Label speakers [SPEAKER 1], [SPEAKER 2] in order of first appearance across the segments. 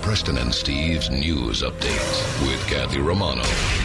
[SPEAKER 1] Preston and Steve's news update with Kathy Romano.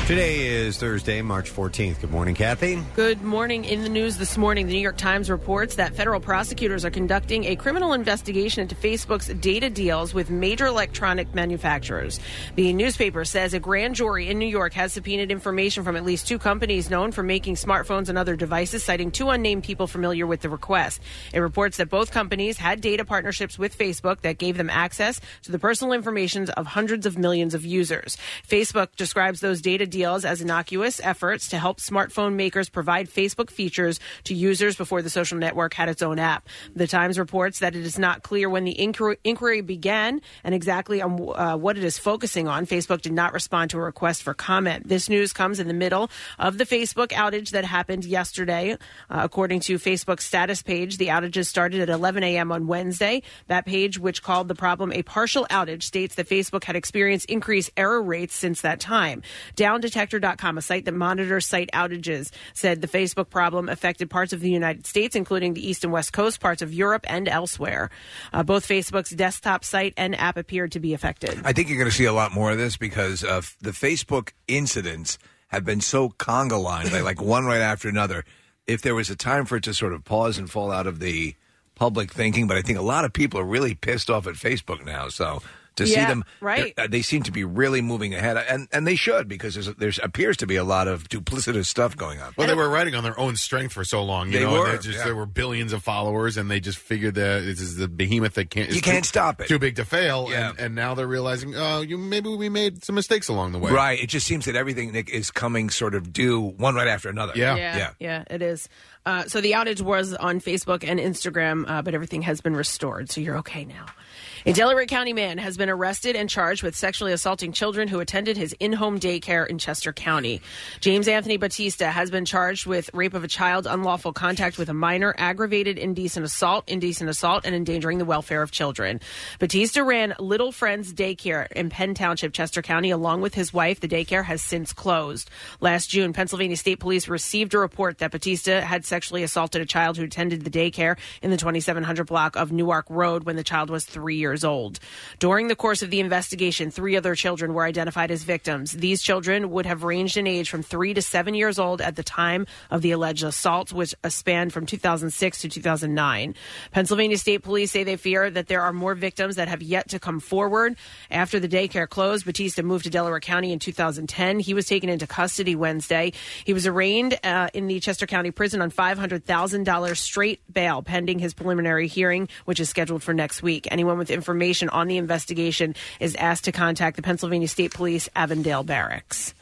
[SPEAKER 2] Today is Thursday, March 14th. Good morning, Kathy.
[SPEAKER 3] Good morning. In the news this morning, the New York Times reports that federal prosecutors are conducting a criminal investigation into Facebook's data deals with major electronic manufacturers. The newspaper says a grand jury in New York has subpoenaed information from at least two companies known for making smartphones and other devices, citing two unnamed people familiar with the request. It reports that both companies had data partnerships with Facebook that gave them access to the personal information of hundreds of millions of users. Facebook describes those data deals as innocuous efforts to help smartphone makers provide Facebook features to users before the social network had its own app. The Times reports that it is not clear when the inquiry, inquiry began and exactly on uh, what it is focusing on. Facebook did not respond to a request for comment. This news comes in the middle of the Facebook outage that happened yesterday. Uh, according to Facebook's status page, the outages started at 11 a.m. on Wednesday. That page, which called the problem a partial outage, states that Facebook had experienced increased error rates since that time. Downdetector.com, a site that monitors site outages, said the Facebook problem affected parts of the United States, including the East and West Coast, parts of Europe, and elsewhere. Uh, both Facebook's desktop site and app appeared to be affected.
[SPEAKER 4] I think you're going to see a lot more of this because uh, f- the Facebook incidents have been so conga lined, they like one right after another. If there was a time for it to sort of pause and fall out of the public thinking, but I think a lot of people are really pissed off at Facebook now. So to see
[SPEAKER 3] Yeah,
[SPEAKER 4] them,
[SPEAKER 3] right.
[SPEAKER 4] they're- uh, they seem to be really moving ahead, and and they should because there's there's appears to be a lot of duplicitous stuff going on.
[SPEAKER 5] Well, they were riding on their own strength for so long. You
[SPEAKER 4] They
[SPEAKER 5] know, and
[SPEAKER 4] were,
[SPEAKER 5] they just,
[SPEAKER 4] yeah.
[SPEAKER 5] There were billions of followers, and they just figured that this is the behemoth that can't.
[SPEAKER 4] You
[SPEAKER 5] is
[SPEAKER 4] can't
[SPEAKER 5] too-
[SPEAKER 4] stop it.
[SPEAKER 5] Too big to fail.
[SPEAKER 4] Yeah.
[SPEAKER 5] And, and now they're realizing, oh, you maybe we made some mistakes along the way.
[SPEAKER 4] Right. It just seems that everything Nick is coming sort of due one right after another.
[SPEAKER 3] yeah, yeah, it is. Uh, so the outage was on Facebook and Instagram, uh, but everything has been restored, so you're okay now. A Delaware County man has been arrested and charged with sexually assaulting children who attended his in-home daycare in Chester County. James Anthony Batista has been charged with rape of a child, unlawful contact with a minor, aggravated indecent assault, indecent assault, and endangering the welfare of children. Batista ran Little Friends Daycare in Penn Township, Chester County, along with his wife. The daycare has since closed. Last June, Pennsylvania State Police received a report that Batista had sexually assaulted a child who attended the daycare in the 2700 block of Newark Road when the child was three years old. During the course of the investigation, three other children were identified as victims. These children would have ranged in age from three to seven years old at the time of the alleged assault, which spanned from 2006 to 2009. Pennsylvania State Police say they fear that there are more victims that have yet to come forward. After the daycare closed, Batista moved to Delaware County in 2010. He was taken into custody Wednesday. He was arraigned uh, in the Chester County Prison on $500,000 straight bail pending his preliminary hearing, which is scheduled for next week. Anyone with information on the investigation is asked to contact the Pennsylvania State Police Avondale Barracks.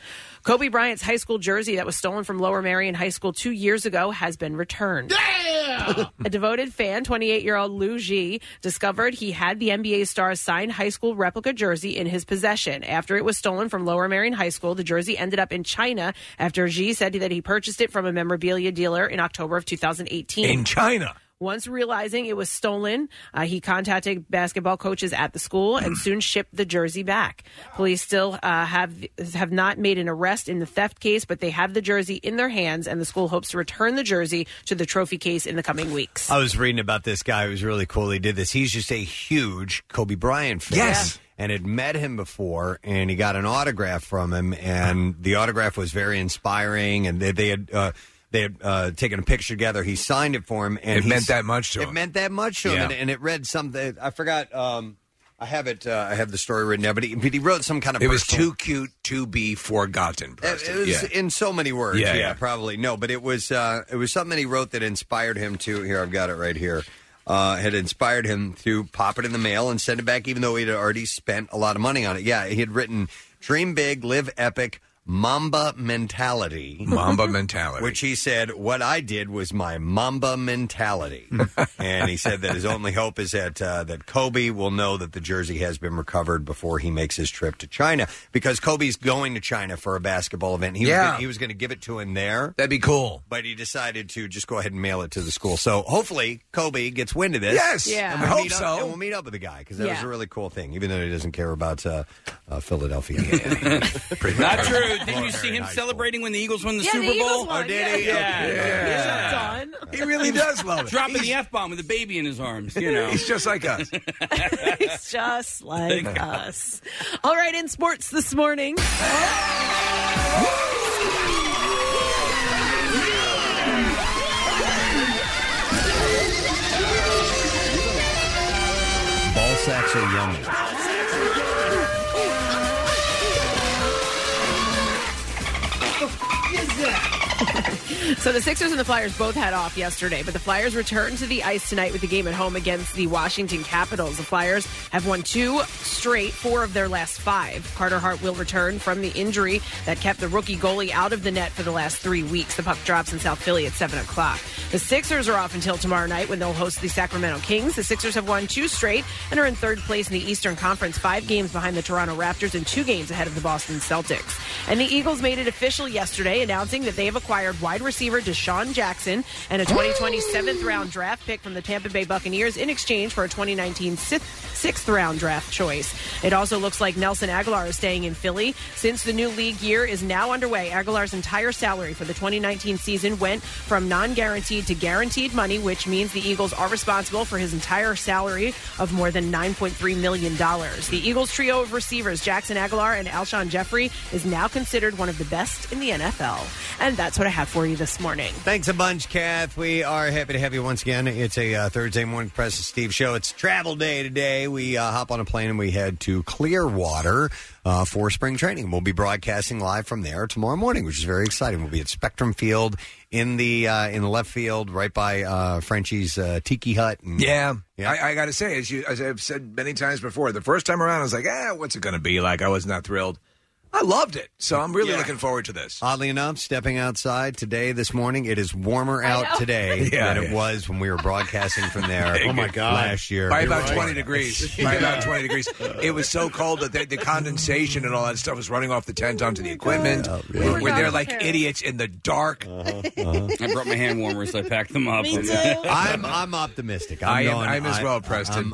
[SPEAKER 3] Kobe Bryant's high school jersey that was stolen from Lower Marion High School two years ago has been returned. a devoted fan, 28 year old Lou Ji, discovered he had the NBA star's signed high school replica jersey in his possession. After it was stolen from Lower Marion High School, the jersey ended up in China after Ji said that he purchased it from a memorabilia dealer in October of 2018.
[SPEAKER 4] In China.
[SPEAKER 3] Once realizing it was stolen, uh, he contacted basketball coaches at the school and soon shipped the jersey back. Police still uh, have have not made an arrest in the theft case, but they have the jersey in their hands, and the school hopes to return the jersey to the trophy case in the coming weeks.
[SPEAKER 2] I was reading about this guy. It was really cool. He did this. He's just a huge Kobe Bryant fan.
[SPEAKER 3] Yes.
[SPEAKER 2] And had met him before, and he got an autograph from him, and the autograph was very inspiring. And they, they had uh, they had uh, taken a picture together. He signed it for him, and
[SPEAKER 4] It
[SPEAKER 2] he
[SPEAKER 4] meant
[SPEAKER 2] s-
[SPEAKER 4] that much to
[SPEAKER 2] it
[SPEAKER 4] him.
[SPEAKER 2] meant that much to him,
[SPEAKER 4] Yeah.
[SPEAKER 2] and, and it read something. I forgot. Um, I have it. Uh, I have the story written down, but he, but he wrote some kind of.
[SPEAKER 4] It was
[SPEAKER 2] personal-
[SPEAKER 4] too cute to be forgotten.
[SPEAKER 2] it,
[SPEAKER 4] Preston.
[SPEAKER 2] it was
[SPEAKER 4] Yeah.
[SPEAKER 2] in so many words.
[SPEAKER 4] Yeah,
[SPEAKER 2] Yeah,
[SPEAKER 4] yeah.
[SPEAKER 2] probably no, but it was uh, it was something he wrote that inspired him to. Here, I've got it right here. Uh, had inspired him to pop it in the mail and send it back, even though he had already spent a lot of money on it. Yeah, he had written "Dream Big, Live Epic." Mamba mentality.
[SPEAKER 4] Mamba mentality.
[SPEAKER 2] Which he said, what I did was my Mamba mentality. and he said that his only hope is that uh, that Kobe will know that the jersey has been recovered before he makes his trip to China because Kobe's going to China for a basketball event. He was
[SPEAKER 4] Yeah.
[SPEAKER 2] gonna, he was going to give it to him there.
[SPEAKER 4] That'd be cool.
[SPEAKER 2] But he decided to just go ahead and mail it to the school. So hopefully Kobe gets wind of this.
[SPEAKER 4] Yes. Yeah.
[SPEAKER 2] And we'll
[SPEAKER 4] I hope
[SPEAKER 2] meet up-
[SPEAKER 4] so.
[SPEAKER 2] and we'll meet up with the guy because that was
[SPEAKER 4] Yeah.
[SPEAKER 2] a really cool thing, even though he doesn't care about uh, uh, Philadelphia.
[SPEAKER 4] Not true.
[SPEAKER 6] Dude, did you see him celebrating when the Eagles won the
[SPEAKER 3] Yeah, the
[SPEAKER 6] Super
[SPEAKER 3] Eagles
[SPEAKER 6] Bowl?
[SPEAKER 3] won, Oh, did he?
[SPEAKER 6] Yeah.
[SPEAKER 3] yeah. Okay. Yeah.
[SPEAKER 4] He really does love it.
[SPEAKER 6] Dropping the F bomb with a baby in his arms, you know.
[SPEAKER 4] He's just like us.
[SPEAKER 3] It's just like us. All right, in sports this morning.
[SPEAKER 2] Ball sacks are yummy.
[SPEAKER 3] So the Sixers and the Flyers both had off yesterday, but the Flyers return to the ice tonight with a game at home against the Washington Capitals. The Flyers have won two straight, four of their last five. Carter Hart will return from the injury that kept the rookie goalie out of the net for the last three weeks. The puck drops in South Philly at 7 o'clock. The Sixers are off until tomorrow night when they'll host the Sacramento Kings. The Sixers have won two straight and are in third place in the Eastern Conference, five games behind the Toronto Raptors and two games ahead of the Boston Celtics. And the Eagles made it official yesterday, announcing that they have acquired wide receiver Deshaun Jackson and a 2020 seventh round draft pick from the Tampa Bay Buccaneers in exchange for a 2019 sixth, sixth round draft choice. It also looks like Nelson Aguilar is staying in Philly. Since the new league year is now underway, Aguilar's entire salary for the 2019 season went from non guaranteed to guaranteed money, which means the Eagles are responsible for his entire salary of more than $9.3 million. The Eagles trio of receivers, Jackson Aguilar and Alshon Jeffrey, is now considered one of the best in the NFL. And that's what I have for you this morning.
[SPEAKER 2] Thanks a bunch, Kath. We are happy to have you once again. It's a uh, Thursday morning Press and Steve show. It's travel day today. We uh, hop on a plane and we head to Clearwater uh, for spring training. We'll be broadcasting live from there tomorrow morning, which is very exciting. We'll be at Spectrum Field in the uh, in the left field, right by uh, Frenchie's uh, Tiki Hut. And,
[SPEAKER 4] Yeah, I, I got to say, as you as I've said many times before, the first time around, I was like, "Ah, what's it going to be like?" I was not thrilled. I loved it, so I'm really looking forward to this.
[SPEAKER 2] Oddly enough, stepping outside today, this morning, it is warmer out today
[SPEAKER 4] Yeah,
[SPEAKER 2] than it
[SPEAKER 4] yeah.
[SPEAKER 2] was when we were broadcasting from there.
[SPEAKER 4] Oh, my God.
[SPEAKER 2] Last year,
[SPEAKER 4] By about 20 degrees. By about 20 degrees. It was so cold that the, the condensation and all that stuff was running off the tent onto the equipment.
[SPEAKER 2] Oh,
[SPEAKER 6] yeah.
[SPEAKER 4] We're, there like idiots in the dark.
[SPEAKER 2] Uh-huh.
[SPEAKER 6] I brought my hand warmers. I packed them up. uh,
[SPEAKER 4] Me too.
[SPEAKER 2] I'm I'm optimistic. I'm
[SPEAKER 4] I am-
[SPEAKER 2] going-
[SPEAKER 4] I'm as well, Preston.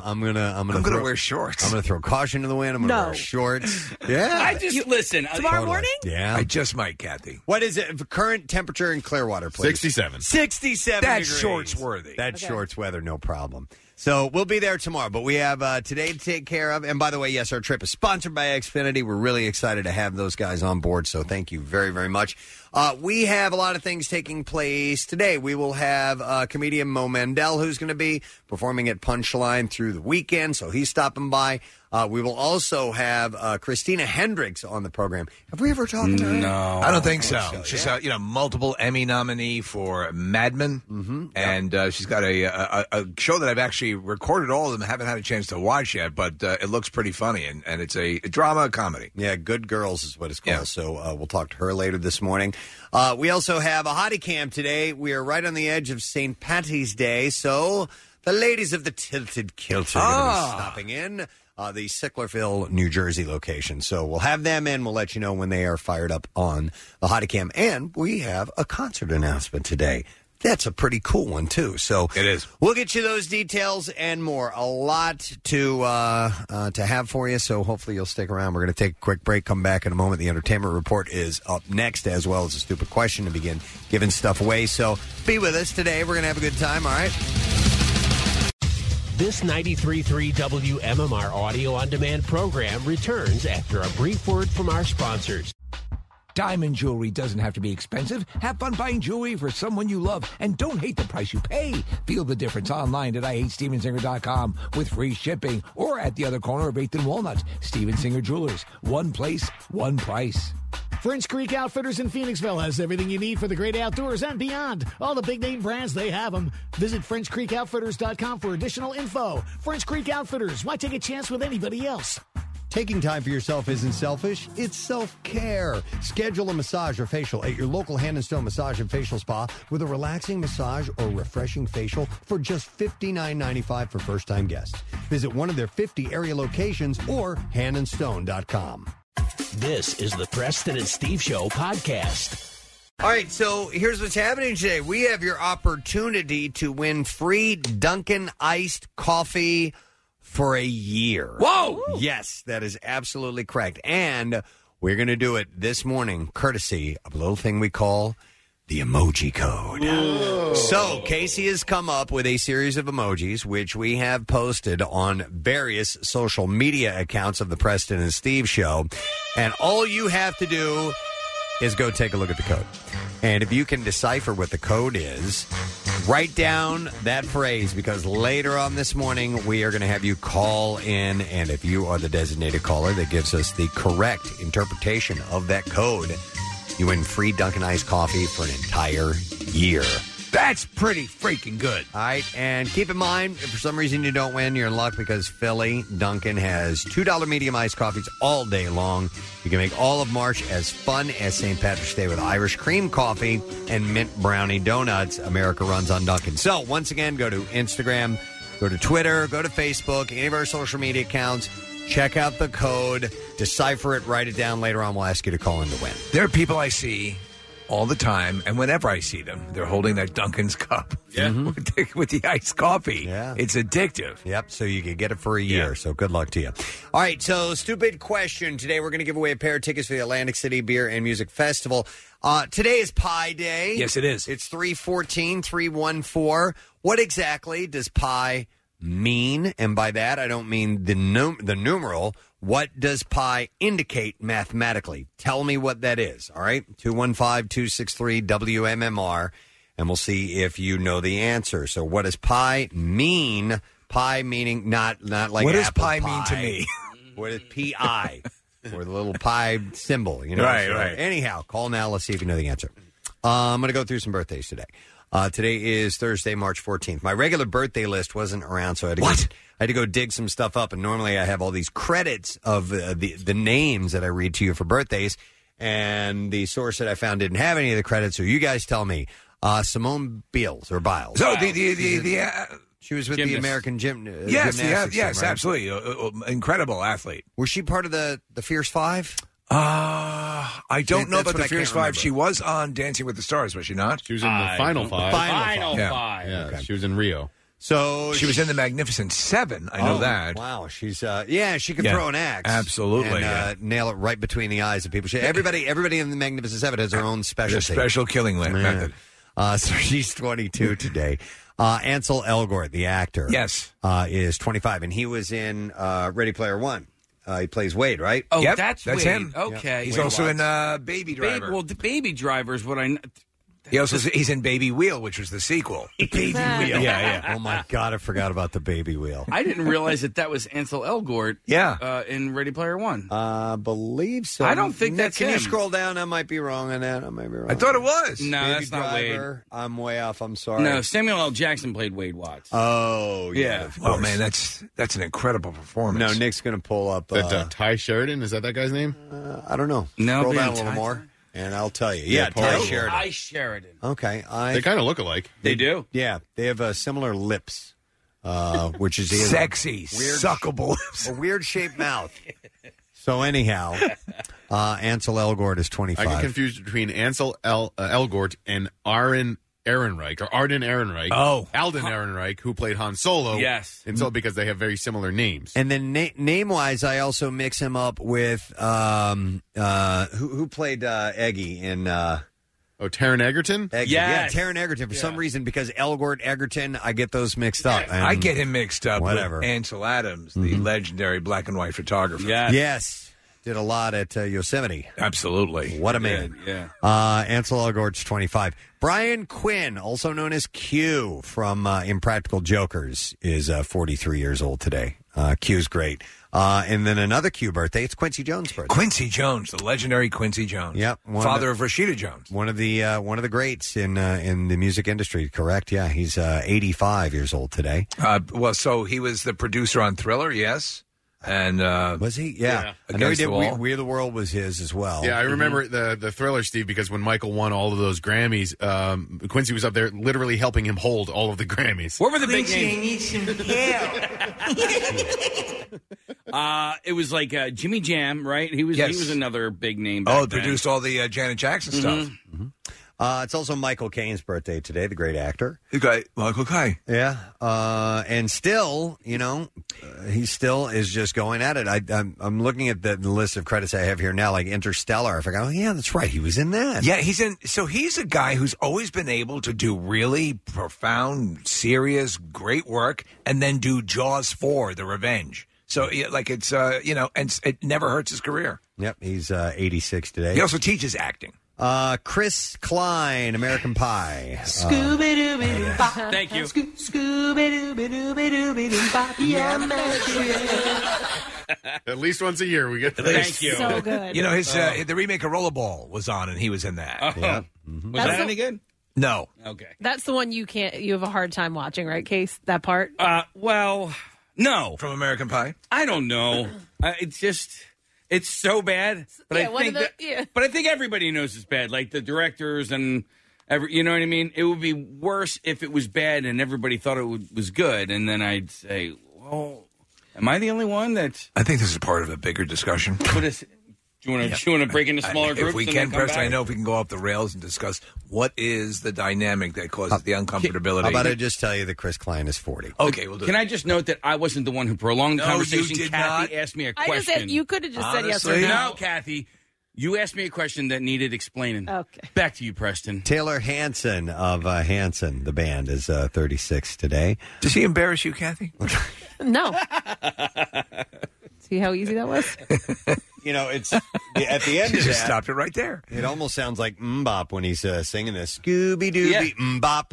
[SPEAKER 2] I'm, I'm gonna I'm gonna
[SPEAKER 4] I'm gonna
[SPEAKER 2] throw-
[SPEAKER 4] wear shorts.
[SPEAKER 2] I'm gonna throw caution to the wind. I'm gonna
[SPEAKER 4] No.
[SPEAKER 2] wear shorts. Yeah.
[SPEAKER 6] I just listen.
[SPEAKER 2] Totally. Yeah.
[SPEAKER 4] I just might, Kathy.
[SPEAKER 2] What is it? Current temperature in Clearwater, please.
[SPEAKER 4] 67.
[SPEAKER 2] 67
[SPEAKER 4] That's
[SPEAKER 2] degrees.
[SPEAKER 4] shorts worthy.
[SPEAKER 2] That's shorts weather, no problem. So we'll be there tomorrow, but we have uh, today to take care of. And by the way, yes, our trip is sponsored by Xfinity. We're really excited to have those guys on board, so thank you very, very much. Uh, we have a lot of things taking place today. We will have uh, comedian Mo Mandel, who's going to be performing at Punchline through the weekend, so he's stopping by. Uh, we will also have uh, Christina Hendricks on the program. Have we ever talked to her?
[SPEAKER 4] I don't think so. she's a you know multiple Emmy nominee for Mad Men, mm-hmm. and uh, she's got a, a a show that I've actually recorded all of them. Haven't had a chance to watch yet, but uh, it looks pretty funny, and, and it's a drama comedy.
[SPEAKER 2] Yeah, Good Girls is what it's called. So uh, we'll talk to her later this morning. Uh, we also have a hottie camp today. We are right on the edge of St. Patty's Day, so the ladies of the Tilted Kilt are going to
[SPEAKER 7] Ah.
[SPEAKER 2] be stopping in uh, the Sicklerville, New Jersey location. So we'll have them in. We'll let you know when they are fired up on the hottie camp. And we have a concert announcement today. That's a pretty cool one too. So it is. We'll get you those details and more. A lot to uh, uh, to have for you. So hopefully you'll stick around. We're going to take a quick break. Come back in a moment. The entertainment report is up next, as well as a stupid question to begin giving stuff away. So be with us today. We're going to have a good time. All right.
[SPEAKER 8] This 93.3 WMMR audio on demand program returns after a brief word from our sponsors.
[SPEAKER 4] Diamond jewelry doesn't have to be expensive. Have fun buying jewelry for someone you love and don't hate the price you pay. Feel the difference online at IHateStevensinger.com with free shipping or at the other corner of 8th and Walnut. Steven Singer Jewelers. One place, one price.
[SPEAKER 9] French Creek Outfitters in Phoenixville has everything you need for the great outdoors and beyond. All the big name brands, they have them. Visit FrenchCreekOutfitters.com for additional info. French Creek Outfitters, why take a chance with anybody else?
[SPEAKER 10] Taking time for yourself isn't selfish, it's self care. Schedule a massage or facial at your local hand and stone massage and facial spa with a relaxing massage or refreshing facial for just $59.95 for first time guests. Visit one of their 50 area locations or handandstone.com.
[SPEAKER 8] This is the Preston and Steve Show podcast.
[SPEAKER 2] All right, so here's what's happening today. We have your opportunity to win free Dunkin' iced coffee for a year. Whoa! Yes, that is absolutely correct. And We're going to do it this morning, courtesy of a little thing we call the emoji code. So, Casey has come up with a series of emojis, which we have posted on various social media accounts of the Preston and Steve show. And all you have to do is go take a look at the code. And if you can decipher what the code is, write down that phrase because later on this morning we are going to have you call in. And if you are the designated caller that gives us the correct interpretation of that code, you win free Dunkin' Ice coffee for an entire year.
[SPEAKER 4] That's pretty freaking good.
[SPEAKER 2] All right, and keep in mind, if for some reason you don't win, you're in luck because Philly Duncan has $2 medium iced coffees all day long. You can make all of March as fun as St. Patrick's Day with Irish cream coffee and mint brownie donuts. America runs on Duncan. So, once again, go to Instagram, go to Twitter, go to Facebook, any of our social media accounts. Check out the code, decipher it, write it down. Later on, we'll ask you to call in to win.
[SPEAKER 4] There are people I see all the time, and whenever I see them, they're holding that Duncan's cup
[SPEAKER 2] Mm-hmm.
[SPEAKER 4] with, the, with the iced coffee. Yeah. It's addictive.
[SPEAKER 2] Yep, so you can get it for a year. So good luck to you. All right, so stupid question. Today we're going to give away a pair of tickets for the Atlantic City Beer and Music Festival. Uh, today is Pi Day.
[SPEAKER 4] Yes, it is.
[SPEAKER 2] It's 314, 314. What exactly does pi mean? And by that, I don't mean the, num- the numeral. What does pi indicate mathematically? Tell me what that is, all right? 215 263 WMMR and we'll see if you know the answer. So, what does pi mean? Pi meaning not not like
[SPEAKER 4] What does
[SPEAKER 2] apple
[SPEAKER 4] pi mean to me?
[SPEAKER 2] What is pi or the little pi symbol? You know,
[SPEAKER 4] Right,
[SPEAKER 2] So
[SPEAKER 4] right.
[SPEAKER 2] Anyhow, call now. Let's see if you know the answer. Uh, I'm going to go through some birthdays today. Uh, today is Thursday, March 14th. My regular birthday list wasn't around, so I had to, Go, I had to go dig some stuff up. And normally I have all these credits of uh, the the names that I read to you for birthdays. And the source that I found didn't have any of the credits, so you guys tell me. Uh, Simone Biles or Biles.
[SPEAKER 4] So the the the, the uh,
[SPEAKER 2] she was with the American gym. Uh,
[SPEAKER 4] yes, the-
[SPEAKER 2] gymnastics
[SPEAKER 4] yes,
[SPEAKER 2] team, right?
[SPEAKER 4] absolutely, Uh, uh, uh, incredible athlete.
[SPEAKER 2] Was she part of the the Fierce Five?
[SPEAKER 4] Uh, I don't
[SPEAKER 2] That-
[SPEAKER 4] know
[SPEAKER 2] that's
[SPEAKER 4] about
[SPEAKER 2] what
[SPEAKER 4] the
[SPEAKER 2] I can't
[SPEAKER 4] Fierce Five.
[SPEAKER 2] remember.
[SPEAKER 4] She was on Dancing with the Stars, was she not?
[SPEAKER 5] She was in the final five.
[SPEAKER 2] Final
[SPEAKER 4] Yeah.
[SPEAKER 5] Yeah, she was in Rio.
[SPEAKER 2] So
[SPEAKER 4] She was in the Magnificent Seven. I know
[SPEAKER 2] Oh,
[SPEAKER 4] that.
[SPEAKER 2] Wow, she's uh, yeah, she can
[SPEAKER 4] Yeah.
[SPEAKER 2] throw an axe,
[SPEAKER 4] Absolutely,
[SPEAKER 2] and,
[SPEAKER 4] yeah.
[SPEAKER 2] uh, nail it right between the eyes of people. She, everybody, everybody in the Magnificent Seven has their own
[SPEAKER 4] The
[SPEAKER 2] specialty.
[SPEAKER 4] special killing la-
[SPEAKER 2] Yeah.
[SPEAKER 4] method.
[SPEAKER 2] Uh, so she's 22 today. Uh, Ansel Elgort, the actor,
[SPEAKER 4] Yes.
[SPEAKER 2] uh, is 25, and he was in uh, Ready Player One. Uh, he plays Wade, right?
[SPEAKER 6] Oh,
[SPEAKER 4] Yep,
[SPEAKER 6] that's
[SPEAKER 4] that's
[SPEAKER 6] Wade.
[SPEAKER 4] him.
[SPEAKER 6] Okay,
[SPEAKER 4] He's
[SPEAKER 6] Wade
[SPEAKER 4] also
[SPEAKER 6] Watts.
[SPEAKER 4] in uh, Baby
[SPEAKER 6] Babe-
[SPEAKER 4] Driver.
[SPEAKER 6] well, the baby drivers. What I kn-
[SPEAKER 4] he also he's in Baby Wheel, which was the sequel.
[SPEAKER 2] baby wheel.
[SPEAKER 4] yeah.
[SPEAKER 2] Oh my god, I forgot about the baby wheel.
[SPEAKER 6] I didn't realize that that was Ansel Elgort.
[SPEAKER 4] Yeah.
[SPEAKER 6] uh, in Ready Player One.
[SPEAKER 2] I believe so.
[SPEAKER 6] I don't think
[SPEAKER 2] Nick,
[SPEAKER 6] that's
[SPEAKER 2] Can you
[SPEAKER 6] him.
[SPEAKER 2] scroll down? I might be wrong on that. I might be wrong.
[SPEAKER 4] I thought it was.
[SPEAKER 6] no,
[SPEAKER 2] Baby
[SPEAKER 6] that's not Wade.
[SPEAKER 2] driver. I'm way off. I'm sorry.
[SPEAKER 6] No, Samuel L. Jackson played Wade Watts.
[SPEAKER 2] Oh yeah.
[SPEAKER 6] Yeah.
[SPEAKER 2] of
[SPEAKER 4] Oh
[SPEAKER 2] course.
[SPEAKER 4] man, that's that's an incredible performance.
[SPEAKER 2] No, Nick's gonna pull up.
[SPEAKER 5] That uh,
[SPEAKER 2] Uh,
[SPEAKER 5] Ty Sheridan is that that guy's name?
[SPEAKER 2] I don't know.
[SPEAKER 6] No,
[SPEAKER 2] scroll
[SPEAKER 6] man,
[SPEAKER 2] down a little
[SPEAKER 6] Ty-
[SPEAKER 2] more, and I'll tell you. Yeah,
[SPEAKER 5] Paul
[SPEAKER 2] Ty
[SPEAKER 5] Rudd.
[SPEAKER 2] Sheridan.
[SPEAKER 6] I Sheridan.
[SPEAKER 2] Okay, I.
[SPEAKER 5] They kind of look alike.
[SPEAKER 6] They do.
[SPEAKER 2] yeah, they have uh, similar lips, uh, which is
[SPEAKER 4] sexy,
[SPEAKER 2] Weird-
[SPEAKER 4] suckable lips.
[SPEAKER 2] a weird shaped mouth. So anyhow, uh, Ansel Elgort is twenty
[SPEAKER 5] I get
[SPEAKER 2] five.
[SPEAKER 5] confused between Ansel El, uh, Elgort and Aaron Ehrenreich or Arden Ehrenreich.
[SPEAKER 4] Oh.
[SPEAKER 5] Alden Ehrenreich, who played Han Solo.
[SPEAKER 6] Yes.
[SPEAKER 5] and so because they have very similar names.
[SPEAKER 2] And then na- name wise, I also mix him up with um, uh, who, who played uh, Eggy in uh,
[SPEAKER 5] oh, Taron Egerton.
[SPEAKER 2] Eggy.
[SPEAKER 6] Yes.
[SPEAKER 2] Yeah, Taron Egerton. For some reason, because Elgort Egerton, I get those mixed up. And-
[SPEAKER 4] I Mm-hmm. get him mixed up
[SPEAKER 2] Whatever.
[SPEAKER 4] with Ansel Adams, the legendary black and white photographer.
[SPEAKER 6] Yeah.
[SPEAKER 2] Yes, did a lot at uh, Yosemite.
[SPEAKER 4] absolutely.
[SPEAKER 2] What a man.
[SPEAKER 6] Yeah.
[SPEAKER 2] Uh, Ansel Elgort's 25. Brian Quinn, also known as Q from uh, Impractical Jokers, is uh, 43 years old today. Uh, Q's great. Uh, and then another Q birthday. It's Quincy Jones' birthday.
[SPEAKER 4] Quincy Jones, the legendary Quincy Jones.
[SPEAKER 2] Yep, one of
[SPEAKER 4] Father
[SPEAKER 2] the-
[SPEAKER 4] of, Rashida Jones.
[SPEAKER 2] One of the uh, one of the greats in uh, in the music industry, correct? Yeah, he's uh, 85 years old today.
[SPEAKER 4] Uh, well, so he was the producer on Thriller, yes. And uh,
[SPEAKER 2] Was he? Yeah,
[SPEAKER 5] Yeah.
[SPEAKER 2] I know he
[SPEAKER 4] Against the
[SPEAKER 2] did. We,
[SPEAKER 4] Wall.
[SPEAKER 2] We're the World was his as well. Mm-hmm.
[SPEAKER 5] Yeah, I remember the the thriller, Steve, because when Michael won all of those Grammys, um, Quincy was up there literally helping him hold all of the Grammys.
[SPEAKER 6] What were the big names? uh, it was like uh, Jimmy Jam, right? He was
[SPEAKER 4] Yes.
[SPEAKER 6] he was another big name. Back
[SPEAKER 4] oh,
[SPEAKER 6] then. Mm-hmm.
[SPEAKER 4] produced all the uh, Janet Jackson stuff.
[SPEAKER 2] Uh, it's also Michael Caine's birthday today, the great actor.
[SPEAKER 4] The guy, Michael Caine.
[SPEAKER 2] Yeah. Uh, and still, you know, uh, he still is just going at it. I, I'm, I'm looking at the, the list of credits I have here now, like Interstellar. I go, oh, yeah, that's right. He was in that.
[SPEAKER 4] Yeah, he's in. So he's a guy who's always been able to do really profound, serious, great work, and then do Jaws four, The Revenge. So yeah, like it's uh, you know, and s- it never hurts his career.
[SPEAKER 2] Yep. He's uh, 86 today.
[SPEAKER 4] He also teaches acting.
[SPEAKER 2] Uh, Chris Klein, American Pie. Uh,
[SPEAKER 6] Thank you.
[SPEAKER 5] At least once a year we get
[SPEAKER 4] At
[SPEAKER 5] that.
[SPEAKER 4] least- You know, his
[SPEAKER 9] Oh.
[SPEAKER 4] uh, the remake of Rollerball was on, and he was in that.
[SPEAKER 6] Oh.
[SPEAKER 3] Yeah.
[SPEAKER 2] Mm-hmm.
[SPEAKER 3] Was That's that the- any
[SPEAKER 6] good?
[SPEAKER 4] No.
[SPEAKER 6] Okay.
[SPEAKER 3] That's the one you can't. You have a hard time watching, right, Case? That part.
[SPEAKER 6] Uh, well, no.
[SPEAKER 4] From American Pie?
[SPEAKER 6] I don't know. I it's just it's so bad. But
[SPEAKER 3] Yeah,
[SPEAKER 6] I
[SPEAKER 3] one
[SPEAKER 6] think
[SPEAKER 3] of
[SPEAKER 6] that,
[SPEAKER 3] the- yeah.
[SPEAKER 6] but I think everybody knows it's bad. Like the directors and every you know what I mean? It would be worse if it was bad and everybody thought it would, was good and then I'd say, "Well, am I the only one that
[SPEAKER 4] I think this is part of a bigger discussion.
[SPEAKER 6] put us Do you want to do you want to break into smaller
[SPEAKER 4] I-
[SPEAKER 6] groups?
[SPEAKER 4] If we
[SPEAKER 6] and
[SPEAKER 4] can,
[SPEAKER 6] then come
[SPEAKER 4] Preston, I
[SPEAKER 6] back?
[SPEAKER 4] know if we can go off the rails and discuss what is the dynamic that causes the uncomfortability.
[SPEAKER 2] How about I just tell you that Chris Klein is 40?
[SPEAKER 4] Okay, we'll do
[SPEAKER 6] Can I just note that I wasn't the one who prolonged
[SPEAKER 4] No,
[SPEAKER 6] the
[SPEAKER 4] you
[SPEAKER 6] conversation?
[SPEAKER 4] did
[SPEAKER 6] Kathy
[SPEAKER 4] not.
[SPEAKER 6] asked me a
[SPEAKER 3] I
[SPEAKER 6] question.
[SPEAKER 3] just said you could have just said yes or
[SPEAKER 4] Honestly?
[SPEAKER 3] no.
[SPEAKER 6] No, Kathy, you asked me a question that needed explaining.
[SPEAKER 3] Okay.
[SPEAKER 6] Back to you, Preston.
[SPEAKER 2] Taylor Hanson of uh, Hanson, the band, is uh, 36 today.
[SPEAKER 4] Does he embarrass you, Kathy?
[SPEAKER 3] No. See how easy that was?
[SPEAKER 2] You know, it's at the end
[SPEAKER 4] You
[SPEAKER 2] of
[SPEAKER 4] just
[SPEAKER 2] that-
[SPEAKER 4] stopped it right there.
[SPEAKER 2] It almost sounds like Mbop when he's uh, singing this Scooby Dooby Mbop.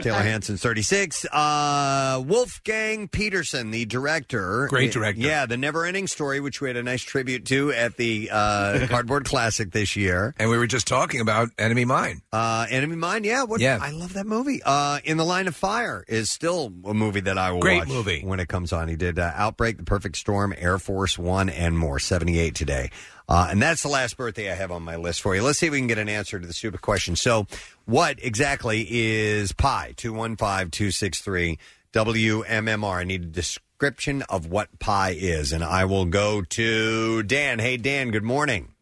[SPEAKER 2] Taylor Hanson, 36. Uh, Wolfgang Peterson, the director.
[SPEAKER 4] Great director.
[SPEAKER 2] Yeah, The Never Ending Story, which we had a nice tribute to at the uh, Cardboard Classic this year.
[SPEAKER 4] And we were just talking about Enemy Mine.
[SPEAKER 2] Uh, Enemy Mine, yeah. What,
[SPEAKER 4] Yeah.
[SPEAKER 2] I love that movie. Uh, In the Line of Fire is still a movie that I will
[SPEAKER 4] Great
[SPEAKER 2] watch
[SPEAKER 4] movie.
[SPEAKER 2] when it comes on. He did uh, Outbreak, The Perfect Storm, Air Force One, and more. 78 today. Uh, and that's the last birthday I have on my list for you. Let's see if we can get an answer to the stupid question. So, what exactly is pie? 215 263 WMMR. I need a description of what pie is. And I will go to Dan. Hey, Dan, good morning.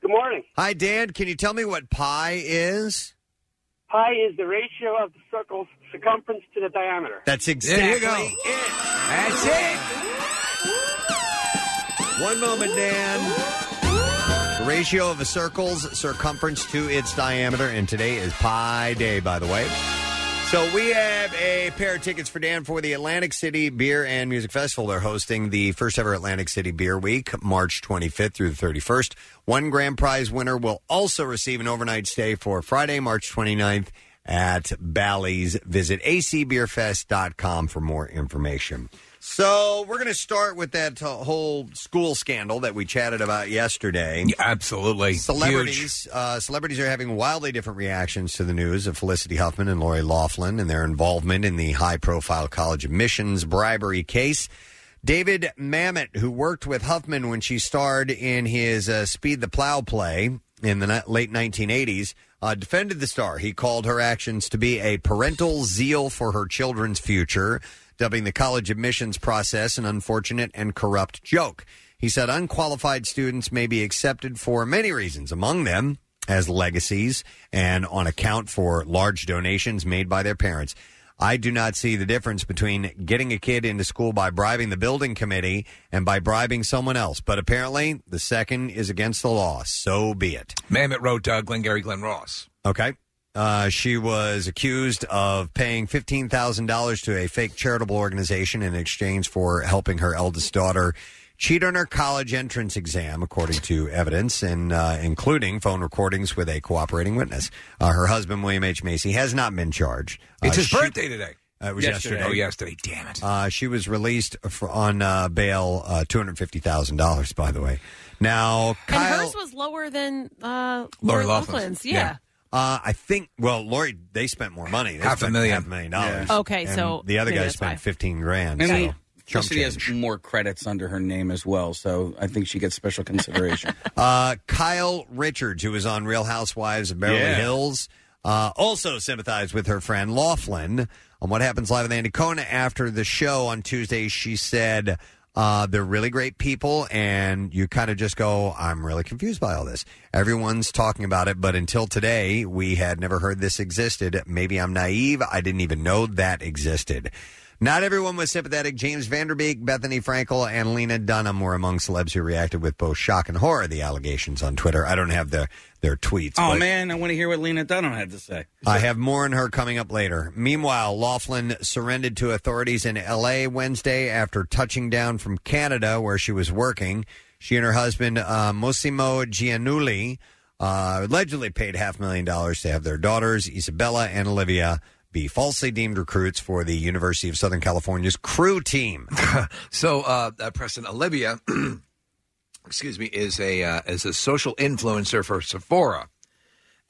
[SPEAKER 7] Good morning.
[SPEAKER 2] Hi, Dan. Can you tell me what pie is?
[SPEAKER 7] Pi is the ratio of the circle's circumference to the diameter.
[SPEAKER 2] That's exactly
[SPEAKER 4] There you go.
[SPEAKER 2] it.
[SPEAKER 4] That's it.
[SPEAKER 2] One moment, Dan. The ratio of a circle's circumference to its diameter, and today is Pi Day, by the way. So we have a pair of tickets for Dan for the Atlantic City Beer and Music Festival. They're hosting the first ever Atlantic City Beer Week, March 25th through the 31st. One grand prize winner will also receive an overnight stay for Friday, March 29th at Bally's. Visit acbeerfest.com for more information. So we're going to start with that uh, whole school scandal that we chatted about yesterday.
[SPEAKER 4] Absolutely. Huge.
[SPEAKER 2] Celebrities, uh, celebrities are having wildly different reactions to the news of Felicity Huffman and Lori Laughlin and their involvement in the high-profile college admissions bribery case. David Mamet, who worked with Huffman when she starred in his uh, Speed the Plow play in the ni- late 1980s, uh, defended the star. He called her actions to be a parental zeal for her children's future, dubbing the college admissions process an unfortunate and corrupt joke. He said unqualified students may be accepted for many reasons, among them as legacies and on account for large donations made by their parents. I do not see the difference between getting a kid into school by bribing the building committee and by bribing someone else, but apparently the second is against the law. So be it.
[SPEAKER 4] Mamet wrote uh, Glengarry Glen Ross.
[SPEAKER 2] Okay. Uh, she was accused of paying $15,000 to a fake charitable organization in exchange for helping her eldest daughter cheat on her college entrance exam, according to evidence, and uh, including phone recordings with a cooperating witness. Uh, her husband, William H. Macy, has not been charged.
[SPEAKER 4] It's
[SPEAKER 2] Uh,
[SPEAKER 4] his
[SPEAKER 2] she-
[SPEAKER 4] birthday today.
[SPEAKER 2] Uh, it was yesterday.
[SPEAKER 4] Oh, yesterday. Damn it.
[SPEAKER 2] Uh, she was released for, on uh, bail, uh, $250,000, by the way. Now,
[SPEAKER 3] And
[SPEAKER 2] Kyle.
[SPEAKER 3] hers was lower than uh,
[SPEAKER 4] Lori
[SPEAKER 3] Lori
[SPEAKER 4] Loughlin's.
[SPEAKER 3] Loughlin's.
[SPEAKER 4] Yeah.
[SPEAKER 3] Yeah.
[SPEAKER 2] Uh, I think. Well, Lori, they spent more money. They
[SPEAKER 4] Half a
[SPEAKER 2] spent
[SPEAKER 4] million.
[SPEAKER 2] half a million dollars.
[SPEAKER 3] Okay,
[SPEAKER 2] And
[SPEAKER 3] so
[SPEAKER 2] the other
[SPEAKER 3] maybe
[SPEAKER 2] guy
[SPEAKER 3] that's
[SPEAKER 2] spent
[SPEAKER 3] why.
[SPEAKER 2] fifteen grand.
[SPEAKER 6] And
[SPEAKER 2] so
[SPEAKER 6] I-
[SPEAKER 2] chump
[SPEAKER 6] Felicity
[SPEAKER 2] change.
[SPEAKER 6] has more credits under her name as well, so I think she gets special consideration.
[SPEAKER 2] Uh, Kyle Richards, who was on Real Housewives of Beverly
[SPEAKER 6] Yeah.
[SPEAKER 2] Hills, uh, uh, also sympathized with her friend Laughlin on what happens live with Andy Cohen after the show on Tuesday. She said. Uh, they're really great people, and you kind of just go, I'm really confused by all this. Everyone's talking about it, but until today, we had never heard this existed. Maybe I'm naive. I didn't even know that existed. Not everyone was sympathetic. James Vanderbeek, Bethany Frankel, and Lena Dunham were among celebs who reacted with both shock and horror at the allegations on Twitter. I don't have their, their tweets.
[SPEAKER 6] Oh
[SPEAKER 2] but-
[SPEAKER 6] man, I want to hear what Lena Dunham had to say.
[SPEAKER 2] I have more on her coming up later. Meanwhile, Laughlin surrendered to authorities in L.A. Wednesday after touching down from Canada, where she was working. She and her husband, uh, Massimo Gianulli, uh, allegedly paid half a million dollars to have their daughters, Isabella and Olivia, be falsely deemed recruits for the University of Southern California's crew team.
[SPEAKER 4] So, uh, uh, Preston Olivia, excuse me, is a uh, is a social influencer for Sephora,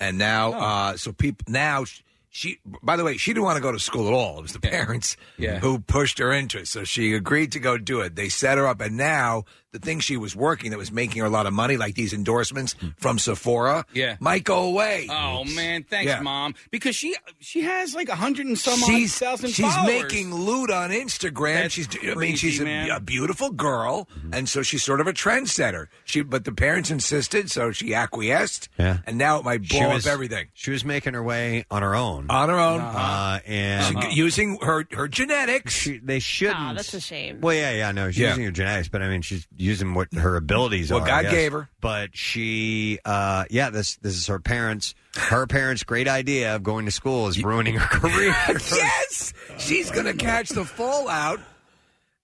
[SPEAKER 4] and now,
[SPEAKER 6] Oh.
[SPEAKER 4] uh, so people now sh- she. By the way, she didn't want to go to school at all. It was the parents
[SPEAKER 6] Yeah.
[SPEAKER 4] who pushed her into it. So she agreed to go do it. They set her up, and now the thing she was working that was making her a lot of money, like these endorsements from Sephora,
[SPEAKER 6] Hmm. Yeah.
[SPEAKER 4] might go away.
[SPEAKER 6] Oh man, thanks,
[SPEAKER 4] Yeah.
[SPEAKER 6] mom. Because she she has like a hundred and some
[SPEAKER 4] She's-
[SPEAKER 6] odd thousand
[SPEAKER 4] she's
[SPEAKER 6] followers.
[SPEAKER 4] making loot on Instagram. she's, I mean,
[SPEAKER 6] crazy,
[SPEAKER 4] she's
[SPEAKER 6] man.
[SPEAKER 4] a, a beautiful girl, and so she's sort of a trendsetter. She, but the parents insisted, so she acquiesced.
[SPEAKER 2] Yeah.
[SPEAKER 4] and now it might blow up everything
[SPEAKER 2] She was making her way on her own.
[SPEAKER 4] on her own,
[SPEAKER 2] Uh,
[SPEAKER 4] She-
[SPEAKER 2] and
[SPEAKER 4] using her her genetics.
[SPEAKER 2] She, they shouldn't.
[SPEAKER 3] Ah, that's a shame.
[SPEAKER 2] Well, yeah, yeah, no, she's
[SPEAKER 4] Yeah.
[SPEAKER 2] using her genetics, but I mean, she's using what her abilities
[SPEAKER 4] What
[SPEAKER 2] are. I
[SPEAKER 4] God
[SPEAKER 2] guess.
[SPEAKER 4] gave her.
[SPEAKER 2] But she, uh, yeah, this this is her parents. Her parents' great idea of going to school is ruining her career.
[SPEAKER 4] yes, she's gonna catch the fallout.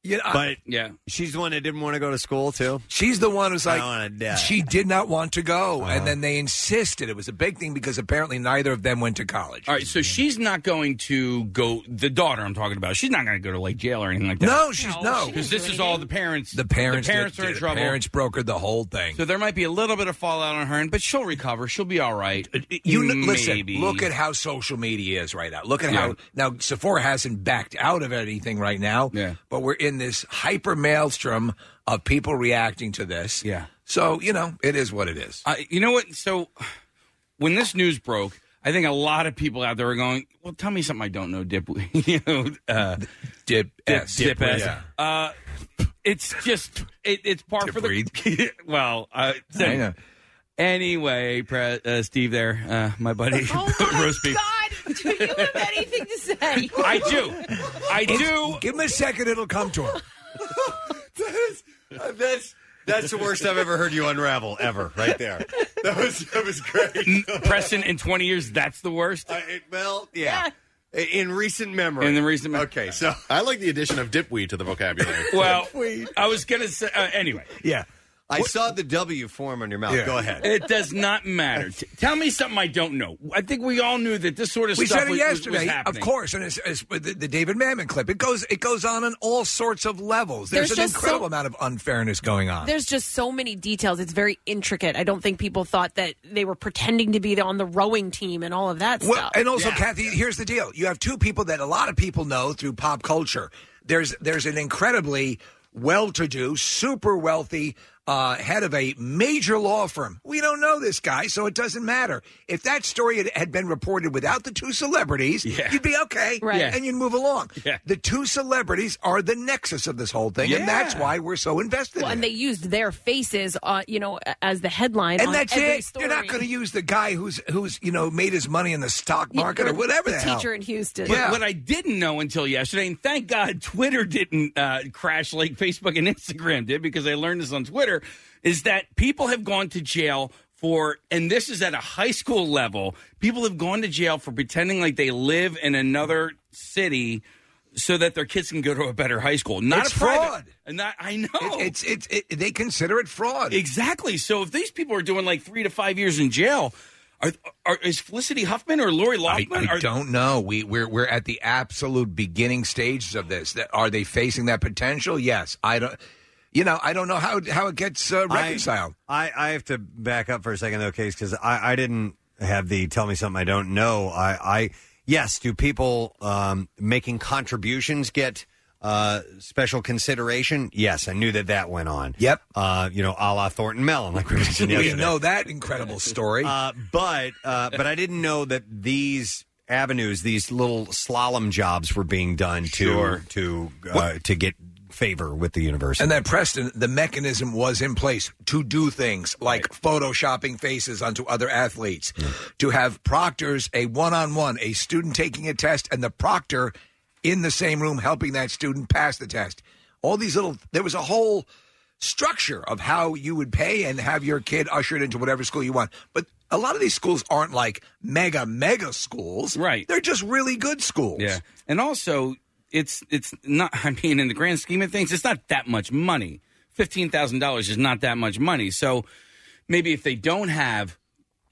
[SPEAKER 4] You know,
[SPEAKER 2] But
[SPEAKER 6] yeah,
[SPEAKER 2] she's the one that didn't want to go to school too.
[SPEAKER 4] She's the one who's
[SPEAKER 2] I
[SPEAKER 4] like,
[SPEAKER 2] wanna die. Uh-huh.
[SPEAKER 4] she did not want to go, and then they insisted. It was a big thing because apparently neither of them went to college.
[SPEAKER 6] All right, so she's not going to go. The daughter I'm talking about, she's not going to go to like jail or anything like that.
[SPEAKER 4] No, she's no.
[SPEAKER 6] because this is all the parents.
[SPEAKER 4] The parents,
[SPEAKER 6] the parents
[SPEAKER 4] did-
[SPEAKER 6] are in
[SPEAKER 4] the
[SPEAKER 6] trouble.
[SPEAKER 4] Parents brokered the whole thing.
[SPEAKER 6] So there might be a little bit of fallout on her, and but she'll recover. She'll be all right.
[SPEAKER 4] Uh,
[SPEAKER 6] Mm,
[SPEAKER 4] You kn-
[SPEAKER 6] Maybe.
[SPEAKER 4] listen. Look at how social media is right now. Look at
[SPEAKER 6] Yeah.
[SPEAKER 4] how now Sephora hasn't backed out of anything right now.
[SPEAKER 6] Yeah.
[SPEAKER 4] But we're in this hyper maelstrom of people reacting to this.
[SPEAKER 6] Yeah.
[SPEAKER 4] So you know it is what it is.
[SPEAKER 6] Uh, you know what? So when this news broke, I think a lot of people out there are going, "Well, tell me something I don't know, Dip." you know, uh,
[SPEAKER 4] Dip,
[SPEAKER 6] Dip,
[SPEAKER 4] S.
[SPEAKER 6] Dip S.
[SPEAKER 4] Yeah.
[SPEAKER 6] Uh, it's just it, it's par for the
[SPEAKER 4] Reed.
[SPEAKER 6] well. Uh,
[SPEAKER 4] I know.
[SPEAKER 6] Anyway, pre- uh, Steve, there, uh, my buddy, roast beef.
[SPEAKER 3] God, do you have anything to say?
[SPEAKER 6] I do, I do.
[SPEAKER 4] Give him a second; it'll come to him.
[SPEAKER 2] uh, that's that's the worst I've ever heard you unravel ever. Right there. That was that was great.
[SPEAKER 6] Preston, in twenty years, that's the worst.
[SPEAKER 2] well, yeah. In recent memory.
[SPEAKER 6] In the recent,
[SPEAKER 2] okay, so
[SPEAKER 5] I like the addition of dipweed to the vocabulary.
[SPEAKER 6] well, I was gonna say uh, anyway.
[SPEAKER 4] Yeah.
[SPEAKER 2] I saw the W form on your mouth.
[SPEAKER 4] Yeah.
[SPEAKER 2] Go ahead.
[SPEAKER 6] It does not matter. T- tell me something I don't know. I think we all knew that this sort of
[SPEAKER 4] We
[SPEAKER 6] stuff
[SPEAKER 4] said it
[SPEAKER 6] was, was- was
[SPEAKER 4] yesterday, of
[SPEAKER 6] happening.
[SPEAKER 4] course, and it's, it's with the, the David Mammon clip. It goes, it goes on on all sorts of levels. There's,
[SPEAKER 3] There's
[SPEAKER 4] an
[SPEAKER 3] just
[SPEAKER 4] incredible
[SPEAKER 3] so-
[SPEAKER 4] amount of unfairness going on.
[SPEAKER 3] There's just so many details. It's very intricate. I don't think people thought that they were pretending to be on the rowing team and all of that
[SPEAKER 4] Well,
[SPEAKER 3] stuff.
[SPEAKER 4] and also, Kathy, here's the deal: you have two people that a lot of people know through pop culture. There's there's an incredibly well-to-do, super wealthy uh, head of a major law firm. We don't know this guy, so it doesn't matter. If that story had, had been reported without the two celebrities,
[SPEAKER 6] Yeah.
[SPEAKER 4] you'd be okay,
[SPEAKER 3] Right. Yeah.
[SPEAKER 4] And you'd move along.
[SPEAKER 6] Yeah.
[SPEAKER 4] The two celebrities are the nexus of this whole thing,
[SPEAKER 6] Yeah.
[SPEAKER 4] and that's why we're so invested.
[SPEAKER 3] Well,
[SPEAKER 4] in
[SPEAKER 3] and
[SPEAKER 4] it.
[SPEAKER 3] they used their faces, uh, you know, a- as the headline.
[SPEAKER 4] and
[SPEAKER 3] on
[SPEAKER 4] that's
[SPEAKER 3] every
[SPEAKER 4] it. You're not
[SPEAKER 3] story.
[SPEAKER 4] going to use the guy who's who's you know made his money in the stock
[SPEAKER 3] You-
[SPEAKER 4] market or whatever
[SPEAKER 3] The
[SPEAKER 4] the hell.
[SPEAKER 3] teacher in Houston.
[SPEAKER 4] Yeah.
[SPEAKER 6] What I didn't know until yesterday, and thank God Twitter didn't uh, crash like Facebook and Instagram did, because I learned this on Twitter, is that people have gone to jail for, and this is at a high school level, people have gone to jail for pretending like they live in another city so that their kids can go to a better high school. Not
[SPEAKER 4] It's
[SPEAKER 6] a private,
[SPEAKER 4] fraud.
[SPEAKER 6] And not, I know.
[SPEAKER 4] It- it's it's it, they consider it fraud.
[SPEAKER 6] Exactly. So if these people are doing like three to five years in jail, are, are is Felicity Huffman or Lori
[SPEAKER 4] I,
[SPEAKER 6] Loughlin?
[SPEAKER 4] I
[SPEAKER 6] are,
[SPEAKER 4] don't know. We we're we're at the absolute beginning stages of this. That are they facing that potential? Yes. I don't. You know, I don't know how how it gets uh, reconciled.
[SPEAKER 2] I, I have to back up for a second though, case because I, I didn't have the tell me something I don't know. I, I yes, do people um, making contributions get Uh, special consideration. Yes, I knew that that went on. Yep. Uh, you know, a la Thornton Mellon, like we mentioned the
[SPEAKER 4] we
[SPEAKER 2] other day.
[SPEAKER 4] know that incredible story.
[SPEAKER 2] Uh, but uh, but I didn't know that these avenues, these little slalom jobs, were being done to
[SPEAKER 4] Sure.
[SPEAKER 2] to uh, to get favor with the university.
[SPEAKER 4] and that Preston, the mechanism was in place to do things like photoshopping faces onto other athletes, to have proctors, a one on one, a student taking a test, and the proctor in the same room helping that student pass the test. All these little, there was a whole structure of how you would pay and have your kid ushered into whatever school you want. But a lot of these schools aren't like mega, mega schools. Right. They're just really good schools.
[SPEAKER 6] Yeah, and also it's it's not. I mean, in the grand scheme of things, it's not that much money. Fifteen thousand dollars is not that much money. So maybe if they don't have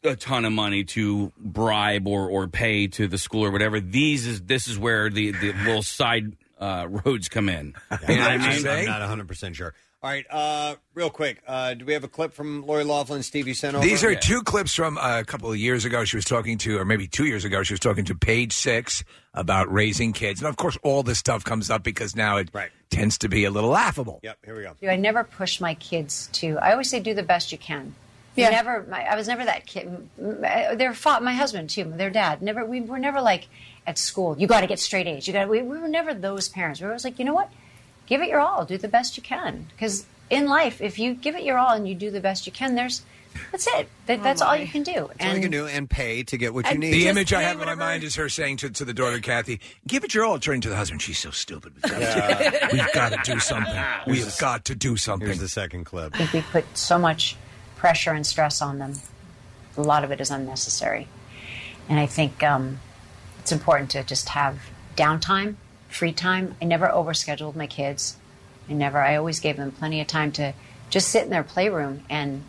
[SPEAKER 6] a ton of money to bribe or or pay to the school or whatever, these is this is where the the little side uh, roads come in. You know what I mean?
[SPEAKER 2] I'm not 100 percent sure. All right, uh, real quick, uh, do we have a clip from Lori Laughlin, Steve? You sent over.
[SPEAKER 4] These are two clips from uh, a couple of years ago. She was talking to, or maybe two years ago, she was talking to Page Six about raising kids. And of course, all this stuff comes up because now it tends to be a little laughable.
[SPEAKER 2] Yep, here we go.
[SPEAKER 11] I never push my kids to. I always say, do the best you can.
[SPEAKER 12] Yeah.
[SPEAKER 11] Never. My, I was never that kid. M- m- Their fa- my husband too. Their dad. Never. We were never like at school. You got to get straight A's. You got. We, we were never those parents. We were always like, you know what? Give it your all. Do the best you can. Because in life, if you give it your all and you do the best you can, there's that's it. That, that's all you can do.
[SPEAKER 2] That's all you can do and pay to get what you
[SPEAKER 11] And
[SPEAKER 2] need.
[SPEAKER 4] The image I have in my mind is her saying to, to the daughter, Kathy, give it your all, turning to the husband. She's so stupid. We've got, to, we've got to do something. We've got to do something. Here's the
[SPEAKER 2] second clip.
[SPEAKER 11] I think we put so much pressure and stress on them. A lot of it is unnecessary. And I think um, it's important to just have downtime, free time. I never overscheduled my kids. I never, I always gave them plenty of time to just sit in their playroom and,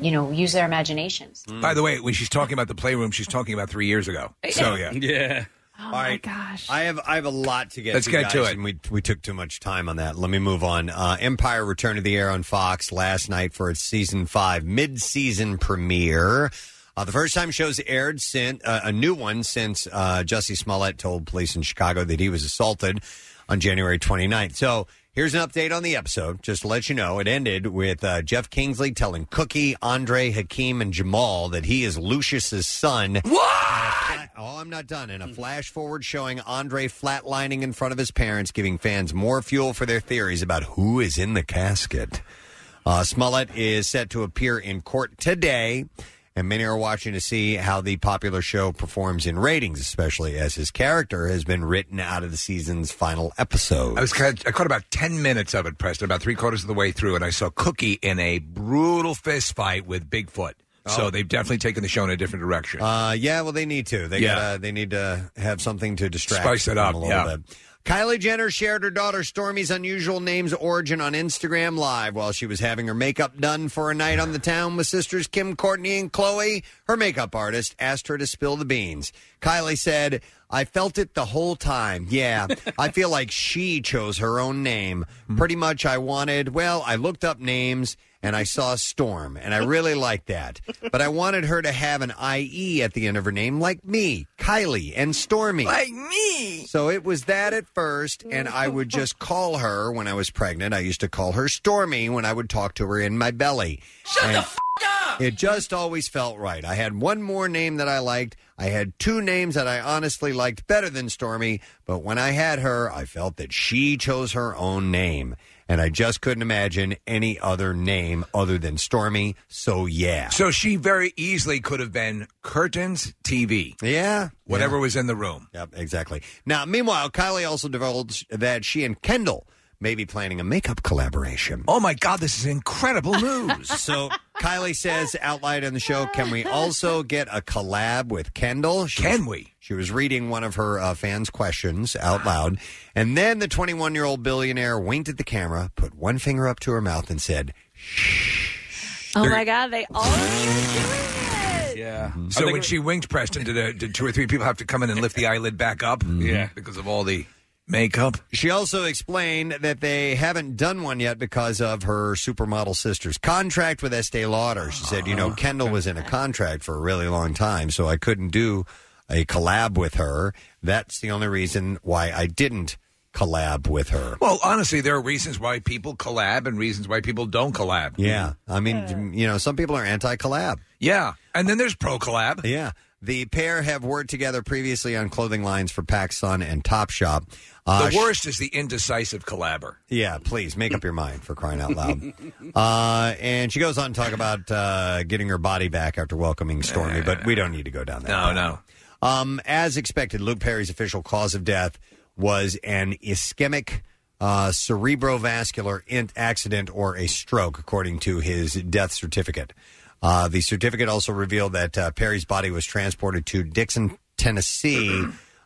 [SPEAKER 11] you know, use their imaginations.
[SPEAKER 4] By the way, when she's talking about the playroom, she's talking about three years ago. So, yeah.
[SPEAKER 6] Yeah.
[SPEAKER 11] Oh
[SPEAKER 2] All right. gosh. I have I have a lot to get.
[SPEAKER 4] Let's
[SPEAKER 2] to,
[SPEAKER 4] get to
[SPEAKER 2] guys,
[SPEAKER 4] it.
[SPEAKER 2] And we we took too much time on that. Let me move on. Uh, Empire returned to the air on Fox last night for its season five mid season premiere. Uh, the first time shows aired since uh, a new one since uh, Jussie Smollett told police in Chicago that he was assaulted on January 29th. So here's an update on the episode. Just to let you know, it ended with uh, Jeff Kingsley telling Cookie, Andre, Hakeem, and Jamal that he is Lucius's son. What? Oh, I'm not done. In a flash forward showing Andre flatlining in front of his parents, giving fans more fuel for their theories about who is in the casket. Uh, Smollett is set to appear in court today, and many are watching to see how the popular show performs in ratings, especially as his character has been written out of the season's final episode.
[SPEAKER 4] I was caught, I caught about ten minutes of it, Preston, about three quarters of the way through, and I saw Cookie in a brutal fist fight with Bigfoot.
[SPEAKER 2] Oh.
[SPEAKER 4] So they've definitely taken the show in a different direction.
[SPEAKER 2] Uh, yeah, well, they need to. They
[SPEAKER 4] Yeah.
[SPEAKER 2] gotta, they need to have something to distract.
[SPEAKER 4] Spice it
[SPEAKER 2] them
[SPEAKER 4] up,
[SPEAKER 2] a little
[SPEAKER 4] yeah.
[SPEAKER 2] bit. Kylie Jenner shared her daughter Stormy's unusual name's origin on Instagram Live while she was having her makeup done for a night on the town with sisters Kim, Courtney, and Chloe. Her makeup artist asked her to spill the beans. Kylie said, I felt it the whole time. Yeah, I feel like she chose her own name. Pretty much, I wanted, well, I looked up names and I saw Storm, and I really liked that. But I wanted her to have an IE at the end of her name, like me, Kylie, and Stormy.
[SPEAKER 4] Like me.
[SPEAKER 2] So it was that at first, and I would just call her when I was pregnant. I used to call her Stormy when I would talk to her in my belly. Shut the f- up! It just always felt right. I had one more name that I liked. I had two names that I honestly liked better than Stormy, but when I had her, I felt that she chose her own name. And I just couldn't imagine any other name other than Stormy, so yeah.
[SPEAKER 4] So she very easily could have been curtains, TV,
[SPEAKER 2] yeah,
[SPEAKER 4] whatever was in the room.
[SPEAKER 2] Yep, exactly. Now, meanwhile, Kylie also divulged that she and Kendall may be planning a makeup collaboration.
[SPEAKER 4] Oh my God, this is incredible news!
[SPEAKER 2] so Kylie says out loud on the show, "Can we also get a collab with Kendall? She
[SPEAKER 4] Can
[SPEAKER 2] was-
[SPEAKER 4] we?"
[SPEAKER 2] She was reading one of her uh, fans' questions out loud, and then the 21-year-old billionaire winked at the camera, put one finger up to her mouth, and said,
[SPEAKER 3] Oh my God! They all
[SPEAKER 6] Yeah.
[SPEAKER 2] Mm-hmm.
[SPEAKER 4] So when she winked Preston, did, uh did two or three people have to come in and lift the eyelid back up?
[SPEAKER 2] Mm-hmm.
[SPEAKER 4] Yeah. Because of all the makeup.
[SPEAKER 2] She also explained that they haven't done one yet because of her supermodel sister's contract with Estee Lauder. She said, you
[SPEAKER 4] Ah,
[SPEAKER 2] know, Kendall was in a contract for a really long time, so I couldn't do a collab with her. That's the only reason why I didn't collab with her.
[SPEAKER 4] Well, honestly, there are reasons why people collab and reasons why people don't collab.
[SPEAKER 2] Yeah. I mean, you know, some people are anti collab.
[SPEAKER 4] Yeah. And then there's pro collab.
[SPEAKER 2] Yeah. The pair have worked together previously on clothing lines for PacSun and Topshop. Uh,
[SPEAKER 4] the worst is the indecisive collabber.
[SPEAKER 2] Yeah, please make up your mind for crying out loud. uh, and she goes on to talk about uh, getting her body back after welcoming Stormy, but we don't need to go down that.
[SPEAKER 4] No, no.
[SPEAKER 2] Um, as expected, Luke Perry's official cause of death was an ischemic uh, cerebrovascular in- accident or a stroke, according to his death certificate. Uh, the certificate also revealed that uh, Perry's body was transported to Dixon, Tennessee,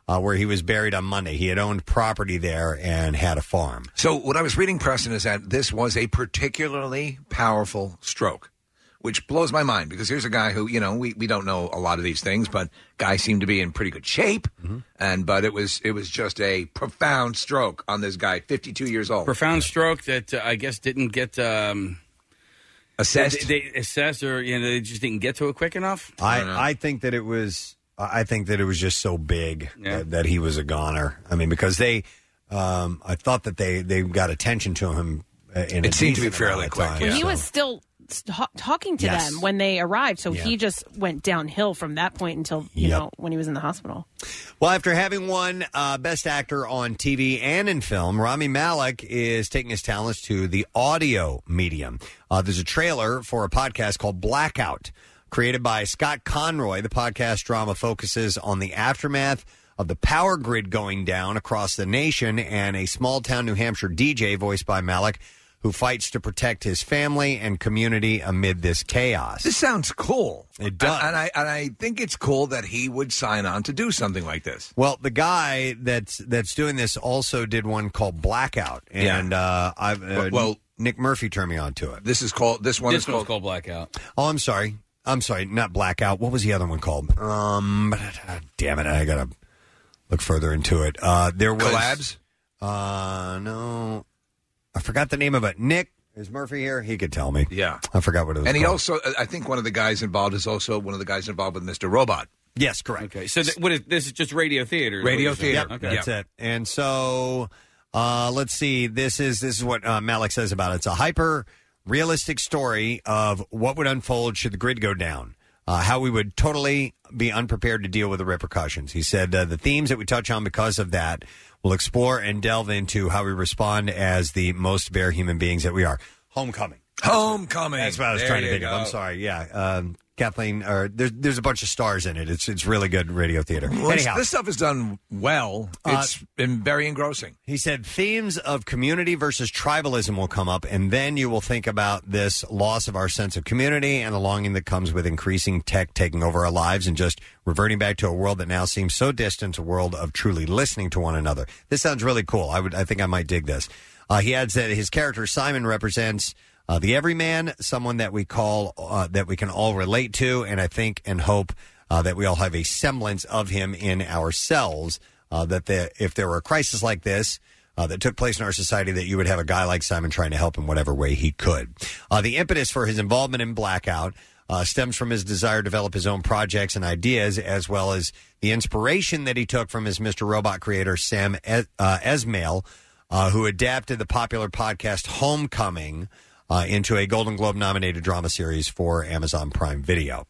[SPEAKER 2] uh, where he was buried on Monday. He had owned property there and had a farm.
[SPEAKER 4] So what I was reading, Preston, is that this was a particularly powerful stroke, which blows my mind because here's a guy who, you know, we, we don't know a lot of these things, but guy seemed to be in pretty good shape,
[SPEAKER 2] Mm-hmm.
[SPEAKER 4] and but it was it was just a profound stroke on this guy, 52 years old.
[SPEAKER 6] profound stroke that uh, I guess didn't get um,
[SPEAKER 4] Assessed?
[SPEAKER 6] They, they assessed, or you know, they just didn't get to it quick enough.
[SPEAKER 2] I, I think that it was I think that it was just so big that, that he was a goner. I mean, because they um, I thought that they they got attention to him. uh, In
[SPEAKER 4] It
[SPEAKER 2] a
[SPEAKER 4] seemed to
[SPEAKER 2] decent
[SPEAKER 4] be
[SPEAKER 2] amount
[SPEAKER 4] fairly
[SPEAKER 2] of
[SPEAKER 4] quick,
[SPEAKER 2] time,
[SPEAKER 3] Well, he
[SPEAKER 2] so-
[SPEAKER 3] was still st- talking to
[SPEAKER 2] Yes.
[SPEAKER 3] them when they arrived, so
[SPEAKER 2] Yeah.
[SPEAKER 3] he just went downhill from that point until you
[SPEAKER 2] Yep.
[SPEAKER 3] know when he was in the hospital.
[SPEAKER 2] Well, after having won uh, Best Actor on TV and in film, Rami Malek is taking his talents to the audio medium. Uh, there's a trailer for a podcast called Blackout, created by Scott Conroy. The podcast drama focuses on the aftermath of the power grid going down across the nation and a small town New Hampshire DJ voiced by Malek who fights to protect his family and community amid this chaos.
[SPEAKER 4] This sounds cool.
[SPEAKER 2] It does.
[SPEAKER 4] And I and I think it's cool that he would sign on to do something like this.
[SPEAKER 2] Well, the guy that's that's doing this also did one called Blackout, and uh, I've uh,
[SPEAKER 4] Well- well-
[SPEAKER 2] Nick Murphy turned me on to it.
[SPEAKER 4] This is called this one
[SPEAKER 6] this
[SPEAKER 4] is
[SPEAKER 6] one's
[SPEAKER 4] called,
[SPEAKER 6] called blackout.
[SPEAKER 2] Oh, I'm sorry, I'm sorry, not Blackout. What was the other one called? Um, damn it, I gotta look further into it. Uh, there was
[SPEAKER 4] Collabs?
[SPEAKER 2] Uh, no, I forgot the name of it. Nick is Murphy here? He could tell me.
[SPEAKER 4] Yeah.
[SPEAKER 2] I forgot what it was.
[SPEAKER 4] And he
[SPEAKER 2] called.
[SPEAKER 4] also I think one of the guys involved is also one of the guys involved with Mr. Robot.
[SPEAKER 2] Yes, correct.
[SPEAKER 6] Okay, so th- what is this? Is just radio theater? is what
[SPEAKER 4] Radio
[SPEAKER 6] you're saying.
[SPEAKER 4] theater.
[SPEAKER 2] Yep,
[SPEAKER 6] Okay.
[SPEAKER 2] that's it. And so, uh, let's see. This is this is what uh, Malik says about it. It's a hyper realistic story of what would unfold should the grid go down. Uh, how we would totally be unprepared to deal with the repercussions. He said uh, the themes that we touch on because of that will explore and delve into how we respond as the most bare human beings that we are. Homecoming.
[SPEAKER 4] Homecoming.
[SPEAKER 2] That's what I was
[SPEAKER 4] There
[SPEAKER 2] trying to
[SPEAKER 4] you
[SPEAKER 2] think of. I'm
[SPEAKER 4] go.
[SPEAKER 2] sorry. Yeah. Um, Kathleen, or there's there's a bunch of stars in it. It's it's really good radio theater.
[SPEAKER 4] Well, it's-
[SPEAKER 2] Anyhow,
[SPEAKER 4] this stuff is done well.
[SPEAKER 2] Uh,
[SPEAKER 4] It's been very engrossing.
[SPEAKER 2] He said themes of community versus tribalism will come up, and then you will think about this loss of our sense of community and the longing that comes with increasing tech taking over our lives and just reverting back to a world that now seems so distant, a world of truly listening to one another. This sounds really cool. I would, I think I might dig this. Uh, he adds that his character Simon represents uh, the everyman, someone that we call uh, that we can all relate to, and I think and hope uh, that we all have a semblance of him in ourselves. Uh, that the, if there were a crisis like this uh, that took place in our society, that you would have a guy like Simon trying to help in whatever way he could. Uh, the impetus for his involvement in Blackout uh, stems from his desire to develop his own projects and ideas, as well as the inspiration that he took from his Mr. Robot creator Sam es- uh, Esmail, uh, who adapted the popular podcast Homecoming uh, into a Golden Globe nominated drama series for Amazon Prime Video.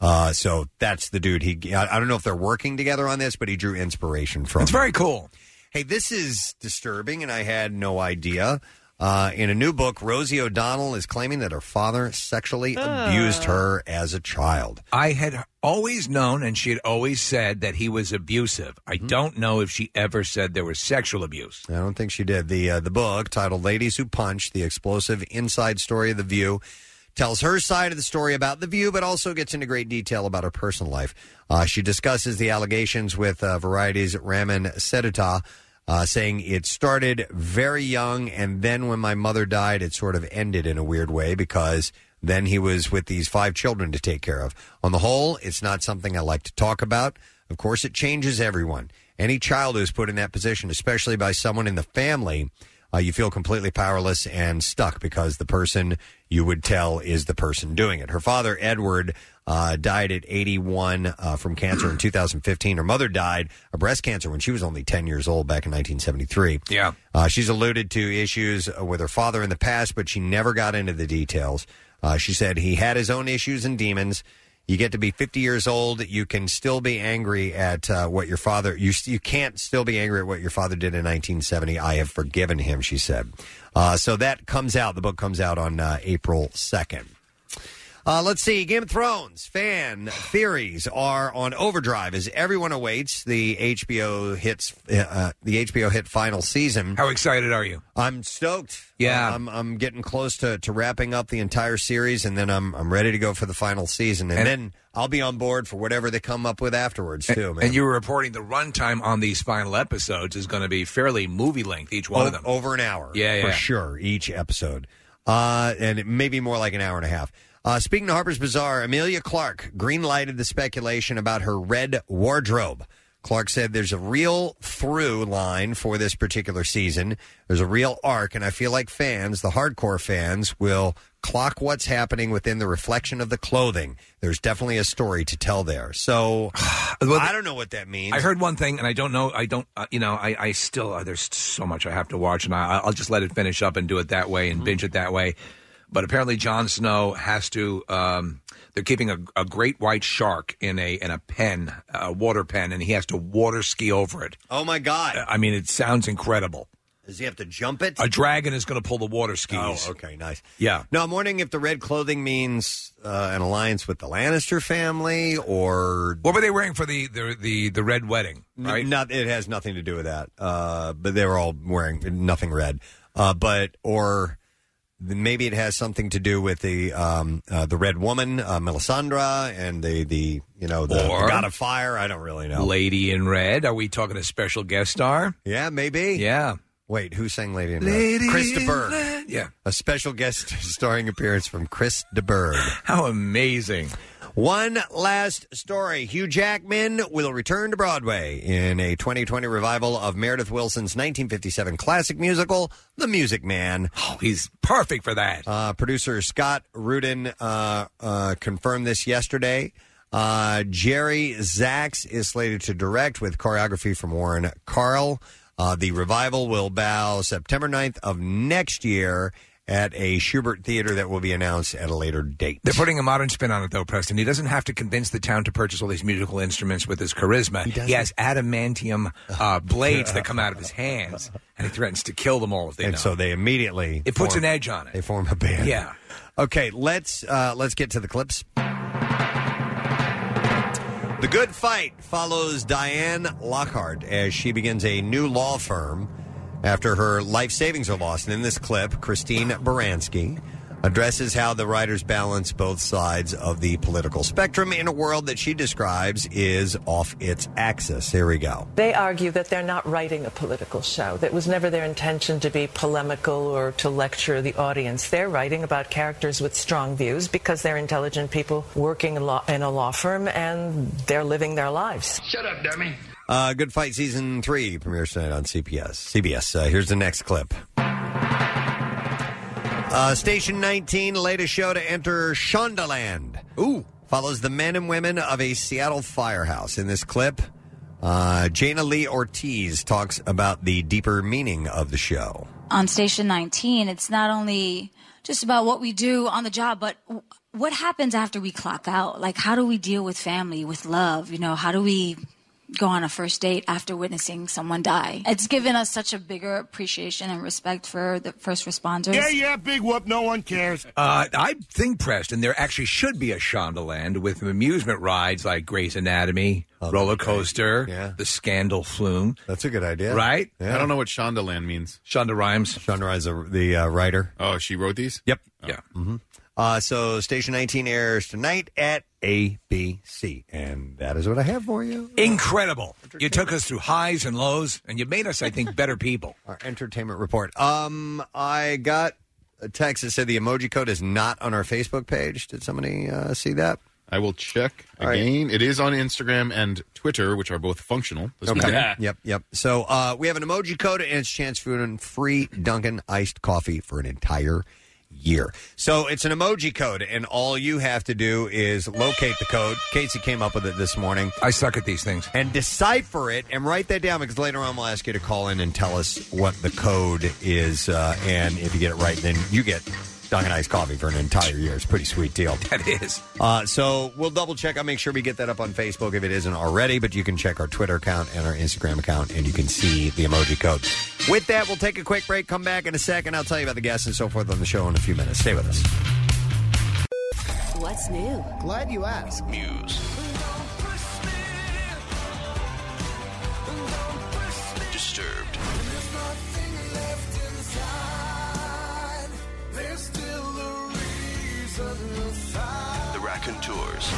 [SPEAKER 2] Uh, so that's the dude. He I I don't know if they're working together on this, but he drew inspiration from. It's
[SPEAKER 4] very cool.
[SPEAKER 2] Hey, this is disturbing, and I had no idea. Uh, in a new book, Rosie O'Donnell is claiming that her father sexually abused her as a child.
[SPEAKER 4] I had always known, and she had always said that he was abusive. I
[SPEAKER 6] Mm-hmm.
[SPEAKER 4] don't know if she ever said there was sexual abuse.
[SPEAKER 2] I don't think she did. The uh, the book titled "Ladies Who Punch: The Explosive Inside Story of the View" tells her side of the story about the View, but also gets into great detail about her personal life. Uh, she discusses the allegations with uh, Variety's Raman Sedita. Uh, saying it started very young, and then when my mother died, it sort of ended in a weird way because then he was with these five children to take care of. On the whole, it's not something I like to talk about. Of course, it changes everyone. Any child who's put in that position, especially by someone in the family, uh, you feel completely powerless and stuck because the person you would tell is the person doing it. Her father, Edward, uh, died at 81 uh, from cancer in 2015. Her mother died of breast cancer when she was only 10 years old back in 1973.
[SPEAKER 4] Yeah.
[SPEAKER 2] Uh, she's alluded to issues uh, with her father in the past, but she never got into the details. Uh, she said he had his own issues and demons. You get to be 50 years old, you can still be angry at uh, what your father. You you can't still be angry at what your father did in 1970. I have forgiven him, she said. Uh, so that comes out. The book comes out on uh, April 2nd. Uh, let's see. Game of Thrones fan theories are on overdrive as everyone awaits the HBO hits uh, the HBO hit final season.
[SPEAKER 4] How excited are you?
[SPEAKER 2] I'm stoked.
[SPEAKER 4] Yeah.
[SPEAKER 2] Uh, I'm I'm getting close to, to wrapping up the entire series, and then I'm I'm ready to go for the final season, and,
[SPEAKER 4] And-
[SPEAKER 2] then I'll be on board for whatever they come up with afterwards too, man.
[SPEAKER 4] And you were reporting the runtime on these final episodes is going to be fairly movie length, each one
[SPEAKER 2] O-
[SPEAKER 4] of them.
[SPEAKER 2] over an hour,
[SPEAKER 4] Yeah, yeah.
[SPEAKER 2] for sure, each episode, uh, and it may be more like an hour and a half. Uh, speaking of Harper's Bazaar, Amelia Clark greenlighted the speculation about her red wardrobe. Clark said there's a real through line for this particular season. There's a real arc, and I feel like fans, the hardcore fans, will clock what's happening within the reflection of the clothing. There's definitely a story to tell there. So I don't know what that means.
[SPEAKER 4] I heard one thing, and I don't know. I don't, uh, you know, I, I still, uh, there's so much I have to watch, and I, I'll just let it finish up and do it that way and
[SPEAKER 2] Mm-hmm.
[SPEAKER 4] binge it that way. But apparently, Jon Snow has to. Um, they're keeping a, a great white shark in a in a pen, a water pen, and he has to water ski over it.
[SPEAKER 2] Oh my God!
[SPEAKER 4] I mean, it sounds incredible.
[SPEAKER 2] Does he have to jump it?
[SPEAKER 4] A dragon is going to pull the water skis.
[SPEAKER 2] Oh, okay, nice.
[SPEAKER 4] Yeah.
[SPEAKER 2] No, I'm wondering if the red clothing means uh, an alliance with the Lannister family, or
[SPEAKER 4] What were they wearing for the the the, the red wedding?
[SPEAKER 2] N-
[SPEAKER 4] Right.
[SPEAKER 2] not it has nothing to do with that. Uh, but they were all wearing nothing red. Uh, but or th- maybe it has something to do with the um, uh, the red woman, uh, Melisandre, and the the you know the, the
[SPEAKER 4] Or-
[SPEAKER 2] god of fire. I don't really know.
[SPEAKER 4] Lady in Red. Are we talking a special guest star?
[SPEAKER 2] Yeah, maybe.
[SPEAKER 4] Yeah.
[SPEAKER 2] Wait, who sang Lady in
[SPEAKER 4] Lady
[SPEAKER 2] Red? Chris
[SPEAKER 4] in
[SPEAKER 2] DeBerg.
[SPEAKER 4] Red. Yeah.
[SPEAKER 2] A special guest starring appearance from Chris DeBerg.
[SPEAKER 4] How amazing.
[SPEAKER 2] One last story. Hugh Jackman will return to Broadway in a 2020 revival of Meredith Wilson's 1957 classic musical, The Music Man.
[SPEAKER 4] Oh, he's perfect for that.
[SPEAKER 2] Uh, producer Scott Rudin uh, uh, confirmed this yesterday. Uh, Jerry Zachs is slated to direct with choreography from Warren Carl. Uh, the revival will bow September 9th of next year at a Schubert Theater that will be announced at a later date.
[SPEAKER 4] They're putting a modern spin on it, though, Preston. He doesn't have to convince the town to purchase all these musical instruments with his charisma. He, has adamantium uh, blades that come out of his hands, and he threatens to kill them all if they
[SPEAKER 2] and
[SPEAKER 4] don't.
[SPEAKER 2] so they immediately
[SPEAKER 4] It puts
[SPEAKER 2] form-
[SPEAKER 4] an edge on it.
[SPEAKER 2] They form a band.
[SPEAKER 4] Yeah.
[SPEAKER 2] Okay, let's uh, let's get to the clips. The Good Fight follows Diane Lockhart as she begins a new law firm after her life savings are lost. And in this clip, Christine Baranski addresses how the writers balance both sides of the political spectrum in a world that she describes is off its axis. Here we go.
[SPEAKER 12] They argue that they're not writing a political show. That was never their intention to be polemical or to lecture the audience. They're writing about characters with strong views because they're intelligent people working in, law, in a law firm and they're living their lives.
[SPEAKER 13] Shut up, dummy.
[SPEAKER 2] Uh, Good Fight Season 3 premieres tonight on CPS. CBS. Uh, here's the next clip. Uh, Station 19, latest show to enter Shondaland. Ooh. Follows the men and women of a Seattle firehouse. In this clip, uh, Jana Lee Ortiz talks about the deeper meaning of the show.
[SPEAKER 14] on Station 19, it's not only just about what we do on the job, but w- what happens after we clock out? Like, how do we deal with family, with love? You know, how do we go on a first date after witnessing someone die? It's given us such a bigger appreciation and respect for the first responders.
[SPEAKER 13] Yeah, yeah, big whoop. No one cares.
[SPEAKER 4] Uh, I think, Preston, there actually should be a Shondaland with amusement rides like Grey's Anatomy, Roller Coaster, The Scandal Flume.
[SPEAKER 2] Oh, That's a good idea.
[SPEAKER 4] Right?
[SPEAKER 5] I don't know what Shondaland means.
[SPEAKER 4] Shonda Rhimes.
[SPEAKER 2] Shonda Rhimes, the, the uh, writer.
[SPEAKER 5] Oh, she wrote these?
[SPEAKER 2] Yep.
[SPEAKER 4] Yeah.
[SPEAKER 2] hmm Uh, so Station 19 airs tonight at ABC. And that is what I have for you.
[SPEAKER 4] Incredible. You took us through highs and lows, and you made us, I think, better people.
[SPEAKER 2] Our entertainment report. Um, I got a text that said the emoji code is not on our Facebook page. Did somebody uh, see that?
[SPEAKER 5] I will check again. It is on Instagram and Twitter, which are both functional. This
[SPEAKER 2] Okay.
[SPEAKER 5] morning.
[SPEAKER 2] Yep. Yep. So uh, we have an emoji code and it's chance for a free Dunkin' iced coffee for an entire year. So it's an emoji code, and all you have to do is locate the code. Casey came up with it this morning.
[SPEAKER 4] I suck at these things.
[SPEAKER 2] And decipher it and write that down because later on we'll ask you to call in and tell us what the code is. Uh, and if you get it right, then you get Dunkin' iced coffee for an entire year. It's a pretty sweet deal.
[SPEAKER 4] That is.
[SPEAKER 2] Uh, so we'll double check. I'll make sure we get that up on Facebook if it isn't already, but you can check our Twitter account and our Instagram account and you can see the emoji code. With that, we'll take a quick break, come back in a second. I'll tell you about the guests and so forth on the show in a few minutes. Stay with us.
[SPEAKER 15] What's new? Glad you asked.
[SPEAKER 1] News. Disturbed. The Raconteurs.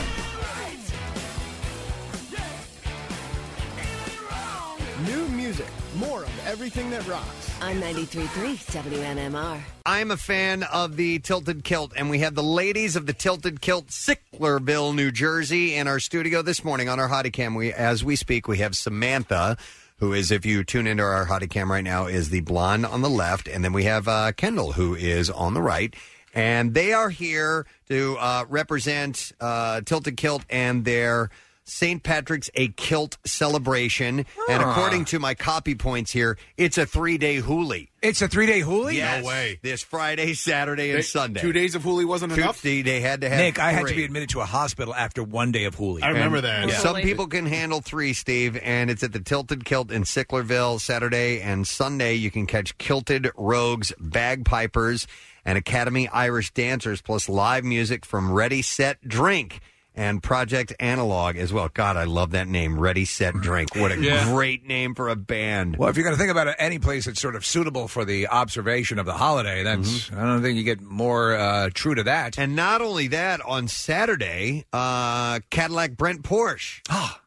[SPEAKER 15] New music. More of everything that rocks. On 93.3 WMMR.
[SPEAKER 2] I'm a fan of the Tilted Kilt, and we have the ladies of the Tilted Kilt, Sicklerville, New Jersey, in our studio this morning on our hottie cam. We, as we speak, we have Samantha, who is, if you tune into our hottie cam right now, is the blonde on the left, and then we have uh, Kendall, who is on the right, and they are here to uh, represent uh, Tilted Kilt and their. St. Patrick's a kilt celebration, and
[SPEAKER 4] Ah.
[SPEAKER 2] according to my copy points here, it's a three-day hoolie.
[SPEAKER 4] It's a three day hoolie?
[SPEAKER 2] Yes. This Friday, Saturday, and
[SPEAKER 4] They-
[SPEAKER 2] Sunday.
[SPEAKER 4] two days
[SPEAKER 5] of Hooli wasn't
[SPEAKER 2] two,
[SPEAKER 4] enough?
[SPEAKER 2] They, they had to have.
[SPEAKER 4] Nick, I had to
[SPEAKER 2] three.
[SPEAKER 4] be admitted to a hospital after one day of hoolie.
[SPEAKER 2] And Some people can handle three, Steve, and it's at the Tilted Kilt in Sicklerville Saturday and Sunday. You can catch Kilted Rogues, Bagpipers, and Academy Irish Dancers, plus live music from Ready, Set, Drink. And Project Analog as well. God, I love that name. Ready, Set, Drink. What a
[SPEAKER 4] Yeah.
[SPEAKER 2] great name for a band.
[SPEAKER 4] Well, if you're going to think about it, any place that's sort of suitable for the observation of the holiday, that's
[SPEAKER 2] Mm-hmm.
[SPEAKER 4] I don't think you get more uh, true to that.
[SPEAKER 2] And not only that, on Saturday, uh, Cadillac Brent Porsche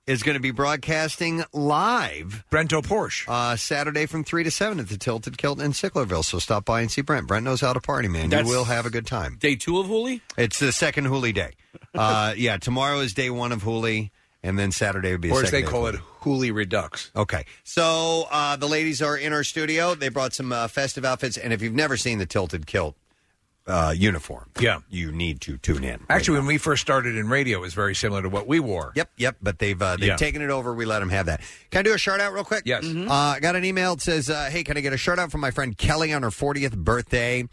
[SPEAKER 2] is going to be broadcasting live.
[SPEAKER 4] Ah. Brento Porsche.
[SPEAKER 2] Uh, Saturday from 3 to 7 at the Tilted Kilt in Sicklerville. So stop by and see Brent. Brent knows how to party, man.
[SPEAKER 6] That's-
[SPEAKER 2] you will have a good time.
[SPEAKER 6] Day two of Hooli?
[SPEAKER 2] It's the second Hooli day. Uh, yeah, tomorrow is day one of Hooli, and then Saturday would be the
[SPEAKER 4] Or as
[SPEAKER 2] second
[SPEAKER 4] they
[SPEAKER 2] day of
[SPEAKER 4] call
[SPEAKER 2] Hooli.
[SPEAKER 4] it, hoolie redux.
[SPEAKER 2] Okay. So uh, the ladies are in our studio. They brought some uh, festive outfits, and if you've never seen the Tilted Kilt uh, uniform,
[SPEAKER 4] yeah,
[SPEAKER 2] you need to tune in.
[SPEAKER 4] Actually, when we first started in radio, it was very similar to what we wore.
[SPEAKER 2] Yep, yep. But they've uh, They've taken it over. We let them have that. Can I do a shout out real quick? Yes. Uh, I got an email that says, uh, "Hey, can I get a shout out from my friend Kelly on her 40th birthday?"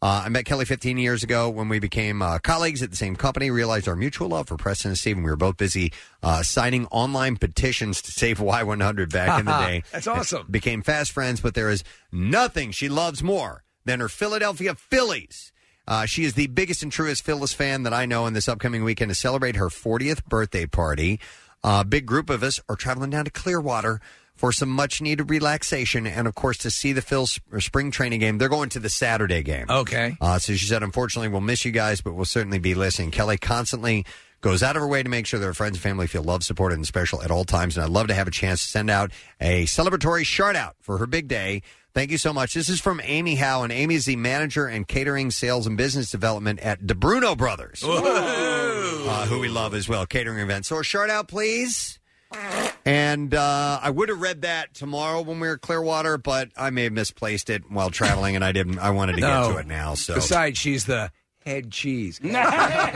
[SPEAKER 2] Uh, I met Kelly 15 years ago when we became uh, colleagues at the same company. Realized our mutual love for Preston and Steve, and we were both busy uh, signing online petitions to save Y100 back in the day.
[SPEAKER 4] That's awesome.
[SPEAKER 2] Became fast friends, but there is nothing she loves more than her Philadelphia Phillies. Uh, she is the biggest and truest Phillies fan that I know, and this upcoming weekend to celebrate her 40th birthday party, a big group of us are traveling down to Clearwater for some much needed relaxation and, of course, to see the Phil's spring training game. They're going to the Saturday game.
[SPEAKER 4] Okay.
[SPEAKER 2] Uh, so she said, unfortunately, we'll miss you guys, but we'll certainly be listening. Kelly constantly goes out of her way to make sure that her friends and family feel loved, supported, and special at all times. And I'd love to have a chance to send out a celebratory shout out for her big day. Thank you so much. This is from Amy Howe, and Amy is the manager and catering sales and business development at DeBruno Brothers, uh, who we love as well, catering events. So a shout out, please. And uh, I would have read that tomorrow when we were at Clearwater, but I may have misplaced it while traveling, and I didn't. I wanted to get to it now. So
[SPEAKER 4] Besides, she's the head cheese.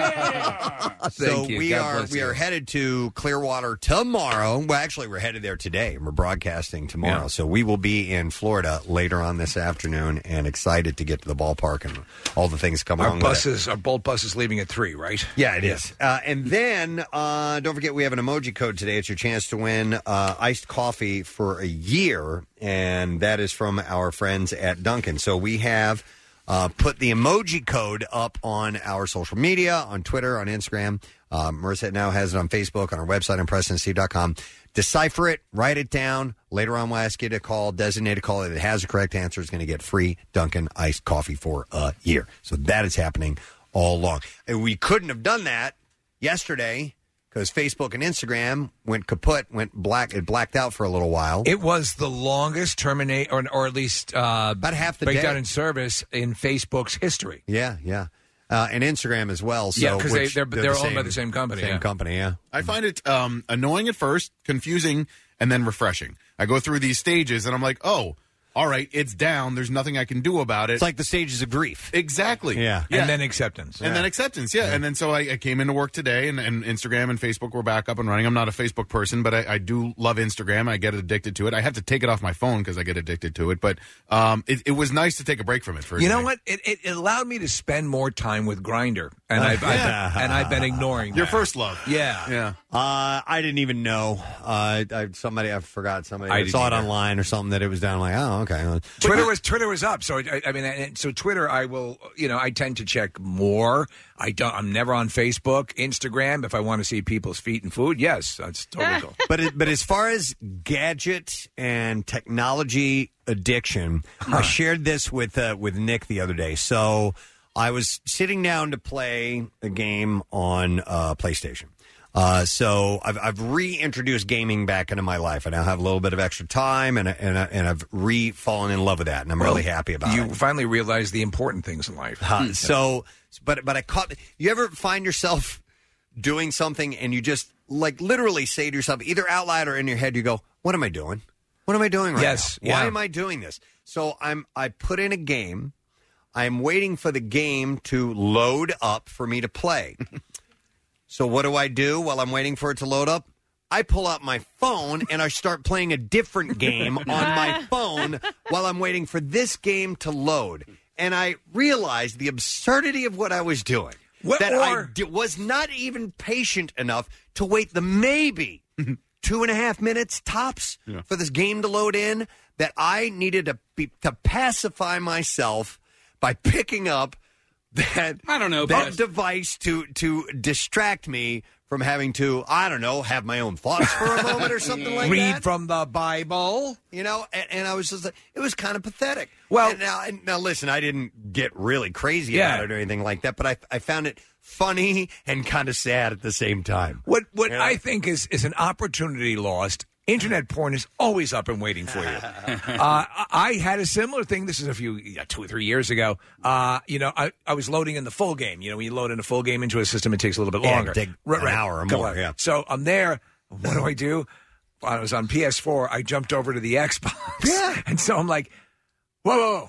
[SPEAKER 4] Thank
[SPEAKER 2] so
[SPEAKER 4] you.
[SPEAKER 2] we
[SPEAKER 4] God
[SPEAKER 2] are
[SPEAKER 4] bless
[SPEAKER 2] we
[SPEAKER 4] you.
[SPEAKER 2] are headed to Clearwater tomorrow. Well, actually, we're headed there today. We're broadcasting tomorrow,
[SPEAKER 4] Yeah.
[SPEAKER 2] so we will be in Florida later on this afternoon, and excited to get to the ballpark and all the things come
[SPEAKER 4] our
[SPEAKER 2] along. with it.
[SPEAKER 4] buses, our bolt buses, leaving at three, right?
[SPEAKER 2] Yeah, it is. Uh, and then uh, don't forget we have an emoji code today. It's your chance to win uh, iced coffee for a year, and that is from our friends at Dunkin'. So we have uh, put the emoji code up on our social media, on Twitter, on Instagram. Uh, Marissa now has it on Facebook, on our website, on PrestonSteve.com. Decipher it, write it down. Later on, we'll ask you to call, designate a caller that has the correct answer is going to get free Dunkin' iced coffee for a year. So that is happening all along. And we couldn't have done that yesterday because Facebook and Instagram went kaput, went black, it blacked out for a little while.
[SPEAKER 4] It was the longest terminate, or, or at least uh, about
[SPEAKER 2] half the
[SPEAKER 4] breakdown
[SPEAKER 2] day.
[SPEAKER 4] in service in Facebook's history.
[SPEAKER 2] yeah, yeah. uh, and Instagram as well. So
[SPEAKER 4] Yeah, 'cause they-
[SPEAKER 2] which-
[SPEAKER 4] they're- they're
[SPEAKER 2] the
[SPEAKER 4] owned by the same company,
[SPEAKER 2] Same
[SPEAKER 4] yeah.
[SPEAKER 2] company, yeah.
[SPEAKER 5] I find it um, annoying at first, confusing, and then refreshing. I go through these stages and I'm like, oh, all right, it's down. There's nothing I can do about it. It's like
[SPEAKER 2] the stages of grief.
[SPEAKER 5] Exactly.
[SPEAKER 4] And then acceptance.
[SPEAKER 5] And then acceptance, yeah. And then so I, I came into work today, and, and Instagram and Facebook were back up and running. I'm not a Facebook person, but I, I do love Instagram. I get addicted to it. I have to take it off my phone because I get addicted to it. But um, it, it was nice to take a break from it for. A
[SPEAKER 4] You
[SPEAKER 5] day.
[SPEAKER 4] know what? It, it, it allowed me to spend more time with Grinder,
[SPEAKER 2] Uh,
[SPEAKER 4] and I've, I've and I've been ignoring
[SPEAKER 5] your
[SPEAKER 4] that.
[SPEAKER 5] first love.
[SPEAKER 4] Yeah,
[SPEAKER 5] yeah.
[SPEAKER 2] Uh, I didn't even know. Uh, I, somebody I forgot somebody I
[SPEAKER 4] I didn't
[SPEAKER 2] saw it
[SPEAKER 4] either.
[SPEAKER 2] online or something that it was down. I'm like, oh, okay.
[SPEAKER 4] Twitter was Twitter was up, so I, I mean, and so Twitter, I will, you know, I tend to check more. I don't. I'm never on Facebook, Instagram. If I want to see people's feet and food, yes, that's totally cool.
[SPEAKER 2] but it, but as far as gadget and technology addiction, I shared this with uh, with Nick the other day. So I was sitting down to play a game on uh, PlayStation. Uh, so I've, I've reintroduced gaming back into my life. I now have a little bit of extra time, and I- and I, and I've re fallen in love with that, and I'm really happy about it.
[SPEAKER 4] You finally realize the important things in life. Hmm.
[SPEAKER 2] Huh. So, but but I caught. You ever find yourself doing something and you just like literally say to yourself, either out loud or in your head, you go, "What am I doing? What am I doing right
[SPEAKER 4] Yes,
[SPEAKER 2] now? Why
[SPEAKER 4] yeah.
[SPEAKER 2] am I doing this?" So I'm I put in a game. I'm waiting for the game to load up for me to play. so what do I do while I'm waiting for it to load up? I pull out my phone and I start playing a different game on my phone while I'm waiting for this game to load. And I realized the absurdity of what I was doing. that I di- was not even patient enough to wait the maybe two and a half minutes tops for this game to load in. That I needed to be, to pacify myself by picking up that
[SPEAKER 6] I don't know
[SPEAKER 2] that
[SPEAKER 6] Chris.
[SPEAKER 2] device to to distract me from having to I don't know have my own thoughts for a moment or something like
[SPEAKER 4] Read
[SPEAKER 2] that.
[SPEAKER 4] from the Bible,
[SPEAKER 2] you know, and, and I was just like, it was kind of pathetic.
[SPEAKER 4] Well-
[SPEAKER 2] and now and now listen, I didn't get really crazy
[SPEAKER 4] Yeah.
[SPEAKER 2] about it or anything like that, but I I found it funny and kind of sad at the same time.
[SPEAKER 4] What what I think is is an opportunity lost. Internet porn is always up and waiting for you. uh, I- I had a similar thing. This is a few, yeah, two or three years ago. Uh, you know, I, I was loading in the full game. You know, when
[SPEAKER 9] Oh,
[SPEAKER 4] you load in a full game into a system, it takes a little bit
[SPEAKER 2] Yeah,
[SPEAKER 4] longer,
[SPEAKER 2] take an hour or
[SPEAKER 4] Go
[SPEAKER 2] more,
[SPEAKER 4] on.
[SPEAKER 2] yeah.
[SPEAKER 4] So I'm there. What do I do? When I was on PS4. I jumped over to the Xbox. Yeah. And so I'm like, whoa, whoa, whoa.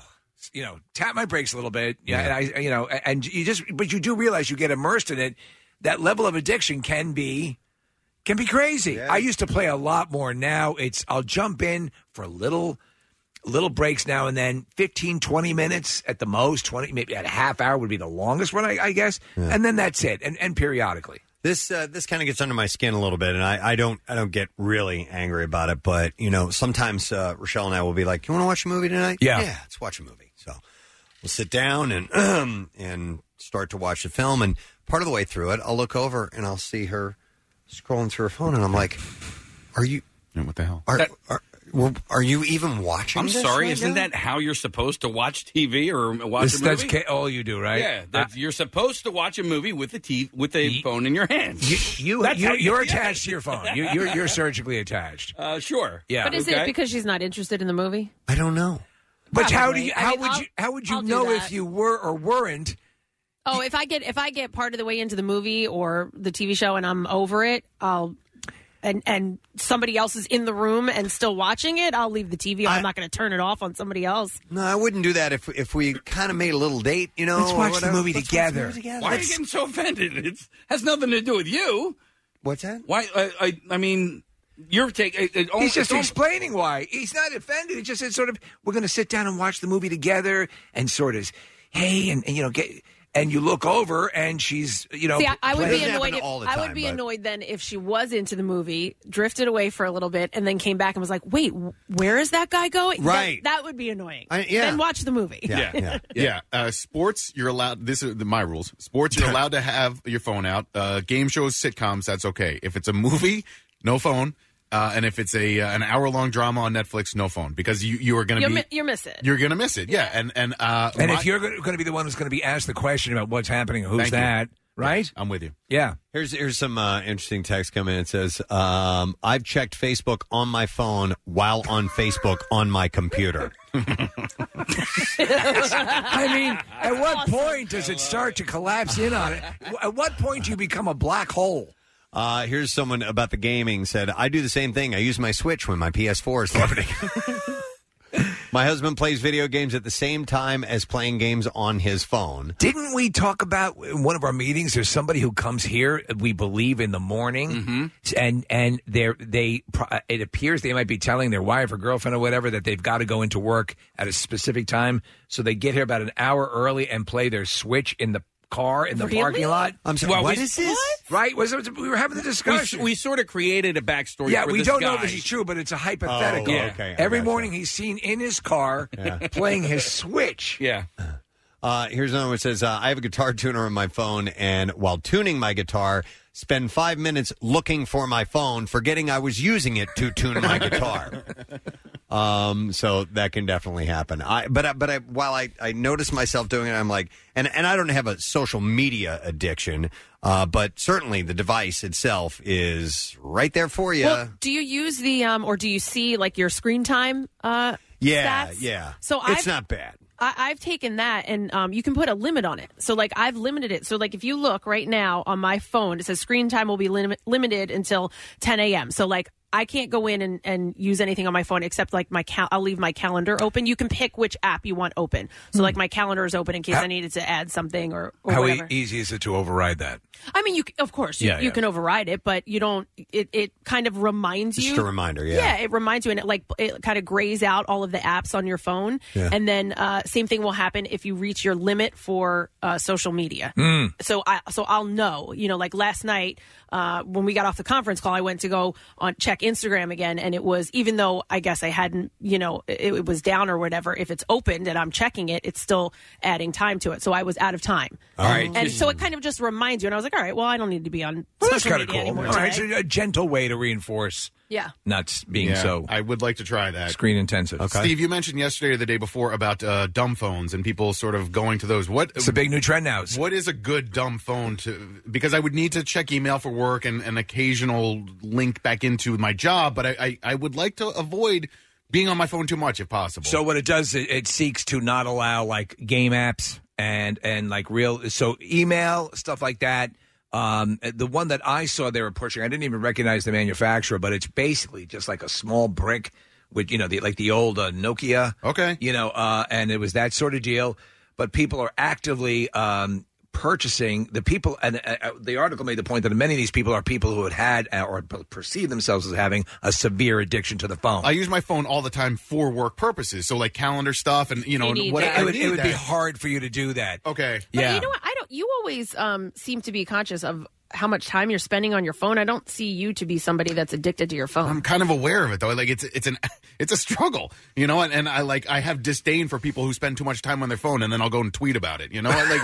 [SPEAKER 4] You know, tap my brakes a little bit. Yeah. And I, you know, and you just, but you do realize you get immersed in it. That level of addiction can be, can be crazy. I used to play a lot more. Now it's, I'll jump in for little, little breaks now and then 15 20 minutes at the most 20 maybe at a half hour would be the longest one i, I guess and then that's it and, and periodically
[SPEAKER 2] This uh, this kind of gets under my skin a little bit, and I, I don't I don't get really angry about it, but you know sometimes uh, Rochelle and I will be like, "You want to watch a movie tonight?
[SPEAKER 10] Yeah.
[SPEAKER 2] yeah, let's watch a movie." So we'll sit down and and start to watch the film, and part of the way through it, I'll look over and I'll see her scrolling through her phone, and I'm like, "Are you?
[SPEAKER 5] what the hell?
[SPEAKER 2] Are are, were- are you even watching?
[SPEAKER 6] I'm
[SPEAKER 2] this
[SPEAKER 6] sorry,
[SPEAKER 2] right
[SPEAKER 6] isn't
[SPEAKER 2] now?
[SPEAKER 6] that how you're supposed to watch TV or watch
[SPEAKER 4] This-
[SPEAKER 6] a movie?
[SPEAKER 4] that's ca- all you do, right?
[SPEAKER 6] Yeah, that, you're supposed to watch a movie with the t- with a phone in your hand.
[SPEAKER 4] you, you,
[SPEAKER 6] That's how
[SPEAKER 4] you
[SPEAKER 6] you
[SPEAKER 4] you're
[SPEAKER 6] do it.
[SPEAKER 4] attached to your phone you, you're, you're surgically attached
[SPEAKER 6] Uh, sure.
[SPEAKER 4] yeah
[SPEAKER 3] But is it because she's not interested in the movie?
[SPEAKER 2] I don't know
[SPEAKER 4] but how do
[SPEAKER 3] Probably.
[SPEAKER 4] you
[SPEAKER 3] I
[SPEAKER 4] how
[SPEAKER 3] mean,
[SPEAKER 4] would
[SPEAKER 3] I'll-
[SPEAKER 4] you how would you
[SPEAKER 3] I'll do
[SPEAKER 4] know if
[SPEAKER 3] that.
[SPEAKER 4] you were or weren't
[SPEAKER 3] Oh, if I get if I get part of the way into the movie or the TV show and I'm over it, I'll and and somebody else is in the room and still watching it, I'll leave the TV. I'm not going to turn it off on somebody else.
[SPEAKER 2] No, I wouldn't do that if if we kind of made a little date, you know.
[SPEAKER 6] Let's
[SPEAKER 2] or
[SPEAKER 6] watch the
[SPEAKER 2] whatever.
[SPEAKER 6] movie
[SPEAKER 2] Let's watch
[SPEAKER 6] together.
[SPEAKER 2] movie together.
[SPEAKER 6] Why are you
[SPEAKER 2] That's-
[SPEAKER 6] getting so offended? It has nothing to do with you.
[SPEAKER 2] What's that?
[SPEAKER 6] Why? I I, I mean, you're taking. It, it,
[SPEAKER 4] he's just
[SPEAKER 6] it's al-
[SPEAKER 4] explaining why he's not offended it's just it's sort of we're going to sit down and watch the movie together and sort of hey and, and, you know get and you look over and she's you know
[SPEAKER 3] See, I, I would
[SPEAKER 4] playing-
[SPEAKER 3] be annoyed. If, I would be annoyed then if she was into the movie, drifted away for a little bit, and then came back and was like, "Wait, wh- where is that guy going?" That-
[SPEAKER 5] Right.
[SPEAKER 3] That, would be annoying.
[SPEAKER 5] I- yeah.
[SPEAKER 3] Then watch the movie.
[SPEAKER 5] Yeah, yeah, Uh, sports, you're allowed. This is the- my rules. Sports, you're allowed to have your phone out. Uh, game shows, sitcoms, that's okay. If it's a movie, no phone. Uh, and if it's a uh, an hour long drama on Netflix, no phone because you you are going to
[SPEAKER 3] You'll,
[SPEAKER 5] be
[SPEAKER 3] mi- you'll miss it.
[SPEAKER 5] you're going to miss it. Yeah, and and uh,
[SPEAKER 4] And
[SPEAKER 5] my-
[SPEAKER 4] if you're going to be the one who's going to be asked the question about what's happening, who's
[SPEAKER 5] Thank you.
[SPEAKER 4] that, right?
[SPEAKER 5] I'm with you.
[SPEAKER 4] Yeah.
[SPEAKER 2] Here's here's some uh, interesting text coming in. It says, um, "I've checked Facebook on my phone while on Facebook on my computer."
[SPEAKER 4] I mean, at what point does it start to collapse in on it? At what point do you become a black hole?
[SPEAKER 2] Uh, here's someone about the gaming said, I do the same thing. I use my Switch when my PS4 is loading. my husband plays video games at the same time as playing games on his phone.
[SPEAKER 4] Didn't we talk about in one of our meetings? There's somebody who comes here. We believe in the morning,
[SPEAKER 6] Mm-hmm.
[SPEAKER 4] and and they they pro- it appears they might be telling their wife or girlfriend or whatever that they've got to go into work at a specific time, so they get here about an hour early and play their Switch in the car in the
[SPEAKER 6] Really?
[SPEAKER 4] parking lot.
[SPEAKER 6] I'm sorry, Well, what we- is this?
[SPEAKER 4] Right? Was it- we were having the discussion.
[SPEAKER 6] We, we sort of created a backstory.
[SPEAKER 4] yeah,
[SPEAKER 6] for
[SPEAKER 4] we
[SPEAKER 6] this
[SPEAKER 4] don't know if
[SPEAKER 6] guy.
[SPEAKER 4] this is true, but it's a hypothetical.
[SPEAKER 6] Oh, Yeah. okay, I
[SPEAKER 4] Every morning he's seen in his car
[SPEAKER 2] Yeah.
[SPEAKER 4] playing his Switch.
[SPEAKER 6] Yeah.
[SPEAKER 2] Uh, here's another one that says, uh, I have a guitar tuner on my phone, and while tuning my guitar, spend five minutes looking for my phone, forgetting I was using it to tune my guitar. Um, so that can definitely happen. I, but I, but I, while I, I notice myself doing it, I'm like, and and I don't have a social media addiction, uh, but certainly the device itself is right there for you.
[SPEAKER 3] Well, do you use the um, or do you see like your screen time? Uh,
[SPEAKER 2] yeah,
[SPEAKER 3] stats?
[SPEAKER 2] yeah.
[SPEAKER 3] So
[SPEAKER 2] it's
[SPEAKER 3] I've-
[SPEAKER 2] not bad.
[SPEAKER 3] I, I've taken that and um, you can put a limit on it. So, like, I've limited it. So, like, if you look right now on my phone, it says screen time will be lim- limited until 10 a.m. So, like, I can't go in and, and use anything on my phone except like my cal- I'll leave my calendar open. You can pick which app you want open. So like my calendar is open in case I needed to add something or, or
[SPEAKER 4] How e-
[SPEAKER 3] whatever.
[SPEAKER 4] easy is it to override that?
[SPEAKER 3] I mean, you c- of course you,
[SPEAKER 4] Yeah,
[SPEAKER 3] you
[SPEAKER 4] yeah.
[SPEAKER 3] can override it, but you don't. It, it kind of reminds
[SPEAKER 2] Just
[SPEAKER 3] you.
[SPEAKER 2] a reminder, yeah.
[SPEAKER 3] Yeah, it reminds you, and it like it kind of grays out all of the apps on your phone,
[SPEAKER 2] Yeah.
[SPEAKER 3] and then uh, same thing will happen if you reach your limit for uh, social media.
[SPEAKER 16] Mm.
[SPEAKER 3] So I so I'll know. You know, like last night uh, when we got off the conference call, I went to go on check Instagram again, and it was even though I guess I hadn't, you know, it, it was down or whatever. If it's opened and I'm checking it, it's still adding time to it. So I was out of time.
[SPEAKER 4] All right.
[SPEAKER 3] And so it kind of just reminds you. And I was like, all right, well, I don't need to be on
[SPEAKER 4] Well, that's
[SPEAKER 3] social
[SPEAKER 4] kind
[SPEAKER 3] media
[SPEAKER 4] of cool.
[SPEAKER 3] anymore.
[SPEAKER 4] All right, so
[SPEAKER 3] today.
[SPEAKER 4] a gentle way to reinforce
[SPEAKER 3] yeah.
[SPEAKER 4] not s- being
[SPEAKER 5] Yeah,
[SPEAKER 4] so.
[SPEAKER 5] I would like to try that.
[SPEAKER 4] Screen intensive. Okay.
[SPEAKER 5] Steve, you mentioned yesterday or the day before about uh, dumb phones and people sort of going to those. What it's
[SPEAKER 4] a big new trend now.
[SPEAKER 5] What is a good dumb phone to? Because I would need to check email for work and an occasional link back into my job, but I, I, I would like to avoid being on my phone too much if possible.
[SPEAKER 4] So what it does, it, it seeks to not allow like game apps and and like real so email stuff like that. Um, the one that I saw they were pushing, I didn't even recognize the manufacturer, but it's basically just like a small brick with you know the like the old uh, Nokia.
[SPEAKER 5] Okay,
[SPEAKER 4] you know, uh, and it was that sort of deal. But people are actively um, purchasing the people, and uh, uh, the article made the point that many of these people are people who had had uh, or perceive themselves as having a severe addiction to the phone.
[SPEAKER 5] I use my phone all the time for work purposes, so like calendar stuff and you know
[SPEAKER 3] need
[SPEAKER 5] what
[SPEAKER 3] that.
[SPEAKER 5] I
[SPEAKER 4] it would, it
[SPEAKER 5] need
[SPEAKER 4] would be
[SPEAKER 5] that.
[SPEAKER 4] hard for you to do that.
[SPEAKER 5] Okay.
[SPEAKER 3] But you know what? I don't. You always um, seem to be conscious of how much time you're spending on your phone. I don't see you to be somebody that's addicted to your phone.
[SPEAKER 5] I'm kind of aware of it though. Like it's it's an it's a struggle, you know. And, and I like I have disdain for people who spend too much time on their phone, and then I'll go and tweet about it. You know, I, like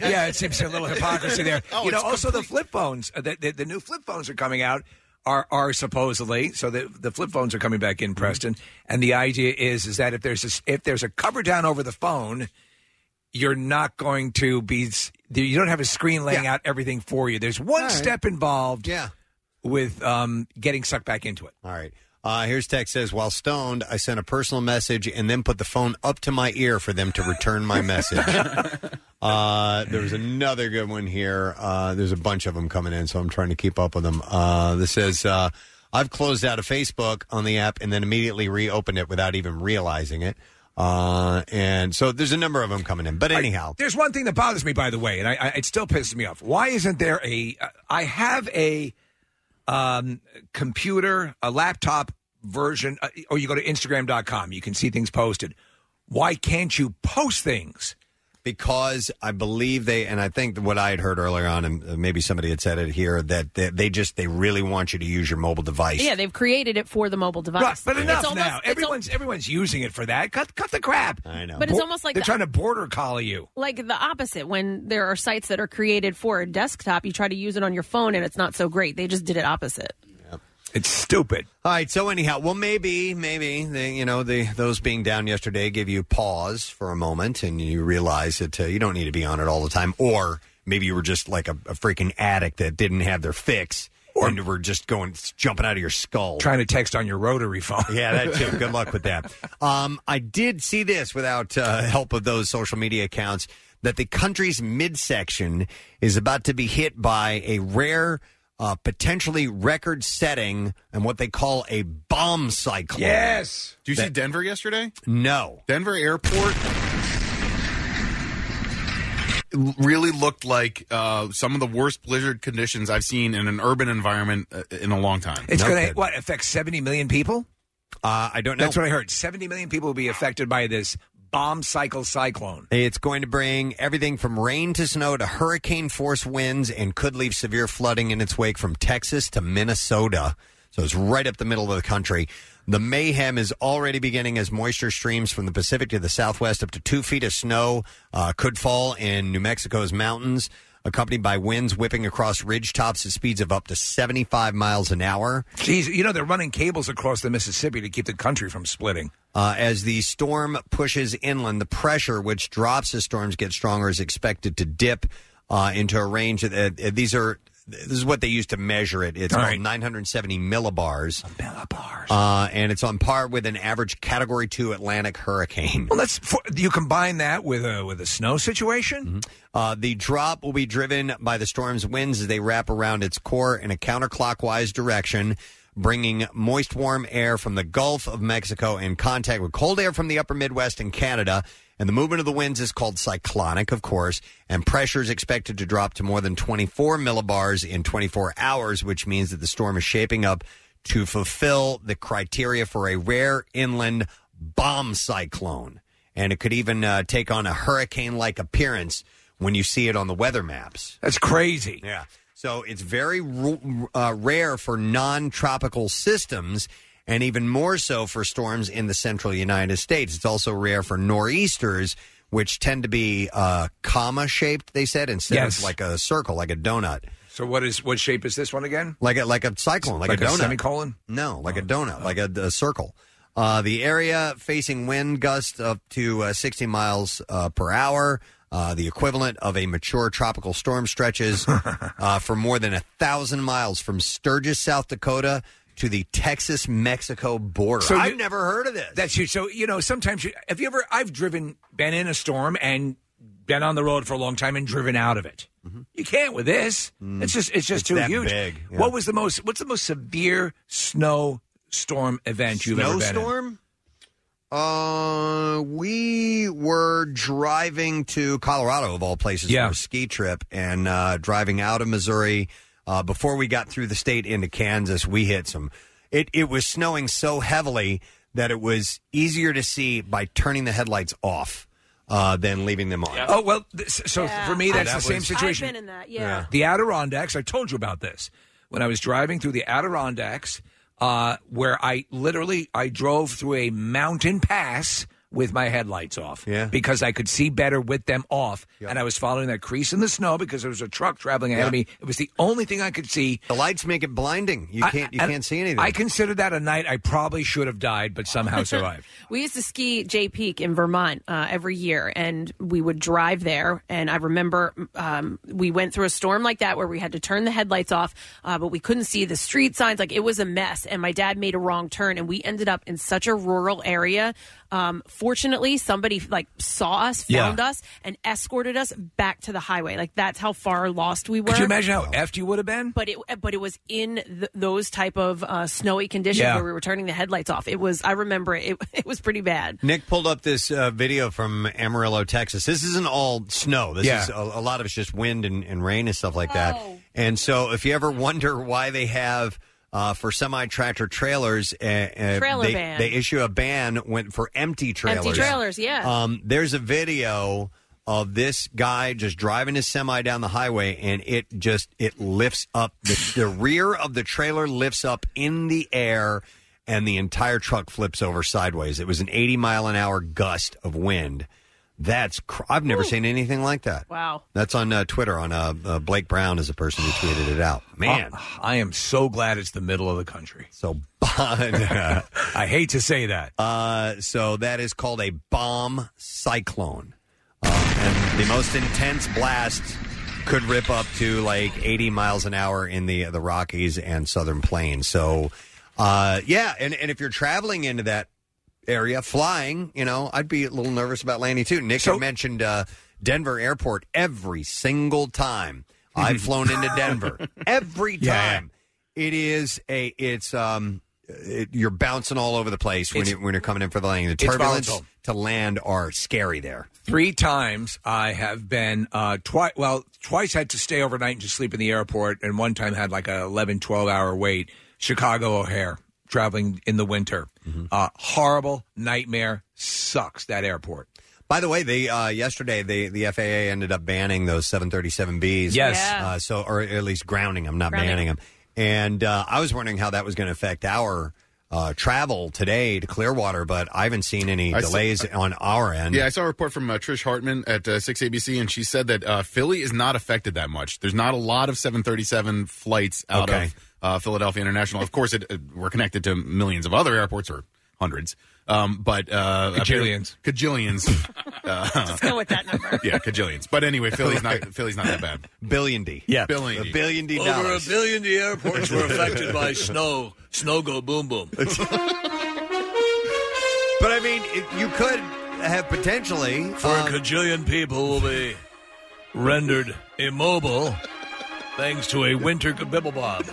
[SPEAKER 4] yeah, it seems a little hypocrisy there.
[SPEAKER 5] Oh,
[SPEAKER 4] you know,
[SPEAKER 5] it's
[SPEAKER 4] also the flip phones, uh, the, the, the new flip phones are coming out. Are, are supposedly so the the flip phones are coming back in
[SPEAKER 5] Mm-hmm.
[SPEAKER 4] Preston, and the idea is is that if there's a, s- if there's a cover down over the phone, you're not going to be s- you don't have a screen laying out everything for you. There's one
[SPEAKER 2] All right.
[SPEAKER 4] step involved,
[SPEAKER 2] yeah.
[SPEAKER 4] with um, getting sucked back into it.
[SPEAKER 2] All right. Uh, here's text says, while stoned, I sent a personal message and then put the phone up to my ear for them to return my message. uh, there was another good one here. Uh, there's a bunch of them coming in, so I'm trying to keep up with them. Uh, this says, uh, I've closed out of Facebook on the app and then immediately reopened it without even realizing it. Uh, and so there's a number of them coming in. But anyhow,
[SPEAKER 4] There's one thing that bothers me, by the way, and I, I, it still pisses me off. Why isn't there a? I have a um, computer, a laptop version, uh, or you go to Instagram.com. You can see things posted. Why can't you post things?
[SPEAKER 2] because I believe they, and I think what I had heard earlier on, and maybe somebody had said it here, that they, they just they really want you to use your mobile device.
[SPEAKER 3] yeah, they've created it for the mobile device.
[SPEAKER 4] Right, but
[SPEAKER 3] It's
[SPEAKER 4] enough
[SPEAKER 3] almost-
[SPEAKER 4] now. Everyone's everyone's using it for that. Cut cut the crap.
[SPEAKER 2] I know.
[SPEAKER 3] But it's almost like
[SPEAKER 4] they're
[SPEAKER 3] the-
[SPEAKER 4] trying to border collie you.
[SPEAKER 3] like the opposite when there are sites that are created for a desktop you try to use it on your phone and it's not so great they just did it opposite
[SPEAKER 4] It's stupid.
[SPEAKER 2] All right. So anyhow, well, maybe, maybe the, you know the those being down yesterday give you pause for a moment, and you realize that uh, you don't need to be on it all the time, or maybe you were just like a, a freaking addict that didn't have their fix. or you were just going jumping out of your skull.
[SPEAKER 4] Trying to text on your rotary phone.
[SPEAKER 2] Yeah, that too. Good luck with that. Um, I did see this without uh, help of those social media accounts that the country's midsection is about to be hit by a rare, uh, potentially record-setting and what they call a bomb cyclone.
[SPEAKER 5] Yes. Did you see
[SPEAKER 2] That-
[SPEAKER 5] Denver yesterday?
[SPEAKER 2] No.
[SPEAKER 5] Denver airport really looked like uh, some of the worst blizzard conditions I've seen in an urban environment uh, in a long time.
[SPEAKER 4] It's going to what affect seventy million people.
[SPEAKER 2] Uh, I don't know.
[SPEAKER 4] That's what I heard. Seventy million people will be affected by this bomb cycle cyclone.
[SPEAKER 2] It's going to bring everything from rain to snow to hurricane force winds and could leave severe flooding in its wake from Texas to Minnesota. So it's right up the middle of the country. The mayhem is already beginning as moisture streams from the Pacific to the southwest. Up to two feet of snow uh, could fall in New Mexico's mountains, accompanied by winds whipping across ridgetops at speeds of up to 75 miles an hour.
[SPEAKER 4] Jeez, you know they're running cables across the Mississippi to keep the country from splitting.
[SPEAKER 2] Uh, as the storm pushes inland, the pressure, which drops as storms get stronger, is expected to dip uh, into a range. Of, uh, uh, these are this is what they use to measure it. It's
[SPEAKER 4] All
[SPEAKER 2] called
[SPEAKER 4] right.
[SPEAKER 2] 970 millibars. Millibars, uh, and it's on par with an average Category Two Atlantic hurricane.
[SPEAKER 4] Well, that's for, you combine that with a with a snow situation.
[SPEAKER 2] Uh, the drop will be driven by the storm's winds as they wrap around its core in a counterclockwise direction, bringing moist, warm air from the Gulf of Mexico in contact with cold air from the upper Midwest and Canada. And the movement of the winds is called cyclonic, of course, and pressure is expected to drop to more than 24 millibars in 24 hours, which means that the storm is shaping up to fulfill the criteria for a rare inland bomb cyclone and it could even uh, take on a hurricane-like appearance when you see it on the weather maps.
[SPEAKER 4] That's crazy.
[SPEAKER 2] Yeah. So it's very ru- uh, rare for non-tropical systems, and even more so for storms in the central United States. It's also rare for nor'easters, which tend to be uh, comma-shaped. They said instead
[SPEAKER 4] Yes.
[SPEAKER 2] of like a circle, like a donut,
[SPEAKER 4] So what is what shape is this one again?
[SPEAKER 2] like a, like a cyclone, like,
[SPEAKER 4] Like
[SPEAKER 2] a Oh.
[SPEAKER 4] a
[SPEAKER 2] donut.
[SPEAKER 4] semicolon?
[SPEAKER 2] No, like a donut, like a, a circle. Uh, the area facing wind gusts up to uh, 60 miles uh, per hour, uh, the equivalent of a mature tropical storm, stretches uh, for more than a thousand miles from Sturgis, South Dakota, to the Texas-Mexico border. I've never heard of this.
[SPEAKER 4] That's huge. So you know, sometimes you, have you ever? I've driven, been in a storm, and been on the road for a long time and driven out of it. You can't with this. It's just, Mm-hmm. Mm. it's just
[SPEAKER 2] It's
[SPEAKER 4] too
[SPEAKER 2] that
[SPEAKER 4] huge.
[SPEAKER 2] big, yeah.
[SPEAKER 4] What was the most? What's the most severe snow storm event you've ever been in?
[SPEAKER 2] snowstorm. Uh, we were driving to Colorado of all places for a ski trip, and uh, driving out of Missouri. Uh, before we got through the state into Kansas, we hit some. It it was snowing so heavily that it was easier to see by turning the headlights off uh, than leaving them on.
[SPEAKER 4] Oh well, this, so for me
[SPEAKER 2] Yeah,
[SPEAKER 4] that's
[SPEAKER 2] that
[SPEAKER 4] the same
[SPEAKER 2] was-
[SPEAKER 4] situation.
[SPEAKER 3] I've been in that. Yeah.
[SPEAKER 4] The Adirondacks. I told you about this when I was driving through the Adirondacks, uh, where I literally I drove through a mountain pass with my headlights off. Yeah. Because I could see better with them off, and I was following that crease in the snow because there was a truck traveling ahead of
[SPEAKER 2] Yeah.
[SPEAKER 4] me. It was the only thing I could see.
[SPEAKER 2] The lights make it blinding. You can't- you can't see anything.
[SPEAKER 4] I considered that a night I probably should have died, but somehow survived.
[SPEAKER 3] We used to ski J Peak in Vermont uh, every year, and we would drive there. And I remember um, we went through a storm like that where we had to turn the headlights off, uh, but we couldn't see the street signs. Like it was a mess. And my dad made a wrong turn, and we ended up in such a rural area. Um, fortunately, somebody like saw us, found
[SPEAKER 4] Yeah.
[SPEAKER 3] us, and escorted us back to the highway. Like that's how far lost we were.
[SPEAKER 4] Could you imagine how effed you would have been?
[SPEAKER 3] But it, but it was in th- those type of uh, snowy conditions
[SPEAKER 2] Yeah.
[SPEAKER 3] where we were turning the headlights off. It was I remember it. It, it was pretty bad.
[SPEAKER 2] Nick pulled up this uh, video from Amarillo, Texas. This isn't all snow. This
[SPEAKER 4] Yeah.
[SPEAKER 2] is a, a lot of it's just wind and, and rain and stuff like that.
[SPEAKER 3] Oh.
[SPEAKER 2] And so, if you ever wonder why they have uh, for semi tractor trailers, uh, uh,
[SPEAKER 3] Trailer
[SPEAKER 2] they,
[SPEAKER 3] ban.
[SPEAKER 2] they issue a ban when, for empty trailers.
[SPEAKER 3] Empty trailers, yeah.
[SPEAKER 2] Um, there's a video of this guy just driving his semi down the highway, and it just it lifts up the, the rear of the trailer lifts up in the air, and the entire truck flips over sideways. It was an 80 mile an hour gust of wind. That's cr- I've never seen anything like that.
[SPEAKER 3] Wow.
[SPEAKER 2] That's on uh, Twitter. On uh, uh, Blake Brown is the person who tweeted it out. Man,
[SPEAKER 4] I am so glad it's the middle of the country.
[SPEAKER 2] So Bon.
[SPEAKER 4] I hate to say that.
[SPEAKER 2] Uh, so that is called a bomb cyclone. Uh, and the most intense blast could rip up to like 80 miles an hour in the the Rockies and Southern Plains. So, uh, yeah, and, and if you're traveling into that area flying, you know, I'd be a little nervous about landing too. Nick had mentioned uh, Denver Airport every single time I've flown into Denver. Every time it is a it's um it, you're bouncing all over the place when
[SPEAKER 4] It's-
[SPEAKER 2] you, when you're coming in for the landing. The
[SPEAKER 4] It's
[SPEAKER 2] turbulence
[SPEAKER 4] volatile.
[SPEAKER 2] to land are scary there.
[SPEAKER 4] Three times I have been uh twice well twice had to stay overnight and just sleep in the airport and one time had like a 11 12 hour wait Chicago O'Hare traveling in the winter uh horrible nightmare sucks that airport
[SPEAKER 2] By the way, they uh, yesterday they the FAA ended up banning those 737Bs.
[SPEAKER 4] Yes. Yeah.
[SPEAKER 2] Uh, so or at least grounding them, not
[SPEAKER 4] Grounding.
[SPEAKER 2] banning them. And uh, I was wondering how that was going to affect our uh, travel today to Clearwater, but I haven't seen any
[SPEAKER 5] I saw-
[SPEAKER 2] delays on our end.
[SPEAKER 5] Yeah, I saw a report from uh, Trish Hartman at uh, 6 ABC, and she said that uh, Philly is not affected that much. There's not a lot of 737 flights out
[SPEAKER 2] Okay.
[SPEAKER 5] of uh, Philadelphia International. Of course, it, uh, we're connected to millions of other airports or hundreds, um, but uh,
[SPEAKER 4] Cajillions.
[SPEAKER 5] apparently- cajillions. uh, Let's
[SPEAKER 3] go with that number.
[SPEAKER 5] yeah, cajillions. But anyway, Philly's not Philly's not that bad.
[SPEAKER 2] Billion D.
[SPEAKER 5] Yeah, billion D.
[SPEAKER 2] A billion D
[SPEAKER 16] Over
[SPEAKER 2] dollars.
[SPEAKER 16] a billion the airports were affected by snow. Snow go boom boom.
[SPEAKER 2] But I mean, it, you could have potentially um,
[SPEAKER 16] For a cajillion people will be rendered immobile thanks to a winter kabibblebob.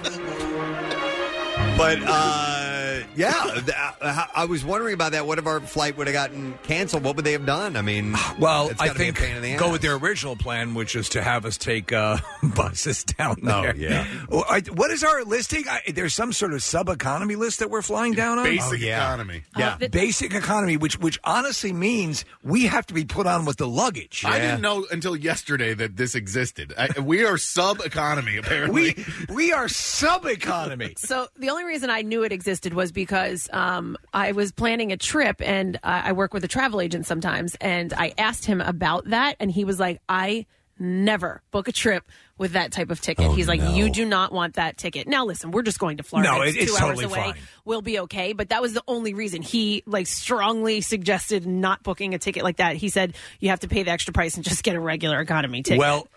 [SPEAKER 2] But uh, yeah, th- I, I was wondering about that. What if our flight would have gotten canceled? What would they have done? I mean,
[SPEAKER 4] well
[SPEAKER 2] it's
[SPEAKER 4] I
[SPEAKER 2] gotta be a
[SPEAKER 4] think
[SPEAKER 2] pain in the
[SPEAKER 4] go
[SPEAKER 2] ass.
[SPEAKER 4] with their original plan which is to have us take uh buses down
[SPEAKER 2] Oh,
[SPEAKER 4] there
[SPEAKER 2] yeah.
[SPEAKER 4] Well, I- what is our listing I, there's some sort of sub economy list that we're flying down on
[SPEAKER 5] Basic
[SPEAKER 2] Oh,
[SPEAKER 5] economy.
[SPEAKER 4] Yeah,
[SPEAKER 3] Uh,
[SPEAKER 4] basic economy, which which honestly means we have to be put on with the luggage.
[SPEAKER 5] I didn't know until yesterday that this existed. I, we are sub economy apparently.
[SPEAKER 4] We we are sub economy.
[SPEAKER 3] So the only reason I knew it existed was because um, I was planning a trip, and uh, I work with a travel agent sometimes, and I asked him about that, and he was like, "I never book a trip with that type of
[SPEAKER 4] Oh,
[SPEAKER 3] ticket." He's like, "You do not want that ticket." Now listen, we're just going to Florida.
[SPEAKER 4] No, it-
[SPEAKER 3] two
[SPEAKER 4] it's
[SPEAKER 3] hours
[SPEAKER 4] totally
[SPEAKER 3] away.
[SPEAKER 4] fine.
[SPEAKER 3] We'll be okay. But that was the only reason he like strongly suggested not booking a ticket like that. He said you have to pay the extra price and just get a regular economy ticket.
[SPEAKER 4] Well,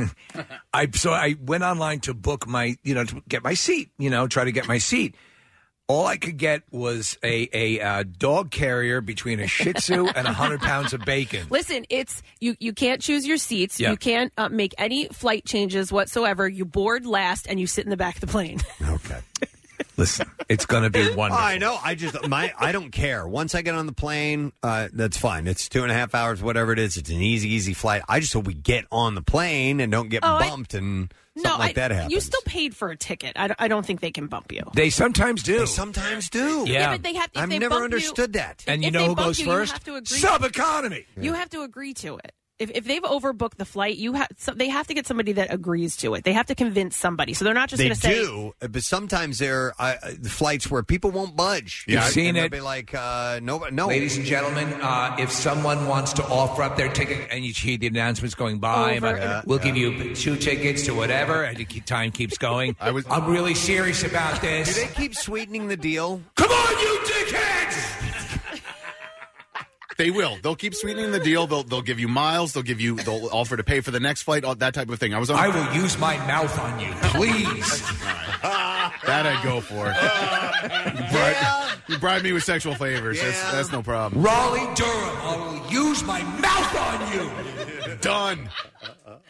[SPEAKER 4] I so I went online to book my you know to get my seat you know try to get my seat. All I could get was a a uh, dog carrier between a Shih Tzu and hundred pounds of bacon.
[SPEAKER 3] Listen, it's you. You can't choose your seats.
[SPEAKER 4] Yeah.
[SPEAKER 3] You can't uh, make any flight changes whatsoever. You board last, and you sit in the back of the plane.
[SPEAKER 4] Listen, it's going to be wonderful.
[SPEAKER 2] I know. I just my I don't care. Once I get on the plane, uh, that's fine. It's two and a half hours, whatever it is. It's an easy, easy flight. I just hope we get on the plane and don't get
[SPEAKER 3] Oh, I-
[SPEAKER 2] bumped and something like that happens.
[SPEAKER 3] you still paid for a ticket. I, don't- I don't think they can bump you.
[SPEAKER 4] They sometimes do. They
[SPEAKER 2] sometimes do.
[SPEAKER 3] Yeah, but they have. If
[SPEAKER 2] I've
[SPEAKER 3] they
[SPEAKER 2] never
[SPEAKER 3] bump
[SPEAKER 2] understood
[SPEAKER 3] you,
[SPEAKER 2] that.
[SPEAKER 4] And
[SPEAKER 3] if
[SPEAKER 4] you know
[SPEAKER 3] they
[SPEAKER 4] who
[SPEAKER 3] bump
[SPEAKER 4] goes
[SPEAKER 3] you,
[SPEAKER 4] first?
[SPEAKER 3] You have to agree.
[SPEAKER 4] Sub economy.
[SPEAKER 3] You have to agree to it. If, if they've overbooked the flight, you have so they have to get somebody that agrees to it. They have to convince somebody. So they're not just
[SPEAKER 2] they
[SPEAKER 3] going to say
[SPEAKER 2] do, uh, but sometimes there are uh, flights where people won't budge.
[SPEAKER 4] You've
[SPEAKER 2] And
[SPEAKER 4] seen
[SPEAKER 2] they'll
[SPEAKER 4] it.
[SPEAKER 2] Be like, uh, no, no,
[SPEAKER 4] Ladies and gentlemen, uh, if someone wants to offer up their ticket, and you hear the announcements going by,
[SPEAKER 2] Over
[SPEAKER 4] about,
[SPEAKER 2] and-
[SPEAKER 4] we'll give you two tickets to whatever, and the ke- time keeps going. I was, I'm really serious about
[SPEAKER 2] Do
[SPEAKER 4] this.
[SPEAKER 2] they keep sweetening the deal?
[SPEAKER 4] Come on, you dickheads!
[SPEAKER 5] They will. They'll keep sweetening the deal. They'll they'll give you miles. They'll give you. They'll offer to pay for the next flight. All that type of thing. I was. On,
[SPEAKER 4] I will use my mouth on you, please.
[SPEAKER 5] that I'd go for. you, bribe, you bribe me with sexual favors. That's that's no problem.
[SPEAKER 4] Raleigh Durham, I will use my mouth on you.
[SPEAKER 5] Done.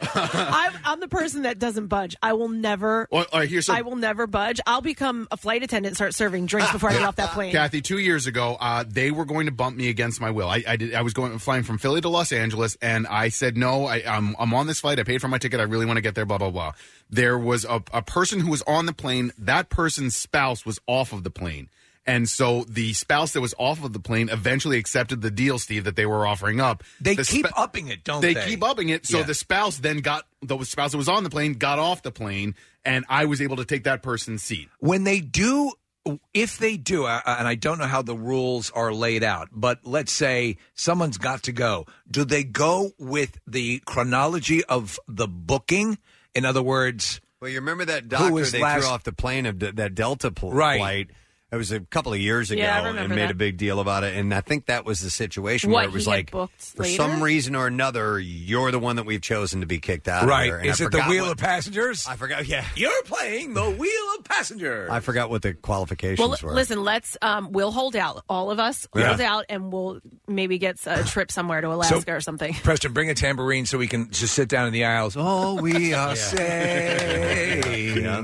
[SPEAKER 3] I'm, I'm the person that doesn't budge. I will never.
[SPEAKER 5] Well, all right, here's some-
[SPEAKER 3] I will never budge. I'll become a flight attendant, and start serving drinks before I get off that plane.
[SPEAKER 5] Kathy, two years ago, uh, they were going to bump me against my will. I, I did. I was going flying from Philly to Los Angeles, and I said no. I, I'm I'm on this flight. I paid for my ticket. I really want to get there. Blah blah blah. There was a, a person who was on the plane. That person's spouse was off of the plane. And so the spouse that was off of the plane eventually accepted the deal, Steve, that they were offering up.
[SPEAKER 4] They
[SPEAKER 5] The
[SPEAKER 4] keep
[SPEAKER 5] sp-
[SPEAKER 4] upping it, don't
[SPEAKER 5] they,
[SPEAKER 4] they?
[SPEAKER 5] keep upping it. So
[SPEAKER 4] Yeah.
[SPEAKER 5] the spouse then got the spouse that was on the plane got off the plane, and I was able to take that person's seat.
[SPEAKER 4] when they do if they do uh, and i don't know how the rules are laid out but let's say someone's got to go do they go with the chronology of the booking in other words
[SPEAKER 2] Well, you remember that
[SPEAKER 4] Who
[SPEAKER 2] doctor
[SPEAKER 4] was
[SPEAKER 2] they
[SPEAKER 4] last-
[SPEAKER 2] threw off the plane of d- that Delta pl-
[SPEAKER 4] Right.
[SPEAKER 2] flight It was a couple of years ago,
[SPEAKER 3] Yeah, I
[SPEAKER 2] and
[SPEAKER 3] remember
[SPEAKER 2] made
[SPEAKER 3] that.
[SPEAKER 2] a big deal about it. And I think that was the situation
[SPEAKER 3] What,
[SPEAKER 2] where it was
[SPEAKER 3] he had
[SPEAKER 2] like,
[SPEAKER 3] booked
[SPEAKER 2] for
[SPEAKER 3] later?
[SPEAKER 2] some reason or another, you're the one that we've chosen to be kicked out.
[SPEAKER 4] Right.
[SPEAKER 2] Of here. And
[SPEAKER 4] Is
[SPEAKER 2] I
[SPEAKER 4] it the
[SPEAKER 2] forgot
[SPEAKER 4] Wheel
[SPEAKER 2] what-
[SPEAKER 4] of Passengers?
[SPEAKER 2] I forgot. Yeah.
[SPEAKER 4] You're playing the Wheel of Passengers.
[SPEAKER 2] I forgot what the qualifications
[SPEAKER 3] Well,
[SPEAKER 2] were.
[SPEAKER 3] listen. Let's um, we'll hold out. All of us
[SPEAKER 4] Yeah.
[SPEAKER 3] hold out, and we'll maybe get a trip somewhere to Alaska or something.
[SPEAKER 4] Preston, bring a tambourine so we can just sit down in the aisles. Oh, we are safe.
[SPEAKER 2] Yeah.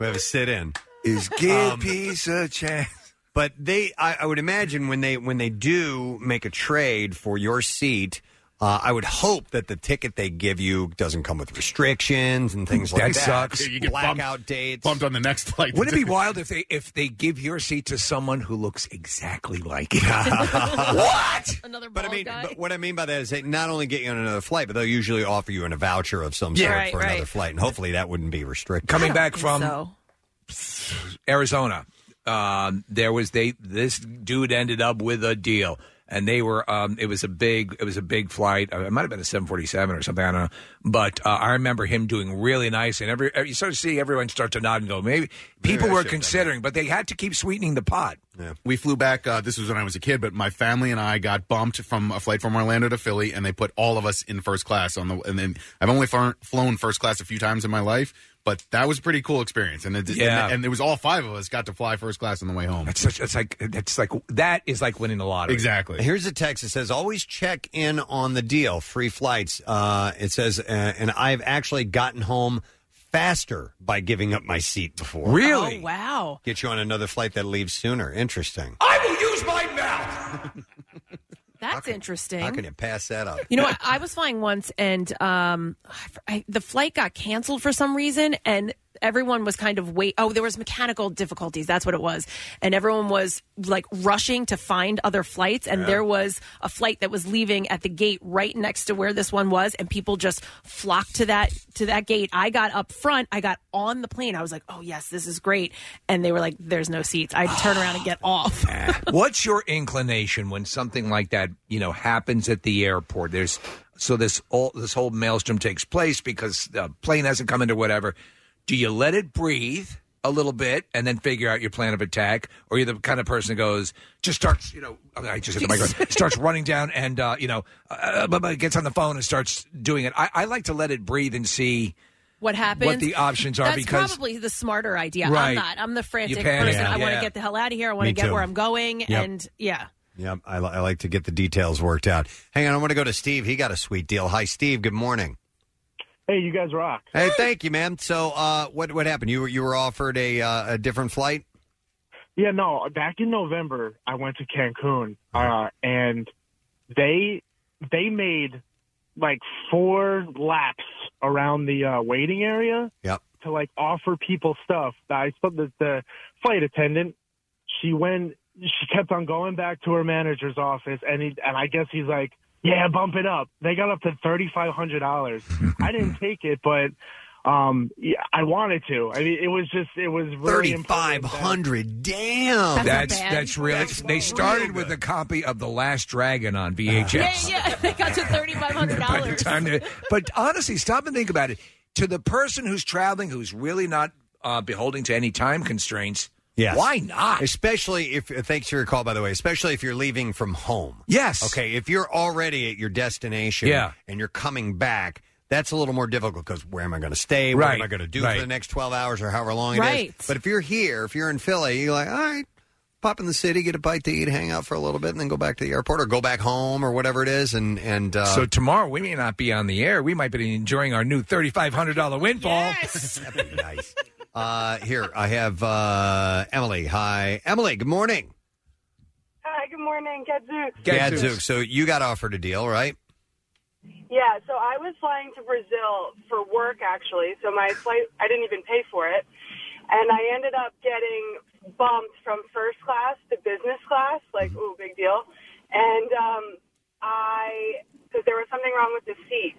[SPEAKER 2] We have a sit in.
[SPEAKER 4] Is
[SPEAKER 2] Give
[SPEAKER 4] peace a chance.
[SPEAKER 2] Um, But they, I, I would imagine when they when they do make a trade for your seat, uh, I would hope that the ticket they give you doesn't come with restrictions and things like that. Blackout dates.
[SPEAKER 5] Bumped on the next flight.
[SPEAKER 4] Wouldn't it be wild if they if they give your seat to someone who looks exactly like you?
[SPEAKER 2] what?
[SPEAKER 3] Another
[SPEAKER 2] but I mean, but what I mean by that is they not only get you on another flight, but they'll usually offer you in a voucher of some
[SPEAKER 4] Yeah.
[SPEAKER 2] sort
[SPEAKER 4] Right,
[SPEAKER 2] for another
[SPEAKER 4] right.
[SPEAKER 2] flight, and hopefully that wouldn't be restricted.
[SPEAKER 4] Coming back from Arizona, um, there was they this dude ended up with a deal, and they were um, it was a big it was a big flight. Uh, It might have been a seven forty seven or something. I don't know, but uh, I remember him doing really nice, and every uh, you start to see everyone start to nod and go, maybe people
[SPEAKER 5] I
[SPEAKER 4] were
[SPEAKER 5] should've done
[SPEAKER 4] considering, but they had to keep sweetening the pot.
[SPEAKER 5] We flew back. Uh, this was when I was a kid, but my family and I got bumped from a flight from Orlando to Philly, and they put all of us in first class on the. And then I've only far, flown first class a few times in my life, but that was a pretty cool experience. And it,
[SPEAKER 4] Yeah.
[SPEAKER 5] and, and it was all five of us got to fly first class on the way home.
[SPEAKER 4] That's such. That's like that's like that is like winning the lottery.
[SPEAKER 5] Exactly.
[SPEAKER 2] Here's a text that says, "Always check in on the deal. Free flights." Uh, it says, uh, "And I've actually gotten home faster by giving up my seat before."
[SPEAKER 3] Oh, wow.
[SPEAKER 2] Get you on another flight that leaves sooner. Interesting.
[SPEAKER 4] I will use my mouth.
[SPEAKER 3] That's interesting.
[SPEAKER 2] How can you pass that up?
[SPEAKER 3] You know what? I was flying once, and um, I, I- the flight got canceled for some reason, and everyone was kind of wait. Oh, there was mechanical difficulties. That's what it was, and everyone was like rushing to find other flights. And
[SPEAKER 17] Yeah.
[SPEAKER 3] there was a flight that was leaving at the gate right next to where this one was, and people just flocked to that to that gate. I got up front. I got on the plane. I was like, "Oh yes, this is great," and they were like, "There's no seats." I had to turn around and get off.
[SPEAKER 4] What's your inclination when something like that, you know, happens at the airport? There's so this all this whole maelstrom takes place because the plane hasn't come into whatever. Do you let it breathe a little bit and then figure out your plan of attack, or you're the kind of person who goes just starts, you know, I just hit the microphone, starts running down and uh, you know, uh, but- but gets on the phone and starts doing it. I, I like to let it breathe and see.
[SPEAKER 3] what happens.
[SPEAKER 4] What the options are,
[SPEAKER 3] That's
[SPEAKER 4] because-
[SPEAKER 3] probably the smarter idea. I'm
[SPEAKER 4] Right.
[SPEAKER 3] not. I'm the frantic
[SPEAKER 4] You
[SPEAKER 3] person.
[SPEAKER 4] panic.
[SPEAKER 2] Yeah.
[SPEAKER 3] I want
[SPEAKER 2] Yeah.
[SPEAKER 3] to get the hell out of here. I want
[SPEAKER 2] Me
[SPEAKER 3] to get
[SPEAKER 2] too.
[SPEAKER 3] where I'm going.
[SPEAKER 2] Yep.
[SPEAKER 3] And yeah.
[SPEAKER 2] Yep, I, li- I like to get the details worked out. Hang on, I want to go to Steve. He got a sweet deal. Hi, Steve. Good morning.
[SPEAKER 18] Hey, you guys rock.
[SPEAKER 2] Hey, thank you, man. So, uh, what what happened? You were you were offered a uh, a different flight.
[SPEAKER 18] Yeah, no, back in November, I went to Cancun, uh, and they they made like four laps around the uh, waiting area
[SPEAKER 2] Yep.
[SPEAKER 18] to like offer people stuff. I spoke the, the flight attendant. She went. She kept on going back to her manager's office, and he and I guess he's like, "Yeah, bump it up." They got up to thirty five hundred dollars. I didn't take it, but um, yeah, I wanted to. I mean, it was just it was really
[SPEAKER 2] Thirty five hundred. Damn,
[SPEAKER 4] That's that's real. They started with a copy of The Last Dragon on VHS.
[SPEAKER 3] Yeah, yeah. They got to thirty five hundred
[SPEAKER 4] by the
[SPEAKER 3] dollars.
[SPEAKER 4] time they- but honestly, stop and think about it. To the person who's traveling, who's really not uh, beholden to any time constraints,
[SPEAKER 2] Yes.
[SPEAKER 4] why not?
[SPEAKER 2] Especially if, uh, thanks for your call, by the way, especially if you're leaving from home.
[SPEAKER 4] Yes.
[SPEAKER 2] Okay, if you're already at your destination
[SPEAKER 4] Yeah.
[SPEAKER 2] and you're coming back, that's a little more difficult because where am I going to stay? What am
[SPEAKER 4] Right,
[SPEAKER 2] I going to do
[SPEAKER 4] right.
[SPEAKER 2] for the next 12 hours or however long
[SPEAKER 4] Right.
[SPEAKER 2] it is? But if you're here, if you're in Philly, you're like, all right, pop in the city, get a bite to eat, hang out for a little bit, and then go back to the airport or go back home or whatever it is. And, and uh,
[SPEAKER 4] so tomorrow we may not be on the air. We might be enjoying our new thirty-five hundred dollar windfall.
[SPEAKER 2] That'd be nice. uh, here, I have uh, Emily. Hi, Emily, good morning.
[SPEAKER 19] Hi, good morning, Gadzooks.
[SPEAKER 2] Gadzooks. So you got offered a deal, right?
[SPEAKER 19] Yeah, so I was flying to Brazil for work actually. So my flight, I didn't even pay for it, and I ended up getting bumped from first class to business class. Like, ooh, big deal. And um, I, because there was something wrong with the seat,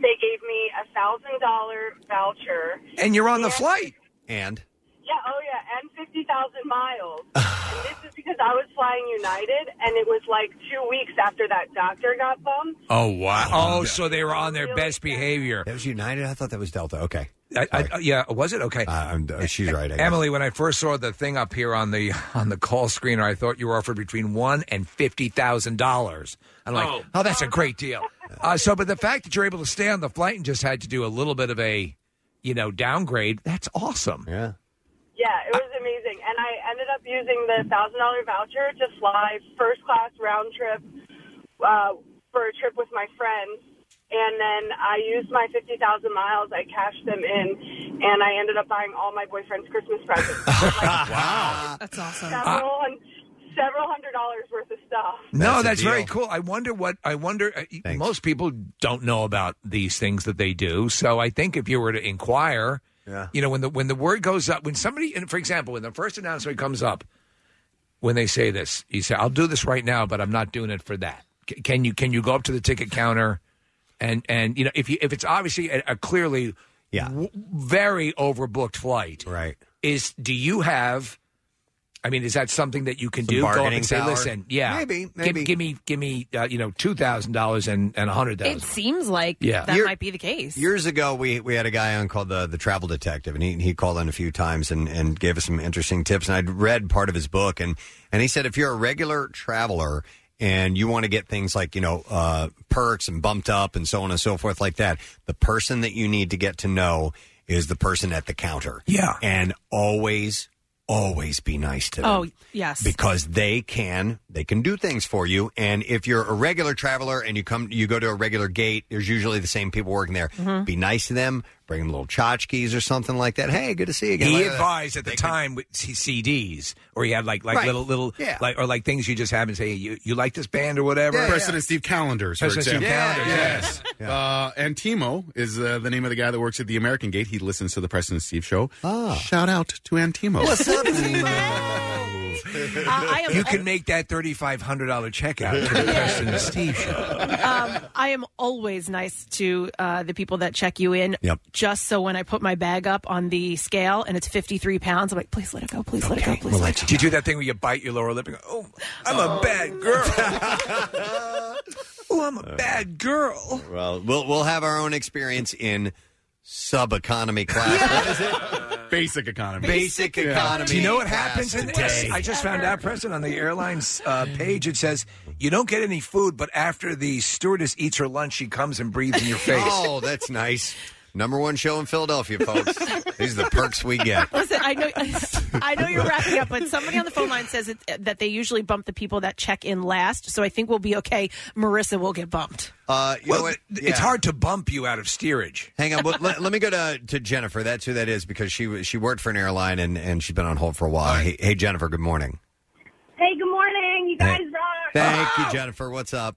[SPEAKER 19] they gave me a thousand dollar voucher.
[SPEAKER 4] And you're on the flight.
[SPEAKER 2] And
[SPEAKER 19] Yeah, oh yeah, and 50,000 miles. and this is because I was flying United, and it was like two weeks after that doctor got bumped.
[SPEAKER 4] oh wow! Oh, so they were on their best behavior.
[SPEAKER 2] That was United. I thought that was Delta. Okay. Uh,
[SPEAKER 4] I, I, yeah, was it okay?
[SPEAKER 2] Oh, she's right. I guess.
[SPEAKER 4] Emily, when I first saw the thing up here on the on the call screener, I thought you were offered between one and fifty thousand dollars. I'm like, oh,
[SPEAKER 16] Oh.
[SPEAKER 4] that's a great deal. Uh, so, but the fact that you're able to stay on the flight and just had to do a little bit of a, you know, downgrade, that's awesome.
[SPEAKER 2] Yeah.
[SPEAKER 19] Yeah, it was amazing. And I ended up using the thousand dollar voucher to fly first class round trip uh, for a trip with my friends. And then I used my fifty thousand miles. I cashed them in, and I ended up buying all my boyfriend's Christmas presents.
[SPEAKER 4] wow,
[SPEAKER 3] that's awesome.
[SPEAKER 19] Several, hun- several hundred dollars worth of stuff.
[SPEAKER 4] no, that's very cool. I wonder what I wonder. uh, Most people don't know about these things that they do, so I think if you were to inquire,
[SPEAKER 2] Yeah.
[SPEAKER 4] you know, when the when the word goes up, when somebody, and for example, when the first announcement comes up, when they say this, you say, "I'll do this right now, but I'm not doing it for that." C- can you can you go up to the ticket counter, and and you know if you if it's obviously a, a clearly yeah very overbooked flight,
[SPEAKER 2] right?
[SPEAKER 4] Is do you have? I mean, is that something that you can
[SPEAKER 2] Some
[SPEAKER 4] do? Go up
[SPEAKER 2] bargaining
[SPEAKER 4] and say,
[SPEAKER 2] power?
[SPEAKER 4] "Listen, yeah,
[SPEAKER 2] Maybe,
[SPEAKER 4] give-
[SPEAKER 2] maybe.
[SPEAKER 4] give, me give me uh, you know two thousand dollars and and a hundred
[SPEAKER 3] It
[SPEAKER 4] thousand.
[SPEAKER 3] seems like
[SPEAKER 2] Yeah.
[SPEAKER 3] that
[SPEAKER 2] You're-
[SPEAKER 3] might be the case.
[SPEAKER 2] Years ago, we, we had a guy on called the, the travel detective, and he, he called in a few times and, and gave us some interesting tips. And I'd read part of his book, and, and he said if you're a regular traveler and you want to get things like, you know, uh, perks and bumped up and so on and so forth like that, the person that you need to get to know is the person at the counter.
[SPEAKER 4] Yeah.
[SPEAKER 2] And always, always be nice to them
[SPEAKER 3] Oh, yes.
[SPEAKER 2] because they can they can do things for you and if you're a regular traveler and you come you go to a regular gate there's usually the same people working there
[SPEAKER 4] Mhm.
[SPEAKER 2] be nice to them bring them little tchotchkes or something like that hey good to see you again
[SPEAKER 4] He
[SPEAKER 2] Like that.
[SPEAKER 4] advised at the time with C- CDs, or he had like like
[SPEAKER 2] Right.
[SPEAKER 4] little little
[SPEAKER 2] Yeah.
[SPEAKER 4] like or like things you just have and say you you like this band or whatever.
[SPEAKER 5] Yeah, yeah. President Steve Calendars, for
[SPEAKER 4] President Steve
[SPEAKER 5] example. Yeah,
[SPEAKER 4] Calendars.
[SPEAKER 5] yeah.
[SPEAKER 4] Yes.
[SPEAKER 5] Uh, and Timo is uh, the name of the guy that works at the American Gate. He listens to the President Steve show.
[SPEAKER 20] Ah.
[SPEAKER 5] Shout out to Antimo.
[SPEAKER 2] What's up,
[SPEAKER 3] Uh, I am-
[SPEAKER 4] you can make that thirty five hundred dollar check out to the President Steve show.
[SPEAKER 3] um, I am always nice to uh, the people that check you in.
[SPEAKER 4] Yep.
[SPEAKER 3] Just so when I put my bag up on the scale and it's 53 pounds, I'm like, please let it go. Please let it go. Please let it
[SPEAKER 4] Do you do that thing where you bite your lower lip and go, "Oh, I'm a bad girl. oh, I'm a bad girl."
[SPEAKER 2] Uh, well we'll we'll have our own experience in sub economy class
[SPEAKER 5] Basic economy.
[SPEAKER 2] Basic Yeah. economy
[SPEAKER 4] Do you know what
[SPEAKER 2] class
[SPEAKER 4] happens in this?
[SPEAKER 2] today. Mm-hmm.
[SPEAKER 4] I just found out, President, on the airline's uh, page, it says you don't get any food, but after the stewardess eats her lunch, she comes and breathes in your face.
[SPEAKER 2] oh that's nice number one show in philadelphia folks these are the perks we get
[SPEAKER 3] go. Listen, I know, I know you're wrapping up, but somebody on the phone line says it, that they usually bump the people that check in last. So I think we'll be okay. Marissa will get bumped.
[SPEAKER 2] Uh, you know what?
[SPEAKER 4] It's
[SPEAKER 2] Yeah.
[SPEAKER 4] hard to bump you out of steerage.
[SPEAKER 2] Hang on, but let, let me go to, to Jennifer. That's who that is because she was- she worked for an airline and, and she's been on hold for a while. Hey, hey, Jennifer, good morning.
[SPEAKER 17] Hey, good morning. You guys rock.
[SPEAKER 2] Thank you, Jennifer. What's up?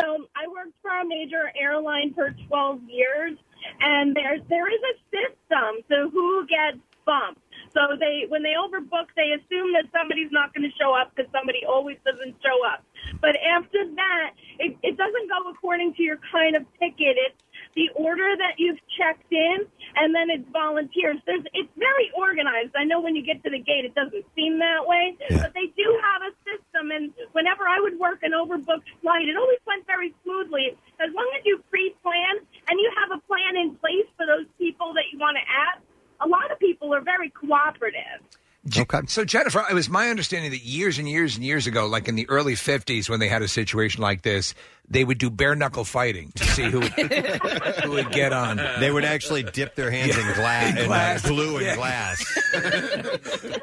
[SPEAKER 17] So I worked for a major airline for 12 years, and there's there is a system to who gets bumped. So they when they overbook, they assume that somebody's not going to show up because somebody always doesn't show up. But after that, it, it doesn't go according to your kind of ticket. It's the order that you've checked in, and then it's volunteers. There's, it's very organized. I know when you get to the gate, it doesn't seem that way, but they do have a system. And whenever I would work an overbooked flight, it always went very smoothly. As long as you pre-plan and you have a plan in place for those people that you want to add, a lot of people are very cooperative.
[SPEAKER 4] Okay. So, Jennifer, it was my understanding that years and years and years ago, like in the early 50s, when they had a situation like this, they would do bare knuckle fighting to see who would, who would get on.
[SPEAKER 2] They would actually dip their hands in glass, in, uh, glue and glass.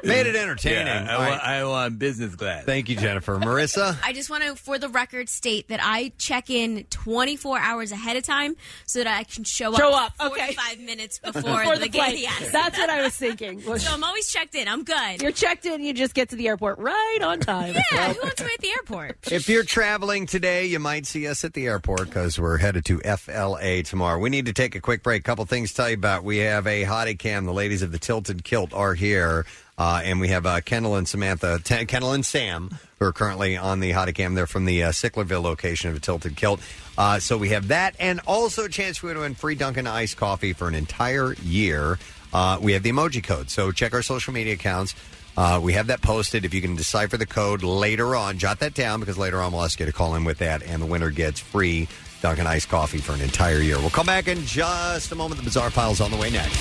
[SPEAKER 2] Made it entertaining.
[SPEAKER 16] Yeah, I,
[SPEAKER 2] All
[SPEAKER 16] wa-
[SPEAKER 2] right.
[SPEAKER 16] I want business class.
[SPEAKER 2] Thank you, Jennifer. Marissa,
[SPEAKER 21] I just want to, for the record, state that I check in 24 hours ahead of time so that I can show,
[SPEAKER 3] Show
[SPEAKER 21] up,
[SPEAKER 3] up, okay.
[SPEAKER 21] 45 minutes before,
[SPEAKER 3] Before
[SPEAKER 21] the,
[SPEAKER 3] the
[SPEAKER 21] game.
[SPEAKER 3] flight.
[SPEAKER 21] Yes.
[SPEAKER 3] That's what I was thinking.
[SPEAKER 21] so I'm always checked in. I'm good.
[SPEAKER 3] You're checked in. You just get to the airport right on time.
[SPEAKER 21] yeah, who wants to be at the airport?
[SPEAKER 2] if you're traveling today, you might see us at the airport because we're headed to FLA tomorrow. We need to take a quick break. Couple things to tell you about. We have a hottie cam. The ladies of the Tilted Kilt are here. Uh, and we have uh, Kendall and Samantha, T- Kendall and Sam, who are currently on the hottie cam. They're from the uh, Sicklerville location of the Tilted Kilt. Uh, so we have that, and also a chance for you to win free Dunkin' Ice coffee for an entire year. Uh, we have the emoji code. So check our social media accounts. Uh, we have that posted. If you can decipher the code later on, jot that down because later on we'll ask you to call in with that, and the winner gets free Dunkin' iced coffee for an entire year. We'll come back in just a moment. The Bizarre Pile's on the way next.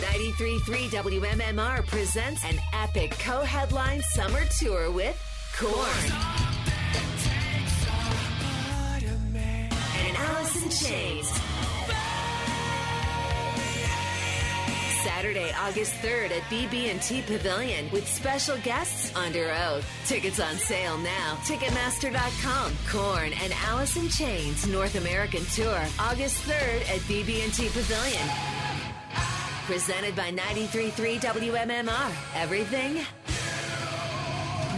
[SPEAKER 22] 93.3 WMMR presents an epic co-headline summer tour with Korn. And Allison Chains. Saturday, August 3rd at BB&T Pavilion with special guests under oath. Tickets on sale now. Ticketmaster.com. Korn and Allison Chains North American Tour, August 3rd at BB&T Pavilion. Presented by 93.3 WMMR. Everything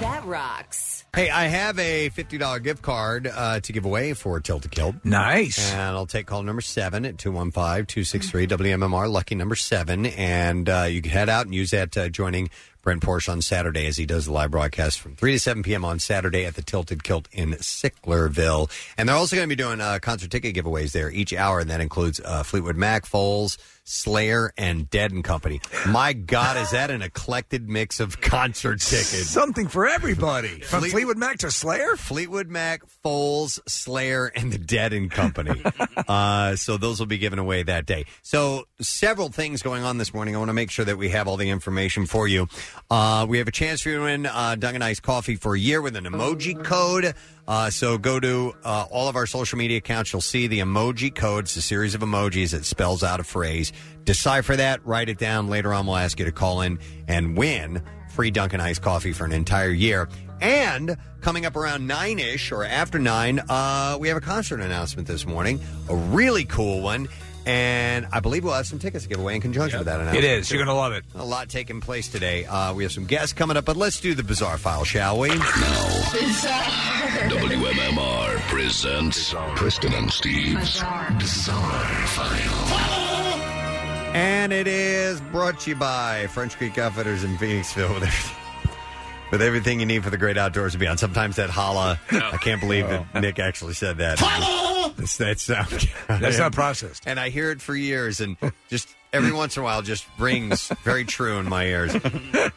[SPEAKER 22] that rocks.
[SPEAKER 2] Hey, I have a $50 gift card uh, to give away for Tilt a Kilt.
[SPEAKER 4] Nice.
[SPEAKER 2] And I'll take call number seven at 215 263 WMMR, lucky number seven. And uh, you can head out and use that uh, joining Brent Porsche on Saturday as he does the live broadcast from 3 to 7 p.m. on Saturday at the Tilted Kilt in Sicklerville. And they're also going to be doing uh, concert ticket giveaways there each hour, and that includes uh, Fleetwood Mac, Foles, Slayer, and Dead and Company. My God, is that an eclectic mix of concert tickets?
[SPEAKER 4] Something for everybody. From
[SPEAKER 2] Fleet-
[SPEAKER 4] Fleetwood Mac to Slayer?
[SPEAKER 2] Fleetwood Mac, Foles, Slayer, and the Dead and Company. uh, so those will be given away that day. So several things going on this morning. I want to make sure that we have all the information for you. Uh, we have a chance for you to win uh, Dunkin' Ice coffee for a year with an emoji code. Uh, so go to uh, all of our social media accounts. You'll see the emoji code. It's a series of emojis that spells out a phrase. Decipher that. Write it down. Later on, we'll ask you to call in and win free Dunkin' Ice coffee for an entire year. And coming up around nine ish or after nine, uh, we have a concert announcement this morning, a really cool one. And I believe we'll have some tickets to give away in conjunction with that announcement.
[SPEAKER 4] It is. You're going to love it.
[SPEAKER 2] A lot taking place today. Uh, we have some guests coming up, but let's do the bizarre file, shall we?
[SPEAKER 1] WMMR presents Preston and Steve's Bizarre File.
[SPEAKER 2] And it is brought to you by French Creek Outfitters in Phoenixville with everything, with everything you need for the great outdoors and beyond. Sometimes that holla, I can't believe that Nick actually said that. That's, that sound.
[SPEAKER 4] That's not processed.
[SPEAKER 2] And I hear it for years, and just every once in a while, just rings very true in my ears.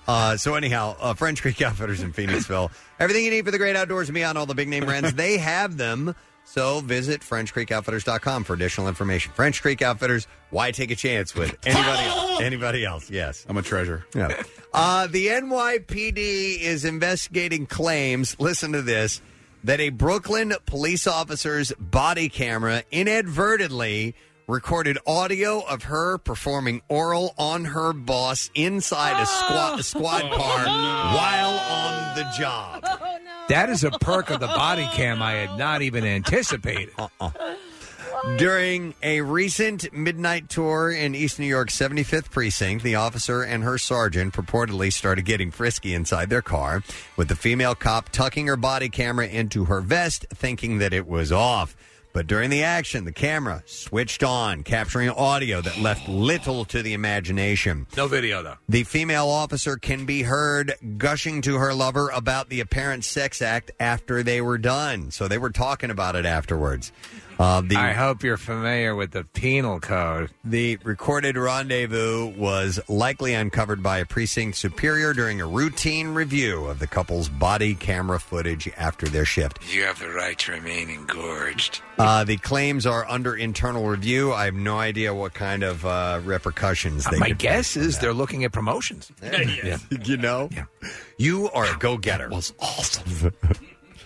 [SPEAKER 2] Uh, so anyhow, uh, French Creek Outfitters in Phoenixville. Everything you need for the great outdoors and beyond, all the big name brands, they have them. So visit FrenchCreekOutfitters.com for additional information. French Creek Outfitters, why take a chance with anybody else? Anybody else? Yes.
[SPEAKER 5] I'm a treasure.
[SPEAKER 2] Yeah. Uh, the NYPD is investigating claims, listen to this, that a Brooklyn police officer's body camera inadvertently recorded audio of her performing oral on her boss inside a
[SPEAKER 4] Ah.
[SPEAKER 2] squad, a squad
[SPEAKER 4] Oh,
[SPEAKER 2] car while on the job.
[SPEAKER 4] That is a perk of the body cam I had not even anticipated.
[SPEAKER 2] Uh-uh. During a recent midnight tour in East New York's 75th precinct, the officer and her sergeant purportedly started getting frisky inside their car, with the female cop tucking her body camera into her vest, thinking that it was off. But during the action, the camera switched on, capturing audio that left little to the imagination.
[SPEAKER 4] No video, though.
[SPEAKER 2] The female officer can be heard gushing to her lover about the apparent sex act after they were done. So they were talking about it afterwards. Uh, the,
[SPEAKER 4] I hope you're familiar with the penal code.
[SPEAKER 2] The recorded rendezvous was likely uncovered by a precinct superior during a routine review of the couple's body camera footage after their shift.
[SPEAKER 16] You have the right to remain engorged.
[SPEAKER 2] Uh, the claims are under internal review. I have no idea what kind of uh, repercussions they
[SPEAKER 4] My
[SPEAKER 2] could
[SPEAKER 4] guess is they're looking at promotions.
[SPEAKER 2] you know, you are a go getter. Was awesome.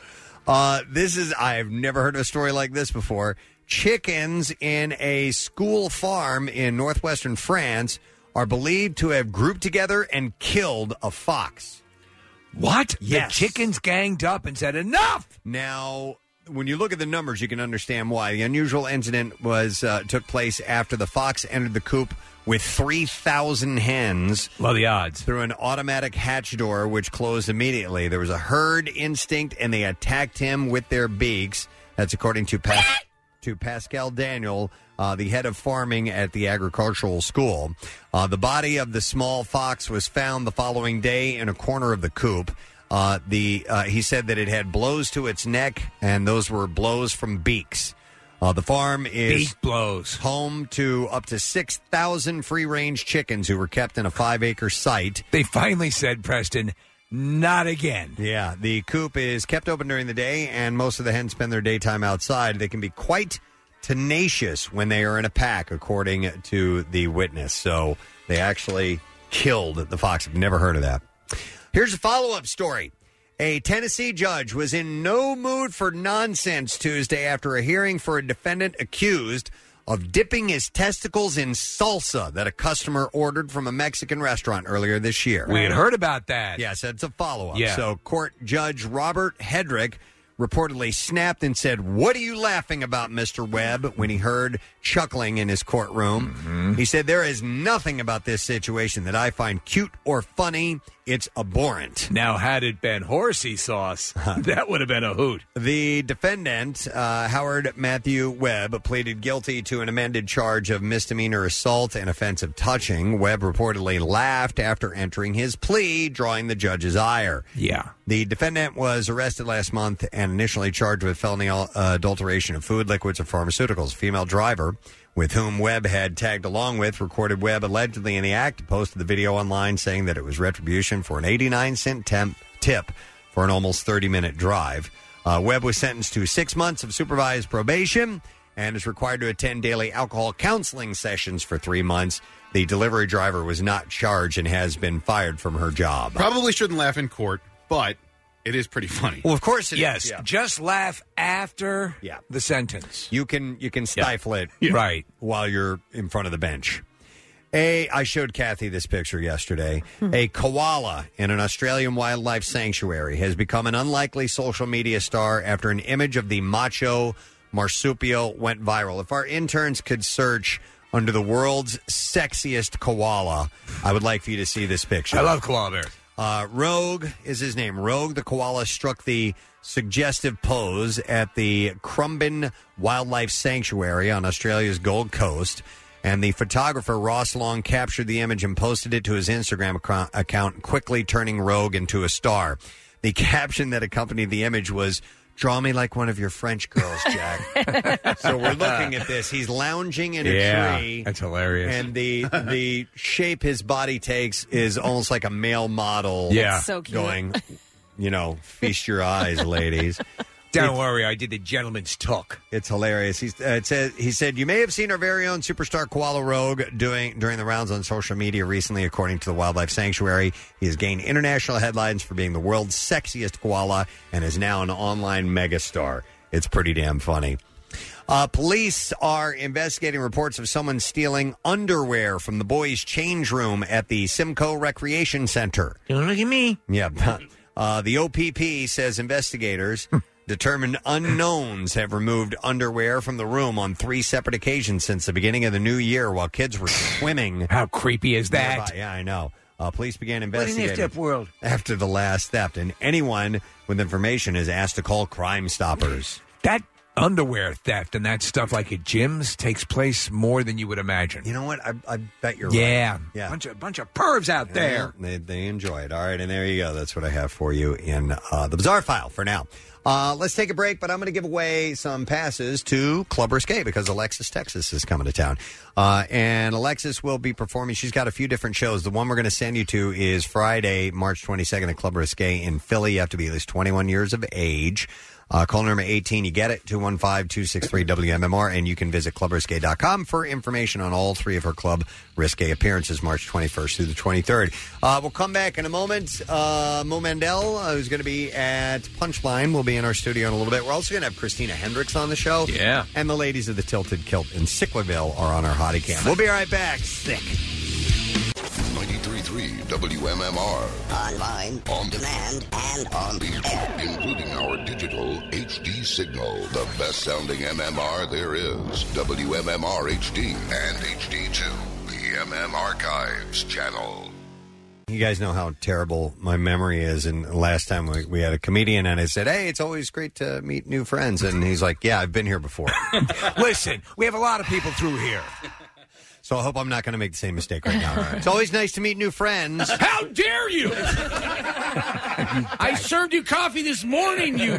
[SPEAKER 2] uh, this is I've never heard of a story like this before. Chickens in a school farm in northwestern France are believed to have grouped together and killed a fox.
[SPEAKER 4] What?
[SPEAKER 2] Yes.
[SPEAKER 4] The chickens ganged up and said, enough!
[SPEAKER 2] Now, when you look at the numbers, you can understand why. The unusual incident was uh, took place after the fox entered the coop with 3,000 hens.
[SPEAKER 4] Love the odds.
[SPEAKER 2] Through an automatic hatch door, which closed immediately. There was a herd instinct, and they attacked him with their beaks. That's according to Pat. to Pascal Daniel, uh, the head of farming at the agricultural school. Uh, the body of the small fox was found the following day in a corner of the coop. Uh, the uh, he said that it had blows to its neck, and those were blows from beaks. Uh, the farm is
[SPEAKER 4] Beak blows
[SPEAKER 2] home to up to six thousand free range chickens who were kept in a five acre site.
[SPEAKER 4] They finally said, Preston, Not again.
[SPEAKER 2] Yeah, Uh, the coop is kept open during the day, and most of the hens spend their daytime outside. They can be quite tenacious when they are in a pack, according to the witness. So they actually killed the fox. I've never heard of that. Here's a follow up story. A Tennessee judge was in no mood for nonsense Tuesday after a hearing for a defendant accused of dipping his testicles in salsa that a customer ordered from a Mexican restaurant earlier this year.
[SPEAKER 4] We had heard about that.
[SPEAKER 2] Yes, it's a follow up.
[SPEAKER 4] Yeah.
[SPEAKER 2] So, court judge Robert Hedrick reportedly snapped and said, What are you laughing about, Mr. Webb? when he heard chuckling in his courtroom. He said, There is nothing about this situation that I find cute or funny. It's abhorrent.
[SPEAKER 4] Now, had it been horsey sauce, that would have been a hoot.
[SPEAKER 2] The defendant, uh, Howard Matthew Webb, pleaded guilty to an amended charge of misdemeanor assault and offensive touching. Webb reportedly laughed after entering his plea, drawing the judge's ire.
[SPEAKER 4] Yeah.
[SPEAKER 2] The defendant was arrested last month and initially charged with felony uh, adulteration of food, liquids, or pharmaceuticals. Female driver, with whom Webb had tagged along with, recorded Webb allegedly in the act and posted the video online saying that it was retribution for an 89 cent temp- tip for an almost 30 minute drive. Uh, Webb was sentenced to six months of supervised probation and is required to attend daily alcohol counseling sessions for three months. The delivery driver was not charged and has been fired from her job.
[SPEAKER 5] Probably shouldn't laugh in court, but it is pretty funny.
[SPEAKER 2] Well, of course it is.
[SPEAKER 4] yes,
[SPEAKER 2] Yeah.
[SPEAKER 4] just laugh after
[SPEAKER 2] Yeah.
[SPEAKER 4] the sentence.
[SPEAKER 2] You can you can stifle it
[SPEAKER 4] Yeah. Right.
[SPEAKER 2] while you're in front of the bench. A I showed Kathy this picture yesterday.
[SPEAKER 4] Hmm.
[SPEAKER 2] A koala in an Australian wildlife sanctuary has become an unlikely social media star after an image of the macho marsupial went viral. If our interns could search under the world's sexiest koala, I would like for you to see this picture.
[SPEAKER 4] I love koala bear.
[SPEAKER 2] Uh, Rogue is his name. Rogue the koala struck the suggestive pose at the Crumbin Wildlife Sanctuary on Australia's Gold Coast. And the photographer Ross Long captured the image and posted it to his Instagram acco- account, quickly turning Rogue into a star. The caption that accompanied the image was, Draw me like one of your French girls, Jack. so we're
[SPEAKER 4] Uh,
[SPEAKER 2] looking at this. He's lounging in a
[SPEAKER 4] Yeah,
[SPEAKER 2] tree.
[SPEAKER 4] that's hilarious.
[SPEAKER 2] And the the shape his body takes is almost like a male model.
[SPEAKER 4] Yeah. That's so cute.
[SPEAKER 2] Going, you know, feast your eyes, ladies.
[SPEAKER 4] Don't worry, I did the gentleman's talk.
[SPEAKER 2] It's hilarious. He's, uh, it says, he said, You may have seen our very own superstar Koala Rogue doing, during the rounds on social media recently, according to the Wildlife Sanctuary. He has gained international headlines for being the world's sexiest koala and is now an online megastar. It's pretty damn funny. Uh, police are investigating reports of someone stealing underwear from the boys' change room at the Simcoe Recreation Center.
[SPEAKER 4] Don't look at me.
[SPEAKER 2] Yeah. but, Uh, the OPP says investigators
[SPEAKER 4] Hmm.
[SPEAKER 2] determined unknowns have removed underwear from the room on three separate occasions since the beginning of the new year while kids were swimming.
[SPEAKER 4] How creepy is that?
[SPEAKER 2] Yeah, I know. Uh, police began
[SPEAKER 4] What an
[SPEAKER 2] investigating
[SPEAKER 4] effed up world.
[SPEAKER 2] after the last theft, and anyone with information is asked to call Crime Stoppers.
[SPEAKER 4] That underwear theft and that stuff like at gyms takes place more than you would imagine. You
[SPEAKER 2] know what? I, I bet you're
[SPEAKER 4] yeah.
[SPEAKER 2] right. Yeah.
[SPEAKER 4] Bunch of bunch of pervs out there.
[SPEAKER 2] Yeah, they, they enjoy it. All right, and there you go. That's what I have for you in uh, the bizarre file for now. Uh, let's take a break, but I'm going to give away some passes to Club Risque because Alexis Texas is coming to town. Uh, and Alexis will be performing. She's got a few different shows. The one we're going to send you to is Friday, March 22nd at Club Risque in Philly. You have to be at least 21 years of age. Uh, call number 18, you get it, 215-263-WMMR, and you can visit clubrisque.com for information on all three of her Club Risque appearances, March 21st through the 23rd. Uh, we'll come back in a moment. Uh, Mo Mandel, uh, who's going to be at Punchline, will be in our studio in a little bit. We're also going to have Christina Hendricks on the show.
[SPEAKER 16] Yeah.
[SPEAKER 2] And the ladies of the Tilted Kilt in Sicklerville are on our hottie cam. We'll be right back. Sick.
[SPEAKER 1] 93.3 WMMR. Online, on demand, and on the air. Including our digital HD signal. The best sounding MMR there is. WMMR HD and HD2. The MM Archives channel.
[SPEAKER 2] You guys know how terrible my memory is. And last time we, we had a comedian, and I said, Hey, it's always great to meet new friends. And he's like, Yeah, I've been here before.
[SPEAKER 4] Listen, we have a lot of people through here.
[SPEAKER 2] So I hope I'm not going to make the same mistake right now. It's always nice to meet new friends.
[SPEAKER 16] How dare you? I served you coffee this morning, you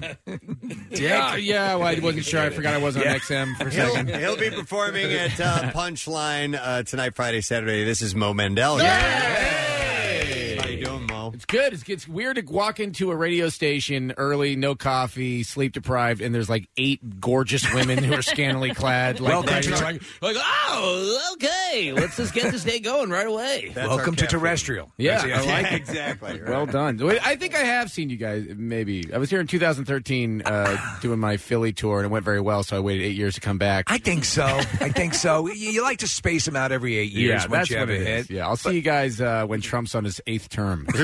[SPEAKER 9] Yeah, Ah, yeah. Well, I wasn't sure. I forgot I was on
[SPEAKER 2] Yeah.
[SPEAKER 9] XM for a
[SPEAKER 2] He'll-
[SPEAKER 9] 2nd
[SPEAKER 2] he'll be performing at uh, Punchline uh, tonight, Friday, Saturday. This is Mo Mendel. How you doing, Mo?
[SPEAKER 9] It's good. It's, it's weird to walk into a radio station early, no coffee, sleep deprived, and there's like eight gorgeous women who are scantily clad. Like,
[SPEAKER 8] Well, that's
[SPEAKER 9] right-
[SPEAKER 8] our-
[SPEAKER 9] like, like, oh, okay. Let's just get this day going right away.
[SPEAKER 4] Welcome to terrestrial.
[SPEAKER 9] Yeah,
[SPEAKER 4] That's it.
[SPEAKER 9] I like it.
[SPEAKER 2] exactly.
[SPEAKER 9] Well done. Wait, I think I have seen you guys. Maybe I was here in 2013 uh, doing my Philly tour, and it went very well. So I waited eight years to come back.
[SPEAKER 4] I think so. I think so. You, you like to space them out every eight years
[SPEAKER 9] yeah,
[SPEAKER 4] once
[SPEAKER 9] that's
[SPEAKER 4] you have
[SPEAKER 9] what
[SPEAKER 4] a
[SPEAKER 9] it is.
[SPEAKER 4] hit.
[SPEAKER 9] Yeah, I'll see you guys uh, when Trump's on his eighth term.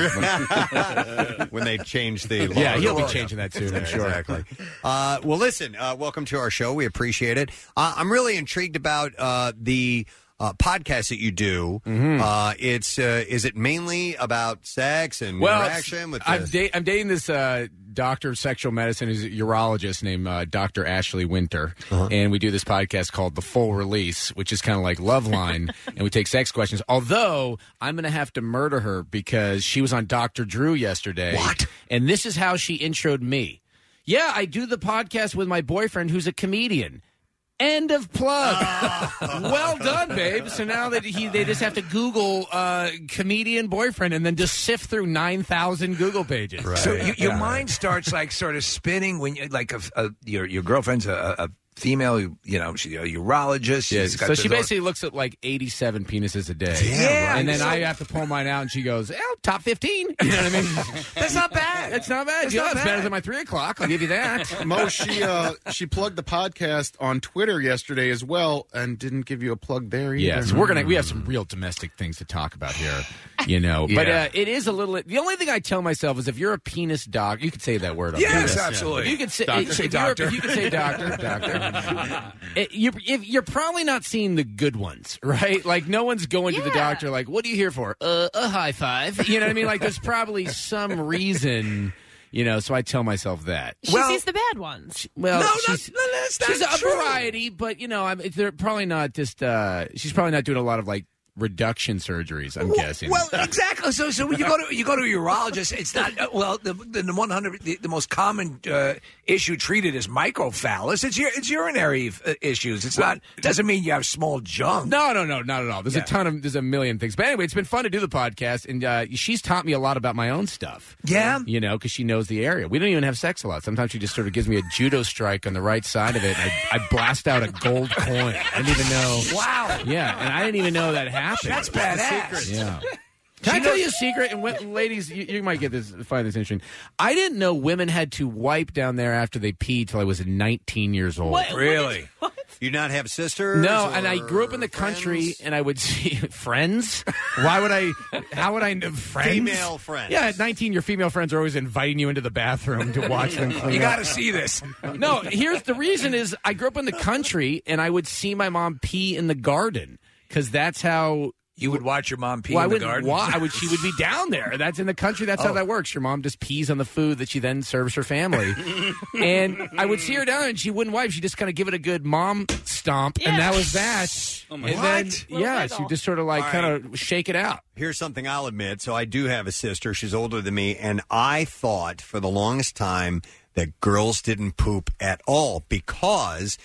[SPEAKER 2] when they change the law.
[SPEAKER 9] yeah, he'll be changing that soon. I'm sure.
[SPEAKER 2] Exactly. Uh, well, listen, uh, welcome to our show. We appreciate it. Uh, I'm really intrigued about uh, the uh, podcast that you do.
[SPEAKER 9] Mm-hmm.
[SPEAKER 2] Uh, it's uh, is it mainly about sex and
[SPEAKER 9] Well,
[SPEAKER 2] interaction with?
[SPEAKER 9] I'm,
[SPEAKER 2] the-
[SPEAKER 9] da- I'm dating this uh, doctor of sexual medicine who's a urologist named uh, Dr. Ashley Winter. And we do this podcast called The Full Release, which is kind of like Love Line. and we take sex questions. Although, I'm going to have to murder her because she was on Dr. Drew yesterday. What? And this is how she introed me. Yeah, I do the podcast with my boyfriend who's a comedian. End of plug. well done, babe. So now that he, they just have to Google uh, comedian boyfriend and then just sift through nine thousand Google pages.
[SPEAKER 4] So you, your
[SPEAKER 9] Yeah.
[SPEAKER 4] mind starts like sort of spinning when you like a, a, your your girlfriend's a, a a female. You know, she's a urologist.
[SPEAKER 9] Yeah,
[SPEAKER 4] she's got
[SPEAKER 9] so she
[SPEAKER 4] this-
[SPEAKER 9] basically looks at like 87 penises a day.
[SPEAKER 4] Yeah,
[SPEAKER 9] And then
[SPEAKER 4] right.
[SPEAKER 9] I have to pull mine out and she goes, oh, top 15. You know what I mean? That's not bad. That's not bad.
[SPEAKER 8] That's
[SPEAKER 9] yeah,
[SPEAKER 8] not
[SPEAKER 9] it's better than my 3 o'clock. I'll give you that.
[SPEAKER 5] Mo, she uh, she plugged the podcast on Twitter yesterday as well, and didn't give you a plug there either.
[SPEAKER 9] Yeah, so we're gonna we have some real domestic things to talk about here, you know. But
[SPEAKER 5] Oh, Yeah.
[SPEAKER 9] uh, it is a little. The only thing I tell myself is if you're a penis doc, you could say that word. on
[SPEAKER 8] Yes,
[SPEAKER 9] penis.
[SPEAKER 8] absolutely.
[SPEAKER 9] You could say
[SPEAKER 8] Doctor.
[SPEAKER 9] if
[SPEAKER 8] Say
[SPEAKER 9] you're-
[SPEAKER 8] doctor.
[SPEAKER 9] If you could say doctor, doctor. It- you, if, you're probably not seeing the good ones, right? Like no one's going to the doctor. Like, what are you here for? Uh, a high five. You know what I mean? Like, there's probably some reason. You know, so I tell myself that.
[SPEAKER 3] She sees the bad ones.
[SPEAKER 9] Well,
[SPEAKER 3] No, no,
[SPEAKER 9] she's,
[SPEAKER 3] no, that's not
[SPEAKER 9] she's a
[SPEAKER 3] true.
[SPEAKER 9] variety, but you know, I'm, it's- they're probably not just. Uh, she's probably not doing a lot of like reduction surgeries. I'm guessing.
[SPEAKER 4] Well, exactly. So, so when you go to you go to a urologist, it's not uh, well. The the one hundred the, the most common uh, issue treated is microphallus. It's your it's urinary uh, issues. It's not doesn't mean you have small junk.
[SPEAKER 9] No, no, no, not at all. There's
[SPEAKER 4] Yeah.
[SPEAKER 9] a ton of there's a million things. But anyway, it's been fun to do the podcast, and uh, she's taught me a lot about my own stuff.
[SPEAKER 4] Yeah,
[SPEAKER 9] you know, because she knows the area. We don't even have sex a lot. Sometimes she just sort of gives me a judo strike on the right side of it. And I, I blast out a gold coin. I didn't even know.
[SPEAKER 4] Wow.
[SPEAKER 9] Yeah, and I didn't even know that happened.
[SPEAKER 4] That's badass.
[SPEAKER 9] Yeah. Can I tell you a secret? And when, ladies, you, you might get this, find this interesting. I didn't know women had to wipe down there after they pee till I was 19 years old.
[SPEAKER 4] really?
[SPEAKER 2] You not have sisters?
[SPEAKER 9] No, and I grew up in the country, and I would see friends. Why would I? How would I know friends?
[SPEAKER 2] Female friends.
[SPEAKER 9] Yeah, at 19, your female friends are always inviting you into the bathroom to watch them clean.
[SPEAKER 4] You
[SPEAKER 9] up.
[SPEAKER 4] got to see this.
[SPEAKER 9] No, here's the reason: is I grew up in the country, and I would see my mom pee in the garden because that's how.
[SPEAKER 4] You would watch your mom pee
[SPEAKER 9] well,
[SPEAKER 4] in
[SPEAKER 9] I
[SPEAKER 4] the
[SPEAKER 9] wouldn't
[SPEAKER 4] garden?
[SPEAKER 9] wa- I would. She would be down there. That's in the country. That's how
[SPEAKER 4] Oh.
[SPEAKER 9] that works. Your mom just pees on the food that she then serves her family, and I would see her down, there and she wouldn't wipe. She just kind of give it a good mom stomp, and that was that.
[SPEAKER 2] Oh my
[SPEAKER 9] and
[SPEAKER 2] God.
[SPEAKER 9] then
[SPEAKER 2] What? Little
[SPEAKER 9] yeah,
[SPEAKER 2] wiggle.
[SPEAKER 9] she just sort of like
[SPEAKER 2] All
[SPEAKER 9] kind
[SPEAKER 2] right.
[SPEAKER 9] of shake it out.
[SPEAKER 2] Here's something I'll admit. So I do have a sister. She's older than me, and I thought for the longest time that girls didn't poop at all because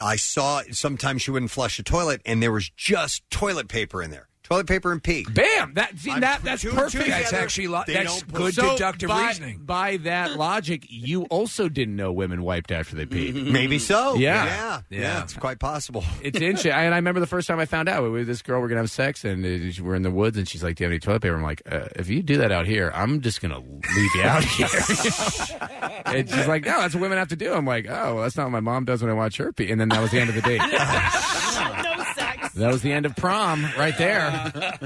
[SPEAKER 2] I saw sometimes she wouldn't flush the toilet, and there was just toilet paper in there. Toilet paper and pee.
[SPEAKER 9] Bam! That, see,
[SPEAKER 2] I'm
[SPEAKER 9] that
[SPEAKER 2] put
[SPEAKER 9] that's
[SPEAKER 2] two and two
[SPEAKER 9] perfect.
[SPEAKER 2] together, they don't poop.
[SPEAKER 9] So by,
[SPEAKER 2] by-
[SPEAKER 9] By that logic, you also didn't know women wiped after they peed.
[SPEAKER 2] Maybe so.
[SPEAKER 9] Yeah.
[SPEAKER 2] yeah, yeah, It's quite possible.
[SPEAKER 9] It's interesting. And I remember the first time I found out we, this girl we're gonna have sex, and uh, we're in the woods, and she's like, "Do you have any toilet paper?" I'm like, uh, "If you do that out here, I'm just gonna leave you out here." and she's like, "No, that's what women have to do." I'm like, "Oh, well, that's not what my mom does when I watch her pee." And then that was the end of the date. That was the end of prom right there.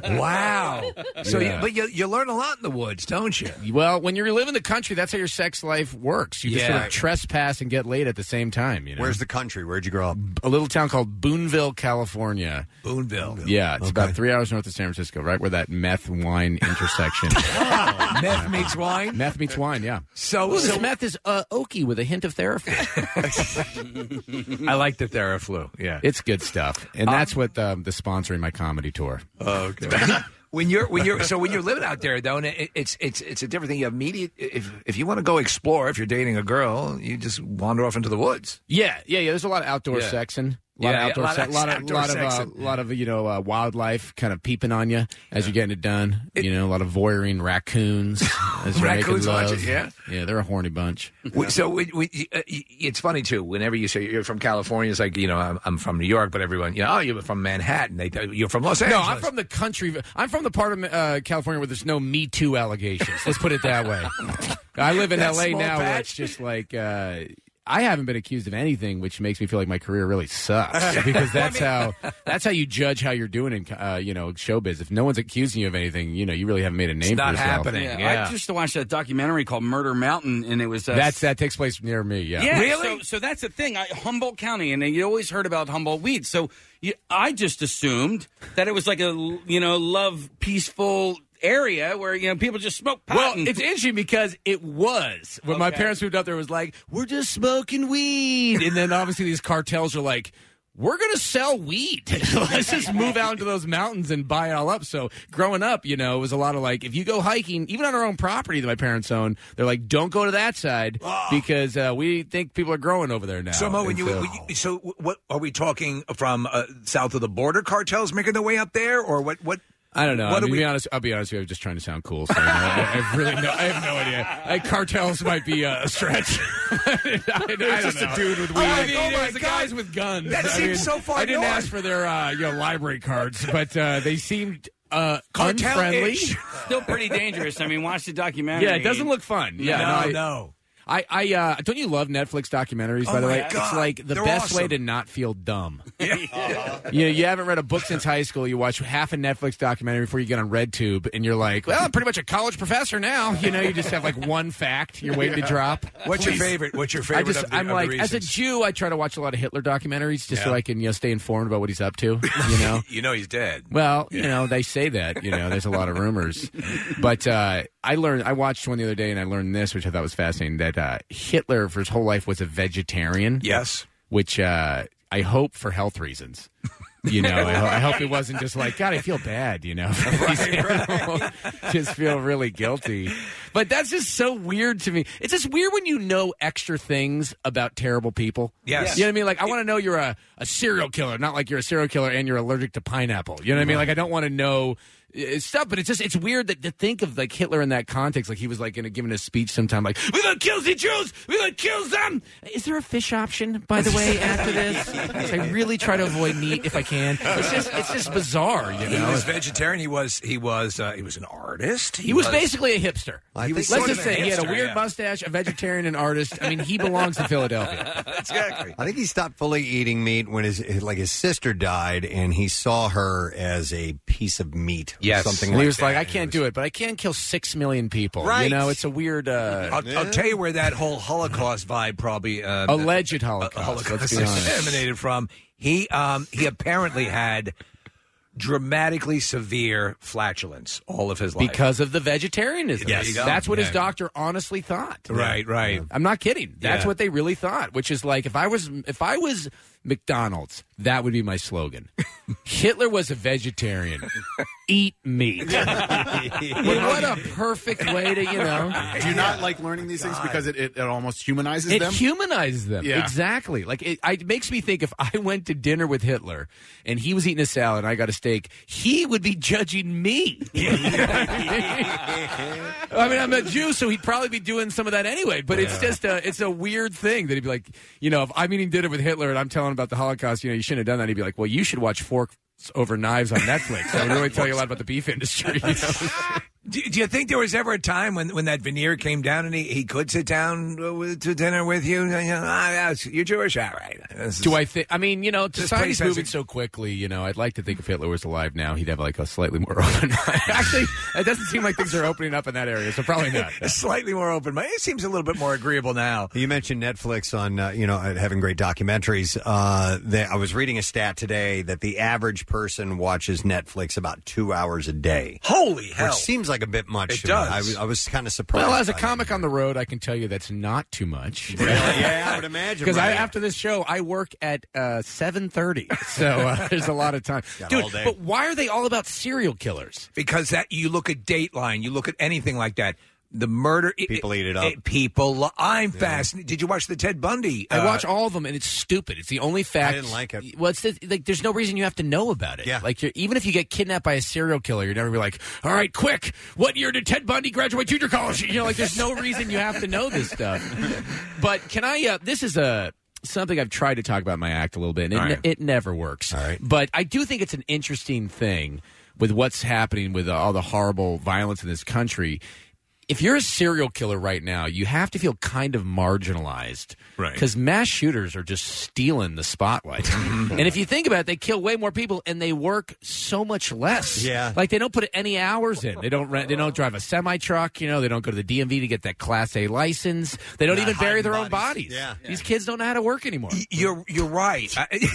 [SPEAKER 4] Wow. So, you,
[SPEAKER 9] Yeah.
[SPEAKER 4] but you, you learn a lot in the woods, don't you?
[SPEAKER 9] Well, when you live in the country, that's how your sex life works. You just
[SPEAKER 4] Yeah.
[SPEAKER 9] sort of trespass and get laid at the same time. You know,
[SPEAKER 2] Where's the country? Where'd you grow up?
[SPEAKER 9] a little town called Boonville, California.
[SPEAKER 4] Boonville.
[SPEAKER 9] Yeah, it's about three hours north of San Francisco, right where that meth wine intersection.
[SPEAKER 4] Meth meets wine.
[SPEAKER 9] meth meets wine. Yeah.
[SPEAKER 4] So,
[SPEAKER 9] Ooh,
[SPEAKER 4] so
[SPEAKER 9] this meth is uh, oaky with a hint of therapy.
[SPEAKER 4] I like the Theraflu. Yeah.
[SPEAKER 9] It's good stuff, and that's what um, the sponsoring my comedy tour.
[SPEAKER 4] Uh, Okay. when you're when you're so when you're living out there though, and it, it's it's it's a different thing. You have media. If if you want to go explore, if you're dating a girl, you just wander off into the woods.
[SPEAKER 9] Yeah, yeah, yeah. There's a lot of outdoor
[SPEAKER 4] Yeah.
[SPEAKER 9] sexing. lot
[SPEAKER 4] Yeah,
[SPEAKER 9] of outdoor,
[SPEAKER 4] a lot
[SPEAKER 9] sex,
[SPEAKER 4] of
[SPEAKER 9] lot of,
[SPEAKER 4] outdoor
[SPEAKER 9] lot of,
[SPEAKER 4] sex
[SPEAKER 9] uh,
[SPEAKER 4] and-
[SPEAKER 9] lot of you know uh, wildlife kind of peeping on you as you're getting it done. you know, a lot of voyeuring raccoons as you're making
[SPEAKER 4] Raccoons watch
[SPEAKER 9] love.
[SPEAKER 4] it, yeah.
[SPEAKER 9] yeah, they're a horny bunch.
[SPEAKER 4] We- so we, we, uh, y- it's funny too. Whenever you say you're from California, it's like you know I'm, I'm from New York, but everyone you know oh you're from Manhattan. They tell you, you're from Los Angeles.
[SPEAKER 9] No, I'm from the country. I'm from the part of uh, California where there's no Me Too allegations. Let's put it that way. I live in
[SPEAKER 4] That
[SPEAKER 9] L.A.
[SPEAKER 4] small
[SPEAKER 9] now, where
[SPEAKER 4] patch.
[SPEAKER 9] it's just like uh, I haven't been accused of anything, which makes me feel like my career really sucks because that's how that's how you judge how you're doing in uh, you know showbiz. If no one's accusing you of anything, you know you really haven't made a name. for yourself.
[SPEAKER 6] I just watched that documentary called Murder Mountain, and it was uh,
[SPEAKER 9] that's that takes place near me. Yeah,
[SPEAKER 6] So, so that's the thing. I, Humboldt County, and you always heard about Humboldt weed. So you, I just assumed that it was like a you know love peaceful area where you know people just smoke pot.
[SPEAKER 9] Well,
[SPEAKER 6] and-
[SPEAKER 9] it's interesting because it was when my
[SPEAKER 6] Okay.
[SPEAKER 9] parents moved up there. It was like we're just smoking weed, and then obviously these cartels are like. We're gonna sell weed. Let's just move out into those mountains and buy it all up. So growing up, you know, it was a lot of like, if you go hiking, even on our own property that my parents own, they're like, don't go to that side because uh, we think people are growing over there now.
[SPEAKER 4] So Mo, Ah. when
[SPEAKER 9] And
[SPEAKER 4] you,
[SPEAKER 9] so-
[SPEAKER 4] when you so what are we talking from uh, south of the border cartels making their way up there, or what? What
[SPEAKER 9] I don't know.
[SPEAKER 4] What
[SPEAKER 9] I mean,
[SPEAKER 4] do we-
[SPEAKER 9] to be honest, I'll be honest with you. I'm just trying to sound cool. So you know, I, I really no, I have no idea. I, cartels might be uh, a stretch. I, I don't
[SPEAKER 4] just a
[SPEAKER 9] know.
[SPEAKER 4] dude with
[SPEAKER 9] I
[SPEAKER 4] weed.
[SPEAKER 9] mean,
[SPEAKER 4] Oh, my
[SPEAKER 9] there was the guys with guns.
[SPEAKER 4] That
[SPEAKER 9] I
[SPEAKER 4] seems
[SPEAKER 9] mean,
[SPEAKER 4] so far
[SPEAKER 9] I didn't
[SPEAKER 4] north.
[SPEAKER 9] ask for their uh, you know, library cards, but uh, they seemed uh, unfriendly.
[SPEAKER 6] Cartel-ish. Still pretty dangerous. I mean, watch the documentary.
[SPEAKER 9] Yeah, it doesn't look fun. Yeah,
[SPEAKER 6] No,
[SPEAKER 9] I,
[SPEAKER 6] no.
[SPEAKER 9] I, I uh, don't you love Netflix documentaries?
[SPEAKER 6] Oh
[SPEAKER 9] by the
[SPEAKER 6] my
[SPEAKER 9] way, it's
[SPEAKER 6] God,
[SPEAKER 9] like the
[SPEAKER 6] they're
[SPEAKER 9] best way
[SPEAKER 6] awesome.
[SPEAKER 9] to not feel dumb. you know, you haven't read a book since high school. You watch half a Netflix documentary before you get on RedTube, and you're like, "Well, I'm pretty much a college professor now." You know, you just have like one fact you're waiting to drop.
[SPEAKER 4] What's your
[SPEAKER 9] Please.
[SPEAKER 4] favorite? What's your
[SPEAKER 9] I
[SPEAKER 4] favorite?
[SPEAKER 9] just,
[SPEAKER 4] of the,
[SPEAKER 9] I'm
[SPEAKER 4] of the
[SPEAKER 9] like, as a
[SPEAKER 4] reasons?
[SPEAKER 9] Jew, I try to watch a lot of Hitler documentaries just so
[SPEAKER 4] Yeah.
[SPEAKER 9] I can, you know, stay informed about what he's up to. You know,
[SPEAKER 4] you know he's dead.
[SPEAKER 9] well, you know, they say that. You know, there's a lot of rumors. But uh, I learned, I watched one the other day and I learned this, which I thought was fascinating that uh, Hitler for his whole life was a vegetarian.
[SPEAKER 4] Yes.
[SPEAKER 9] Which uh, I hope for health reasons. You know, I, ho- I hope it wasn't just like, God, I feel bad, you know. just feel really guilty. But that's just so weird to me. It's just weird when you know extra things about terrible people.
[SPEAKER 4] Yes.
[SPEAKER 9] You know what I mean? Like, I want to know you're a, a serial killer, not like you're a serial killer and you're allergic to pineapple. You know what I mean? Like, I don't want to know uh, stuff, but it's just, it's weird that to think of like Hitler in that context. Like, he was like in a, giving a speech sometime, like, we gonna kill the Jews! We gonna kill them! Is there a fish option, by the way, after this? 'Cause I really try to avoid meat if I can. It's just, it's just bizarre, you
[SPEAKER 4] He
[SPEAKER 9] know?
[SPEAKER 4] was vegetarian. He was he was uh, he was an artist.
[SPEAKER 9] He was basically a hipster.
[SPEAKER 4] I
[SPEAKER 9] He was-
[SPEAKER 4] think
[SPEAKER 9] let's just
[SPEAKER 4] so.
[SPEAKER 9] say he had a
[SPEAKER 4] Hipster,
[SPEAKER 9] weird
[SPEAKER 4] yeah.
[SPEAKER 9] mustache, a vegetarian, and artist. I mean, he belongs in Philadelphia.
[SPEAKER 4] exactly.
[SPEAKER 2] I think he stopped fully eating meat when his his- like his sister died, and he saw her as a piece of meat.
[SPEAKER 9] Yes.
[SPEAKER 2] or something.
[SPEAKER 9] And he
[SPEAKER 2] like
[SPEAKER 9] was
[SPEAKER 2] that.
[SPEAKER 9] like, I can't do it, but I can kill six million people. You
[SPEAKER 4] Right.
[SPEAKER 9] know, it's a weird. Uh,
[SPEAKER 4] I'll, I'll tell you where that whole Holocaust vibe probably uh,
[SPEAKER 9] Alleged Holocaust.
[SPEAKER 4] Holocaust
[SPEAKER 9] let's be honest.
[SPEAKER 4] emanated from. He um, he apparently had dramatically severe flatulence all of his life
[SPEAKER 9] because of the vegetarianism.
[SPEAKER 4] Yes. There you go.
[SPEAKER 9] that's what his
[SPEAKER 4] Yeah.
[SPEAKER 9] doctor honestly thought.
[SPEAKER 4] Right, right.
[SPEAKER 9] I'm not kidding. That's
[SPEAKER 4] Yeah.
[SPEAKER 9] what they really thought. Which is like, if I was if I was McDonald's, that would be my slogan. Hitler was a vegetarian. Eat meat. what a perfect way to you know.
[SPEAKER 5] Do you not like learning these things because it, it, it almost humanizes
[SPEAKER 9] It
[SPEAKER 5] them?
[SPEAKER 9] humanizes them.
[SPEAKER 5] Yeah.
[SPEAKER 9] Exactly. Like it, I- it makes me think if I went to dinner with Hitler and he was eating a salad and I got a steak, he would be judging me. I mean, I'm a Jew, so he'd probably be doing some of that anyway. But it's
[SPEAKER 16] Yeah.
[SPEAKER 9] just a it's a weird thing that he'd be like, you know, if I'm eating dinner with Hitler and I'm telling him about the Holocaust, you know, you shouldn't have done that. He'd be like, well, you should watch Forks over Knives on Netflix. I would really tell you a lot about the beef industry. you know?
[SPEAKER 4] Do, do you think there was ever a time when, when that veneer came down and he, he could sit down uh, with- to dinner with you? You know, ah, that's- you're Jewish, all right. This
[SPEAKER 9] Do I think? I mean, you know,
[SPEAKER 4] This place
[SPEAKER 9] society's
[SPEAKER 4] has
[SPEAKER 9] moving
[SPEAKER 4] a-
[SPEAKER 9] so quickly. You know, I'd like to think if Hitler was alive now, he'd have like a slightly more open mind. Actually, it doesn't seem like things are opening up in that area, so probably not.
[SPEAKER 4] Slightly more open. mind. It seems a little bit more agreeable now.
[SPEAKER 2] You mentioned Netflix on uh, you know having great documentaries. Uh, they, I was reading a stat today that the average person watches Netflix about two hours a day.
[SPEAKER 4] Holy
[SPEAKER 2] Which seems like a bit much.
[SPEAKER 9] It
[SPEAKER 2] to me.
[SPEAKER 9] does.
[SPEAKER 2] I was, I was kind of surprised.
[SPEAKER 9] Well, as a
[SPEAKER 2] by
[SPEAKER 9] comic on the road, I can tell you that's not too much.
[SPEAKER 2] Yeah, I would imagine.
[SPEAKER 9] Because
[SPEAKER 2] right?
[SPEAKER 9] after this show, I work at uh, seven thirty, so uh, there's a lot of time.
[SPEAKER 4] Got
[SPEAKER 9] Dude,
[SPEAKER 4] all day.
[SPEAKER 9] but why are they all about serial killers?
[SPEAKER 4] Because that you look at Dateline, you look at anything like that. the murder. People
[SPEAKER 2] eat it
[SPEAKER 9] up.
[SPEAKER 4] people, lo- I'm fascinated. Did you watch the Ted Bundy?
[SPEAKER 9] I
[SPEAKER 4] uh,
[SPEAKER 9] watch all of them, and it's stupid. It's the only fact.
[SPEAKER 4] didn't like
[SPEAKER 9] it. Well, it's the, like there's no reason you have to know about it. Yeah. Like you're, even if you get kidnapped by a serial killer, you're never be like, all right, quick, what year did Ted Bundy graduate junior college? You know, like there's no reason you have to know this stuff. But can I? Uh, this is a. Something I've tried to talk about in my act a little bit, and it,
[SPEAKER 4] All right.
[SPEAKER 9] it never works. All right. But I do think it's an interesting thing with what's happening with uh, all the horrible violence in this country. If you're a serial killer right now, you have to feel kind of marginalized
[SPEAKER 16] Right.
[SPEAKER 9] because mass shooters are just stealing the spotlight. and if you think about it, they kill way more people and they work so much less.
[SPEAKER 16] Yeah.
[SPEAKER 9] Like they don't put any hours in. They don't rent, they don't drive a semi truck, you know, they don't go to the DMV to get that class A license. They don't
[SPEAKER 4] Not
[SPEAKER 9] even bury
[SPEAKER 4] hiding
[SPEAKER 9] their own
[SPEAKER 4] bodies.
[SPEAKER 9] bodies.
[SPEAKER 4] Yeah.
[SPEAKER 9] These kids don't know how to work anymore.
[SPEAKER 4] You're you're right.
[SPEAKER 9] you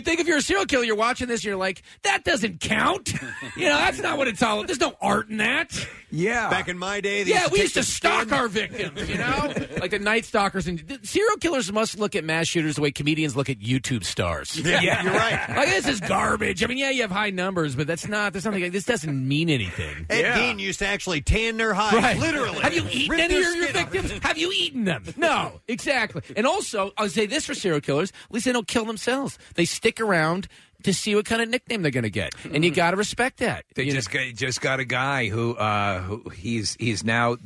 [SPEAKER 9] think if you're a serial killer, you're watching this, you're like, that doesn't count. You know, that's not what it's all. There's no art in that.
[SPEAKER 4] Yeah.
[SPEAKER 2] Back in my day, they
[SPEAKER 9] yeah,
[SPEAKER 2] used to
[SPEAKER 9] we
[SPEAKER 2] take
[SPEAKER 9] used to
[SPEAKER 2] the
[SPEAKER 9] stalk
[SPEAKER 2] skin.
[SPEAKER 9] our victims. You know, like the Night Stalkers and th- serial killers must look at mass shooters the way comedians look at YouTube stars.
[SPEAKER 16] Yeah, you're right.
[SPEAKER 9] Like this is garbage. I mean, yeah, you have high numbers, but that's not. That's something like this doesn't mean anything.
[SPEAKER 2] Ed Gein used to actually tan their hides,
[SPEAKER 9] Right.
[SPEAKER 2] literally.
[SPEAKER 9] Have you eaten
[SPEAKER 2] Rip
[SPEAKER 9] any
[SPEAKER 2] their
[SPEAKER 9] of your victims? Have you eaten them? No, exactly. And also, I'll say this for serial killers: at least they don't kill themselves. They stick around to see what kind of nickname they're going to get, and
[SPEAKER 4] Hmm.
[SPEAKER 9] you got to respect that.
[SPEAKER 4] They
[SPEAKER 9] you know?
[SPEAKER 4] just got, just got a guy who uh who he's he's now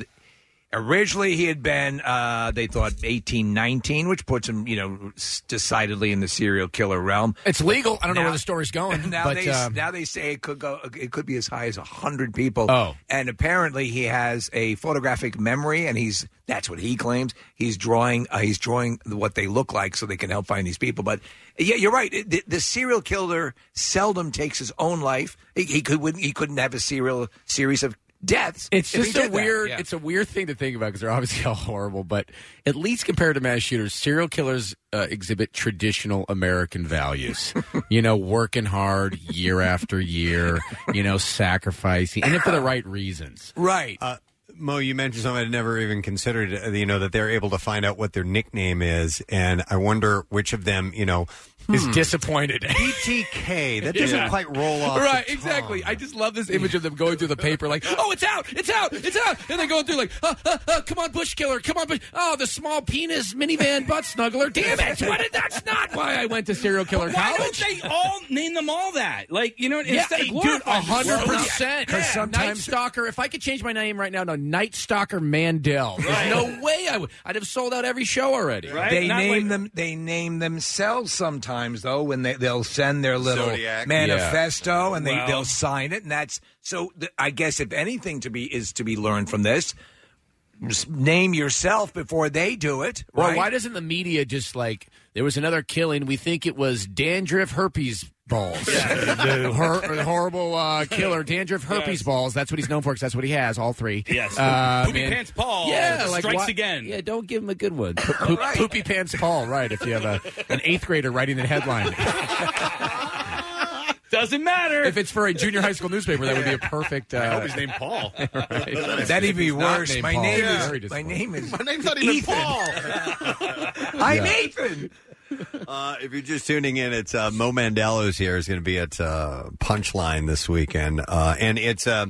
[SPEAKER 4] originally he had been uh they thought 18 19 which puts him you know s- decidedly in the serial killer realm.
[SPEAKER 9] It's legal. I don't know
[SPEAKER 4] Now-
[SPEAKER 9] where the story's going.
[SPEAKER 4] now
[SPEAKER 9] but,
[SPEAKER 4] they
[SPEAKER 9] um,
[SPEAKER 4] now they say it could go it could be as high as 100 people.
[SPEAKER 9] Oh.
[SPEAKER 4] And apparently he has a photographic memory and he's that's what he claims. He's drawing uh, he's drawing what they look like so they can help find these people. But yeah, you're right. The, the serial killer seldom takes his own life. He, he could wouldn't he couldn't have a serial series of deaths.
[SPEAKER 9] It's
[SPEAKER 4] if he
[SPEAKER 9] just a
[SPEAKER 4] did that.
[SPEAKER 9] weird.
[SPEAKER 4] Yeah.
[SPEAKER 9] It's a weird thing to think about because they're obviously all horrible. But at least compared to mass shooters, serial killers uh, exhibit traditional American values. you know, working hard year after year. You know, sacrificing and for the right reasons.
[SPEAKER 4] Right.
[SPEAKER 2] Uh, Mo, you mentioned something I'd never even considered, uh, you know, that they're able to find out what their nickname is. And I wonder which of them, you know, Hmm.
[SPEAKER 9] Is disappointed.
[SPEAKER 2] BTK. That doesn't quite roll off. the
[SPEAKER 9] Right, exactly. I just love this image of them going through the paper like, oh, it's out, it's out, it's out. And they're going through like, uh, uh, uh, come on, Bush killer, come on, Bush. Oh, the small penis minivan butt snuggler. Damn it. What did, that's not why I went to serial killer
[SPEAKER 6] Why
[SPEAKER 9] college.
[SPEAKER 6] don't they all name them all that? Like you know,
[SPEAKER 9] Yeah,
[SPEAKER 6] instead of
[SPEAKER 9] dude, oh,
[SPEAKER 6] glorifying
[SPEAKER 9] hundred
[SPEAKER 6] themselves.
[SPEAKER 9] percent.
[SPEAKER 6] Yeah.
[SPEAKER 9] Night Stalker. If I could change my name right now, no, Night Stalker Mandel. There's no way I would. I'd have sold out every show already.
[SPEAKER 4] They name them. They name themselves sometimes though when they they'll send their little
[SPEAKER 9] Zodiac.
[SPEAKER 4] manifesto and they
[SPEAKER 9] Well-
[SPEAKER 4] they'll sign it and that's so. Th- I guess if anything to be is to be learned from this, s- name yourself before they do it.
[SPEAKER 9] Well,
[SPEAKER 4] right?
[SPEAKER 9] why doesn't the media just like there was another killing? We think it was dandruff herpes balls. The hor- or the horrible uh, killer dandruff herpes
[SPEAKER 6] Yes.
[SPEAKER 9] balls. That's what he's known for because that's what he has. All three.
[SPEAKER 6] Yes.
[SPEAKER 9] Uh,
[SPEAKER 6] Poopy
[SPEAKER 9] man.
[SPEAKER 6] Pants Paul uh,
[SPEAKER 9] Yeah. Like
[SPEAKER 6] strikes
[SPEAKER 9] why-
[SPEAKER 6] again.
[SPEAKER 9] Yeah. Don't give him a good one. Po- poop- Poopy pants Paul. Right. If you have a, an eighth grader writing the headline.
[SPEAKER 6] Doesn't matter.
[SPEAKER 9] If it's for a junior high school newspaper, that would be a perfect. Uh,
[SPEAKER 6] I hope he's named Paul.
[SPEAKER 9] right.
[SPEAKER 4] That'd even be
[SPEAKER 9] He's not
[SPEAKER 4] worse.
[SPEAKER 9] named
[SPEAKER 4] My
[SPEAKER 9] Paul.
[SPEAKER 4] name
[SPEAKER 9] That'd be
[SPEAKER 4] is-
[SPEAKER 9] very
[SPEAKER 4] my
[SPEAKER 9] disappointing.
[SPEAKER 4] name is
[SPEAKER 5] My name's not even
[SPEAKER 4] Ethan.
[SPEAKER 5] Paul.
[SPEAKER 4] I'm Ethan.
[SPEAKER 2] Uh, if you're just tuning in, it's uh, Mo Mandalo's here is going to be at uh, Punchline this weekend, uh, and it's uh,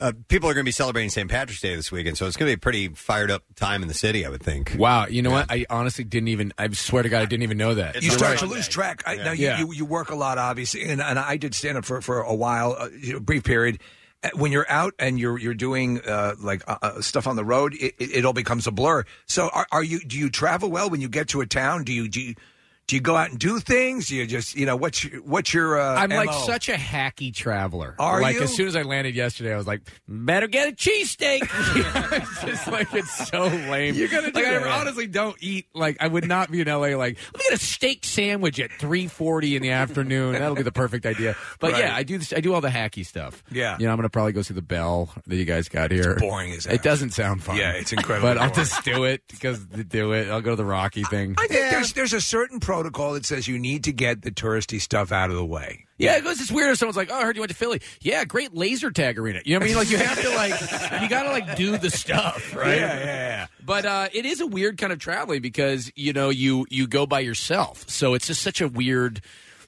[SPEAKER 2] uh, people are going to be celebrating St. Patrick's Day this weekend, so it's going to be a pretty fired up time in the city, I would think.
[SPEAKER 9] Wow, you know what? I honestly didn't even. I swear to God, I didn't even know that.
[SPEAKER 4] you start to lose track. I, Now you,
[SPEAKER 9] Yeah.
[SPEAKER 4] you you work a lot, obviously, and, and I did stand up for, for a while, a you know, brief period. Uh, When you're out and you're you're doing uh, like uh, uh, stuff on the road, it, it, it all becomes a blur. So are, are you? Do you travel well when you get to a town? Do you do you, do you go out and do things? Do you just you know what's your, what's your? Uh,
[SPEAKER 9] I'm like
[SPEAKER 4] MO?
[SPEAKER 9] such a hacky traveler.
[SPEAKER 4] Are
[SPEAKER 9] like
[SPEAKER 4] you?
[SPEAKER 9] as soon as I landed yesterday, I was like, better get a cheesesteak. it's just like it's so lame.
[SPEAKER 16] You're gonna do
[SPEAKER 9] like
[SPEAKER 16] that.
[SPEAKER 9] I honestly don't eat like I would not be in LA like, let me get a steak sandwich at three forty in the afternoon. That'll be the perfect idea. But
[SPEAKER 16] Right.
[SPEAKER 9] yeah, I do this I do all the hacky stuff.
[SPEAKER 16] Yeah.
[SPEAKER 9] You know, I'm gonna probably go see the bell that you guys got here.
[SPEAKER 4] boring as hell.
[SPEAKER 9] It doesn't sound fun.
[SPEAKER 4] Yeah, it's incredibly
[SPEAKER 9] But I'll
[SPEAKER 4] boring.
[SPEAKER 9] just do it because to do it. I'll go to the Rocky thing.
[SPEAKER 4] I think there's there's a certain protocol that says you need to get the touristy stuff out of the way.
[SPEAKER 9] Yeah, it was just weird if someone's like, "Oh, I heard you went to Philly." Yeah, great laser tag arena. You know what I mean? Like you have to like you got to like do the stuff, right?
[SPEAKER 16] Yeah, yeah,
[SPEAKER 9] But uh, it is a weird kind of traveling because you know you you go by yourself, so it's just such a weird.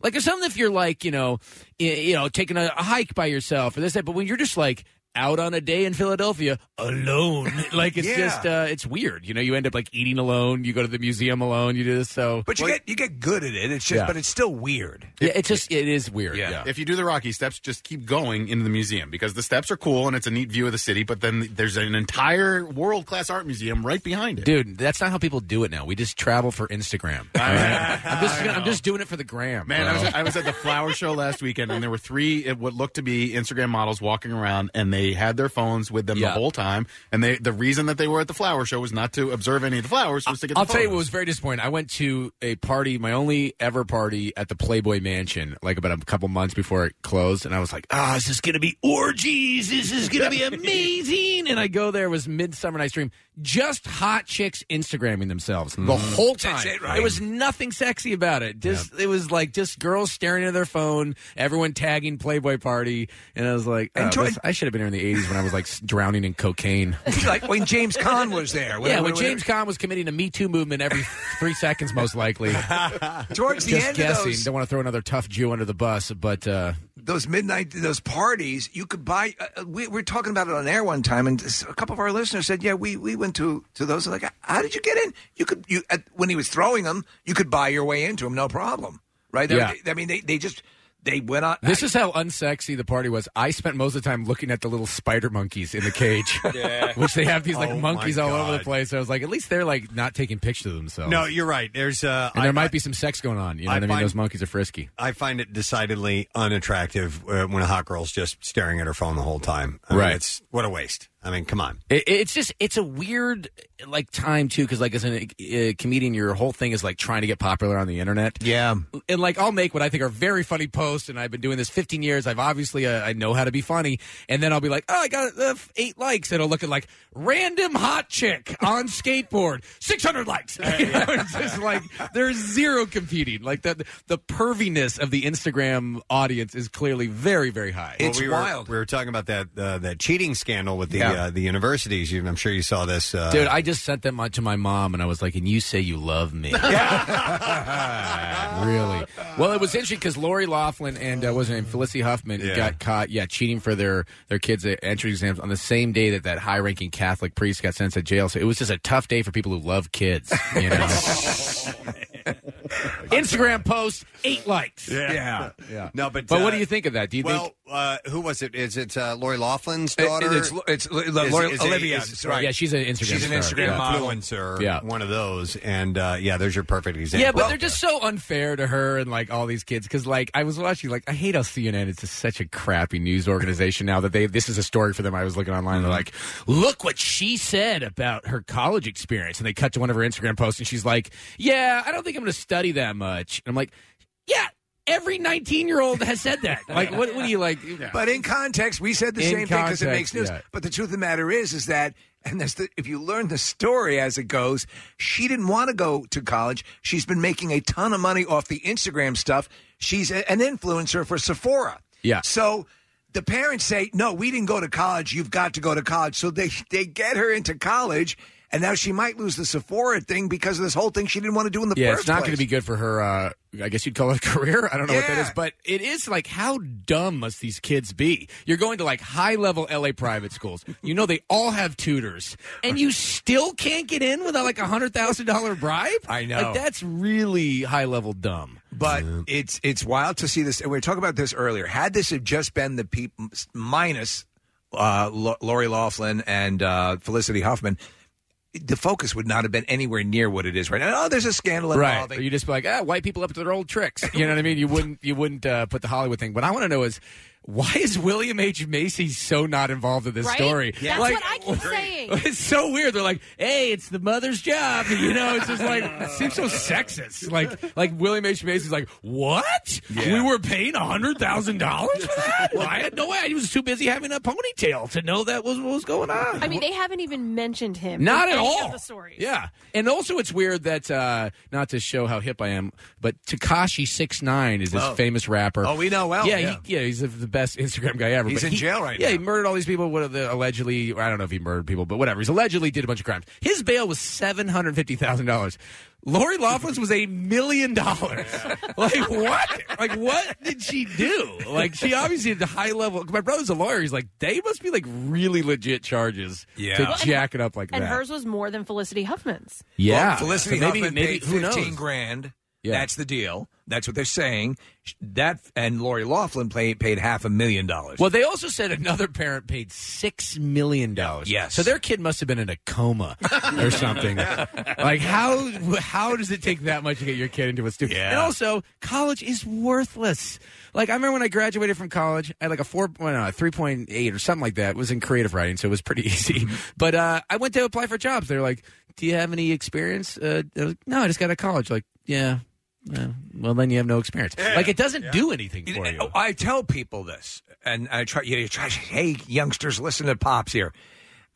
[SPEAKER 9] Like, it's something if you're like you know, y- you know, taking a, a hike by yourself or this that, but when you're just like out on a day in Philadelphia alone. Like it's
[SPEAKER 4] Yeah.
[SPEAKER 9] just uh, it's weird. You know, you end up like eating alone. You go to the museum alone. You do this. So,
[SPEAKER 4] But you get you get good at it. It's just,
[SPEAKER 9] Yeah.
[SPEAKER 4] but it's still weird.
[SPEAKER 9] yeah, it's just it is weird.
[SPEAKER 5] Yeah. If you do the Rocky steps, just keep going into the museum because the steps are cool and it's a neat view of the city, but then there's an entire world class art museum right behind it.
[SPEAKER 9] Dude, that's not how people do it now. We just travel for Instagram. I'm just gonna, I'm just doing it for the gram.
[SPEAKER 5] Man, I was,
[SPEAKER 9] bro.
[SPEAKER 5] I was at the flower show last weekend, and there were three it, what looked to be Instagram models walking around, and they had their phones with them
[SPEAKER 9] Yeah.
[SPEAKER 5] the whole time. And they the reason that they were at the flower show was not to observe any of the flowers, was to get.
[SPEAKER 9] I'll
[SPEAKER 5] the
[SPEAKER 9] tell you
[SPEAKER 5] photos.
[SPEAKER 9] what was very disappointing. I went to a party, my only ever party at the Playboy Mansion, like about a couple months before it closed, and I was like, ah, this is gonna be orgies. This is gonna be amazing. And I go there it was Midsummer Night's Dream, just hot chicks Instagramming themselves the whole time.
[SPEAKER 4] Mm-hmm. That's it, right?
[SPEAKER 9] was nothing sexy about it. Just it was like just girls staring at their phone, everyone tagging Playboy Party, and I was like, oh,
[SPEAKER 4] And Troy-
[SPEAKER 9] this- I should have been here in the '80s when I was like s- drowning in cocaine.
[SPEAKER 4] like when James Caan was there.
[SPEAKER 9] yeah, when James Conn was committing a Me Too movement every three seconds, most likely.
[SPEAKER 4] Towards the
[SPEAKER 9] Just
[SPEAKER 4] end of
[SPEAKER 9] guessing.
[SPEAKER 4] those-
[SPEAKER 9] Don't want to throw another tough Jew under the bus, but uh,
[SPEAKER 4] those midnight those parties you could buy uh, we we were talking about it on air one time and s- a couple of our listeners said yeah we we went to to those like how did you get in you could you at, when he was throwing them you could buy your way into them no problem right They-
[SPEAKER 9] Yeah.
[SPEAKER 4] i mean they, they just they went on
[SPEAKER 9] this is how unsexy the party was. I spent most of the time looking at the little spider monkeys in the cage,
[SPEAKER 4] Yeah.
[SPEAKER 9] which they have these like
[SPEAKER 4] Oh, my
[SPEAKER 9] monkeys all over the
[SPEAKER 4] God.
[SPEAKER 9] place. I was like, at least they're like not taking pictures of themselves.
[SPEAKER 2] No, you're right. There's uh,
[SPEAKER 9] and
[SPEAKER 2] I-
[SPEAKER 9] there might be some sex going on. You know
[SPEAKER 2] I
[SPEAKER 9] what I mean?
[SPEAKER 2] find-
[SPEAKER 9] Those monkeys are frisky.
[SPEAKER 2] I find it decidedly unattractive uh, when a hot girl's just staring at her phone the whole time. I
[SPEAKER 9] Right.
[SPEAKER 2] Mean, it's what a waste. I mean, come on.
[SPEAKER 9] It, it's just it's a weird like time too because like as a uh, comedian, your whole thing is like trying to get popular on the internet.
[SPEAKER 4] Yeah,
[SPEAKER 9] and like I'll make what I think are very funny posts, and I've been doing this 15 years. I've obviously uh, I know how to be funny, and then I'll be like, oh, I got uh, f- eight likes, and I'll look at like random hot chick on skateboard, 600 likes. You know, it's just like there's zero competing. Like the the perviness of the Instagram audience is clearly very very high.
[SPEAKER 2] Well, we were, We were talking about that uh, that cheating scandal with the
[SPEAKER 9] Yeah.
[SPEAKER 2] uh, the universities. You- I'm sure you saw this, uh,
[SPEAKER 9] Dude, I just sent them to my mom, and I was like, "And you say you love me?" really? Well, it was interesting because Lori Laughlin and uh, was her name Felicity Huffman
[SPEAKER 2] Yeah.
[SPEAKER 9] got caught, yeah, cheating for their their kids' uh, entry exams on the same day that that high ranking Catholic priest got sent to jail. So it was just a tough day for people who love kids. You know, Instagram post eight likes.
[SPEAKER 2] Yeah.
[SPEAKER 9] yeah.
[SPEAKER 2] No, but
[SPEAKER 9] but
[SPEAKER 2] uh,
[SPEAKER 9] what do you think of that? Do you
[SPEAKER 2] well,
[SPEAKER 9] think?
[SPEAKER 2] uh, who was it? Is it uh, Lori Laughlin's
[SPEAKER 9] It- it-
[SPEAKER 2] daughter?
[SPEAKER 9] it's- it's Lo- Lo- Lori- Olivia, sorry. Yeah, she's an Instagram
[SPEAKER 2] She's an
[SPEAKER 9] star,
[SPEAKER 2] Instagram
[SPEAKER 9] yeah.
[SPEAKER 2] influencer.
[SPEAKER 9] Yeah.
[SPEAKER 2] one of those. And uh, yeah, there's your perfect example.
[SPEAKER 9] Yeah, but they're just so unfair to her and like all these kids because like I was watching like I hate how CNN is just such a crappy news organization now that they this is a story for them. I was looking online they're like, look what she said about her college experience, and they cut to one of her Instagram posts and she's like, yeah, I don't think I'm going to study that much, and I'm like, yeah. Every 19 year old has said that. Like, what, what do you like?
[SPEAKER 4] But in context, we said the
[SPEAKER 9] In
[SPEAKER 4] same thing because it makes
[SPEAKER 9] context,
[SPEAKER 4] news.
[SPEAKER 9] yeah.
[SPEAKER 4] But the truth of the matter is, is that, and that's the, if you learn the story as it goes, she didn't want to go to college. She's been making a ton of money off the Instagram stuff. She's a, an influencer for Sephora.
[SPEAKER 9] Yeah.
[SPEAKER 4] So the parents say, no, we didn't go to college. You've got to go to college. So they, they get her into college. And now she might lose the Sephora thing because of this whole thing she didn't want to do in the
[SPEAKER 9] yeah,
[SPEAKER 4] first
[SPEAKER 9] it's not
[SPEAKER 4] place.
[SPEAKER 9] going to be good for her. Uh, I guess you'd call it a career. I don't know what that
[SPEAKER 4] Yeah.
[SPEAKER 9] is, but it is like how dumb must these kids be? You're going to like high level LA private schools. You know they all have tutors, and you still can't get in without like a hundred thousand dollar bribe.
[SPEAKER 4] I know.
[SPEAKER 9] like, that's really high level dumb.
[SPEAKER 4] But it's it's wild to see this. And we were talking about this earlier. Had this have just been the people minus uh, Lo- Lori Laughlin and uh, Felicity Huffman, the focus would not have been anywhere near what it is right now. Oh, there's a scandal
[SPEAKER 9] Right.
[SPEAKER 4] involving.
[SPEAKER 9] Or you just be like, ah, white people up to their old tricks. You know what I mean? You wouldn't you wouldn't uh, put the Hollywood thing. What I want to know is why is William H. Macy so not involved in this
[SPEAKER 8] Right?
[SPEAKER 9] story?
[SPEAKER 8] That's
[SPEAKER 9] Like,
[SPEAKER 8] what I keep saying.
[SPEAKER 9] It's so weird. They're like, hey, it's the mother's job. You know, it's just like it seems so sexist. Like like William H. Macy's like, What?
[SPEAKER 8] Yeah.
[SPEAKER 9] We were paying hundred thousand dollars for that? Well, I had no way. I was too busy having a ponytail to know that was what was going on.
[SPEAKER 3] I mean, they haven't even mentioned him.
[SPEAKER 9] Not
[SPEAKER 3] in
[SPEAKER 9] at
[SPEAKER 3] any
[SPEAKER 9] all.
[SPEAKER 3] Of the stories.
[SPEAKER 9] Yeah, and also it's weird that uh, not to show how hip I am, but Takashi Six Nine is this
[SPEAKER 4] Oh.
[SPEAKER 9] famous rapper.
[SPEAKER 4] Oh, we know well,
[SPEAKER 9] Yeah,
[SPEAKER 4] yeah.
[SPEAKER 9] He, yeah, he's the- the best Instagram guy ever.
[SPEAKER 4] He's
[SPEAKER 9] but
[SPEAKER 4] in
[SPEAKER 9] he-
[SPEAKER 4] jail right
[SPEAKER 9] Yeah, he murdered all these people. What are the allegedly? I don't know if he murdered people, but whatever. He's allegedly did a bunch of crimes. His bail was seven hundred fifty thousand dollars. Lori Loughlin's was a million dollars. Like what? Like what did she do? Like she obviously had a high level. My brother's a lawyer. He's like they must be like really legit charges
[SPEAKER 4] Yeah.
[SPEAKER 9] to
[SPEAKER 4] Well, and-
[SPEAKER 9] jack it up like
[SPEAKER 3] and
[SPEAKER 9] that.
[SPEAKER 3] hers was more than Felicity Huffman's.
[SPEAKER 9] yeah,
[SPEAKER 4] Well, Felicity
[SPEAKER 9] So maybe-
[SPEAKER 4] Huffman
[SPEAKER 9] maybe-
[SPEAKER 4] paid
[SPEAKER 9] who knows?
[SPEAKER 4] fifteen grand.
[SPEAKER 9] Yeah.
[SPEAKER 4] That's the deal. That's what they're saying. Sh- That and Lori Laughlin paid paid half a million dollars.
[SPEAKER 9] Well, they also said another parent paid six million dollars.
[SPEAKER 4] Yes.
[SPEAKER 9] So their kid must have been in a coma or something. like how how does it take that much to get your kid into a stupid? And also, college is worthless. Like I remember when I graduated from college, I had like a four, well, no, a three point eight or something like that. It was in creative writing, so it was pretty easy. but uh, I went to apply for jobs. They're like, "Do you have any experience?" Uh, I was like, no, I just got out of college. Like, yeah. Well, well, then you have no experience. Like it doesn't do anything for you.
[SPEAKER 4] Oh, I tell people this, and I try. You know, you try. to- Hey, youngsters, listen to pops here.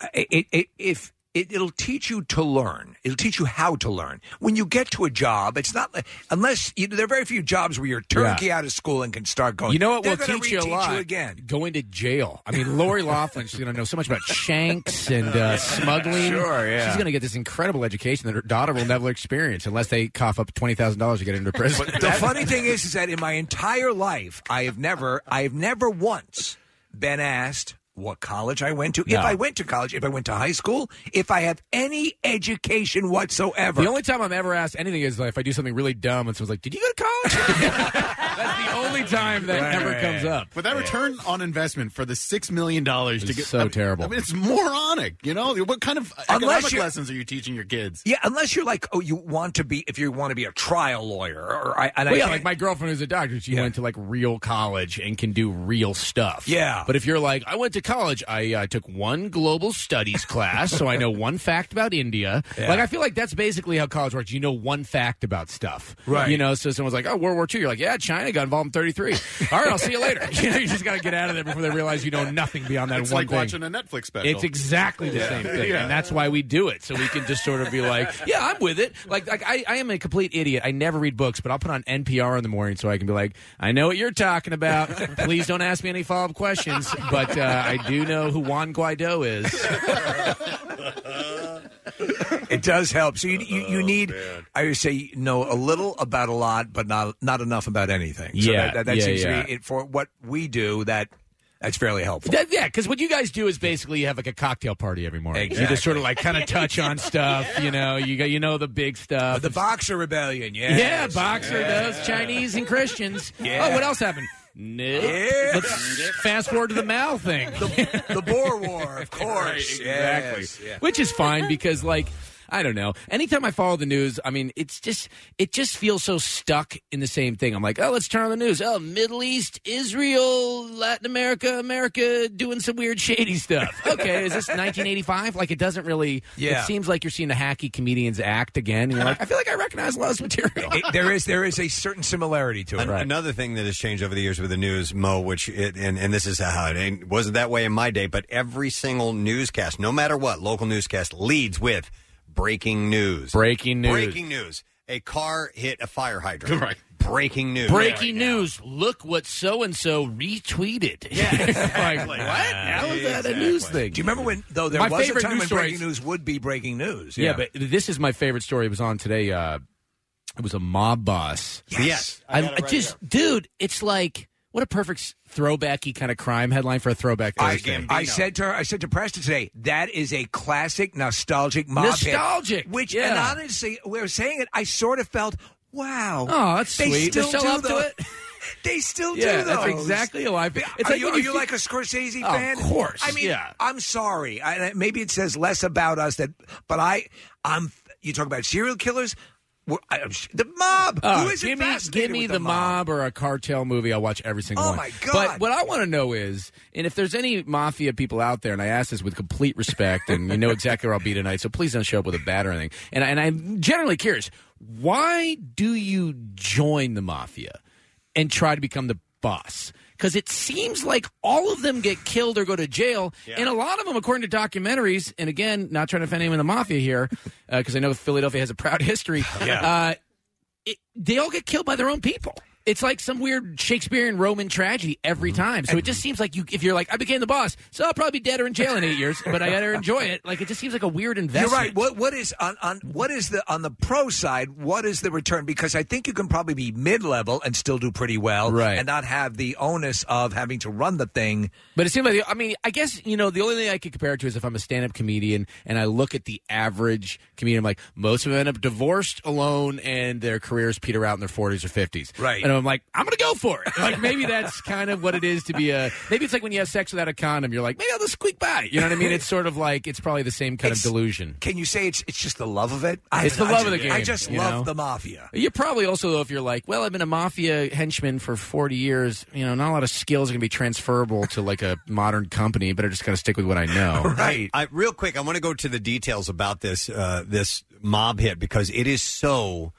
[SPEAKER 4] Uh, It, it, if it, it'll teach you to learn, it'll teach you how to learn. When you get to a job, it's not like- unless you, there are very few jobs where you're turkey out of school and can start going.
[SPEAKER 9] You know what
[SPEAKER 4] Oh, They're
[SPEAKER 9] will
[SPEAKER 4] gonna
[SPEAKER 9] teach you a
[SPEAKER 4] reteach
[SPEAKER 9] lot?
[SPEAKER 4] again.
[SPEAKER 9] Going to jail. I mean, Lori Laughlin, she's going to know so much about shanks and uh, smuggling.
[SPEAKER 4] Sure, yeah.
[SPEAKER 9] She's going to get this incredible education that her daughter will never experience unless they cough up $20,000 to get into prison.
[SPEAKER 4] But the funny thing is, is that in my entire life, I have never, I have never once been asked what college I went to.
[SPEAKER 9] No.
[SPEAKER 4] If I went to college, if I went to high school, if I have any education whatsoever.
[SPEAKER 9] The only time I'm ever asked anything is like, if I do something really dumb and someone's like, did you go to That's the only time that ever comes up.
[SPEAKER 5] But that return on investment for the six million dollars to get
[SPEAKER 9] so
[SPEAKER 5] I mean-
[SPEAKER 9] terrible.
[SPEAKER 5] I mean, it's moronic. You know, what kind of economic
[SPEAKER 4] you're-
[SPEAKER 5] lessons are you teaching your kids?
[SPEAKER 4] Yeah, unless you're like, oh, you want to be, if you want to be a trial lawyer, or I, and
[SPEAKER 9] Well,
[SPEAKER 4] I
[SPEAKER 9] yeah,
[SPEAKER 4] can't-
[SPEAKER 9] like my girlfriend who's a doctor, she went to like real college and can do real stuff.
[SPEAKER 4] Yeah.
[SPEAKER 9] But if you're like, I went to college, I uh, took one global studies class, so I know one fact about India.
[SPEAKER 4] Yeah.
[SPEAKER 9] Like, I feel like that's basically how college works. You know one fact about stuff.
[SPEAKER 4] Right.
[SPEAKER 9] You know, so someone's like, oh, World War II. You're like, yeah, China got involved in 33. All right, I'll see you later. You know, you just got to get out of there before they realize you know nothing beyond that
[SPEAKER 5] It's
[SPEAKER 9] one
[SPEAKER 5] like
[SPEAKER 9] thing.
[SPEAKER 5] watching a Netflix special.
[SPEAKER 9] It's exactly the
[SPEAKER 5] Yeah.
[SPEAKER 9] same thing.
[SPEAKER 5] Yeah.
[SPEAKER 9] And that's why we do it. So we can just sort of be like, yeah, I'm with it. Like, like I, I am a complete idiot. I never read books, but I'll put on NPR in the morning so I can be like, I know what you're talking about. Please don't ask me any follow up questions, but uh, I do know who Juan Guaido is.
[SPEAKER 4] it does help. So you you,
[SPEAKER 9] Oh,
[SPEAKER 4] you need, I would say, know a little about a lot, but not not enough about anything. so
[SPEAKER 9] Yeah,
[SPEAKER 4] that, that, that
[SPEAKER 9] yeah,
[SPEAKER 4] seems
[SPEAKER 9] yeah.
[SPEAKER 4] to be it for what we do. That that's fairly helpful.
[SPEAKER 9] That- yeah, because what you guys do is basically you have like a cocktail party every morning. You just sort of like kind of touch on stuff, you know, you got you know the big stuff.
[SPEAKER 4] The Boxer Rebellion, yeah,
[SPEAKER 9] Yeah, Boxer does Chinese and Christians.
[SPEAKER 4] Yeah.
[SPEAKER 9] Oh, what else happened? Nope.
[SPEAKER 4] Yeah.
[SPEAKER 9] Let's fast forward to the Mao thing. The,
[SPEAKER 4] the Boer War, of course.
[SPEAKER 9] exactly.
[SPEAKER 4] Yes, yeah.
[SPEAKER 9] Which is fine because like I don't know. Anytime I follow the news, I mean, it's just it just feels so stuck in the same thing. I'm like, oh, let's turn on the news. Oh, Middle East, Israel, Latin America, America doing some weird shady stuff. Okay, is this 1985? Like, it doesn't really.
[SPEAKER 4] Yeah.
[SPEAKER 9] It seems like you're seeing the hacky comedians act again, and you're like, I feel like I recognize a lot of this material.
[SPEAKER 4] It- there is there is a certain similarity to it.
[SPEAKER 2] An- Another thing that has changed over the years with the news, Mo, which it, and and this is how it ain't- wasn't that way in my day, but every single newscast, no matter what, local newscast leads with breaking news,
[SPEAKER 9] breaking news.
[SPEAKER 2] breaking news. A car hit a fire hydrant. Right. Breaking news.
[SPEAKER 9] Breaking news. Look what so and so retweeted. like, what? How is that a news thing?
[SPEAKER 4] Do you remember when though there
[SPEAKER 9] My
[SPEAKER 4] was a
[SPEAKER 9] favorite
[SPEAKER 4] time when
[SPEAKER 9] news
[SPEAKER 4] breaking
[SPEAKER 9] stories-
[SPEAKER 4] news would be breaking news?
[SPEAKER 9] Yeah, but this is my favorite story. It was on today. Uh, it was a mob boss.
[SPEAKER 4] Yes. Yes.
[SPEAKER 9] I,
[SPEAKER 4] I got it
[SPEAKER 9] I
[SPEAKER 4] right
[SPEAKER 9] just, dude, it's like what a perfect s- throwbacky kind of crime headline for a throwback Thursday.
[SPEAKER 4] I said to her, I said to Preston today, that is a classic nostalgic mob hit."
[SPEAKER 9] Nostalgic,
[SPEAKER 4] which
[SPEAKER 9] yeah.
[SPEAKER 4] and honestly, we were saying it. I sort of felt, wow,
[SPEAKER 9] Oh, that's
[SPEAKER 4] they
[SPEAKER 9] sweet. They're
[SPEAKER 4] Still
[SPEAKER 9] still
[SPEAKER 4] do
[SPEAKER 9] up to
[SPEAKER 4] those.
[SPEAKER 9] it.
[SPEAKER 4] They still
[SPEAKER 9] Yeah,
[SPEAKER 4] do
[SPEAKER 9] that's
[SPEAKER 4] those.
[SPEAKER 9] exactly how I feel. It's
[SPEAKER 4] are
[SPEAKER 9] like
[SPEAKER 4] you,
[SPEAKER 9] when
[SPEAKER 4] are
[SPEAKER 9] you
[SPEAKER 4] you
[SPEAKER 9] fe-
[SPEAKER 4] like a Scorsese
[SPEAKER 9] Of
[SPEAKER 4] fan?
[SPEAKER 9] course,
[SPEAKER 4] I mean,
[SPEAKER 9] yeah.
[SPEAKER 4] I'm sorry. I, I- maybe it says less about us that, but I, I'm. You talk about serial killers. We're- I, I'm sh- the mob.
[SPEAKER 9] Uh,
[SPEAKER 4] Who is
[SPEAKER 9] give me, give me
[SPEAKER 4] with
[SPEAKER 9] the,
[SPEAKER 4] the
[SPEAKER 9] mob? or a cartel movie. I'll watch every single
[SPEAKER 4] Oh,
[SPEAKER 9] one.
[SPEAKER 4] my
[SPEAKER 9] But what I want to know is, and if there's any mafia people out there, and I ask this with complete respect, and you know exactly where I'll be tonight, so please don't show up with a bat or anything. And, I- and I'm generally curious, why do you join the mafia and try to become the boss? Because it seems like all of them get killed or go to jail, and a lot of them, according to documentaries, and again, not trying to offend anyone in the mafia here, uh, because I know Philadelphia has a proud history.
[SPEAKER 4] Yeah.
[SPEAKER 9] Uh, it, they all get killed by their own people. It's like some weird Shakespearean Roman tragedy every
[SPEAKER 4] Mm-hmm.
[SPEAKER 9] time. So it just seems like you, if you're like, I became the boss, so I'll probably be dead or in jail in eight years, but I gotta enjoy it. Like it just seems like a weird investment.
[SPEAKER 4] You're right. What what is on, on what is the on the pro side? What is the return? Because I think you can probably be mid level and still do pretty well,
[SPEAKER 9] Right.
[SPEAKER 4] And not have the onus of having to run the thing.
[SPEAKER 9] But it seems like, the, I mean, I guess, you know, the only thing I could compare it to is if I'm a stand up comedian and I look at the average comedian, I'm like, most of them end up divorced, alone, and their careers peter out in their 40s or 50s.
[SPEAKER 16] Right.
[SPEAKER 9] And I'm like, I'm going to go for it. Like, maybe that's kind of what it is to be a, maybe it's like when you have sex without a condom, you're like, maybe I'll just squeak by. You know what I mean? It's sort of like, it's probably the same kind
[SPEAKER 4] It's-
[SPEAKER 9] of delusion.
[SPEAKER 4] Can you say it's it's just the love of it?
[SPEAKER 9] It's the
[SPEAKER 4] I-
[SPEAKER 9] love of the game.
[SPEAKER 4] I just
[SPEAKER 9] you
[SPEAKER 4] love
[SPEAKER 9] know?
[SPEAKER 4] the mafia.
[SPEAKER 9] You're probably also though if you're like, well, I've been a mafia henchman for 40 years. You know, not a lot of skills are gonna be transferable to like a modern company, but I just gotta stick with what I know.
[SPEAKER 2] right. I, real quick, I want to go to the details about this uh, this mob hit because it is so.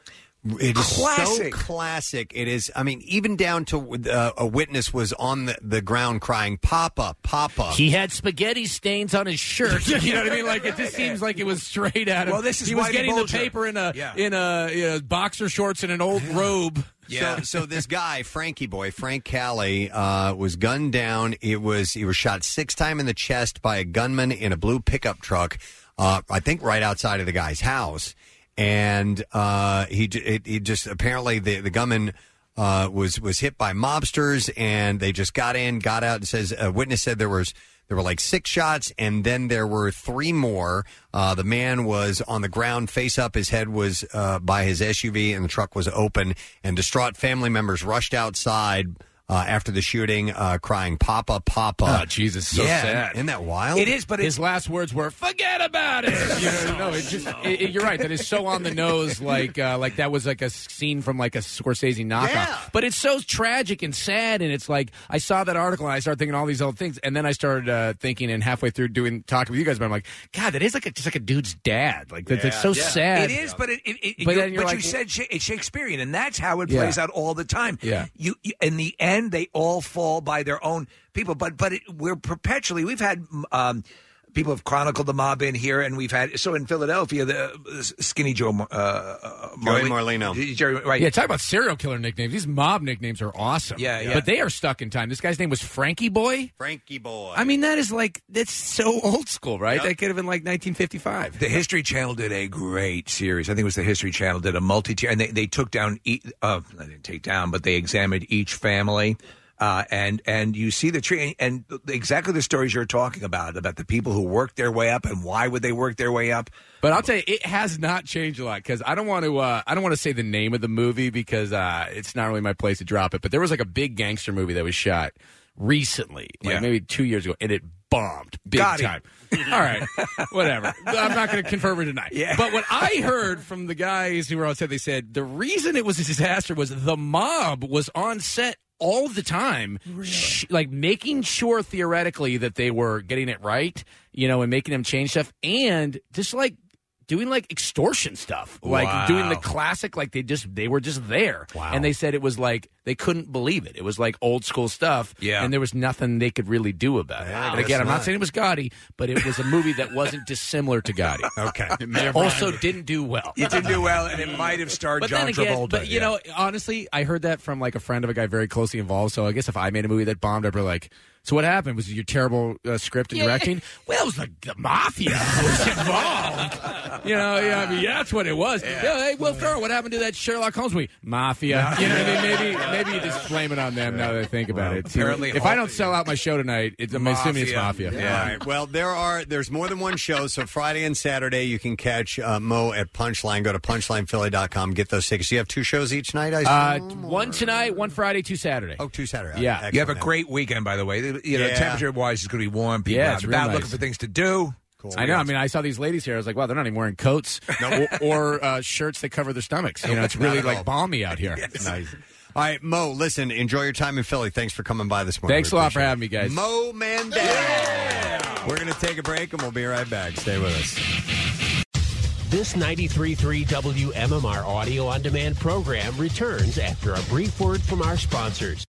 [SPEAKER 2] It is
[SPEAKER 4] Classic.
[SPEAKER 2] so classic. It is. I mean, even down to uh, a witness was on the, the ground crying, "Papa, Papa."
[SPEAKER 9] He had spaghetti stains on his shirt. you know what I mean? Like it just seems like it was straight out of.
[SPEAKER 2] Well, this is
[SPEAKER 9] he was
[SPEAKER 2] Whitey
[SPEAKER 9] getting
[SPEAKER 2] Bulger.
[SPEAKER 9] the paper in a
[SPEAKER 2] Yeah.
[SPEAKER 9] in a you know, boxer shorts and an old robe.
[SPEAKER 2] So, so this guy, Frankie boy, Frank Cali, uh, was gunned down. It was he was shot six time in the chest by a gunman in a blue pickup truck. Uh, I think right outside of the guy's house, and uh, he j- it, he just apparently the the gunman. Uh, was was hit by mobsters and they just got in, got out, and says a witness said there was there were like six shots, and then there were three more. Uh, the man was on the ground, face up. His head was uh, by his SUV, and the truck was open. And distraught family members rushed outside uh, after the shooting, uh, crying "Papa, Papa!"
[SPEAKER 9] Oh, Jesus, so
[SPEAKER 2] yeah,
[SPEAKER 9] sad.
[SPEAKER 2] Isn't that wild?
[SPEAKER 9] his last words were "Forget about it." You know, no, it just, it- it- you're right. That is so on the nose. Like, uh, like that was like a scene from like a Scorsese knockoff. But it's so tragic and sad. And it's like I saw that article and I started thinking all these old things. And then I started uh, thinking, and halfway through doing talking with you guys, but I'm like, God, that is like a, just like a dude's dad. Like that's, that's so sad.
[SPEAKER 4] It is, but it, it, it-
[SPEAKER 9] But
[SPEAKER 4] you,
[SPEAKER 9] then you're
[SPEAKER 4] but
[SPEAKER 9] like-
[SPEAKER 4] you said Sha- it's Shakespearean, and that's how it
[SPEAKER 9] Yeah.
[SPEAKER 4] plays out all the time.
[SPEAKER 9] Yeah.
[SPEAKER 4] you, you in the end they all fall by their own people, but but it, we're perpetually we've had. Um, People have chronicled the mob in here, and we've had so in Philadelphia the uh, Skinny Joe uh, uh,
[SPEAKER 9] Joey
[SPEAKER 4] Marlino, Jerry, right?
[SPEAKER 9] Yeah, talk about serial killer nicknames. These mob nicknames are awesome.
[SPEAKER 4] Yeah, yeah.
[SPEAKER 9] But they are stuck in time. This guy's name was Frankie Boy.
[SPEAKER 2] Frankie boy.
[SPEAKER 9] I mean, that is like that's so old school, right?
[SPEAKER 4] Yep.
[SPEAKER 9] That could have been like 1955.
[SPEAKER 4] The History Channel did a great series. I think it was the History Channel did a multi tier, and they, they took down, e- uh, they didn't take down, but they examined each family. Uh, and and you see the tree, and, and exactly the stories you're talking about about the people who worked their way up, and why would they work their way up?
[SPEAKER 9] But I'll tell you, it has not changed a lot because I don't want to. Uh, I don't want to say the name of the movie because uh, it's not really my place to drop it. But there was like a big gangster movie that was shot recently, like
[SPEAKER 16] Yeah.
[SPEAKER 9] maybe two years ago, and it bombed big
[SPEAKER 16] Got it.
[SPEAKER 9] time. All right, whatever. I'm not going to confirm or deny.
[SPEAKER 16] Yeah.
[SPEAKER 9] But what I heard from the guys who were on set, they said the reason it was a disaster was the mob was on set all the time, sh- like making sure theoretically that they were getting it right, you know, and making them change stuff, and just like doing like extortion stuff, like
[SPEAKER 16] Wow.
[SPEAKER 9] doing the classic, like they just they were just there, wow. and they said it was like they couldn't believe it. It was like old school stuff,
[SPEAKER 16] Yeah.
[SPEAKER 9] and there was nothing they could really do about it.
[SPEAKER 16] Yeah, I
[SPEAKER 9] and
[SPEAKER 16] guess
[SPEAKER 9] again, I'm not
[SPEAKER 16] not.
[SPEAKER 9] saying it was Gotti, but it was a movie that wasn't dissimilar to Gotti.
[SPEAKER 2] okay,
[SPEAKER 16] may have
[SPEAKER 9] also
[SPEAKER 16] rhymed.
[SPEAKER 9] didn't do well.
[SPEAKER 4] It didn't do well, and it might have starred
[SPEAKER 9] But
[SPEAKER 4] John
[SPEAKER 9] then again,
[SPEAKER 4] Travolta.
[SPEAKER 9] but you know, honestly, I heard that from like a friend of a guy very closely involved. So I guess if I made a movie that bombed, I'd be like, "So what happened? Was it your terrible uh, script and
[SPEAKER 16] Yeah.
[SPEAKER 9] directing? Well, it was like the mafia was involved. you know, yeah, I mean, yeah, that's what it was. Yeah. hey, Will Ferrell, what happened to that Sherlock Holmes movie? Mafia. You know what I mean? Maybe, maybe you just blame it on them now that I think about it.
[SPEAKER 2] apparently
[SPEAKER 9] if I don't sell out my show tonight, it's, I'm assuming it's mafia.
[SPEAKER 2] All right. Well, there are there's more than one show, so Friday and Saturday you can catch uh, Mo at Punchline. Go to punchlinephilly.com, get those tickets. You have two shows each night, I
[SPEAKER 9] Uh, one tonight, one Friday, two Saturday.
[SPEAKER 2] Oh, two Saturday.
[SPEAKER 9] Yeah.
[SPEAKER 4] you have a great weekend, by the way. You know,
[SPEAKER 9] Yeah.
[SPEAKER 4] temperature wise, it's going to be warm. People
[SPEAKER 9] Yeah,
[SPEAKER 4] out
[SPEAKER 9] it's
[SPEAKER 4] and
[SPEAKER 9] real
[SPEAKER 4] about
[SPEAKER 9] nice.
[SPEAKER 4] looking for things to do.
[SPEAKER 9] I know. I mean, I saw these ladies here. I was like, wow, they're not even wearing coats or, or uh, shirts that cover their stomachs. You know, it's
[SPEAKER 2] Not
[SPEAKER 9] really
[SPEAKER 2] at all.
[SPEAKER 9] like balmy out here.
[SPEAKER 2] Nice. All right, Mo, listen, enjoy your time in Philly. Thanks for coming by this morning.
[SPEAKER 9] Thanks
[SPEAKER 2] We
[SPEAKER 9] a lot for
[SPEAKER 2] appreciate it.
[SPEAKER 9] having me, guys.
[SPEAKER 2] Mo Mandel. We're going to take a break and we'll be right back. Stay with us.
[SPEAKER 8] This 93.3 WMMR audio on demand program returns after a brief word from our sponsors.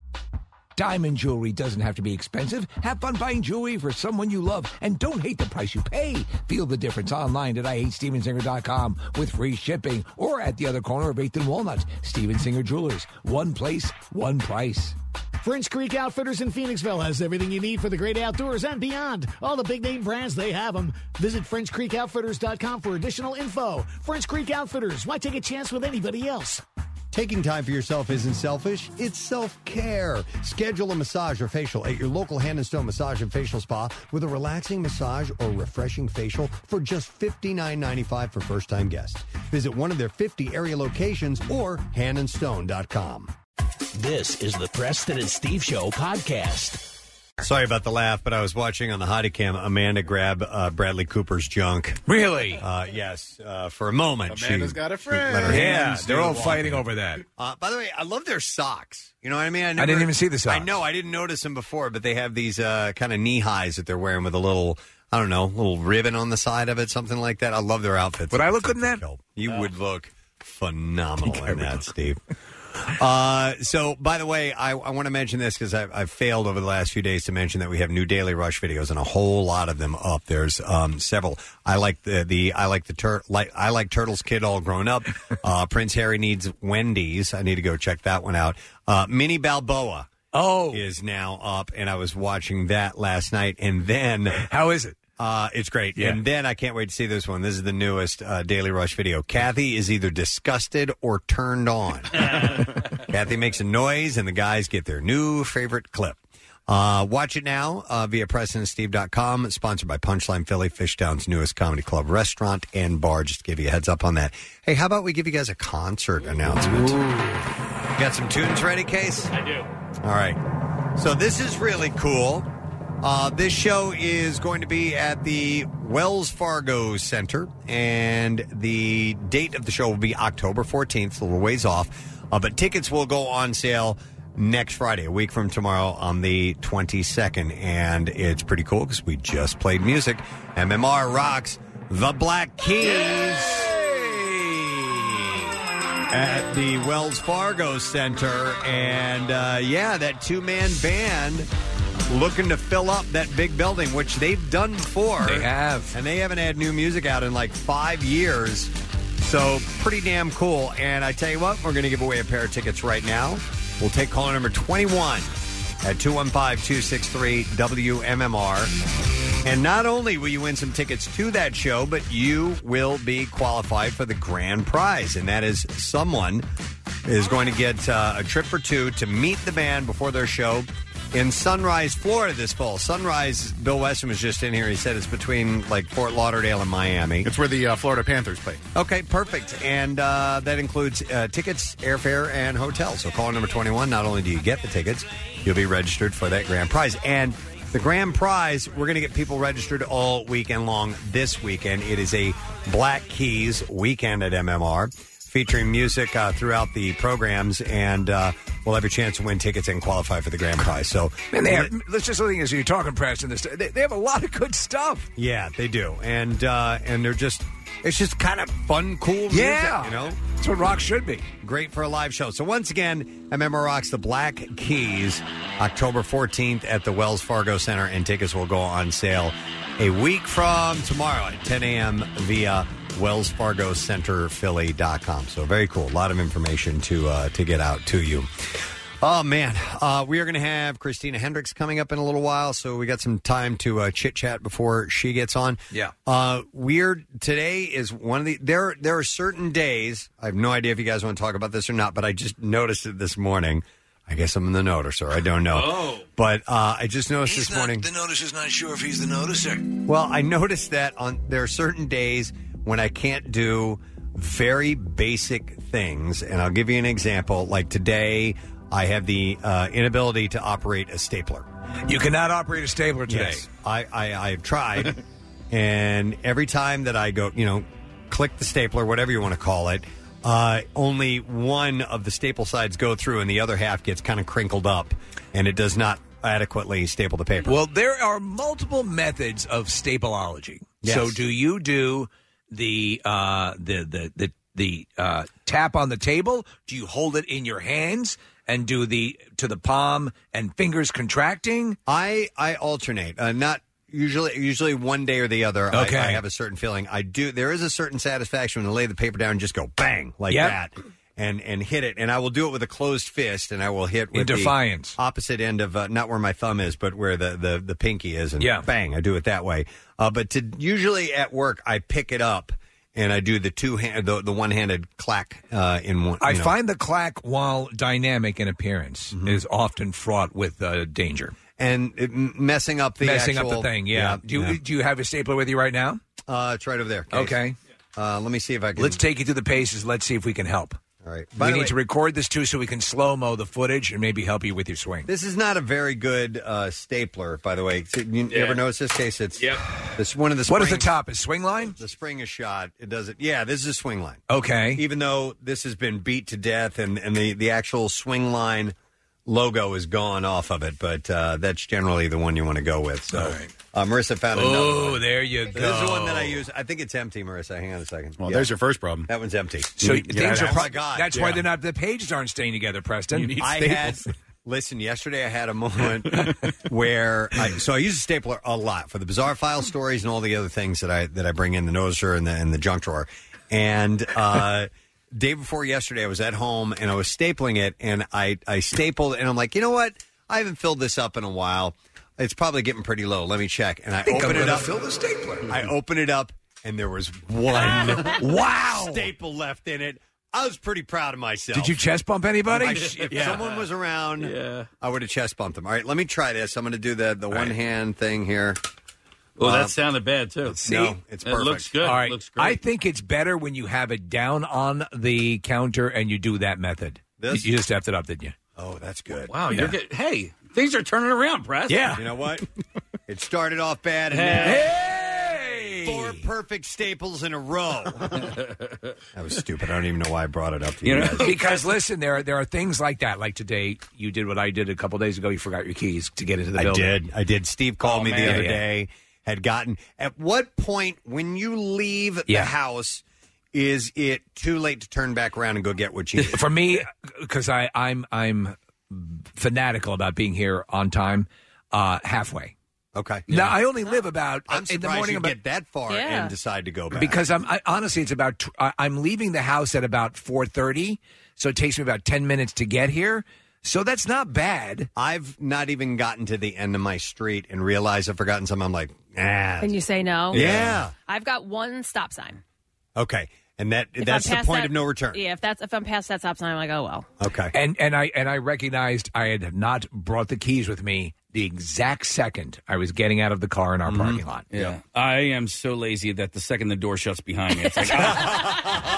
[SPEAKER 7] Diamond jewelry doesn't have to be expensive. Have fun buying jewelry for someone you love and don't hate the price you pay. Feel the difference online at IHateStevensinger.com with free shipping or at the other corner of 8th and Walnut. Steven Singer Jewelers. One place, one price.
[SPEAKER 20] French Creek Outfitters in Phoenixville has everything you need for the great outdoors and beyond. All the big name brands, they have them. Visit FrenchCreekOutfitters.com for additional info. French Creek Outfitters, why take a chance with anybody else?
[SPEAKER 10] Taking time for yourself isn't selfish, it's self care. Schedule a massage or facial at your local hand and stone massage and facial spa with a relaxing massage or refreshing facial for just $59.95 for first time guests. Visit one of their 50 area locations or handandstone.com.
[SPEAKER 8] This is the Preston and Steve Show podcast.
[SPEAKER 2] Sorry about the laugh, but I was watching on the hottie cam Amanda grab uh, Bradley Cooper's junk.
[SPEAKER 4] Really?
[SPEAKER 2] Uh, yes, uh, for a moment.
[SPEAKER 4] Amanda's
[SPEAKER 2] she,
[SPEAKER 4] got a
[SPEAKER 2] she let her hands
[SPEAKER 4] friend. Yeah,
[SPEAKER 2] do
[SPEAKER 4] they're all
[SPEAKER 2] walking.
[SPEAKER 4] fighting over that.
[SPEAKER 2] Uh, by the way, I love their socks. You know what I mean? I,
[SPEAKER 4] didn't even see the socks.
[SPEAKER 2] I know I didn't notice them before, but they have these uh, kind of knee highs that they're wearing with a little, I don't know, little ribbon on the side of it, something like that. I love their outfits. Would I look good in that? You would look phenomenal in that, Steve. Uh, so, by the way, I, I want to mention this because I've, I've failed over the last few days to mention that we have new Daily Rush videos and a whole lot of them up. There's um, several. I like the, the I like the tur- like I like Turtles Kid all grown up. Uh, Prince Harry needs Wendy's. I need to go check that one out. Uh, Minnie Balboa. Oh, is now up, and I was watching that last night, and then how is it? Uh, it's great,
[SPEAKER 4] Yeah.
[SPEAKER 2] and then I can't wait to see this one. This is the newest uh, Daily Rush video. Kathy is either disgusted or turned on. Kathy makes a noise, and the guys get their new favorite clip. Uh, watch it now uh, via PresidentSteve.com, sponsored by Punchline Philly, Fishtown's newest comedy club, restaurant, and bar. Just to give you a heads up on that. Hey, how about we give you guys a concert announcement? Got some tunes ready, Case? I do. All right. So this is really cool. Uh, this show is going to be at the Wells Fargo Center, and the date of the show will be October 14th, so a little ways off. Uh, but tickets will go on sale next Friday, a week from tomorrow on the 22nd. And it's pretty cool because we just played music. MMR rocks the Black Keys at the Wells Fargo Center. And uh, yeah, that two man band looking to fill up that big building, which they've done before. They have. And they haven't had new music out in like five years. So pretty damn cool. And I tell you what, we're going to give away a pair of tickets right now. We'll take caller number 21 at 215 263 WMMR. And not only will you win some tickets to that show, but you will be qualified for the grand prize. And that is someone is going to get uh, a trip or two to meet the band before their show in Sunrise, Florida this fall. Sunrise, Bill Weston was just in here. He said it's between like Fort Lauderdale and Miami. It's where the uh, Florida Panthers play. Okay, perfect. And uh, that includes uh, tickets, airfare, and hotel. So call number 21. Not only do you get the tickets, you'll be registered for that grand prize. And the grand prize, we're going to get people registered all weekend long this weekend. It is a Black Keys weekend at MMR featuring music uh, throughout the programs, and uh, we'll have a chance to win tickets and qualify for the grand prize. So,
[SPEAKER 4] Man, they have, let's just look as you're talking, Preston. This they, they have a lot of good stuff.
[SPEAKER 2] yeah, they do, and uh, and they're just it's just kind of fun, cool. Music,
[SPEAKER 4] Yeah.
[SPEAKER 2] you know that's what rock should be. Great for a live show. So once again, MMR rocks the Black Keys, October 14th at the Wells Fargo Center, and tickets will go on sale a week from tomorrow at 10 a.m. via Wells Fargo Center Philly.com. So very cool. A lot of information to uh, to get out to you. Oh man, uh, we are going to have Christina Hendricks coming up in a little while, so we got some time to uh, chit chat before she gets on.
[SPEAKER 4] Yeah.
[SPEAKER 2] Uh, weird. Today is one of the there. There are certain days. I have no idea if you guys want to talk about this or not, but I just noticed it this morning. I guess I'm in the noticer. I don't know.
[SPEAKER 16] Oh.
[SPEAKER 2] But uh, I just noticed this morning.
[SPEAKER 16] The noticer's not sure if he's the noticer.
[SPEAKER 2] Well, I noticed that on there are certain days when I can't do very basic things, and I'll give you an example. Like today, I have the uh, inability to operate a stapler.
[SPEAKER 4] You cannot operate a stapler today.
[SPEAKER 2] Yes, I, I I've tried, and every time that I go, you know, click the stapler, whatever you want to call it, uh, only one of the staple sides go through, and the other half gets kind of crinkled up, and it does not adequately staple the paper.
[SPEAKER 4] Well, there are multiple methods of stapleology.
[SPEAKER 2] Yes.
[SPEAKER 4] So, do you do the uh, the the the the uh, tap on the table? Do you hold it in your hands and do the to the palm and fingers contracting?
[SPEAKER 2] I I alternate. Uh, not usually usually one day or the other. I-
[SPEAKER 4] Okay.
[SPEAKER 2] I, have a certain feeling. I do. There is a certain satisfaction when I lay the paper down and just go bang like
[SPEAKER 4] Yep.
[SPEAKER 2] that. And, and hit it, and I will do it with a closed fist, and I will hit with
[SPEAKER 4] In defiance.
[SPEAKER 2] the opposite end of uh, not where my thumb is, but where the, the, the pinky is, and
[SPEAKER 4] Yeah.
[SPEAKER 2] bang, I do it that way. Uh, but to usually at work, I pick it up and I do the two hand the, the one handed clack uh, in one.
[SPEAKER 4] I
[SPEAKER 2] you know. Mm-hmm.
[SPEAKER 4] find the clack, while dynamic in appearance, is often fraught with uh, danger.
[SPEAKER 2] and it, m- messing up the
[SPEAKER 4] Messing up
[SPEAKER 2] actual-
[SPEAKER 4] the thing, yeah. Do you- do you have a stapler with you right now?
[SPEAKER 2] Uh, it's right over there. Case.
[SPEAKER 4] Okay.
[SPEAKER 2] Uh, let me see if I can.
[SPEAKER 4] Let's take you through the paces. Let's see if we can help.
[SPEAKER 2] All right.
[SPEAKER 4] we need to record this too, so we can slow mo the footage and maybe help you with your swing.
[SPEAKER 2] This is not a very good uh, stapler, by the way. So You you
[SPEAKER 4] Yeah.
[SPEAKER 2] ever notice this case? It's this one of the.
[SPEAKER 4] What is the
[SPEAKER 2] springs-
[SPEAKER 4] top? Is swing line?
[SPEAKER 2] The spring is shot. It doesn't. Yeah, this is a swing line.
[SPEAKER 4] Okay.
[SPEAKER 2] Even though this has been beat to death, and and the the actual swing line logo is gone off of it, but uh, that's generally the one you want to go with. So, uh, Marissa found another
[SPEAKER 4] Oh,
[SPEAKER 2] one.
[SPEAKER 4] there you go.
[SPEAKER 2] This is the one that I use. I think it's empty, Marissa. Hang on a second.
[SPEAKER 5] Well,
[SPEAKER 2] Yeah.
[SPEAKER 5] there's your first problem.
[SPEAKER 2] That one's empty.
[SPEAKER 4] So
[SPEAKER 2] You-
[SPEAKER 4] things are.
[SPEAKER 2] Oh
[SPEAKER 4] pro-
[SPEAKER 2] my God.
[SPEAKER 4] That's why they're not. The pages aren't staying together, Preston.
[SPEAKER 2] I had listen yesterday. I had a moment where I, so I use a stapler a lot for the bizarre file stories and all the other things that I that I bring in the noticer and the and the junk drawer. And uh, day before yesterday, I was at home and I was stapling it, and I I stapled and I'm like, you know what? I haven't filled this up in a while. It's probably getting pretty low. Let me check. And I,
[SPEAKER 4] think
[SPEAKER 2] open
[SPEAKER 4] I'm
[SPEAKER 2] it
[SPEAKER 4] gonna
[SPEAKER 2] up.
[SPEAKER 4] fill the stapler.
[SPEAKER 2] I open it up, and there was one
[SPEAKER 4] Wow.
[SPEAKER 2] staple left in it. I was pretty proud of myself.
[SPEAKER 4] Did you chest bump anybody?
[SPEAKER 2] I sh- if
[SPEAKER 4] Yeah.
[SPEAKER 2] someone was around, I would have chest bumped them. All right, let me try this. I'm going to do the the one hand thing here.
[SPEAKER 6] Oh,
[SPEAKER 2] Uh,
[SPEAKER 6] that sounded bad too.
[SPEAKER 2] see? No, it's
[SPEAKER 6] It looks
[SPEAKER 2] perfect.
[SPEAKER 6] good.
[SPEAKER 4] All right.
[SPEAKER 6] Looks great.
[SPEAKER 4] I think it's better when you have it down on the counter and you do that method.
[SPEAKER 6] This?
[SPEAKER 4] You you just effed it up, didn't you?
[SPEAKER 2] Oh, that's good.
[SPEAKER 6] Wow, you're get, hey, things are turning around, Preston.
[SPEAKER 4] Yeah.
[SPEAKER 2] You know what? it started off bad. And
[SPEAKER 4] hey!
[SPEAKER 2] Four perfect staples in a row. that was stupid. I don't even know why I brought it up to you.
[SPEAKER 4] You know,
[SPEAKER 2] guys.
[SPEAKER 4] because listen, there are, there are things like that. Like today, you did what I did a couple days ago. You forgot your keys to get into the
[SPEAKER 2] I
[SPEAKER 4] building.
[SPEAKER 2] did. I did. Steve called
[SPEAKER 4] Oh,
[SPEAKER 2] me
[SPEAKER 4] man.
[SPEAKER 2] the other
[SPEAKER 4] Yeah, yeah.
[SPEAKER 2] day. Had gotten. At what point when you leave
[SPEAKER 4] Yeah.
[SPEAKER 2] the house is it too late to turn back around and go get what you need?
[SPEAKER 4] For me, because I I'm I'm fanatical about being here on time, uh, halfway.
[SPEAKER 2] Okay.
[SPEAKER 4] Now I only live about uh,
[SPEAKER 2] I'm
[SPEAKER 4] in the
[SPEAKER 2] surprised
[SPEAKER 4] morning
[SPEAKER 2] you
[SPEAKER 4] about
[SPEAKER 2] get that far
[SPEAKER 4] Yeah.
[SPEAKER 2] and decide to go back.
[SPEAKER 4] because I'm I, honestly, it's about tw- I, I'm leaving the house at about four thirty, so it takes me about ten minutes to get here. So that's not bad.
[SPEAKER 2] I've not even gotten to the end of my street and realized I've forgotten something. I'm like, ah,
[SPEAKER 3] And you say no?
[SPEAKER 2] Yeah.
[SPEAKER 3] I've got one stop sign.
[SPEAKER 2] okay, and that
[SPEAKER 3] If
[SPEAKER 2] that's
[SPEAKER 3] I'm
[SPEAKER 2] the
[SPEAKER 3] past
[SPEAKER 2] point
[SPEAKER 3] that-
[SPEAKER 2] of no return.
[SPEAKER 3] Yeah, if that's if I'm past that stop sign, I'm like, oh well.
[SPEAKER 2] Okay.
[SPEAKER 4] And and I and I recognized I had not brought the keys with me the exact second I was getting out of the car in our
[SPEAKER 2] Mm-hmm.
[SPEAKER 4] parking lot.
[SPEAKER 6] Yeah. I am so lazy that the second the door shuts behind me, it's like, oh,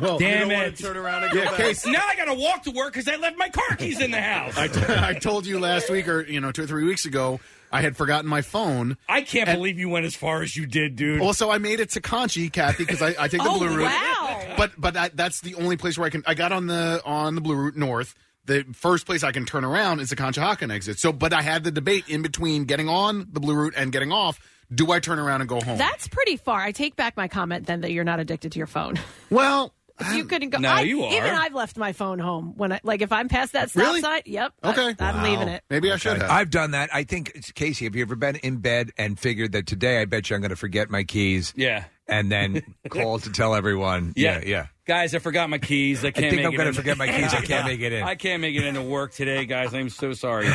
[SPEAKER 5] Well,
[SPEAKER 6] damn
[SPEAKER 5] you don't
[SPEAKER 6] it.
[SPEAKER 5] wanna turn around and go back.
[SPEAKER 6] now I got to walk to work because I left my car keys in the house.
[SPEAKER 5] I, t- I told you last week, or you know, two or three weeks ago, I had forgotten my phone.
[SPEAKER 6] I can't believe you went as far as you did, dude.
[SPEAKER 5] Also, I made it to Conchi, Kathy, because I, I take the
[SPEAKER 6] Oh,
[SPEAKER 5] blue route.
[SPEAKER 6] wow.
[SPEAKER 5] But but I, that's the only place where I can. I got on the on the blue route north. The first place I can turn around is the Conshohocken exit. So, but I had the debate in between getting on the blue route and getting off. Do I turn around and go home?
[SPEAKER 3] That's pretty far. I take back my comment then that you're not addicted to your phone.
[SPEAKER 5] Well,
[SPEAKER 3] if you couldn't go.
[SPEAKER 5] No,
[SPEAKER 3] I,
[SPEAKER 5] you are.
[SPEAKER 3] Even I've left my phone home when I like if I'm past that stop
[SPEAKER 5] Really?
[SPEAKER 3] sign. Yep.
[SPEAKER 5] Okay.
[SPEAKER 3] I, am leaving it.
[SPEAKER 4] I've done that. I think Casey, have you ever been in bed and figured that today I bet you I'm going to forget my keys?
[SPEAKER 6] Yeah.
[SPEAKER 4] And then call to tell everyone.
[SPEAKER 6] Yeah.
[SPEAKER 4] yeah. yeah.
[SPEAKER 6] Guys, I forgot my keys. I can't
[SPEAKER 4] think
[SPEAKER 6] make
[SPEAKER 4] I'm
[SPEAKER 6] it
[SPEAKER 4] gonna
[SPEAKER 6] in.
[SPEAKER 4] forget my keys. I can't make it in.
[SPEAKER 6] I can't make it into work today, guys. I'm so sorry.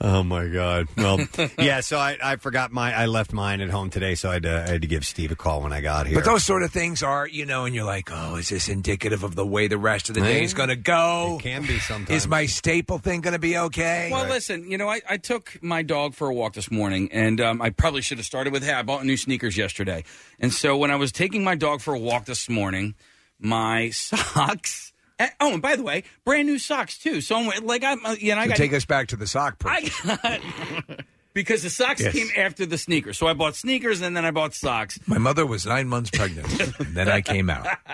[SPEAKER 2] Oh my god. Well, yeah. So I, I forgot my I left mine at home today, so I had, to, I had to give Steve a call when I got here.
[SPEAKER 4] But those sort of things are, you know, and you're like, oh, is this indicative of the way the rest of the day
[SPEAKER 2] Right.
[SPEAKER 4] is going to go?
[SPEAKER 2] It can be sometimes.
[SPEAKER 4] Is my staple thing going to be okay?
[SPEAKER 6] Well, listen, you know, I, I took my dog for a walk this morning, and um, I probably should have started with, hey, I bought new sneakers yesterday. And so when I was taking my dog for a walk this morning, my socks. eh, Oh, and by the way, brand new socks too. So I'm like, I'm, uh, you know, I
[SPEAKER 4] So
[SPEAKER 6] got
[SPEAKER 4] take us back to the sock person.
[SPEAKER 6] because the socks
[SPEAKER 4] Yes.
[SPEAKER 6] came after the sneakers. So I bought sneakers and then I bought socks.
[SPEAKER 4] My mother was nine months pregnant. and then I came out.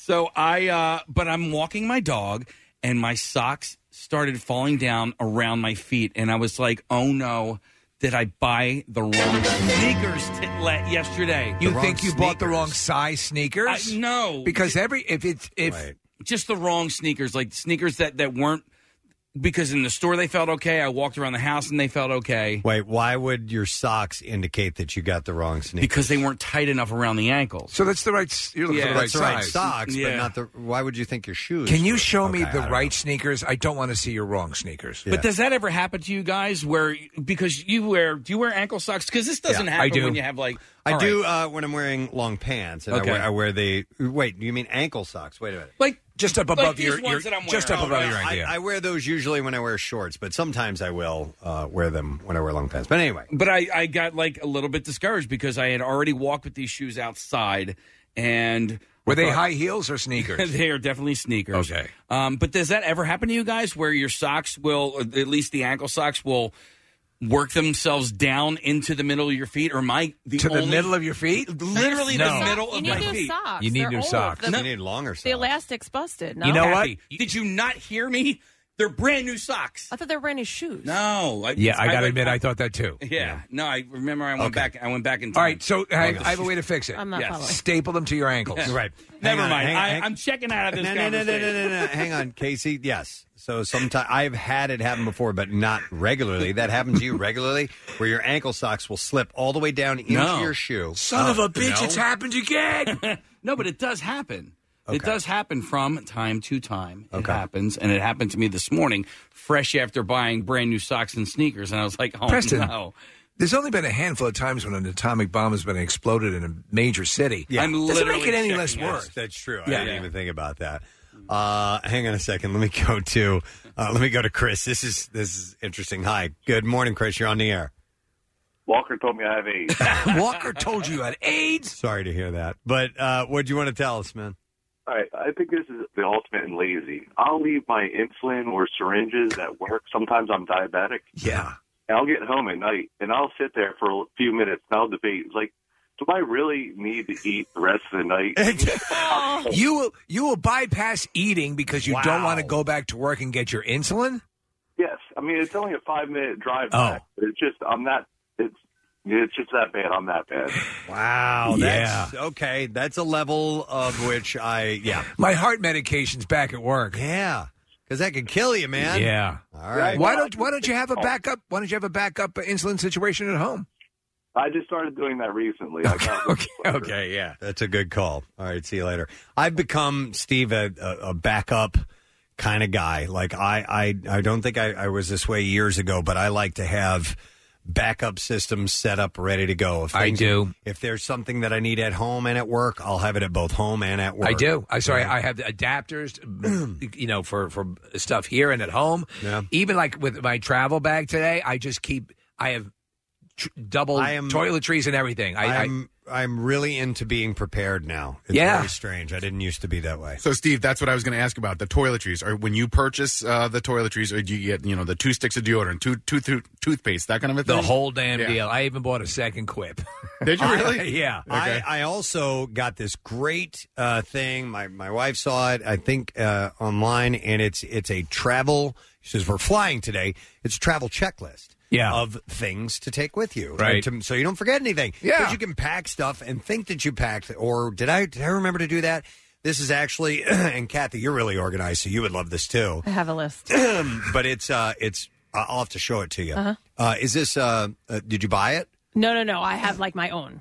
[SPEAKER 6] So I, uh, but I'm walking my dog and my socks started falling down around my feet. And I was like, oh no, Did I buy the wrong sneakers t- le- yesterday?
[SPEAKER 4] You think you bought the wrong size sneakers?
[SPEAKER 6] I- no,
[SPEAKER 4] because every if it's if
[SPEAKER 6] just the wrong sneakers, like sneakers that that weren't because in the store they felt okay. I walked around the house and they felt okay
[SPEAKER 2] Wait, why would your socks indicate that you got the wrong sneaker?
[SPEAKER 6] because they weren't tight enough around the ankles.
[SPEAKER 4] So that's the right. s- You're looking for the right
[SPEAKER 2] that's the right
[SPEAKER 4] size.
[SPEAKER 2] socks,
[SPEAKER 4] Yeah.
[SPEAKER 2] but not the. Why would you think your shoes?
[SPEAKER 4] Can you
[SPEAKER 2] were-
[SPEAKER 4] show me
[SPEAKER 2] Okay,
[SPEAKER 4] the
[SPEAKER 2] I don't
[SPEAKER 4] right sneakers? I don't want to see your wrong sneakers.
[SPEAKER 6] But does that ever happen to you guys? Where because you wear do you wear ankle socks? Because this doesn't
[SPEAKER 2] Yeah, I
[SPEAKER 6] happen
[SPEAKER 2] do.
[SPEAKER 6] when you have like
[SPEAKER 2] I
[SPEAKER 6] all
[SPEAKER 2] do
[SPEAKER 6] right.
[SPEAKER 2] uh, when I'm wearing long pants, and
[SPEAKER 6] Okay.
[SPEAKER 2] I, wear, I wear the. Wait, you mean ankle socks? Wait a minute.
[SPEAKER 6] like
[SPEAKER 4] just up
[SPEAKER 2] like
[SPEAKER 4] above
[SPEAKER 2] these
[SPEAKER 4] your,
[SPEAKER 2] ones
[SPEAKER 4] your-
[SPEAKER 2] that I'm
[SPEAKER 4] just up
[SPEAKER 2] wearing.
[SPEAKER 4] above
[SPEAKER 2] Oh,
[SPEAKER 4] your
[SPEAKER 2] yeah.
[SPEAKER 4] idea.
[SPEAKER 2] I, I wear those usually when I wear shorts, but sometimes I will uh, wear them when I wear long pants. But anyway,
[SPEAKER 6] But I, I got like a little bit discouraged because I had already walked with these shoes outside and
[SPEAKER 4] Were they
[SPEAKER 6] I thought-
[SPEAKER 4] high heels or sneakers?
[SPEAKER 6] they are definitely sneakers.
[SPEAKER 4] Okay.
[SPEAKER 6] Um, but does that ever happen to you guys where your socks will, or at least the ankle socks will work themselves down into the middle of your feet? Or am I the
[SPEAKER 4] To the
[SPEAKER 6] only-
[SPEAKER 4] middle of your feet?
[SPEAKER 6] Literally
[SPEAKER 4] No.
[SPEAKER 6] the middle
[SPEAKER 3] You
[SPEAKER 6] of
[SPEAKER 3] need
[SPEAKER 6] my
[SPEAKER 3] new
[SPEAKER 6] feet.
[SPEAKER 3] socks. You need They're new old. socks. The-
[SPEAKER 2] you need longer socks.
[SPEAKER 3] The elastic's busted. No?
[SPEAKER 6] You know what? Did you not hear me? They're brand new socks.
[SPEAKER 3] I thought they were brand new shoes.
[SPEAKER 6] No.
[SPEAKER 4] yeah, I gotta
[SPEAKER 6] went-
[SPEAKER 4] admit, I thought that too.
[SPEAKER 6] Yeah. No, I remember I went back. I went back in time.
[SPEAKER 4] All right, so I,
[SPEAKER 6] Oh,
[SPEAKER 4] I have a way to fix it.
[SPEAKER 6] I'm not Yes. following.
[SPEAKER 4] Staple them to your ankles.
[SPEAKER 6] Yeah. Never mind. I, I'm checking out of this
[SPEAKER 2] No, no, no,
[SPEAKER 6] conversation.
[SPEAKER 2] no, no, no, no. Hang on, Casey. Yes. So sometimes I've had it happen before, but not regularly. That happens to you regularly, where your ankle socks will slip all the way down into
[SPEAKER 6] No.
[SPEAKER 2] your shoe. Oh,
[SPEAKER 6] Son of a bitch, it's happened.
[SPEAKER 4] happened again.
[SPEAKER 6] no, but it does happen. It does happen from time to time. It happens, and it happened to me this morning, fresh after buying brand new socks and sneakers, and I was like, "Oh
[SPEAKER 4] Preston,
[SPEAKER 6] no!"
[SPEAKER 4] There's only been a handful of times when an atomic bomb has been exploded in a major city.
[SPEAKER 6] I'm
[SPEAKER 4] Doesn't
[SPEAKER 6] literally
[SPEAKER 4] make it any less
[SPEAKER 6] checking
[SPEAKER 4] worse.
[SPEAKER 6] out.
[SPEAKER 2] That's true. I
[SPEAKER 4] Yeah.
[SPEAKER 2] didn't
[SPEAKER 4] Yeah.
[SPEAKER 2] even think about that. Uh, hang on a second. Let me go to uh, let me go to Chris. This is this is interesting. Hi. Good morning, Chris. You're on the air.
[SPEAKER 11] Walker told me I have AIDS.
[SPEAKER 4] Walker told you you had AIDS.
[SPEAKER 2] Sorry to hear that. But uh, what do you want to tell us, man?
[SPEAKER 11] All right, I think this is the ultimate in lazy. I'll leave my insulin or syringes at work. Sometimes I'm diabetic.
[SPEAKER 4] Yeah.
[SPEAKER 11] And I'll get home at night and I'll sit there for a few minutes and I'll debate. It's like, do I really need to eat the rest of the night?
[SPEAKER 4] You will you will bypass eating because you don't want to go back to work and get your insulin.
[SPEAKER 11] yes. I mean, it's only a five minute drive
[SPEAKER 4] Oh.
[SPEAKER 11] back. But it's just, I'm not, it's, it's just that bad. I'm that bad.
[SPEAKER 2] Wow.
[SPEAKER 4] Yeah.
[SPEAKER 2] That's, okay. That's a level of which I yeah.
[SPEAKER 4] My heart medication's back at work.
[SPEAKER 2] Yeah, because that could kill you, man.
[SPEAKER 4] Yeah. Oh.
[SPEAKER 2] All right.
[SPEAKER 4] Why don't Why don't you have a backup? Why don't you have a backup insulin situation at home?
[SPEAKER 11] I just started doing that recently. I got
[SPEAKER 4] Okay, yeah.
[SPEAKER 2] That's a good call. All right, see you later. I've become Steve a, a, a backup kind of guy. Like I, I, I don't think I, I was this way years ago, but I like to have backup systems set up ready to go. If
[SPEAKER 4] I do.
[SPEAKER 2] If there's something that I need at home and at work, I'll have it at both home and at work.
[SPEAKER 4] I do. I sorry. I have the adapters, you know, for for stuff here and at home.
[SPEAKER 2] Yeah.
[SPEAKER 4] Even like with my travel bag today, I just keep. I have tr- double
[SPEAKER 2] I am-
[SPEAKER 4] toiletries and everything. I, I
[SPEAKER 2] I'm I, am really into being prepared now. It's
[SPEAKER 4] Yeah.
[SPEAKER 2] very strange. I didn't used to be that way.
[SPEAKER 5] So, Steve, that's what I was going to ask about the toiletries. Or when you purchase uh, the toiletries, or do you get you know the two sticks of deodorant, two, two, two toothpaste, that kind of a thing?
[SPEAKER 4] the whole damn
[SPEAKER 5] Yeah.
[SPEAKER 4] deal. I even bought a second quip.
[SPEAKER 5] Did you really?
[SPEAKER 4] I- yeah.
[SPEAKER 2] I, I also got this great uh, thing. My my wife saw it, I think, uh, online, and it's it's a travel. She says we're flying today. It's a travel checklist.
[SPEAKER 4] Yeah.
[SPEAKER 2] of things to take with you,
[SPEAKER 4] Right.
[SPEAKER 2] And to- so you don't forget anything.
[SPEAKER 4] Yeah.
[SPEAKER 2] 'Cause you can pack stuff and think that you packed, or did I did I remember to do that? This is actually, and Kathy, you're really organized, so you would love this too.
[SPEAKER 3] I have a list.
[SPEAKER 2] but it's uh, it's I- I'll have to show it to you.
[SPEAKER 3] Uh-huh.
[SPEAKER 2] Uh, is this? Uh, uh, did you buy it?
[SPEAKER 3] No, no, no. I have like my own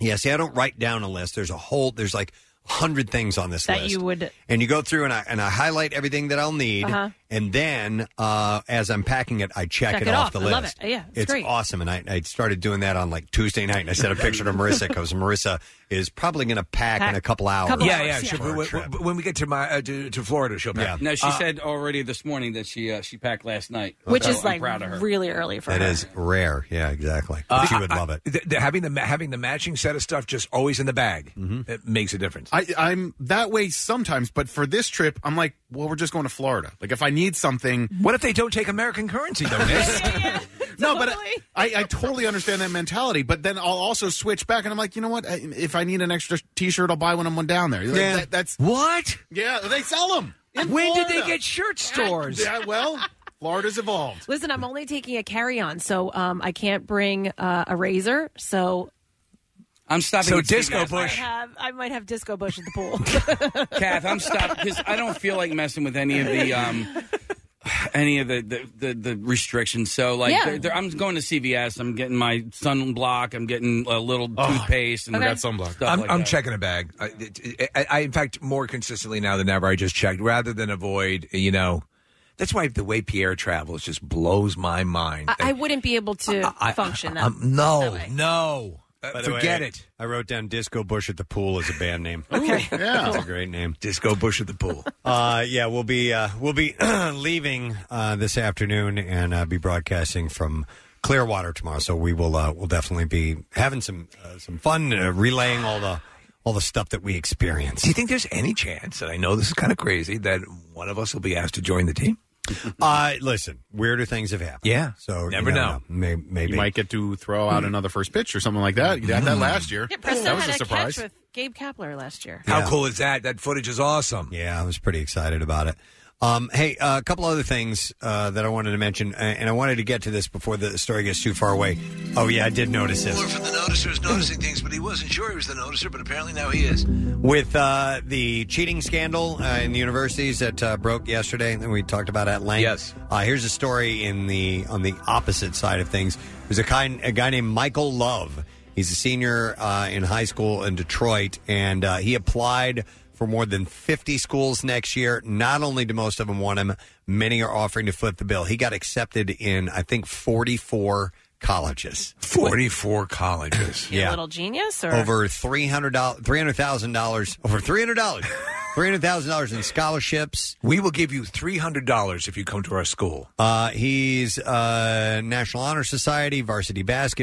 [SPEAKER 2] Yeah, see, I don't write down a list. There's a whole, there's like a hundred things on this
[SPEAKER 3] that
[SPEAKER 2] list.
[SPEAKER 3] you would.
[SPEAKER 2] and you go through and I and I highlight everything that I'll need,
[SPEAKER 3] Uh-huh.
[SPEAKER 2] and then uh, as I'm packing it, I check,
[SPEAKER 3] Check
[SPEAKER 2] it,
[SPEAKER 3] it
[SPEAKER 2] off
[SPEAKER 3] off.
[SPEAKER 2] the
[SPEAKER 3] I
[SPEAKER 2] list.
[SPEAKER 3] love it. Yeah, it's great.
[SPEAKER 2] awesome. And I, I started doing that on like Tuesday night, and I sent a picture to Marissa because Marissa is probably going to pack, in a couple hours.
[SPEAKER 4] yeah, yeah. she'll- when, when- when we get to my uh, to, to Florida, she'll Uh, be.
[SPEAKER 6] No, she said already this morning that she uh, she packed last night,
[SPEAKER 3] Which
[SPEAKER 6] So
[SPEAKER 3] is
[SPEAKER 6] Oh, I'm
[SPEAKER 3] like
[SPEAKER 6] proud of her.
[SPEAKER 3] really early for
[SPEAKER 2] That
[SPEAKER 3] her.
[SPEAKER 2] is rare. Yeah, exactly.
[SPEAKER 4] Uh,
[SPEAKER 2] she would
[SPEAKER 4] I-
[SPEAKER 2] love it.
[SPEAKER 4] th- th- having the ma- having the matching set of stuff just always in the bag it makes a difference.
[SPEAKER 5] I, I'm that way sometimes, but for this trip, I'm like, well, we're just going to Florida. Like, if I need something,
[SPEAKER 4] what if they don't take American currency though? Miss?
[SPEAKER 5] no, but I, I, I totally understand that mentality. But then I'll also switch back, and I'm like, you know what? I- If I need an extra T-shirt, I'll buy one. I'm one down there. Like,
[SPEAKER 4] Yeah.
[SPEAKER 5] that- that's
[SPEAKER 4] what?
[SPEAKER 5] Yeah, they sell them.
[SPEAKER 4] When did they get shirt stores?
[SPEAKER 5] yeah, well, Florida's evolved.
[SPEAKER 3] Listen, I'm only taking a carry on, so um, I can't bring uh, a razor. So
[SPEAKER 6] I'm stopping.
[SPEAKER 3] So
[SPEAKER 6] at Steve
[SPEAKER 3] Disco
[SPEAKER 6] last night.
[SPEAKER 3] I have I might have disco bush at the pool.
[SPEAKER 6] Kath, I'm stopped because I don't feel like messing with any of the um, any of the the, the, the restrictions. So like,
[SPEAKER 3] Yeah.
[SPEAKER 6] they're, they're- I'm going to CVS. I'm getting my sunblock. I'm getting a little toothpaste. And
[SPEAKER 4] Okay.
[SPEAKER 6] got sunblock. Stuff
[SPEAKER 4] Oh. I'm,
[SPEAKER 6] like
[SPEAKER 4] I'm
[SPEAKER 6] that.
[SPEAKER 4] checking a bag. I, it- I, I, in fact, more consistently now than ever, I just checked rather than avoid. You know, that's why the way Pierre travels just blows my mind.
[SPEAKER 3] I, I wouldn't be able to function. that-
[SPEAKER 4] Um, no, no, Uh,
[SPEAKER 2] By the
[SPEAKER 4] forget
[SPEAKER 2] way,
[SPEAKER 4] it.
[SPEAKER 2] I wrote down Disco Bush at the Pool as a band name.
[SPEAKER 3] okay,
[SPEAKER 2] That's a great name.
[SPEAKER 4] Disco Bush at the Pool.
[SPEAKER 2] Uh, yeah, we'll be uh, we'll be leaving uh, this afternoon and uh, be broadcasting from Clearwater tomorrow. So we will uh, we'll definitely be having some uh, some fun uh, relaying all the all the stuff that we experience.
[SPEAKER 4] Do you think there's any chance, and I know this is kind of crazy, that one of us will be asked to join the team?
[SPEAKER 2] Uh, listen, weirder things have happened.
[SPEAKER 4] Yeah.
[SPEAKER 2] so you
[SPEAKER 4] Never know.
[SPEAKER 2] May- Maybe Hmm.
[SPEAKER 5] You might get to throw out another first pitch or something like that. You had that
[SPEAKER 4] Mm.
[SPEAKER 5] last year.
[SPEAKER 3] Yeah, Preston
[SPEAKER 5] that was
[SPEAKER 3] had
[SPEAKER 5] a
[SPEAKER 3] a,
[SPEAKER 5] surprise.
[SPEAKER 3] catch with Gabe Kapler last year.
[SPEAKER 4] How cool is that? That footage is awesome.
[SPEAKER 2] Yeah, I was pretty excited about it. Um, hey, uh, a couple other things uh, that I wanted to mention, uh, and I wanted to get to this before the story gets too far away. Oh yeah, I did notice this.
[SPEAKER 16] From the noticer is noticing things, but he wasn't sure he was the noticer, but apparently now he is.
[SPEAKER 2] with uh, the cheating scandal uh, in the universities that uh, broke yesterday and we talked about at length. Yes. Uh, here's a story in the on the opposite side of things. There's a kind a guy named Michael Love. He's a senior uh, in high school in Detroit, and uh, he applied for more than 50 schools next year. Not only do most of them want him, many are offering to foot the bill. He got accepted in, I think, 44 colleges.
[SPEAKER 4] 44 colleges.
[SPEAKER 3] You little genius, or
[SPEAKER 2] Over three hundred dollars, three hundred thousand dollars, over three hundred dollars, three hundred thousand dollars in scholarships.
[SPEAKER 4] We will give you three hundred dollars if you come to our school.
[SPEAKER 2] Uh, he's uh, National Honor Society, varsity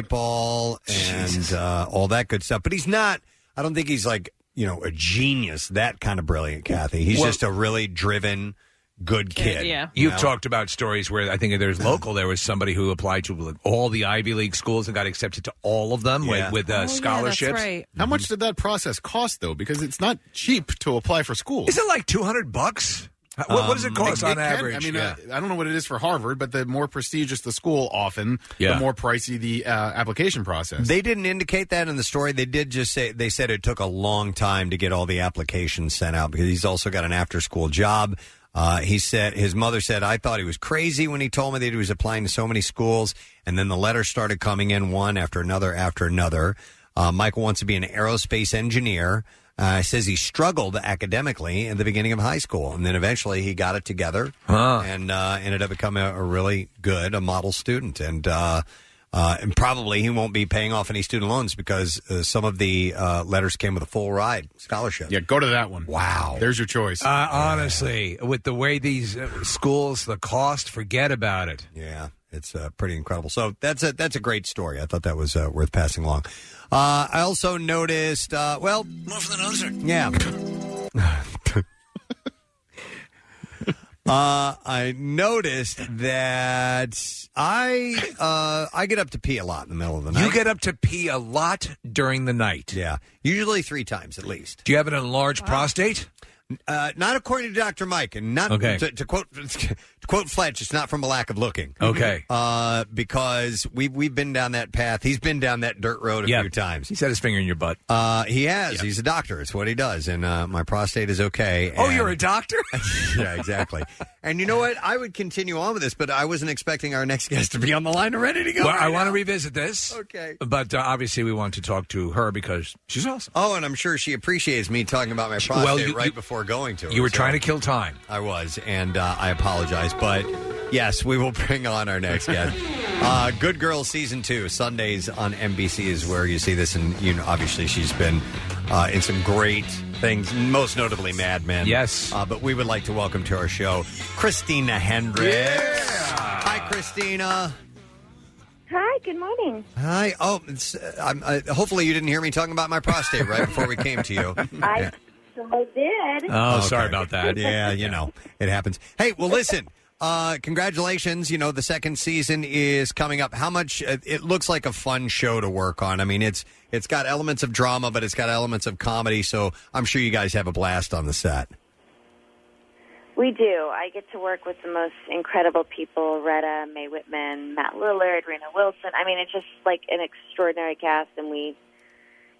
[SPEAKER 2] basketball, and uh, all that good stuff. But he's not. I don't think he's like you know a genius, that kind of brilliant, Kathy. He's
[SPEAKER 4] Well-
[SPEAKER 2] just a really driven, good kid.
[SPEAKER 4] You've
[SPEAKER 2] know?
[SPEAKER 4] talked about stories where I think there's local. There was somebody who applied to like, all the Ivy League schools and got accepted to all of them
[SPEAKER 5] Yeah.
[SPEAKER 4] with, with uh, scholarships.
[SPEAKER 5] How much did that process cost, though? Because it's not cheap to apply for school. Um,
[SPEAKER 4] Is it like two hundred bucks? What, what does it cost on average?
[SPEAKER 5] I mean, uh, I don't know what it is for Harvard, but the more prestigious the school, often
[SPEAKER 2] Yeah.
[SPEAKER 5] the more pricey the uh, application process.
[SPEAKER 2] They didn't indicate that in the story. They did just say they said it took a long time to get all the applications sent out because he's also got an after school job. Uh, he said his mother said I thought he was crazy when he told me that he was applying to so many schools, and then the letters started coming in one after another after another. Uh, Michael wants to be an aerospace engineer. Uh, says he struggled academically at the beginning of high school, and then eventually he got it together and uh, ended up becoming a, a really good, a model student. And uh, uh, and probably he won't be paying off any student loans because uh, some of the uh, letters came with a full ride scholarship.
[SPEAKER 5] Yeah, go to that one.
[SPEAKER 2] Wow.
[SPEAKER 5] There's your choice.
[SPEAKER 4] Uh, honestly, with the way these uh, schools, the cost, forget about it.
[SPEAKER 2] Yeah, it's uh, pretty incredible. So that's a that's a great story. I thought that was uh, worth passing along. Uh, I also noticed. Uh, well,
[SPEAKER 16] More for the noticer.
[SPEAKER 2] Yeah. uh, I noticed that I uh, I get up to pee a lot in the middle of the night.
[SPEAKER 4] You get up to pee a lot during the night.
[SPEAKER 2] Yeah, usually three times at least.
[SPEAKER 4] Do you have an enlarged prostate?
[SPEAKER 2] Uh, not according to Dr. Mike, and not
[SPEAKER 4] Okay.
[SPEAKER 2] to, to quote to quote Fletch, it's not from a lack of looking.
[SPEAKER 4] Okay.
[SPEAKER 2] uh, because we we've been down that path. He's been down that dirt road a
[SPEAKER 4] Yeah.
[SPEAKER 2] few times.
[SPEAKER 4] He's had his finger in your butt.
[SPEAKER 2] Uh, he has. He's a doctor. It's what he does, and uh, my prostate is okay.
[SPEAKER 4] Oh,
[SPEAKER 2] and-
[SPEAKER 4] you're a doctor?
[SPEAKER 2] yeah, exactly. And you know what? I would continue on with this, but I wasn't expecting our next guest to be on the line and ready to go.
[SPEAKER 4] Well,
[SPEAKER 2] right
[SPEAKER 4] I want to
[SPEAKER 2] now.
[SPEAKER 4] revisit this.
[SPEAKER 2] Okay.
[SPEAKER 4] But uh, obviously, we want to talk to her because she's awesome.
[SPEAKER 2] Oh, and I'm sure she appreciates me talking about my prostate
[SPEAKER 4] Well, you-
[SPEAKER 2] right
[SPEAKER 4] you-
[SPEAKER 2] before going to.
[SPEAKER 4] You were trying to kill time.
[SPEAKER 2] I was, and uh, I apologize, but yes, we will bring on our next guest. Uh, Good Girl season two Sundays on NBC is where you see this, and you know, obviously she's been uh, in some great things, most notably Mad Men. Yes, uh, but we would like to welcome to our show Christina Hendricks. Hi, Christina.
[SPEAKER 12] Hi, good morning.
[SPEAKER 2] Hi. Oh, it's, uh, I'm, uh, hopefully you didn't hear me talking about my prostate right before we came to you.
[SPEAKER 12] I so did.
[SPEAKER 2] Okay.
[SPEAKER 4] Oh, sorry about that.
[SPEAKER 2] Yeah, you know, it happens. Hey, well, listen. Uh, congratulations! You know the second season is coming up. How much? Uh, it looks like a fun show to work on. I mean, it's it's got elements of drama, but it's got elements of comedy. So I'm sure you guys have a blast on the set.
[SPEAKER 13] We do. I get to work with the most incredible people Retta, Mae Whitman, Matt Lillard, Rena Wilson. I mean, it's just like an extraordinary cast, and we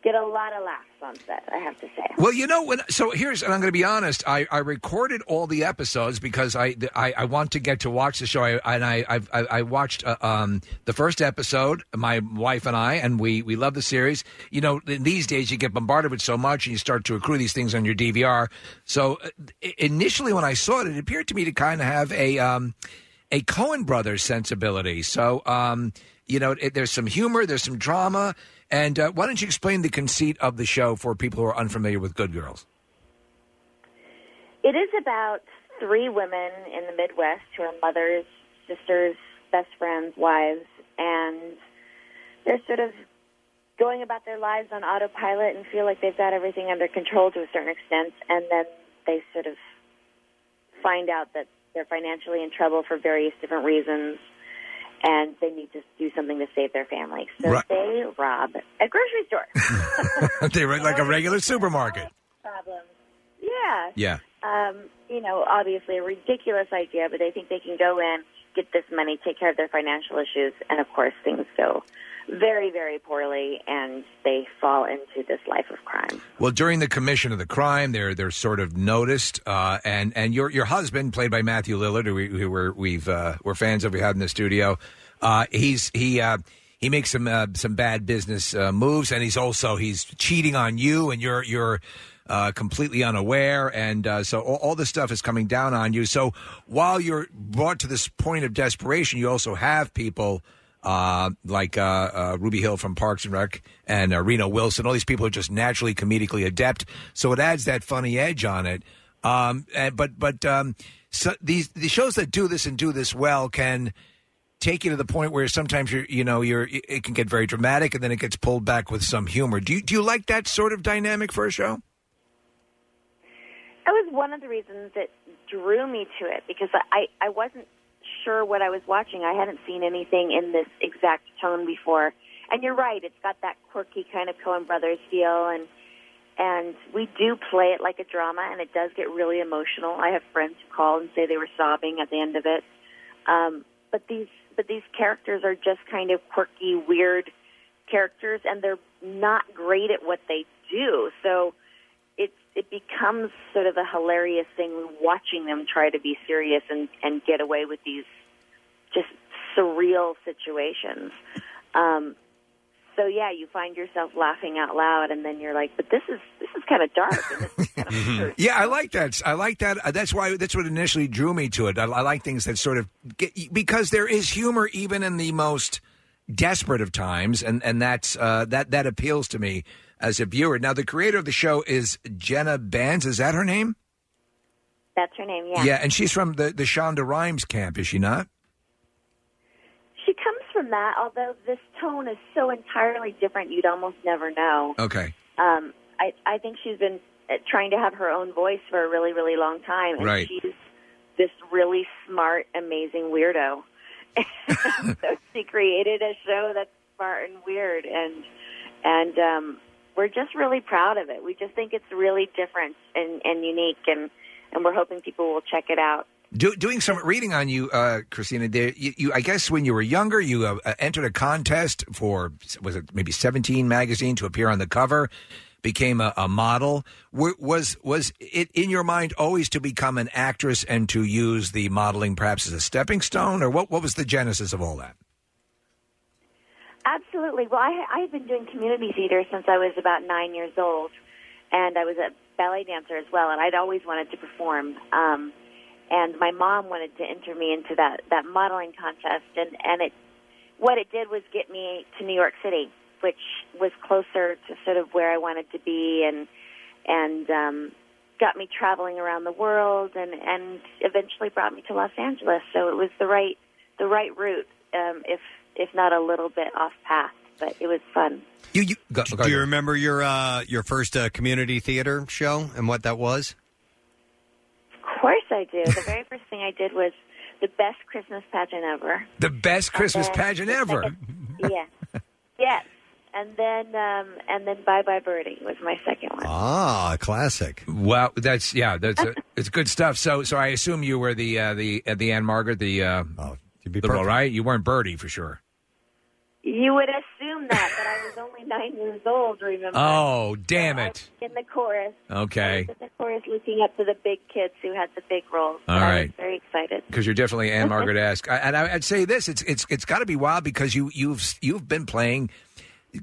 [SPEAKER 13] get a lot of laughs on set, I have to say.
[SPEAKER 4] Well, you know when. So here's, and I'm going to be honest. I, I recorded all the episodes because I, th- I I want to get to watch the show. I and I I've, I, I watched uh, um the first episode. My wife and I, and we we love the series. You know, th- these days you get bombarded with so much, and you start to accrue these things on your DVR. So uh, i- initially, when I saw it, it appeared to me to kind of have a um a Cohen Brothers sensibility. So um you know, it, there's some humor, there's some drama. And uh, why don't you explain the conceit of the show for people who are unfamiliar with Good Girls?
[SPEAKER 13] It is about three women in the Midwest who are mothers, sisters, best friends, wives, and they're sort of going about their lives on autopilot and feel like they've got everything under control to a certain extent, and then they sort of find out that they're financially in trouble for various different reasons. And they need to do something to save their families. So
[SPEAKER 4] Right.
[SPEAKER 13] they rob a grocery store.
[SPEAKER 4] they were like a regular supermarket.
[SPEAKER 13] Problems. Yeah.
[SPEAKER 4] Yeah.
[SPEAKER 13] um, you know, obviously a ridiculous idea, but they think they can go in, get this money, take care of their financial issues, and of course things go very, very poorly, and they fall into this life of crime.
[SPEAKER 4] Well, during the commission of the crime, they're they're sort of noticed, uh, and and your your husband, played by Matthew Lillard, who, we, who we're we've uh, we're fans of, we had in the studio. Uh, he's he uh, he makes some uh, some bad business uh, moves, and he's also he's cheating on you, and you're you're. Uh, completely unaware, and uh, so all, all this stuff is coming down on you. So while you're brought to this point of desperation, you also have people uh, like uh, uh, Ruby Hill from Parks and Rec and uh, Reno Wilson. All these people are just naturally comedically adept, so it adds that funny edge on it. Um, and, but but um, so these the shows that do this and do this well can take you to the point where sometimes you're you know you're it it can get very dramatic and then it gets pulled back with some humor. Do you do you like that sort of dynamic for a show?
[SPEAKER 13] That was one of the reasons that drew me to it because I, I wasn't sure what I was watching. I hadn't seen anything in this exact tone before. And you're right, it's got that quirky kind of Coen Brothers feel and and we do play it like a drama and it does get really emotional. I have friends who call and say they were sobbing at the end of it. Um, but these but these characters are just kind of quirky, weird characters and they're not great at what they do. So it it becomes sort of a hilarious thing watching them try to be serious and and get away with these just surreal situations. Um, so yeah, you find yourself laughing out loud, and then you're like, "But this is this is kind of dark." And this-
[SPEAKER 4] Mm-hmm. Yeah, I like that. I like that. Uh, That's why. That's what initially drew me to it. I, I like things that sort of get because there is humor even in the most desperate of times, and and that's uh, that that appeals to me as a viewer. Now, the creator of the show is Jenna Banz. Is that her name?
[SPEAKER 13] That's her name. Yeah.
[SPEAKER 4] and she's from the the Shonda Rhimes camp, is she not?
[SPEAKER 13] she comes from that. Although this tone is so entirely different, you'd almost never know.
[SPEAKER 4] Okay.
[SPEAKER 13] Um, I I think she's been uh, trying to have her own voice for a really really long time, and
[SPEAKER 4] Right.
[SPEAKER 13] she's this really smart, amazing weirdo. so she created a show that's smart and weird, and and um, we're just really proud of it. We just think it's really different and, and unique, and and we're hoping people will check it out.
[SPEAKER 4] Do, doing some reading on you, uh, Christina. There, you, you, I guess when you were younger, you uh, uh, entered a contest for was it maybe Seventeen magazine to appear on the cover, became a, a model. W- was was it in your mind always to become an actress and to use the modeling perhaps as a stepping stone, or what? What was the genesis of all that?
[SPEAKER 13] Absolutely. Well, I I had been doing community theater since I was about nine years old, and I was a ballet dancer as well, and I'd always wanted to perform. Um, and my mom wanted to enter me into that that modeling contest, and and it what it did was get me to New York City, which was closer to sort of where I wanted to be, and and um, got me traveling around the world, and and eventually brought me to Los Angeles. So it was the right the right route, um, if if not a little bit off path, but it was fun.
[SPEAKER 4] You, you,
[SPEAKER 2] Do you remember your uh, your first uh, community theater show and what that was?
[SPEAKER 13] Of course, I do. The very first thing I did was the best Christmas pageant ever.
[SPEAKER 4] The best Christmas pageant ever.
[SPEAKER 13] Yeah. Yes. and then um, and then Bye Bye Birdie was my second one.
[SPEAKER 2] Ah, classic.
[SPEAKER 4] Well, that's yeah, that's a, it's good stuff. So, so I assume you were the uh, the uh, the Anne Margaret, the uh, oh,
[SPEAKER 2] be
[SPEAKER 4] the, right? You weren't Birdie for sure.
[SPEAKER 13] You would assume that, but I was only nine years old. Remember?
[SPEAKER 4] Oh, damn it!
[SPEAKER 13] in the chorus.
[SPEAKER 4] Okay,
[SPEAKER 13] In the chorus, looking up to the big kids who had the big roles.
[SPEAKER 4] All
[SPEAKER 13] I was
[SPEAKER 4] right.
[SPEAKER 13] very excited.
[SPEAKER 4] because you're definitely Anne Margaret esque. And I, I'd say this: it's it's it's got to be wild because you you've you've been playing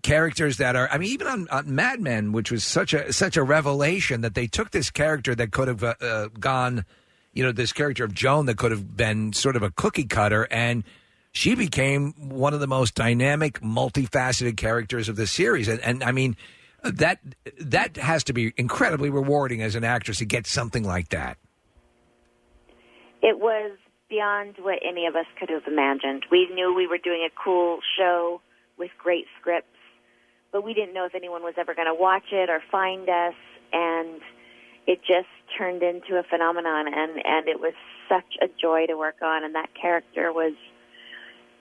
[SPEAKER 4] characters that are. I mean, even on, on Mad Men, which was such a such a revelation that they took this character that could have uh, uh, gone, you know, this character of Joan that could have been sort of a cookie cutter, and she became one of the most dynamic, multifaceted characters of the series. And, and I mean. That that has to be incredibly rewarding as an actress to get something like that.
[SPEAKER 13] It was beyond what any of us could have imagined. We knew we were doing a cool show with great scripts, but we didn't know if anyone was ever going to watch it or find us, and it just turned into a phenomenon. And and it was such a joy to work on. And that character was,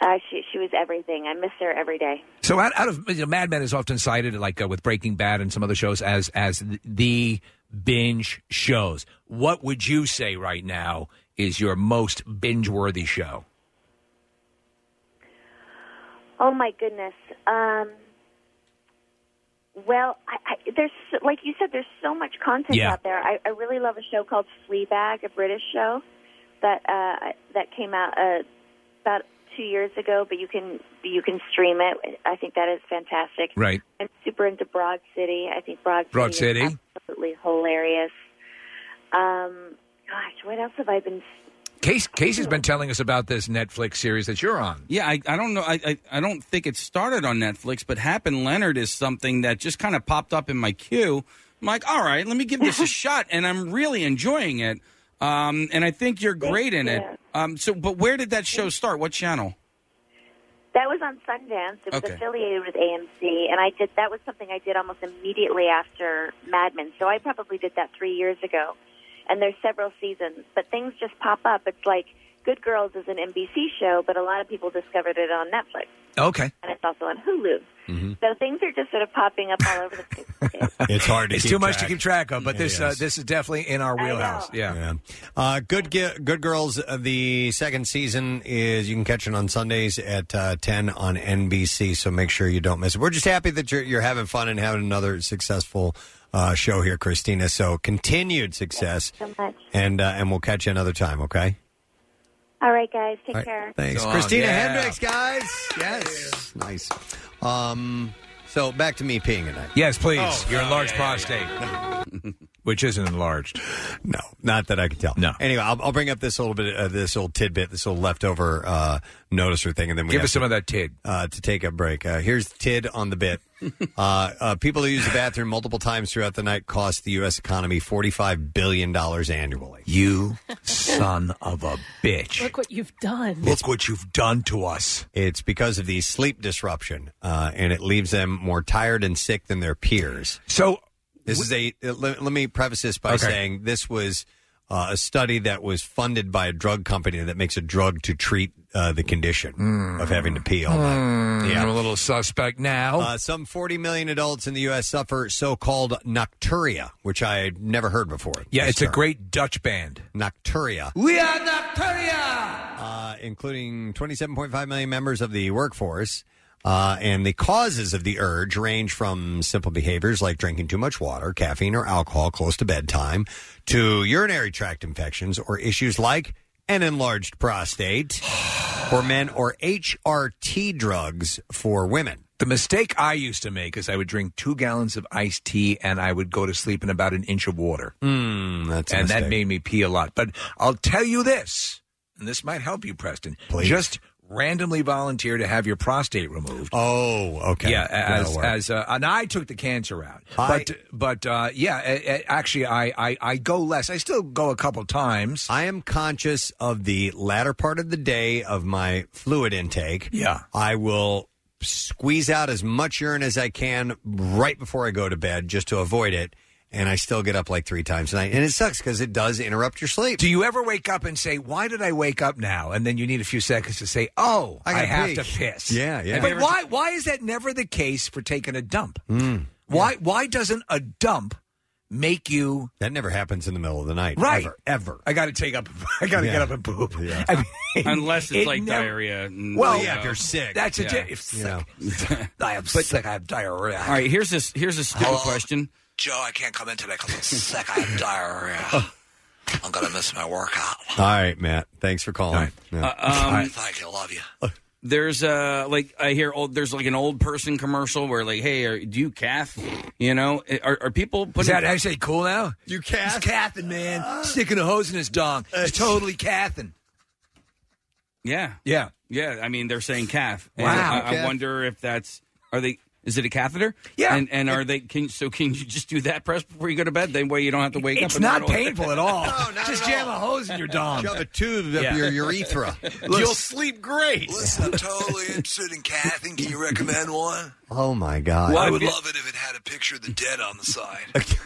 [SPEAKER 13] uh, she she was everything. I miss her every day.
[SPEAKER 4] So out, out of you know, Mad Men is often cited like uh, with Breaking Bad and some other shows as as th- the binge shows. What would you say right now is your most binge worthy show?
[SPEAKER 13] Oh my goodness. Um, well, I, I, there's like you said, there's so much content
[SPEAKER 14] Yeah.
[SPEAKER 13] out there. I, I really love a show called Fleabag, a British show that uh, that came out uh, about two years ago, but you can you can stream it. I think that is fantastic.
[SPEAKER 4] Right.
[SPEAKER 13] I'm super into Broad City. I think Broad,
[SPEAKER 4] Broad
[SPEAKER 13] City, is
[SPEAKER 4] City.
[SPEAKER 13] absolutely hilarious. Um, gosh, what else have I been?
[SPEAKER 4] Case Case has been telling us about this Netflix series that you're on.
[SPEAKER 6] Yeah, I, I don't know. I, I I don't think it started on Netflix, but Happen Leonard is something that just kind of popped up in my queue. I'm like, all right, let me give this a shot, and I'm really enjoying it. Um, and I think you're great in it. Um, so, but where did that show start? What channel?
[SPEAKER 13] That was on Sundance. It was
[SPEAKER 6] Okay.
[SPEAKER 13] affiliated with AMC, and I did that was something I did almost immediately after Mad Men. So I probably did that three years ago, and there's several seasons, but things just pop up. It's like Good Girls is an NBC show, but a lot of people discovered it on Netflix,
[SPEAKER 4] Okay.
[SPEAKER 13] and it's also on Hulu. So things are just sort of popping up all over the place.
[SPEAKER 2] It's hard to
[SPEAKER 4] It's
[SPEAKER 2] keep
[SPEAKER 4] too much
[SPEAKER 2] track.
[SPEAKER 4] to keep track of, but
[SPEAKER 2] It
[SPEAKER 4] this uh,
[SPEAKER 2] is.
[SPEAKER 4] this is definitely in our wheelhouse. Yeah.
[SPEAKER 2] Uh, good, Gi- good girls. uh, The second season is you can catch it on Sundays at uh, ten on NBC. So make sure you don't miss it. We're just happy that you're you're having fun and having another successful uh, show here, Christina. So continued success, and uh, and we'll catch you another time. Okay.
[SPEAKER 13] All right, guys, take
[SPEAKER 2] All right,
[SPEAKER 13] care.
[SPEAKER 2] Thanks,
[SPEAKER 4] So long,
[SPEAKER 2] Christina
[SPEAKER 4] yeah.
[SPEAKER 2] Hendricks, guys. Yes, nice. Um, so back to me peeing at night.
[SPEAKER 4] Yes, please.
[SPEAKER 2] Oh,
[SPEAKER 4] Your
[SPEAKER 2] oh,
[SPEAKER 4] enlarged
[SPEAKER 2] yeah,
[SPEAKER 4] prostate, which isn't enlarged.
[SPEAKER 2] No, not that I can tell. No. Anyway, I'll, I'll bring up this little bit, uh, this little tidbit, this little leftover uh, noticer thing, and then we
[SPEAKER 4] Give
[SPEAKER 2] have
[SPEAKER 4] us
[SPEAKER 2] to-
[SPEAKER 4] some of that tid
[SPEAKER 2] uh, to take a break. Uh, here's tid on the bit. uh, uh, people who use the bathroom multiple times throughout the night cost the U.S. economy forty-five billion dollars annually.
[SPEAKER 4] You son of a bitch!
[SPEAKER 3] Look what you've done.
[SPEAKER 4] Look what you've done to us.
[SPEAKER 2] It's because of the sleep disruption, uh, and it leaves them more tired and sick than their peers.
[SPEAKER 4] So,
[SPEAKER 2] this is a uh, let, let me preface this by
[SPEAKER 4] Okay.
[SPEAKER 2] saying this was uh, a study that was funded by a drug company that makes a drug to treat uh, the condition of having to pee all night.
[SPEAKER 4] Hmm. I'm a little suspect now.
[SPEAKER 2] Uh, some 40 million adults in the U.S. suffer so-called nocturia, which I never heard before.
[SPEAKER 4] yeah,
[SPEAKER 2] this
[SPEAKER 4] it's a
[SPEAKER 2] term.
[SPEAKER 4] great Dutch band.
[SPEAKER 2] nocturia.
[SPEAKER 4] We are Nocturia!
[SPEAKER 2] uh, including 27.5 million members of the workforce. Uh, and the causes of the urge range from simple behaviors like drinking too much water, caffeine, or alcohol close to bedtime to urinary tract infections or issues like an enlarged prostate for men or HRT drugs for women.
[SPEAKER 4] The mistake I used to make is I would drink two gallons of iced tea and I would go to sleep in about an inch of water.
[SPEAKER 2] Mm, that's a
[SPEAKER 4] and that
[SPEAKER 2] mistake.
[SPEAKER 4] made me pee a lot. But I'll tell you this, and this might help you, Preston.
[SPEAKER 2] Please.
[SPEAKER 4] Just randomly volunteer to have your prostate removed.
[SPEAKER 2] Oh, okay.
[SPEAKER 4] Yeah,
[SPEAKER 2] That'll
[SPEAKER 4] as,
[SPEAKER 2] work.
[SPEAKER 4] as uh, and I took the cancer out,
[SPEAKER 2] I-
[SPEAKER 4] but but uh, yeah, a- a- actually I, I I go less. I still go a couple times.
[SPEAKER 2] I am conscious of the latter part of the day of my fluid intake.
[SPEAKER 4] Yeah.
[SPEAKER 2] I will squeeze out as much urine as I can right before I go to bed just to avoid it. and I still get up like three times a night, and it sucks because it does interrupt your sleep.
[SPEAKER 4] Do you ever wake up and say, "Why did I wake up now?" And then you need a few seconds to say, "Oh,
[SPEAKER 2] I
[SPEAKER 4] I,
[SPEAKER 2] gotta
[SPEAKER 4] have
[SPEAKER 2] pee."
[SPEAKER 4] to piss."
[SPEAKER 2] Yeah, yeah.
[SPEAKER 4] But why? Why is that never the case for taking a dump?
[SPEAKER 2] Hmm.
[SPEAKER 4] Why? Why doesn't a dump make you?
[SPEAKER 2] That never happens in the middle of the night,
[SPEAKER 4] right?
[SPEAKER 2] ever, ever.
[SPEAKER 4] I got to take up. I got to
[SPEAKER 2] Yeah.
[SPEAKER 4] get up and poop.
[SPEAKER 2] Yeah.
[SPEAKER 4] I mean,
[SPEAKER 6] Unless
[SPEAKER 4] it
[SPEAKER 6] it's like
[SPEAKER 4] never-
[SPEAKER 6] diarrhea. and,
[SPEAKER 4] Well,
[SPEAKER 6] you
[SPEAKER 4] yeah, if
[SPEAKER 6] know.
[SPEAKER 4] you're sick. That's a di- if sick. I am sick. I have diarrhea.
[SPEAKER 6] All right, here's this. Here's a stupid
[SPEAKER 4] Hello?
[SPEAKER 6] question.
[SPEAKER 4] Joe, I can't come in today because I'm sick. I have diarrhea. I'm gonna miss my workout.
[SPEAKER 2] All right, Matt. Thanks for calling. Yeah.
[SPEAKER 4] Uh,
[SPEAKER 6] Um,
[SPEAKER 4] Thank you. Love you.
[SPEAKER 6] there's uh like I hear old there's like an old person commercial where like hey are, do you calf you know eh, are, are people putting
[SPEAKER 4] Is that actually cool now?
[SPEAKER 2] You
[SPEAKER 4] He's cathing, man.
[SPEAKER 6] Ah.
[SPEAKER 4] Sticking a hose in his dong. He's totally cathing.
[SPEAKER 6] yeah
[SPEAKER 4] yeah
[SPEAKER 6] yeah I mean they're saying calf And
[SPEAKER 4] Wow.
[SPEAKER 6] I, I
[SPEAKER 4] Calf.
[SPEAKER 6] wonder if that's are they is it a catheter
[SPEAKER 4] Yeah.
[SPEAKER 6] and and are they can so can you just do that press before you go to bed then way you don't have to wake up
[SPEAKER 4] It's
[SPEAKER 6] in the
[SPEAKER 4] not
[SPEAKER 6] middle.
[SPEAKER 4] painful at all. Just jam a hose in your dong.
[SPEAKER 2] Shove a tube up
[SPEAKER 6] Yeah.
[SPEAKER 2] your urethra.
[SPEAKER 4] You'll
[SPEAKER 5] sleep great.
[SPEAKER 4] Listen, I'm totally interested in cathing. Can you recommend one?
[SPEAKER 2] Oh my God!
[SPEAKER 4] I would love it if it had a picture of the dead on the side.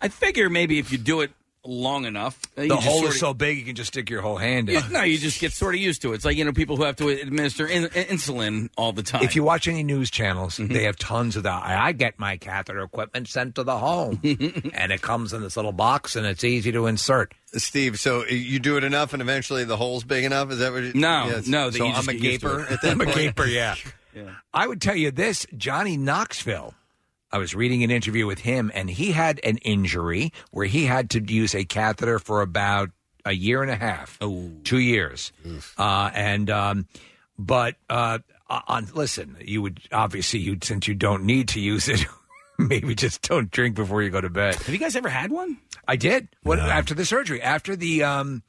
[SPEAKER 6] I figure maybe if you do it long enough uh, you
[SPEAKER 4] the
[SPEAKER 6] just
[SPEAKER 4] hole
[SPEAKER 6] sorta-
[SPEAKER 4] is so big you can just stick your whole hand in.
[SPEAKER 6] Yeah, no, you just get sort of used to it. It's like you know people who have to administer in, uh, insulin all the time.
[SPEAKER 4] If you watch any news channels, they have tons of that. I I get my catheter equipment sent to the home, and it comes in this little box, and it's easy to insert.
[SPEAKER 2] Steve, so uh, you do it enough, and eventually the hole's big enough. Is that what? You,
[SPEAKER 4] No,
[SPEAKER 2] Yes.
[SPEAKER 4] no. that
[SPEAKER 2] So
[SPEAKER 4] you
[SPEAKER 2] I'm
[SPEAKER 4] just
[SPEAKER 2] a
[SPEAKER 4] get used to
[SPEAKER 2] gaper
[SPEAKER 4] it.
[SPEAKER 2] at that
[SPEAKER 4] I'm
[SPEAKER 2] point.
[SPEAKER 4] a gaper. Yeah. I would tell you this: Johnny Knoxville. I was reading an interview with him, and he had an injury where he had to use a catheter for about a year and a half,
[SPEAKER 6] Oh.
[SPEAKER 4] two years, uh, and um, but uh, on listen, you would obviously you since you don't need to use it, maybe just don't drink before you go to bed.
[SPEAKER 6] Have you guys ever had one?
[SPEAKER 4] I did. What after the surgery? After the um,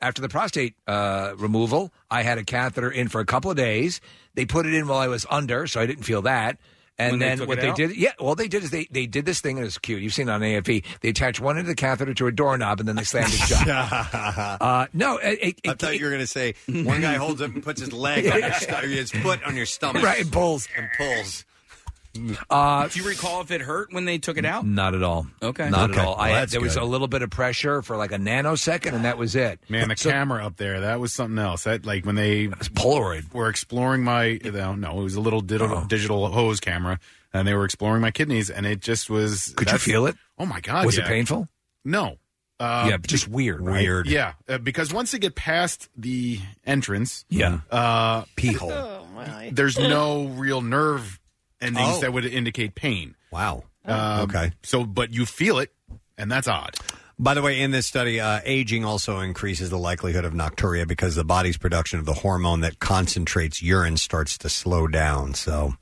[SPEAKER 4] after the prostate uh, removal, I had a catheter in for a couple of days. They put it in while I was under, so I didn't feel that. And
[SPEAKER 6] When they
[SPEAKER 4] then
[SPEAKER 6] took
[SPEAKER 4] what
[SPEAKER 6] it
[SPEAKER 4] they
[SPEAKER 6] out?
[SPEAKER 4] did, yeah, all they did is they, they did this thing and it's cute. You've seen it on AFP. They attach one end of the catheter to a doorknob and then they slammed it shut. uh, no,
[SPEAKER 2] I thought you were going to say one guy holds up and puts his leg on your sto- or his foot on your stomach,
[SPEAKER 4] Right, and pulls
[SPEAKER 2] and pulls.
[SPEAKER 4] Uh,
[SPEAKER 6] Do you recall if it hurt when they took it out?
[SPEAKER 4] Not at all.
[SPEAKER 6] Okay.
[SPEAKER 4] Not
[SPEAKER 6] Okay.
[SPEAKER 4] at all. I
[SPEAKER 6] Well,
[SPEAKER 4] had,
[SPEAKER 6] that's
[SPEAKER 4] there was
[SPEAKER 6] good.
[SPEAKER 4] a little bit of pressure for like a nanosecond, and that was it.
[SPEAKER 5] Man, the camera up there, that was something else. That like when they
[SPEAKER 4] Polaroid
[SPEAKER 5] were exploring my you know, no, it was a little digital, digital hose camera and they were exploring my kidneys and it just was
[SPEAKER 4] Could you
[SPEAKER 5] that's-
[SPEAKER 4] feel it?
[SPEAKER 5] Oh my god.
[SPEAKER 4] Was
[SPEAKER 5] yeah.
[SPEAKER 4] it painful?
[SPEAKER 5] No. Uh,
[SPEAKER 4] yeah, but just weird. right?
[SPEAKER 5] Yeah, uh, because once you get past the entrance,
[SPEAKER 4] Yeah.
[SPEAKER 5] uh,
[SPEAKER 4] pee hole.
[SPEAKER 5] There's no real nerve endings
[SPEAKER 2] Oh.
[SPEAKER 5] that would indicate pain.
[SPEAKER 2] Wow.
[SPEAKER 5] Um,
[SPEAKER 2] Okay.
[SPEAKER 5] So, but you feel it, and that's odd.
[SPEAKER 2] By the way, in this study, uh, aging also increases the likelihood of nocturia because the body's production of the hormone that concentrates urine starts to slow down. So,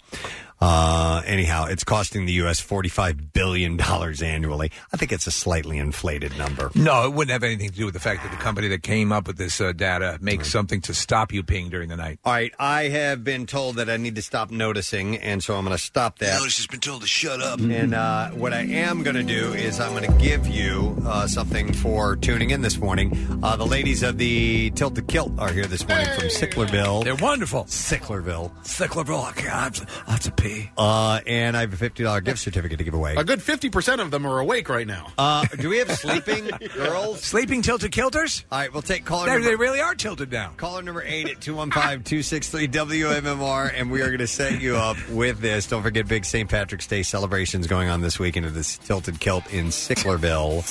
[SPEAKER 2] uh, anyhow, it's costing the U.S. $45 billion annually. I think it's a slightly inflated number.
[SPEAKER 4] No, it wouldn't have anything to do with the fact that the company that came up with this uh, data makes
[SPEAKER 6] Mm.
[SPEAKER 4] something to stop you peeing during the night.
[SPEAKER 2] All right, I have been told that I need to stop noticing, and so I'm going to stop that.
[SPEAKER 4] Notice has been told to shut up.
[SPEAKER 2] And uh, what I am going to do is I'm going to give you uh, something for tuning in this morning. Uh, the ladies of the Tilt the Kilt are here this morning from Sicklerville. They're
[SPEAKER 4] wonderful.
[SPEAKER 2] Sicklerville.
[SPEAKER 4] Sicklerville, I, can't, I, have to, I have to pee.
[SPEAKER 2] Uh, and I have a $50 gift certificate to give away.
[SPEAKER 5] A good fifty percent of them are awake right now.
[SPEAKER 2] Uh, do we have sleeping girls?
[SPEAKER 4] Sleeping tilted kilters?
[SPEAKER 2] All right, we'll take caller
[SPEAKER 4] They,
[SPEAKER 2] number...
[SPEAKER 4] they really are tilted now.
[SPEAKER 2] Caller number eight at 215 263 WMMR, and we are going to set you up with this. Don't forget, big St. Patrick's Day celebrations going on this weekend at the Tilted Kilt in Sicklerville.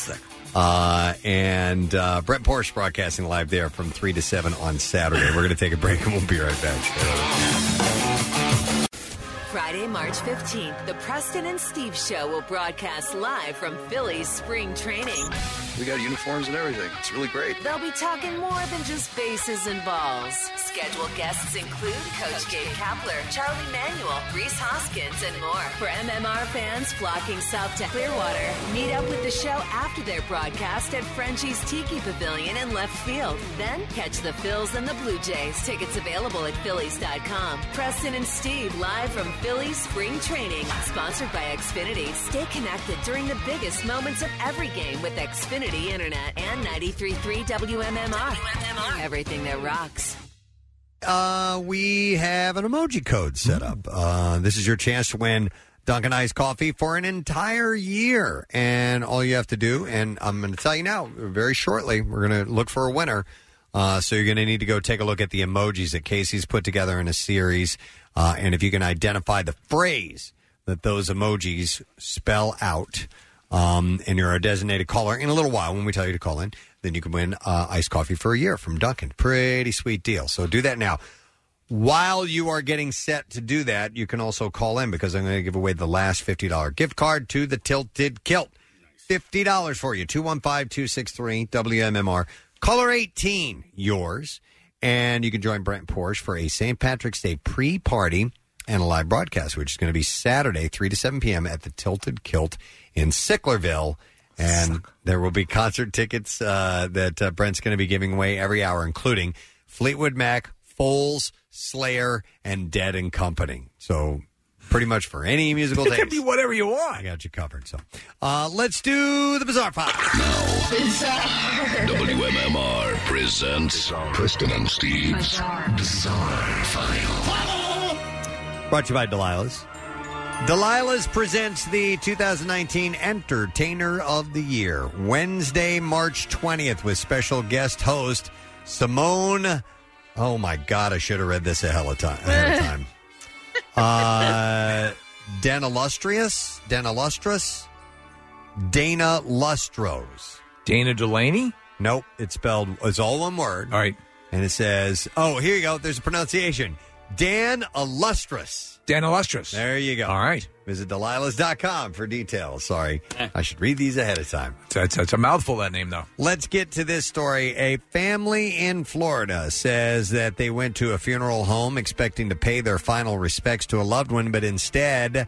[SPEAKER 2] Uh, and uh, Brett Porsche broadcasting live there from 3 to 7 on Saturday. We're going to take a break and we'll be right back.
[SPEAKER 22] Friday, March 15th, the Preston and Steve Show will broadcast live from Philly's spring training.
[SPEAKER 14] We got uniforms and everything. It's really great.
[SPEAKER 22] They'll be talking more than just bases and balls. Scheduled guests include Coach Gabe Kapler, Charlie Manuel, Reese Hoskins, and more. For MMR fans flocking south to Clearwater, meet up with the show after their broadcast at Frenchie's Tiki Pavilion in left field. Then catch the Phils and the Blue Jays. Tickets available at Phillies.com. Preston and Steve live from Phillies Spring Training. Sponsored by Xfinity. Stay connected during the biggest moments of every game with Xfinity Internet and 93.3 WMMR. Everything that rocks.
[SPEAKER 2] Uh, we have an emoji code set up. Uh, this is your chance to win Dunkin' Iced Coffee for an entire year. And all you have to do, and I'm going to tell you now, very shortly, we're going to look for a winner. Uh, so you're going to need to go take a look at the emojis that Casey's put together in a series. Uh, and if you can identify the phrase that those emojis spell out, um, and you're a designated caller in a little while when we tell you to call in, then you can win uh, iced coffee for a year from Dunkin'. Pretty sweet deal. So do that now. While you are getting set to do that, you can also call in because I'm going to give away the last $50 gift card to the Tilted Kilt. $50 for you. 215 263 WMMR. Caller 18, yours. And you can join Brent Porsche for a St. Patrick's Day pre party and a live broadcast, which is going to be Saturday, 3 to 7 p.m. at the Tilted Kilt in Sicklerville. And there will be concert tickets uh, that uh, Brent's going to be giving away every hour, including Fleetwood Mac, Foles, Slayer, and Dead and Company. So pretty much for any musical
[SPEAKER 4] It can
[SPEAKER 2] taste.
[SPEAKER 4] be whatever you want.
[SPEAKER 2] I got you covered. So uh, let's do the Bizarre Five.
[SPEAKER 1] WMMR presents Preston and Steve's Bizarre, File.
[SPEAKER 2] Brought to you by Delilah's. Delilah's presents the 2019 Entertainer of the Year, Wednesday, March 20th, with special guest host Simone. Oh my God, I should have read this ahead of time. Ahead of time. Uh, Dan Illustrious, Dan Illustrious, Dana Lustros.
[SPEAKER 4] Dana Delaney?
[SPEAKER 2] Nope. It's spelled, it's all one word.
[SPEAKER 4] All right.
[SPEAKER 2] And it says, oh, here you go. There's a pronunciation Dan Illustrious.
[SPEAKER 4] Dan Illustrious.
[SPEAKER 2] There you go. All
[SPEAKER 4] right.
[SPEAKER 2] Visit Delilah's.com for details. Sorry. I should read these ahead of time.
[SPEAKER 4] That's, that's a mouthful, that name, though.
[SPEAKER 2] Let's get to this story. A family in Florida says that they went to a funeral home expecting to pay their final respects to a loved one, but instead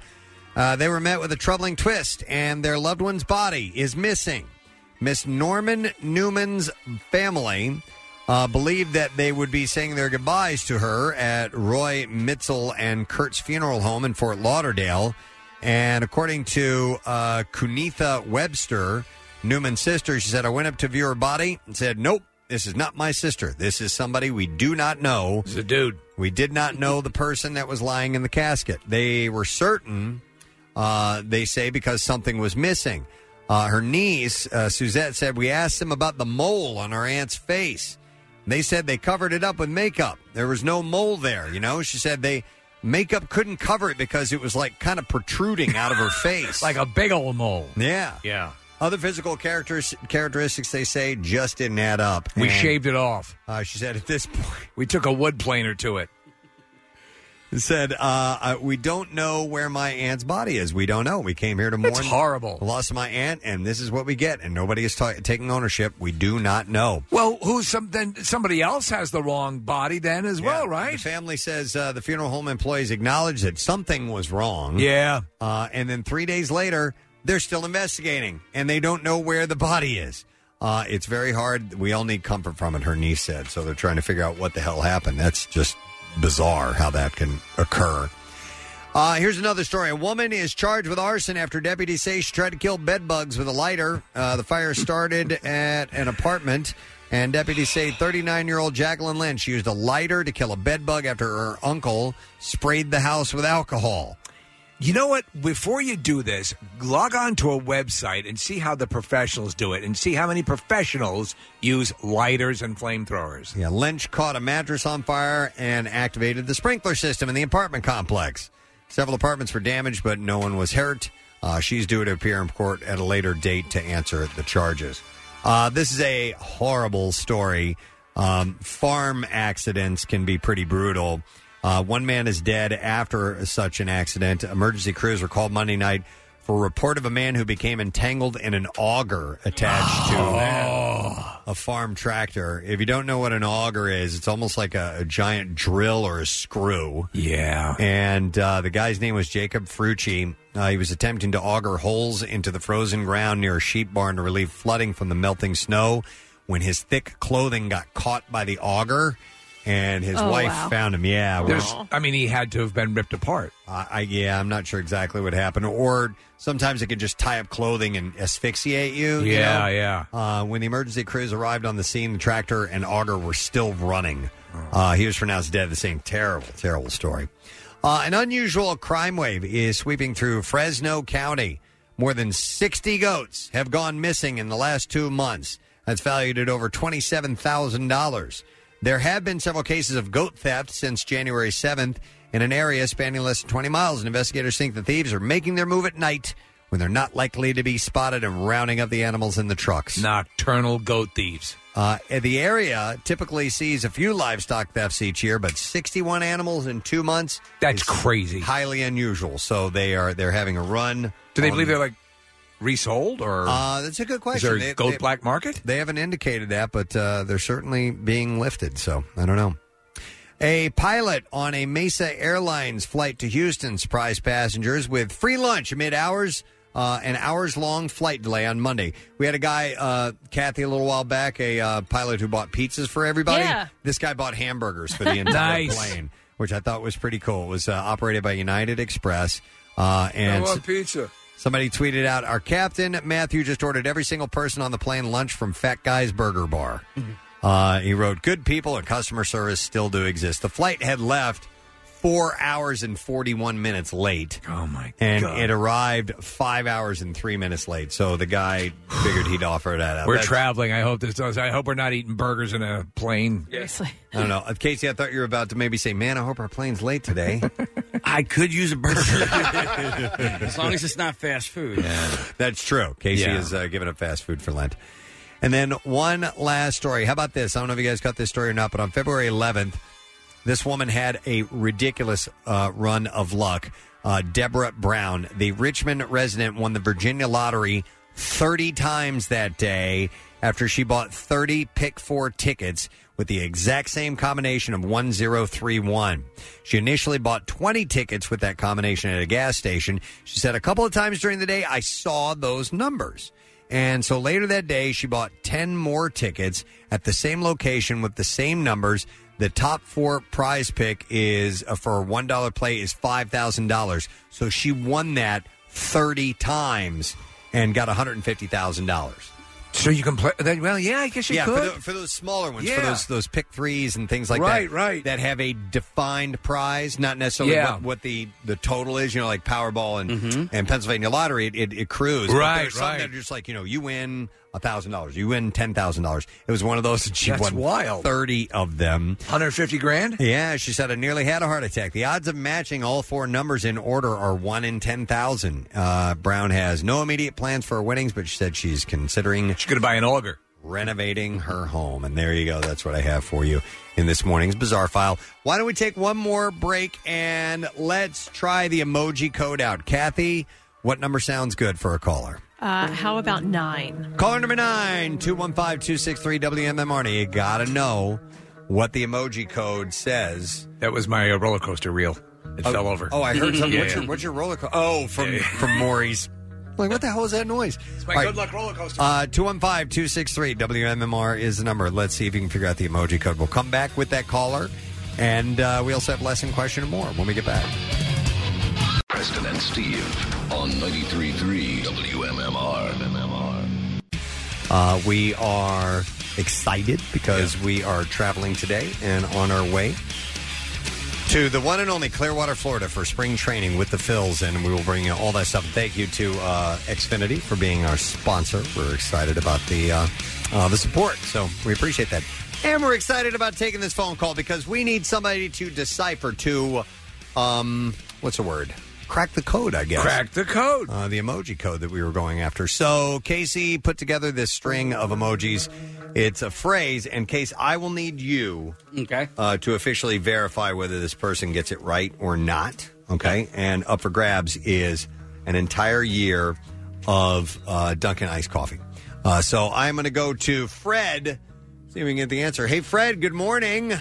[SPEAKER 2] uh, they were met with a troubling twist, and their loved one's body is missing. Miss Norman Newman's family uh, believed that they would be saying their goodbyes to her at Roy Mitzel and Kurt's funeral home in Fort Lauderdale. And according to uh, Kunitha Webster, Newman's sister, she said, I went up to view her body and said, Nope, this is not my sister. This is somebody we do not know. It's
[SPEAKER 4] a dude.
[SPEAKER 2] We did not know the person that was lying in the casket. They were certain, uh, they say, because something was missing. Uh, her niece, uh, Suzette, said, We asked them about the mole on our aunt's face. They said they covered it up with makeup. There was no mole there, you know? She said they makeup couldn't cover it because it was like kind of protruding out of her face.
[SPEAKER 4] Like a big old mole.
[SPEAKER 2] Yeah.
[SPEAKER 4] Yeah.
[SPEAKER 2] Other physical characters characteristics they say just didn't add up.
[SPEAKER 4] We
[SPEAKER 2] And,
[SPEAKER 4] shaved it off.
[SPEAKER 2] Uh, she said at this point.
[SPEAKER 4] We took a wood planer to it.
[SPEAKER 2] said, uh, uh, "We don't know where my aunt's body is. We don't know. We came here to mourn.
[SPEAKER 4] That's horrible.
[SPEAKER 2] The loss of my aunt, and this is what we get. And nobody is ta- taking ownership. We do not know."
[SPEAKER 4] Well, who's some then somebody else has the wrong body then as well, right?
[SPEAKER 2] The family says uh, the funeral home employees acknowledged that something was wrong.
[SPEAKER 4] Yeah.
[SPEAKER 2] Uh, and then three days later, they're still investigating and they don't know where the body is. Uh, it's very hard. We all need comfort from it, her niece said. So they're trying to figure out what the hell happened. That's just bizarre how that can occur. Uh, here's another story. A woman is charged with arson after deputies say she tried to kill bedbugs with a lighter. Uh, the fire started at an apartment, and deputies say 39 year old Jacqueline Lynch used a lighter to kill a bedbug after her uncle sprayed the house with alcohol.
[SPEAKER 4] You know what? Before you do this, log on to a website and see how the professionals do it and see how many professionals use lighters and flamethrowers.
[SPEAKER 2] Yeah, Lynch caught a mattress on fire and activated the sprinkler system in the apartment complex. Several apartments were damaged, but no one was hurt. Uh, she's due to appear in court at a later date to answer the charges. Uh, this is a horrible story. Um, farm accidents can be pretty brutal. Uh, one man is dead after such an accident. Emergency crews were called Monday night for a report of a man who became entangled in an auger attached to a farm tractor. If you don't know what an auger is, it's almost like a, a giant drill or a screw.
[SPEAKER 4] Yeah.
[SPEAKER 2] And uh, the guy's name was Jacob Frucci. Uh, he was attempting to auger holes into the frozen ground near a sheep barn to relieve flooding from the melting snow when his thick clothing got caught by the auger. And his
[SPEAKER 4] Oh,
[SPEAKER 2] wife
[SPEAKER 4] wow.
[SPEAKER 2] found him. Yeah,
[SPEAKER 4] There's- I mean, he had to have been ripped apart.
[SPEAKER 2] I, I yeah, I'm not sure exactly what happened. Or sometimes it could just tie up clothing and asphyxiate you. you
[SPEAKER 4] Yeah,
[SPEAKER 2] know?
[SPEAKER 4] yeah.
[SPEAKER 2] Uh, when the emergency crews arrived on the scene, the tractor
[SPEAKER 4] Oh.
[SPEAKER 2] and auger were still running. Uh, he was pronounced dead. The same terrible, terrible story. Uh, an unusual crime wave is sweeping through Fresno County. More than 60 goats have gone missing in the last two months. That's valued at over $27,000. There have been several cases of goat theft since January 7th in an area spanning less than 20 miles. And investigators think the thieves are making their move at night when they're not likely to be spotted and rounding up the animals in the trucks.
[SPEAKER 4] Nocturnal goat thieves.
[SPEAKER 2] Uh, and the area typically sees a few livestock thefts each year, but 61 animals in two months.
[SPEAKER 4] That's crazy.
[SPEAKER 2] Highly unusual. So they are they're having a run.
[SPEAKER 4] Do they
[SPEAKER 2] on-
[SPEAKER 4] believe they're like resold or?
[SPEAKER 2] Uh, that's a good question.
[SPEAKER 4] Er, Is there
[SPEAKER 2] They-
[SPEAKER 4] a goat
[SPEAKER 2] they-
[SPEAKER 4] black market?
[SPEAKER 2] They haven't indicated that, but uh, they're certainly being lifted. So I don't know. A pilot on a Mesa Airlines flight to Houston surprised passengers with free lunch mid hours, uh, an hours long flight delay on Monday. We had a guy, uh, Kathy, a little while back, a uh, pilot who bought pizzas for everybody.
[SPEAKER 15] Yeah.
[SPEAKER 2] This guy bought hamburgers for the entire
[SPEAKER 15] Nice.
[SPEAKER 2] plane, which I thought was pretty cool. It was uh, operated by United Express. Uh, and
[SPEAKER 4] pizza.
[SPEAKER 2] Somebody tweeted out, "Our captain Matthew just ordered every single person on the plane lunch from Fat Guy's Burger Bar." Uh, he wrote, "Good people and customer service still do exist." The flight had left four hours and forty-one minutes late.
[SPEAKER 4] Oh my!
[SPEAKER 2] And
[SPEAKER 4] God.
[SPEAKER 2] it arrived five hours and three minutes late. So the guy figured he'd offer that out.
[SPEAKER 4] We're
[SPEAKER 2] That's-
[SPEAKER 4] traveling. I hope this does. I hope we're not eating burgers in a plane.
[SPEAKER 3] Seriously.
[SPEAKER 2] I don't know, Casey. I thought you were about to maybe say, "Man, I hope our plane's late today."
[SPEAKER 6] I could use a burger as long as it's not fast food.
[SPEAKER 2] That's true. Casey
[SPEAKER 6] Yeah.
[SPEAKER 2] is uh, giving up fast food for Lent. And then one last story. How about this? I don't know if you guys caught this story or not, but on February 11th, this woman had a ridiculous uh, run of luck. Uh, Deborah Brown, the Richmond resident, won the Virginia lottery 30 times that day after she bought 30 pick four tickets with the exact same combination of 1031. She initially bought 20 tickets with that combination at a gas station. She said, A couple of times during the day, I saw those numbers. And so later that day, she bought 10 more tickets at the same location with the same numbers. The top four prize pick is uh, for a $1 play is $5,000. So she won that 30 times and got $150,000.
[SPEAKER 4] So you can play. Then, well, yeah, I guess you
[SPEAKER 2] yeah,
[SPEAKER 4] could.
[SPEAKER 2] For, tho- for those smaller ones, for
[SPEAKER 4] Yeah.
[SPEAKER 2] those those pick threes and things like
[SPEAKER 4] Right,
[SPEAKER 2] that, right, that have a defined prize, not necessarily
[SPEAKER 4] Yeah. Mm-hmm.
[SPEAKER 2] what, what the, the total is. You know, like Powerball and and Pennsylvania Lottery, it it, it accrues. But
[SPEAKER 4] Right,
[SPEAKER 2] there's some
[SPEAKER 4] right.
[SPEAKER 2] that are just like you know, you win thousand dollars, you win ten thousand dollars. It was one of those that she
[SPEAKER 4] That's
[SPEAKER 2] won
[SPEAKER 4] wild.
[SPEAKER 2] thirty of them,
[SPEAKER 4] hundred fifty grand.
[SPEAKER 2] Yeah, she said I nearly had a heart attack. The odds of matching all four numbers in order are one in ten thousand. Uh, Brown has no immediate plans for her winnings, but she said she's considering
[SPEAKER 4] she's going to buy an auger.
[SPEAKER 2] Renovating her home. And there you go. That's what I have for you in this morning's Bizarre File. Why don't we take one more break and let's try the emoji code out? Kathy, what number sounds good for a caller?
[SPEAKER 3] Uh, how about nine?
[SPEAKER 2] Caller number nine, 215 263 WMMR. You got to know what the emoji code says.
[SPEAKER 4] That was my uh, roller coaster reel. It
[SPEAKER 2] Oh,
[SPEAKER 4] fell over.
[SPEAKER 2] Oh, I heard something.
[SPEAKER 4] Yeah.
[SPEAKER 2] what's, your, what's your roller coaster? Oh, from, from Maury's. Like, what the hell is that noise? It's
[SPEAKER 4] my
[SPEAKER 2] All
[SPEAKER 4] good
[SPEAKER 2] right.
[SPEAKER 4] luck roller coaster.
[SPEAKER 2] Uh, 215 263 WMMR is the number. Let's see if you can figure out the emoji code. We'll come back with that caller, and uh, we also have lesson question and more when we get back.
[SPEAKER 1] Preston and Steve on 93.3 WMMR. MMR.
[SPEAKER 2] Uh, we are excited because we are traveling today and on our way to the one and only Clearwater, Florida for spring training with the Phils, and we will bring you all that stuff. Thank you to uh, Xfinity for being our sponsor. We're excited about the uh, uh, the support, so we appreciate that. And we're excited about taking this phone call because we need somebody to decipher to, um, what's the word? Crack the code, I guess.
[SPEAKER 4] Crack the code.
[SPEAKER 2] Uh, the emoji code that we were going after. So Casey put together this string of emojis. It's a phrase, and Case, I will need you
[SPEAKER 6] okay.
[SPEAKER 2] uh, to officially verify whether this person gets it right or not. Okay, and up for grabs is an entire year of uh, Dunkin' iced coffee. Uh, so I'm going to go to Fred, see if we can get the answer. Hey, Fred. Good morning.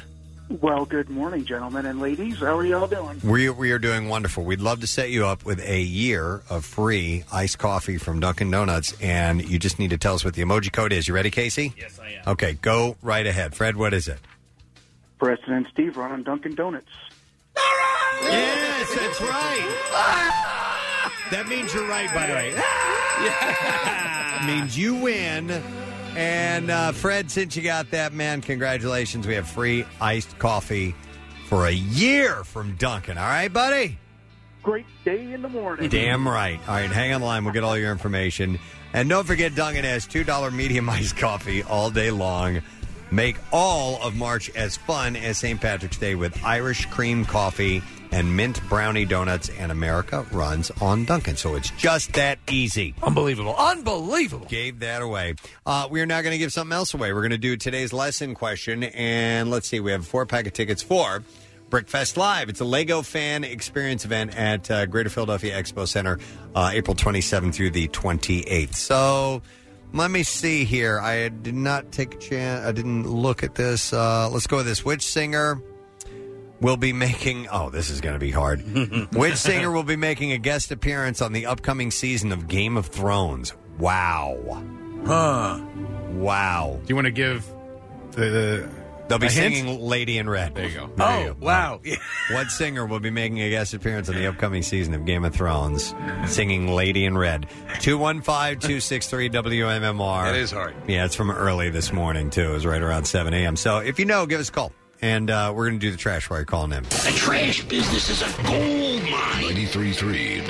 [SPEAKER 18] Well, good morning, gentlemen and ladies. How are y'all doing?
[SPEAKER 2] We we are doing wonderful. We'd love to set you up with a year of free iced coffee from Dunkin' Donuts, and you just need to tell us what the emoji code is. You ready, Casey? Yes, I am. Okay, go right ahead, Fred. What is it?
[SPEAKER 18] Preston and Steve run on Dunkin' Donuts.
[SPEAKER 2] Yes, that's right. That means you're right, by the way. It means you win. And uh, Fred, since you got that, man, congratulations. We have free iced coffee for a year from Duncan. All right, buddy?
[SPEAKER 18] Great day in the morning.
[SPEAKER 2] Damn right. All right, hang on the line. We'll get all your information. And don't forget, Duncan has $2 medium iced coffee all day long. Make all of March as fun as St. Patrick's Day with Irish cream coffee and mint brownie donuts. And America runs on Duncan. So it's just that easy.
[SPEAKER 16] Unbelievable. Unbelievable.
[SPEAKER 2] Gave that away. Uh, we are now going to give something else away. We're going to do today's lesson question. And let's see, we have four pack of tickets for Brickfest Live. It's a Lego fan experience event at uh, Greater Philadelphia Expo Center, uh, April 27th through the 28th. So let me see here. I did not take a chance. I didn't look at this. Uh, let's go with this. Which singer will be making. Oh, this is going to be hard. Which singer will be making a guest appearance on the upcoming season of Game of Thrones? Wow. Huh. Wow. Do
[SPEAKER 5] you want to give the.
[SPEAKER 2] They'll be
[SPEAKER 5] a hint?
[SPEAKER 2] singing Lady in Red. There you go.
[SPEAKER 5] Oh,
[SPEAKER 2] wow. what singer will be making a guest appearance on the upcoming season of Game of Thrones singing Lady in Red? 215 263 WMMR.
[SPEAKER 4] That is hard.
[SPEAKER 2] Yeah, it's from early this morning, too. It was right around 7 a.m. So if you know, give us a call. And uh, we're going to do the trash while you're calling in.
[SPEAKER 1] The trash business is a gold mine. 93.3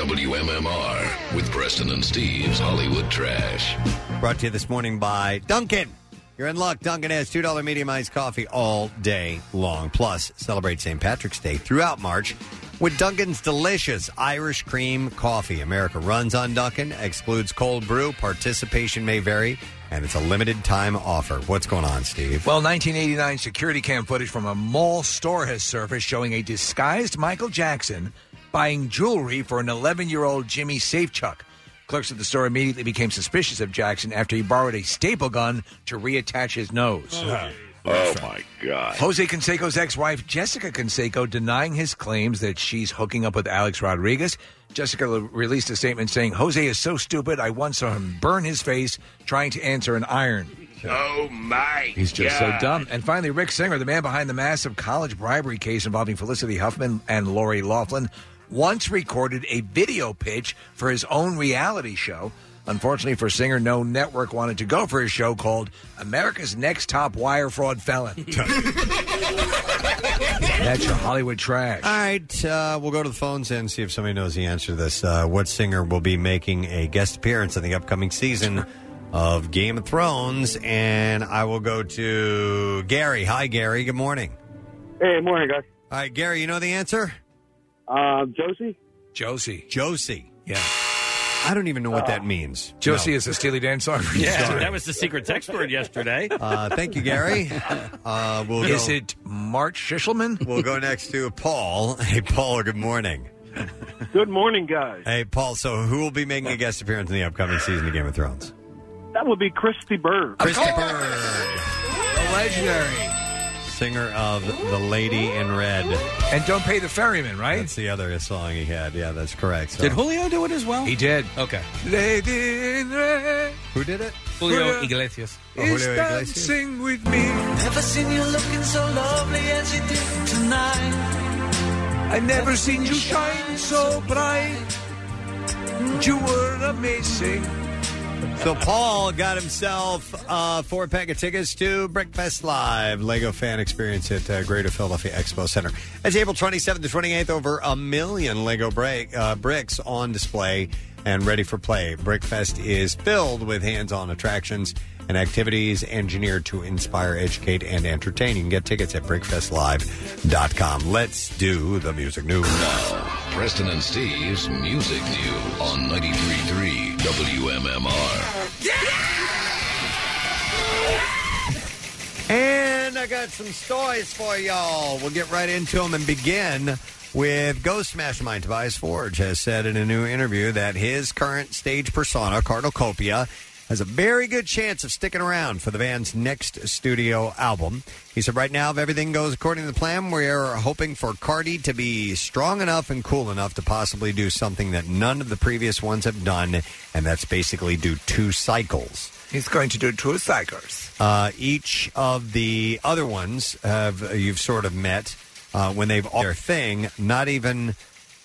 [SPEAKER 1] WMMR with Preston and Steve's Hollywood Trash.
[SPEAKER 2] Brought to you this morning by Duncan. You're in luck. Duncan has $2 medium iced coffee all day long. Plus, celebrate St. Patrick's Day throughout March with Duncan's delicious Irish cream coffee. America runs on Duncan, excludes cold brew. Participation may vary, and it's a limited time offer. What's going on, Steve?
[SPEAKER 4] Well, 1989 security cam footage from a mall store has surfaced showing a disguised Michael Jackson buying jewelry for an 11 year old Jimmy Safechuck. Clerks at the store immediately became suspicious of Jackson after he borrowed a staple gun to reattach his nose.
[SPEAKER 14] Oh my God.
[SPEAKER 4] Jose Canseco's ex-wife Jessica Canseco denying his claims that she's hooking up with Alex Rodriguez. Jessica l- released a statement saying, "Jose is so stupid. I once saw him burn his face trying to answer an iron."
[SPEAKER 1] Oh my
[SPEAKER 4] He's just
[SPEAKER 1] God.
[SPEAKER 4] so dumb. And finally, Rick Singer, the man behind the massive college bribery case involving Felicity Huffman and Lori Laughlin, once recorded a video pitch for his own reality show. Unfortunately for Singer, no network wanted to go for his show called America's Next Top Wire Fraud Felon. That's your Hollywood trash.
[SPEAKER 2] All right, uh, we'll go to the phones and see if somebody knows the answer to this. Uh, what singer will be making a guest appearance in the upcoming season of Game of Thrones? And I will go to Gary. Hi, Gary. Good morning.
[SPEAKER 15] Hey, morning, guys.
[SPEAKER 2] All right, Gary, you know the answer?
[SPEAKER 15] Uh, Josie?
[SPEAKER 4] Josie.
[SPEAKER 2] Um, Josie.
[SPEAKER 4] Yeah.
[SPEAKER 2] I don't even know what that means.
[SPEAKER 4] Josie is a Steely Dan song.
[SPEAKER 6] Yeah,
[SPEAKER 2] Sorry.
[SPEAKER 6] that was the secret text word yesterday.
[SPEAKER 2] Uh, thank you, Gary. Uh, we'll
[SPEAKER 4] Is
[SPEAKER 2] go,
[SPEAKER 4] it March Shishelman?
[SPEAKER 2] We'll go next to Paul. Hey, Paul, good morning.
[SPEAKER 15] Good morning, guys.
[SPEAKER 2] Hey, Paul, so who will be making a guest appearance in the upcoming season of Game of Thrones?
[SPEAKER 15] That would be Christy Bird.
[SPEAKER 2] Christy Bird.
[SPEAKER 4] The legendary.
[SPEAKER 2] Singer of The Lady in Red.
[SPEAKER 4] And Don't Pay the Ferryman, right?
[SPEAKER 2] That's the other song he had. Yeah, that's correct. So.
[SPEAKER 6] Did Julio do it as well?
[SPEAKER 4] He did.
[SPEAKER 6] Okay.
[SPEAKER 4] Lady in Red.
[SPEAKER 2] Who did it?
[SPEAKER 6] Julio Iglesias.
[SPEAKER 4] Oh, Julio is Iglesias. dancing with me.
[SPEAKER 19] Never seen you looking so lovely as you did tonight.
[SPEAKER 4] I've never seen you shine so bright. You were amazing.
[SPEAKER 2] So Paul got himself uh, four pack of tickets to Brickfest Live, Lego fan experience at uh, Greater Philadelphia Expo Center. It's April 27th to 28th. Over a million Lego break, uh, bricks on display and ready for play. Brickfest is filled with hands-on attractions and activities engineered to inspire, educate, and entertain. You can get tickets at brickfestlive.com. Let's do the music news.
[SPEAKER 1] Preston and Steve's Music News on 93.3 WMMR.
[SPEAKER 2] And I got some stories for y'all. We'll get right into them and begin with Ghost Mastermind Tobias Forge has said in a new interview that his current stage persona, Cardinal Copia, has a very good chance of sticking around for the band's next studio album. He said, right now, if everything goes according to the plan, we're hoping for Cardi to be strong enough and cool enough to possibly do something that none of the previous ones have done, and that's basically do two cycles.
[SPEAKER 4] He's going to do two cycles.
[SPEAKER 2] Uh, each of the other ones have you've sort of met uh, when they've all their thing. Not even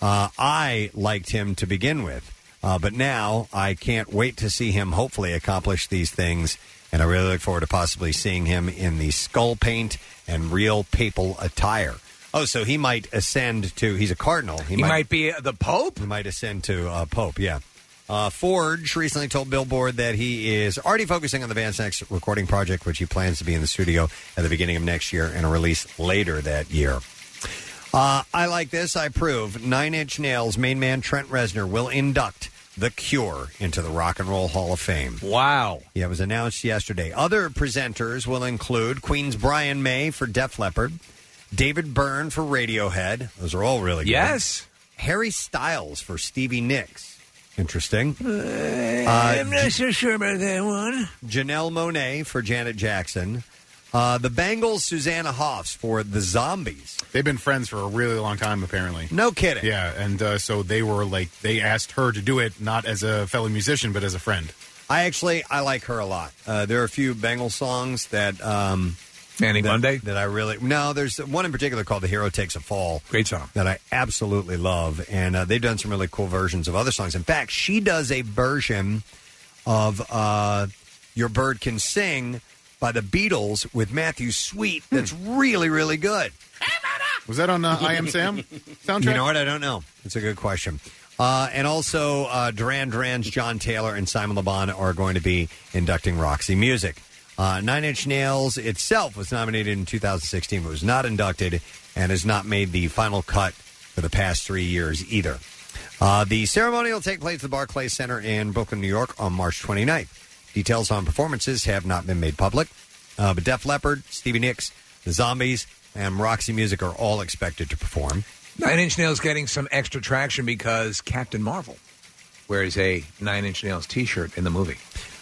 [SPEAKER 2] uh, I liked him to begin with, uh, but now I can't wait to see him. Hopefully, accomplish these things, and I really look forward to possibly seeing him in the skull paint and real papal attire. Oh, so he might ascend to. He's a cardinal.
[SPEAKER 4] He might
[SPEAKER 2] be the pope. He might ascend to uh, pope. Yeah. Uh, Forge recently told Billboard that he is already focusing on the band's next recording project, which he plans to be in the studio at the beginning of next year and a release later that year. Uh, I like this. I approve. Nine Inch Nails main man Trent Reznor will induct The Cure into the Rock and Roll Hall of Fame. Wow. Yeah, it was announced yesterday. Other presenters will include Queen's Brian May for Def Leppard, David Byrne for Radiohead. Those are all really good.
[SPEAKER 4] Yes.
[SPEAKER 2] Harry Styles for Stevie Nicks. Interesting.
[SPEAKER 16] Uh,
[SPEAKER 2] Uh,
[SPEAKER 16] I'm not so sure about that one.
[SPEAKER 2] Janelle Monet for Janet Jackson. Uh, the Bengals, Susanna Hoffs for the Zombies.
[SPEAKER 5] They've been friends for a really long time, apparently.
[SPEAKER 2] No kidding.
[SPEAKER 5] Yeah, and uh, so they were like they asked her to do it, not as a fellow musician, but as a friend.
[SPEAKER 2] I actually I like her a lot. Uh, there are a few Bengal songs that um,
[SPEAKER 4] Manny
[SPEAKER 2] that,
[SPEAKER 4] Monday?
[SPEAKER 2] that I really no. There's one in particular called "The Hero Takes a Fall."
[SPEAKER 4] Great song.
[SPEAKER 2] that I absolutely love, and uh, they've done some really cool versions of other songs. In fact, she does a version of uh, "Your Bird Can Sing" by the Beatles with Matthew Sweet. That's
[SPEAKER 4] Hmm.
[SPEAKER 2] really really good.
[SPEAKER 5] Was that on uh, I Am Sam soundtrack?
[SPEAKER 2] You know what? I don't know. It's a good question. Uh, and also, uh, Duran Duran's John Taylor and Simon LeBon are going to be inducting Roxy Music. Uh, Nine Inch Nails itself was nominated in 2016, but was not inducted and has not made the final cut for the past three years either. Uh, the ceremony will take place at the Barclays Center in Brooklyn, New York on March 29th. Details on performances have not been made public, uh, but Def Leppard, Stevie Nicks, The Zombies, and Roxy Music are all expected to perform.
[SPEAKER 4] Nine Inch Nails getting some extra traction because Captain Marvel wears a Nine Inch Nails T-shirt in the movie.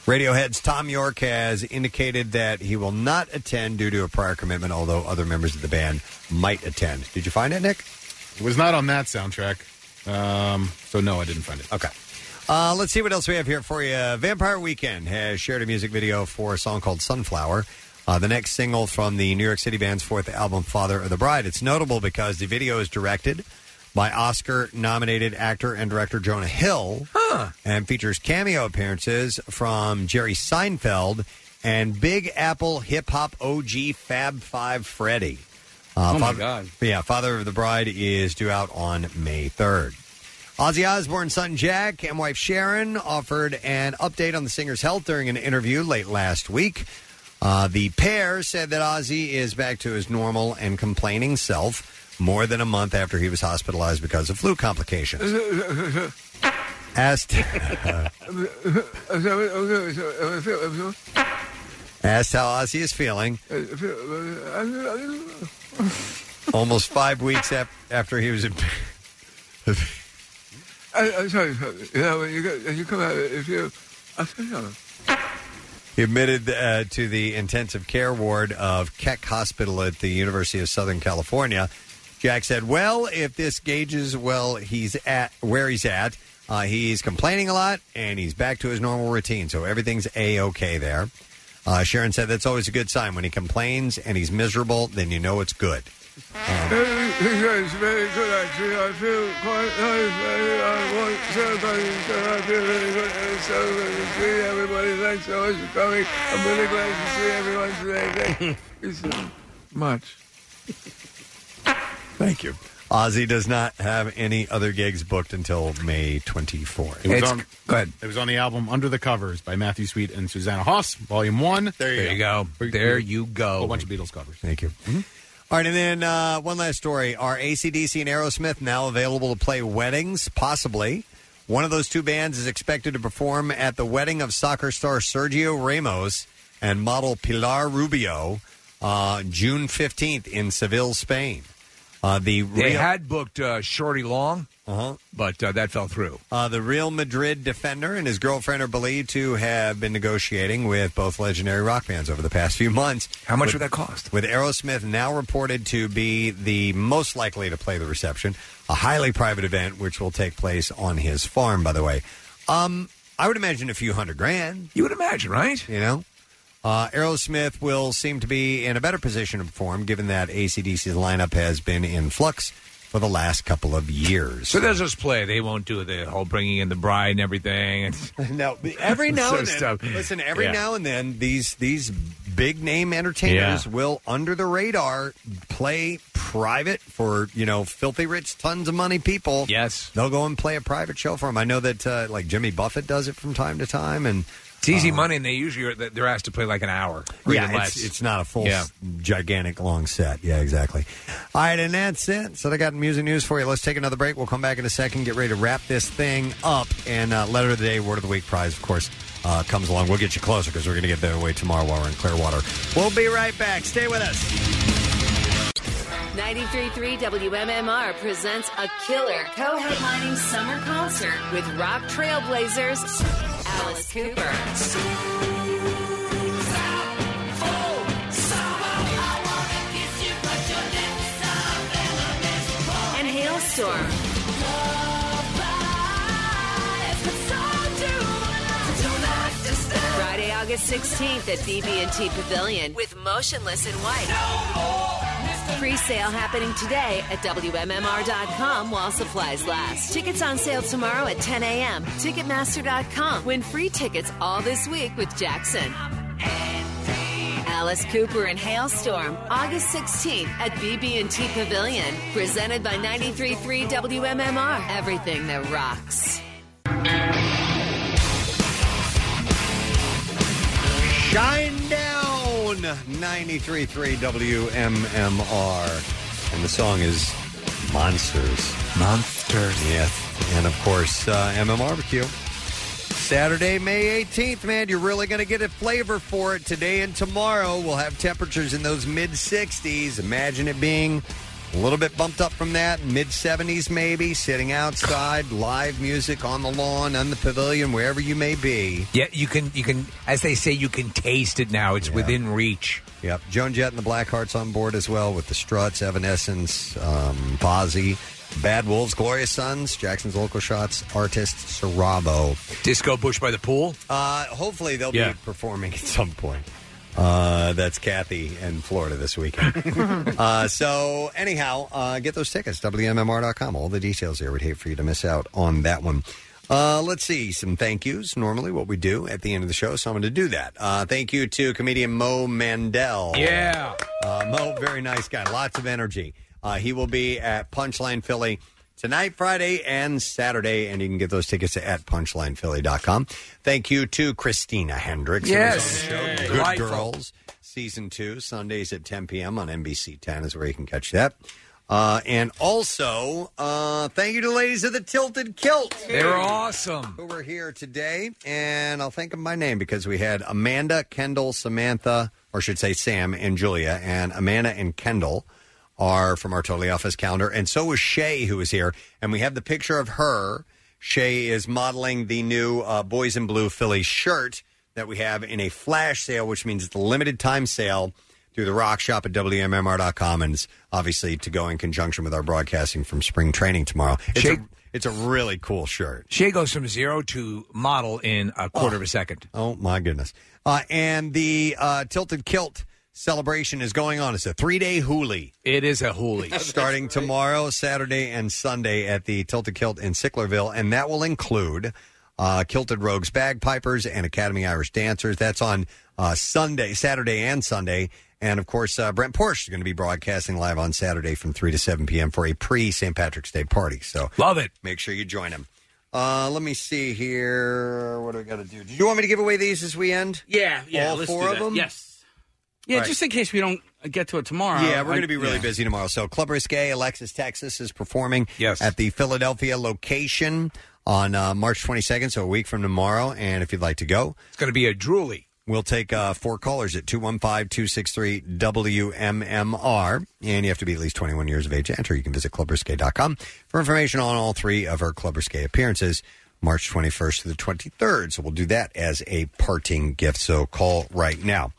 [SPEAKER 2] Radiohead's Tom York has indicated that he will not attend due to a prior commitment, although other members of the band might attend. Did you find it, Nick?
[SPEAKER 5] It was not on that soundtrack. Um, so no, I didn't find it.
[SPEAKER 2] Okay. Uh, let's see what else we have here for you. Vampire Weekend has shared a music video for a song called Sunflower, uh, the next single from the New York City band's fourth album, Father of the Bride. It's notable because the video is directed by Oscar nominated actor and director Jonah Hill and features cameo appearances from Jerry Seinfeld and Big Apple hip hop OG Fab Five Freddy. Uh,
[SPEAKER 6] Oh, my
[SPEAKER 2] Father-
[SPEAKER 6] God.
[SPEAKER 2] Yeah, Father of the Bride is due out on May 3rd. Ozzy Osbourne's son Jack and wife Sharon offered an update on the singer's health during an interview late last week. Uh, the pair said that Ozzy is back to his normal and complaining self more than a month after he was hospitalized because of flu complications. Asked, asked how Ozzy is feeling, almost five weeks ap- after he was in.
[SPEAKER 16] I'm sorry, sorry. You know, when you, go, you come out, if you. I think
[SPEAKER 2] He admitted uh, to the intensive care ward of Keck Hospital at the University of Southern California. Jack said, "Well, if this gauges well, he's at where he's at. Uh, he's complaining a lot, and he's back to his normal routine, so everything's a okay there." Uh, Sharon said, "That's always a good sign. When he complains and he's miserable, then you know it's good."
[SPEAKER 16] it's very good, actually. I feel quite nice. I, I want to say thank you, sir. I feel really good. It's so good to see everybody. Thanks so much for coming. I'm really glad to see everyone today. Thank you so much.
[SPEAKER 2] Thank you. Ozzy does not have any other gigs booked until May 24th.
[SPEAKER 5] It was on, It was on the album Under the Covers by Matthew Sweet and Susanna Hoffs, Volume One. There you, go. There you go. A whole bunch of Beatles covers.
[SPEAKER 2] Thank you. All right, and then uh, one last story. Are ACDC and Aerosmith now available to play weddings? Possibly. One of those two bands is expected to perform at the wedding of soccer star Sergio Ramos and model Pilar Rubio uh, June 15th in Seville, Spain. Uh, the
[SPEAKER 4] They
[SPEAKER 2] Real-
[SPEAKER 4] had booked uh, Shorty Long,
[SPEAKER 2] uh-huh.
[SPEAKER 4] but uh, that fell through.
[SPEAKER 2] Uh, the Real Madrid defender and his girlfriend are believed to have been negotiating with both legendary rock bands over the past few months.
[SPEAKER 4] How much
[SPEAKER 2] With-
[SPEAKER 4] would that cost?
[SPEAKER 2] With Aerosmith now reported to be the most likely to play the reception, a highly private event which will take place on his farm, by the way. Um, I would imagine a few hundred grand.
[SPEAKER 4] You would imagine, right?
[SPEAKER 2] You know? Uh, Aerosmith will seem to be in a better position to perform given that ACDC's lineup has been in flux for the last couple of years.
[SPEAKER 4] So there's this play. They won't do the whole bringing in the bride and everything.
[SPEAKER 2] no, every now
[SPEAKER 4] So
[SPEAKER 2] and then,
[SPEAKER 4] stuff.
[SPEAKER 2] listen. Every
[SPEAKER 4] Yeah.
[SPEAKER 2] now and then, these these big name entertainers
[SPEAKER 17] Yeah.
[SPEAKER 2] will, under the radar, play private for you know filthy rich, tons of money people. Yes, they'll go and play a private show for them. I know that uh, like Jimmy Buffett does it from time to time, and
[SPEAKER 4] It's easy
[SPEAKER 2] uh,
[SPEAKER 4] money, and they usually are, they're asked to play like an hour. or even
[SPEAKER 2] yeah,
[SPEAKER 4] less.
[SPEAKER 2] it's, it's not a full,
[SPEAKER 4] Yeah.
[SPEAKER 2] s- gigantic, long set. Yeah, exactly. All right, and that's it. So I got music news for you. Let's take another break. We'll come back in a second, get ready to wrap this thing up. And uh, letter of the day, word of the week prize, of course, uh, comes along. We'll get you closer because we're going to get there way tomorrow while we're in Clearwater. We'll be right back. Stay with us.
[SPEAKER 22] 93.3 WMMR presents a killer co-headlining summer concert with rock trailblazers Alice Cooper. And Hailstorm. Friday, August 16th at BB&T Pavilion with Motionless in White. Free sale happening today at WMMR.com while supplies last. Tickets on sale tomorrow at 10 a.m. Ticketmaster.com. Win free tickets all this week with Jackson. Alice Cooper and Hailstorm, August 16th at BB&T Pavilion. Presented by 93.3 WMMR. Everything that rocks.
[SPEAKER 2] Shine Down 93.3 WMMR. And the song is Monsters. Monsters. Yes. And of course, uh, MMRBQ. Saturday, May 18th, man, you're really going to get a flavor for it. Today and tomorrow, we'll have temperatures in those mid 60s. Imagine it being a little bit bumped up from that, mid 70s maybe, sitting outside, live music on the lawn, on the pavilion, wherever you may be.
[SPEAKER 4] Yeah, you can you can as they say you can taste it now. It's within reach.
[SPEAKER 2] Yep. Joan Jett and the Blackhearts on board as well with the Struts, Evanescence, um, Bozzy, Bad Wolves, Glorious Sons, Jackson's Local Shots, Artist, Sarabo.
[SPEAKER 4] Disco Bush by the pool.
[SPEAKER 2] Uh, hopefully they'll
[SPEAKER 4] Yeah.
[SPEAKER 2] be performing at some point. Uh, that's Kathy in Florida this weekend. uh, so, anyhow, uh, get those tickets, WMMR.com. All the details there. We'd hate for you to miss out on that one. Uh, let's see some thank yous. Normally, what we do at the end of the show, so I'm going to do that. Uh, thank you to comedian Mo Mandel.
[SPEAKER 4] Yeah.
[SPEAKER 2] Uh, Mo, very nice guy. Lots of energy. Uh, he will be at Punchline Philly tonight, Friday, and Saturday. And you can get those tickets at punchlinephilly.com. Thank you to Christina Hendricks. who was
[SPEAKER 4] Yes.
[SPEAKER 2] on the show.
[SPEAKER 4] Yay.
[SPEAKER 2] Good
[SPEAKER 4] Delightful.
[SPEAKER 2] Girls, Season 2, Sundays at 10 p.m. on NBC 10 is where you can catch that. Uh, and also, uh, thank you to the ladies of the Tilted Kilt.
[SPEAKER 4] They're awesome.
[SPEAKER 2] Who were here today, and I'll thank them by name because we had Amanda, Kendall, Samantha, or I should say Sam and Julia, and Amanda and Kendall are from our Totally Office calendar, and so was Shay, who was here, and we have the picture of her. Shay is modeling the new uh, Boys in Blue Philly shirt that we have in a flash sale, which means it's a limited time sale through the rock shop at WMMR.com, and it's obviously to go in conjunction with our broadcasting from spring training tomorrow. It's,
[SPEAKER 4] Shay-
[SPEAKER 2] a, it's a really cool shirt.
[SPEAKER 4] Shea goes from zero to model in a quarter of a second.
[SPEAKER 2] Oh my goodness! Uh, and the uh, Tilted Kilt celebration is going on. It's a three day hooli.
[SPEAKER 4] It is a hooli.
[SPEAKER 2] Starting tomorrow, Saturday, and Sunday at the Tilted Kilt in Sicklerville. And that will include uh, Kilted Rogues Bagpipers and Academy Irish Dancers. That's on uh, Sunday, Saturday, and Sunday. And of course, uh, Brent Porsche is going to be broadcasting live on Saturday from 3 to 7 p.m. for a pre St. Patrick's Day party. So
[SPEAKER 4] love it.
[SPEAKER 2] Make sure you join him. Uh, let me see here. What do we got to do? Do you want me to give away these as we end?
[SPEAKER 6] Yeah, yeah.
[SPEAKER 2] All
[SPEAKER 6] let's
[SPEAKER 2] four
[SPEAKER 6] do
[SPEAKER 2] of
[SPEAKER 6] that.
[SPEAKER 2] them?
[SPEAKER 6] Yes. Yeah,
[SPEAKER 2] Right.
[SPEAKER 6] just in case we don't get to it tomorrow.
[SPEAKER 2] Yeah, we're
[SPEAKER 6] I-
[SPEAKER 2] going to be really
[SPEAKER 6] yeah.
[SPEAKER 2] busy tomorrow. So Club Risque, Alexis, Texas is performing
[SPEAKER 4] yes.
[SPEAKER 2] at the Philadelphia location on uh, March 22nd, so a week from tomorrow. And if you'd like to go,
[SPEAKER 4] it's going to be a drooly.
[SPEAKER 2] We'll take uh, four callers at 215 263 WMMR. And you have to be at least 21 years of age to enter. You can visit clubrisque.com for information on all three of our Club Risque appearances, March 21st to the 23rd. So we'll do that as a parting gift. So call right now.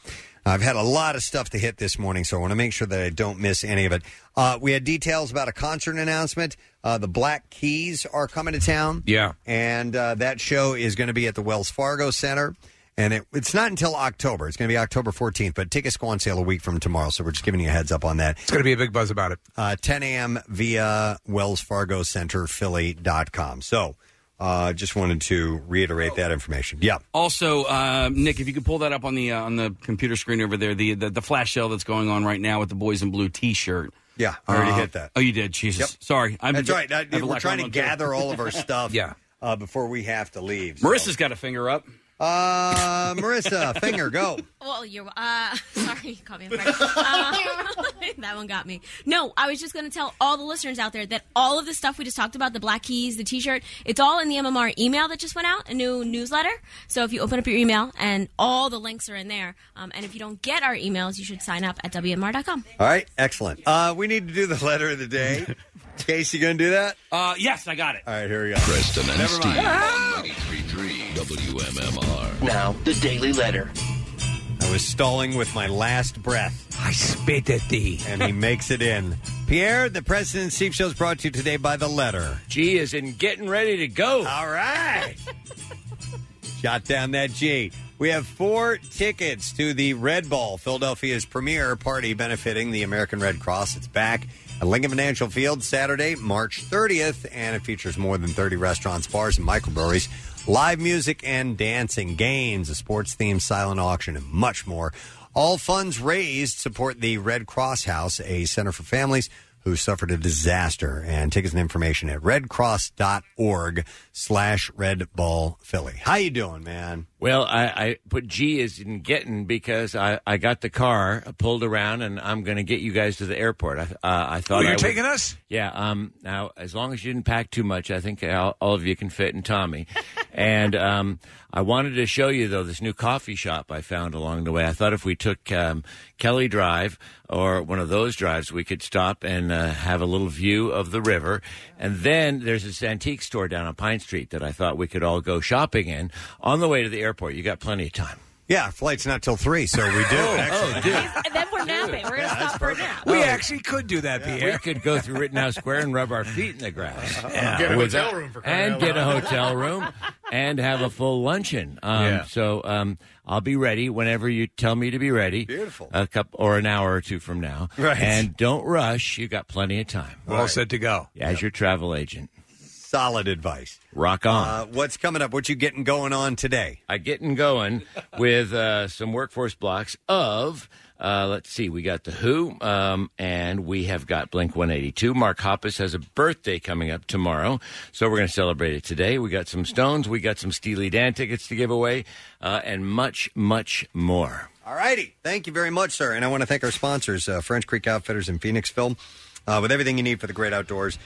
[SPEAKER 2] I've had a lot of stuff to hit this morning, so I want to make sure that I don't miss any of it. Uh, we had details about a concert announcement. Uh, the Black Keys are coming to town.
[SPEAKER 4] Yeah.
[SPEAKER 2] And uh, that show is going to be at the Wells Fargo Center. And it, it's not until October. It's going to be October 14th, but tickets go on sale a week from tomorrow. So we're just giving you a heads up on that.
[SPEAKER 4] It's going to be a big buzz about it.
[SPEAKER 2] Uh, 10 a.m. via Wells Fargo Center, Philly.com. So Uh, just wanted to reiterate that information. Yeah.
[SPEAKER 6] Also, uh, Nick, if you could pull that up on the uh, on the computer screen over there, the, the the flash sale that's going on right now with the boys in blue T-shirt.
[SPEAKER 2] Yeah, I already
[SPEAKER 6] Uh,
[SPEAKER 2] hit that.
[SPEAKER 6] Oh, you did. Jesus, sorry. I'm
[SPEAKER 2] That's right.
[SPEAKER 6] I
[SPEAKER 2] That,
[SPEAKER 6] have a
[SPEAKER 2] we're
[SPEAKER 6] lot
[SPEAKER 2] trying to
[SPEAKER 6] going on, too.
[SPEAKER 2] gather all of our stuff.
[SPEAKER 6] yeah.
[SPEAKER 2] Uh, before we have to leave.
[SPEAKER 6] Marissa's got a finger up.
[SPEAKER 2] Uh, Marissa, finger, go.
[SPEAKER 17] Well, you're. Uh, sorry, you caught me. off guard. Uh, that one got me. No, I was just going to tell all the listeners out there that all of the stuff we just talked about the black keys, the t shirt, it's all in the MMR email that just went out, a new newsletter. So if you open up your email, and all the links are in there. Um, and if you don't get our emails, you should sign up at WMR.com.
[SPEAKER 2] All right, excellent. Uh, we need to do the letter of the day. Casey, you going to do that?
[SPEAKER 6] Uh, yes, I got it.
[SPEAKER 2] All right, here we go. Preston
[SPEAKER 1] and
[SPEAKER 2] Never mind.
[SPEAKER 1] Steve. 93.3 WMMR. Now, the Daily Letter.
[SPEAKER 2] I was stalling with my last breath. I spit at thee. And he makes it in. Pierre, the President Steve Show is brought to you today by The Letter.
[SPEAKER 21] G is in getting ready to go.
[SPEAKER 2] All right. Jot down that G. We have four tickets to the Red Ball, Philadelphia's premier party benefiting the American Red Cross. It's back at Lincoln Financial Field Saturday, March 30th, and it features more than 30 restaurants, bars, and microbreweries, live music and dancing, games, a sports themed silent auction, and much more. All funds raised support the Red Cross House, a center for families who suffered a disaster. And tickets and information at redcross.org slash Red Ball Philly. How you doing, man?
[SPEAKER 21] Well, I, I put G as in getting because I, I got the car pulled around and I'm going to get you guys to the airport. I, uh, I thought
[SPEAKER 4] Oh, you're
[SPEAKER 21] I would-
[SPEAKER 4] taking us?
[SPEAKER 21] Yeah. Um. Now, as long as you didn't pack too much, I think all, all of you can fit in Tommy. and um, I wanted to show you though this new coffee shop I found along the way. I thought if we took um, Kelly Drive or one of those drives, we could stop and uh, have a little view of the river. And then there's this antique store down on Pine Street that I thought we could all go shopping in on the way to the airport. You got plenty of time.
[SPEAKER 2] Yeah, flight's not till three, so we do.
[SPEAKER 21] oh, dude.
[SPEAKER 17] And then we're napping. We're going to stop for a nap.
[SPEAKER 21] We actually could do that, Pierre. Oh. We could go through Rittenhouse Square and rub our feet in the grass.
[SPEAKER 4] Yeah. Get a
[SPEAKER 21] With
[SPEAKER 4] hotel
[SPEAKER 21] that-
[SPEAKER 4] room for crying
[SPEAKER 21] and
[SPEAKER 4] out
[SPEAKER 21] get a
[SPEAKER 4] loud.
[SPEAKER 21] hotel room and have a full luncheon. Um,
[SPEAKER 4] Yeah.
[SPEAKER 21] So um, I'll be ready whenever you tell me to be ready.
[SPEAKER 4] Beautiful.
[SPEAKER 21] A couple or an hour or two from now.
[SPEAKER 4] Right.
[SPEAKER 21] And don't rush. You got plenty of time.
[SPEAKER 4] We're all set to go.
[SPEAKER 21] As your travel agent.
[SPEAKER 2] Solid advice.
[SPEAKER 21] Rock on.
[SPEAKER 2] Uh, what's coming up? What you getting going on today?
[SPEAKER 21] I getting going with uh, some workforce blocks of. Uh, let's see, we got the Who, um, and we have got Blink 182. Mark Hoppus has a birthday coming up tomorrow, so we're going to celebrate it today. We got some Stones, we got some Steely Dan tickets to give away, uh, and much, much more.
[SPEAKER 2] All righty. Thank you very much, sir. And I want to thank our sponsors, uh, French Creek Outfitters in Phoenixville. Uh, with everything you need for the great outdoors,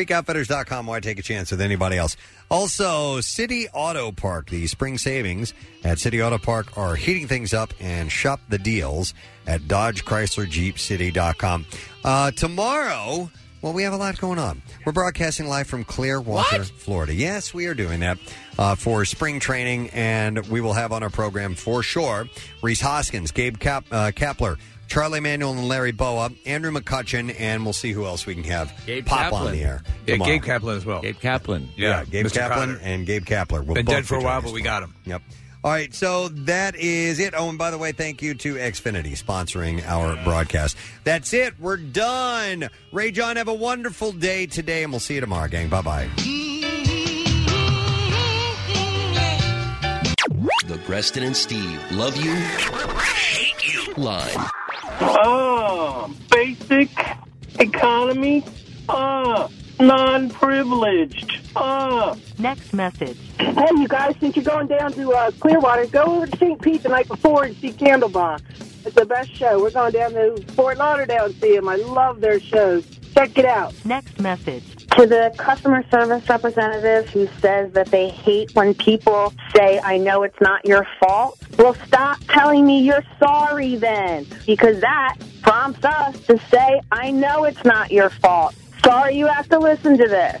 [SPEAKER 2] FrenchCreekOutfitters.com. Why take a chance with anybody else? Also, City Auto Park. The spring savings at City Auto Park are heating things up and shop the deals at DodgeChryslerJeepCity.com. Uh, tomorrow, well, we have a lot going on. We're broadcasting live from Clearwater, Florida. Yes, we are doing that uh, for spring training, and we will have on our program for sure Reese Hoskins, Gabe Cap- uh, Kapler, Charlie Manuel, and Larry Boa, Andrew McCutcheon, and we'll see who else we can have pop on the air.
[SPEAKER 4] Yeah,
[SPEAKER 2] tomorrow.
[SPEAKER 4] Gabe Kaplan as well.
[SPEAKER 21] Gabe Kaplan.
[SPEAKER 4] Yeah,
[SPEAKER 2] Gabe
[SPEAKER 4] Mr.
[SPEAKER 2] Kaplan
[SPEAKER 4] Cotter.
[SPEAKER 2] and Gabe Kapler. We'll
[SPEAKER 4] Been
[SPEAKER 2] both
[SPEAKER 4] dead for a
[SPEAKER 2] be
[SPEAKER 4] while,
[SPEAKER 2] joining us
[SPEAKER 4] but we
[SPEAKER 2] tomorrow.
[SPEAKER 4] got him.
[SPEAKER 2] Yep. All right, so that is it. Oh, and by the way, thank you to Xfinity sponsoring our broadcast. That's it. We're done. Ray John, have a wonderful day today, and we'll see you tomorrow, gang. Bye bye.
[SPEAKER 8] The Preston and Steve love you, hate you line.
[SPEAKER 15] Oh, basic economy. Ah, non-privileged. Ah.
[SPEAKER 23] Next message.
[SPEAKER 12] Hey, you guys, since you're going down to uh, Clearwater, go over to St. Pete the night before and see Candlebox. It's the best show. We're going down to Fort Lauderdale and see them. I love their shows. Check it out.
[SPEAKER 23] Next message.
[SPEAKER 24] To the customer service representative who says that they hate when people say, I know it's not your fault, well, stop telling me you're sorry then, because that prompts us to say, I know it's not your fault. Sorry you have to listen to this.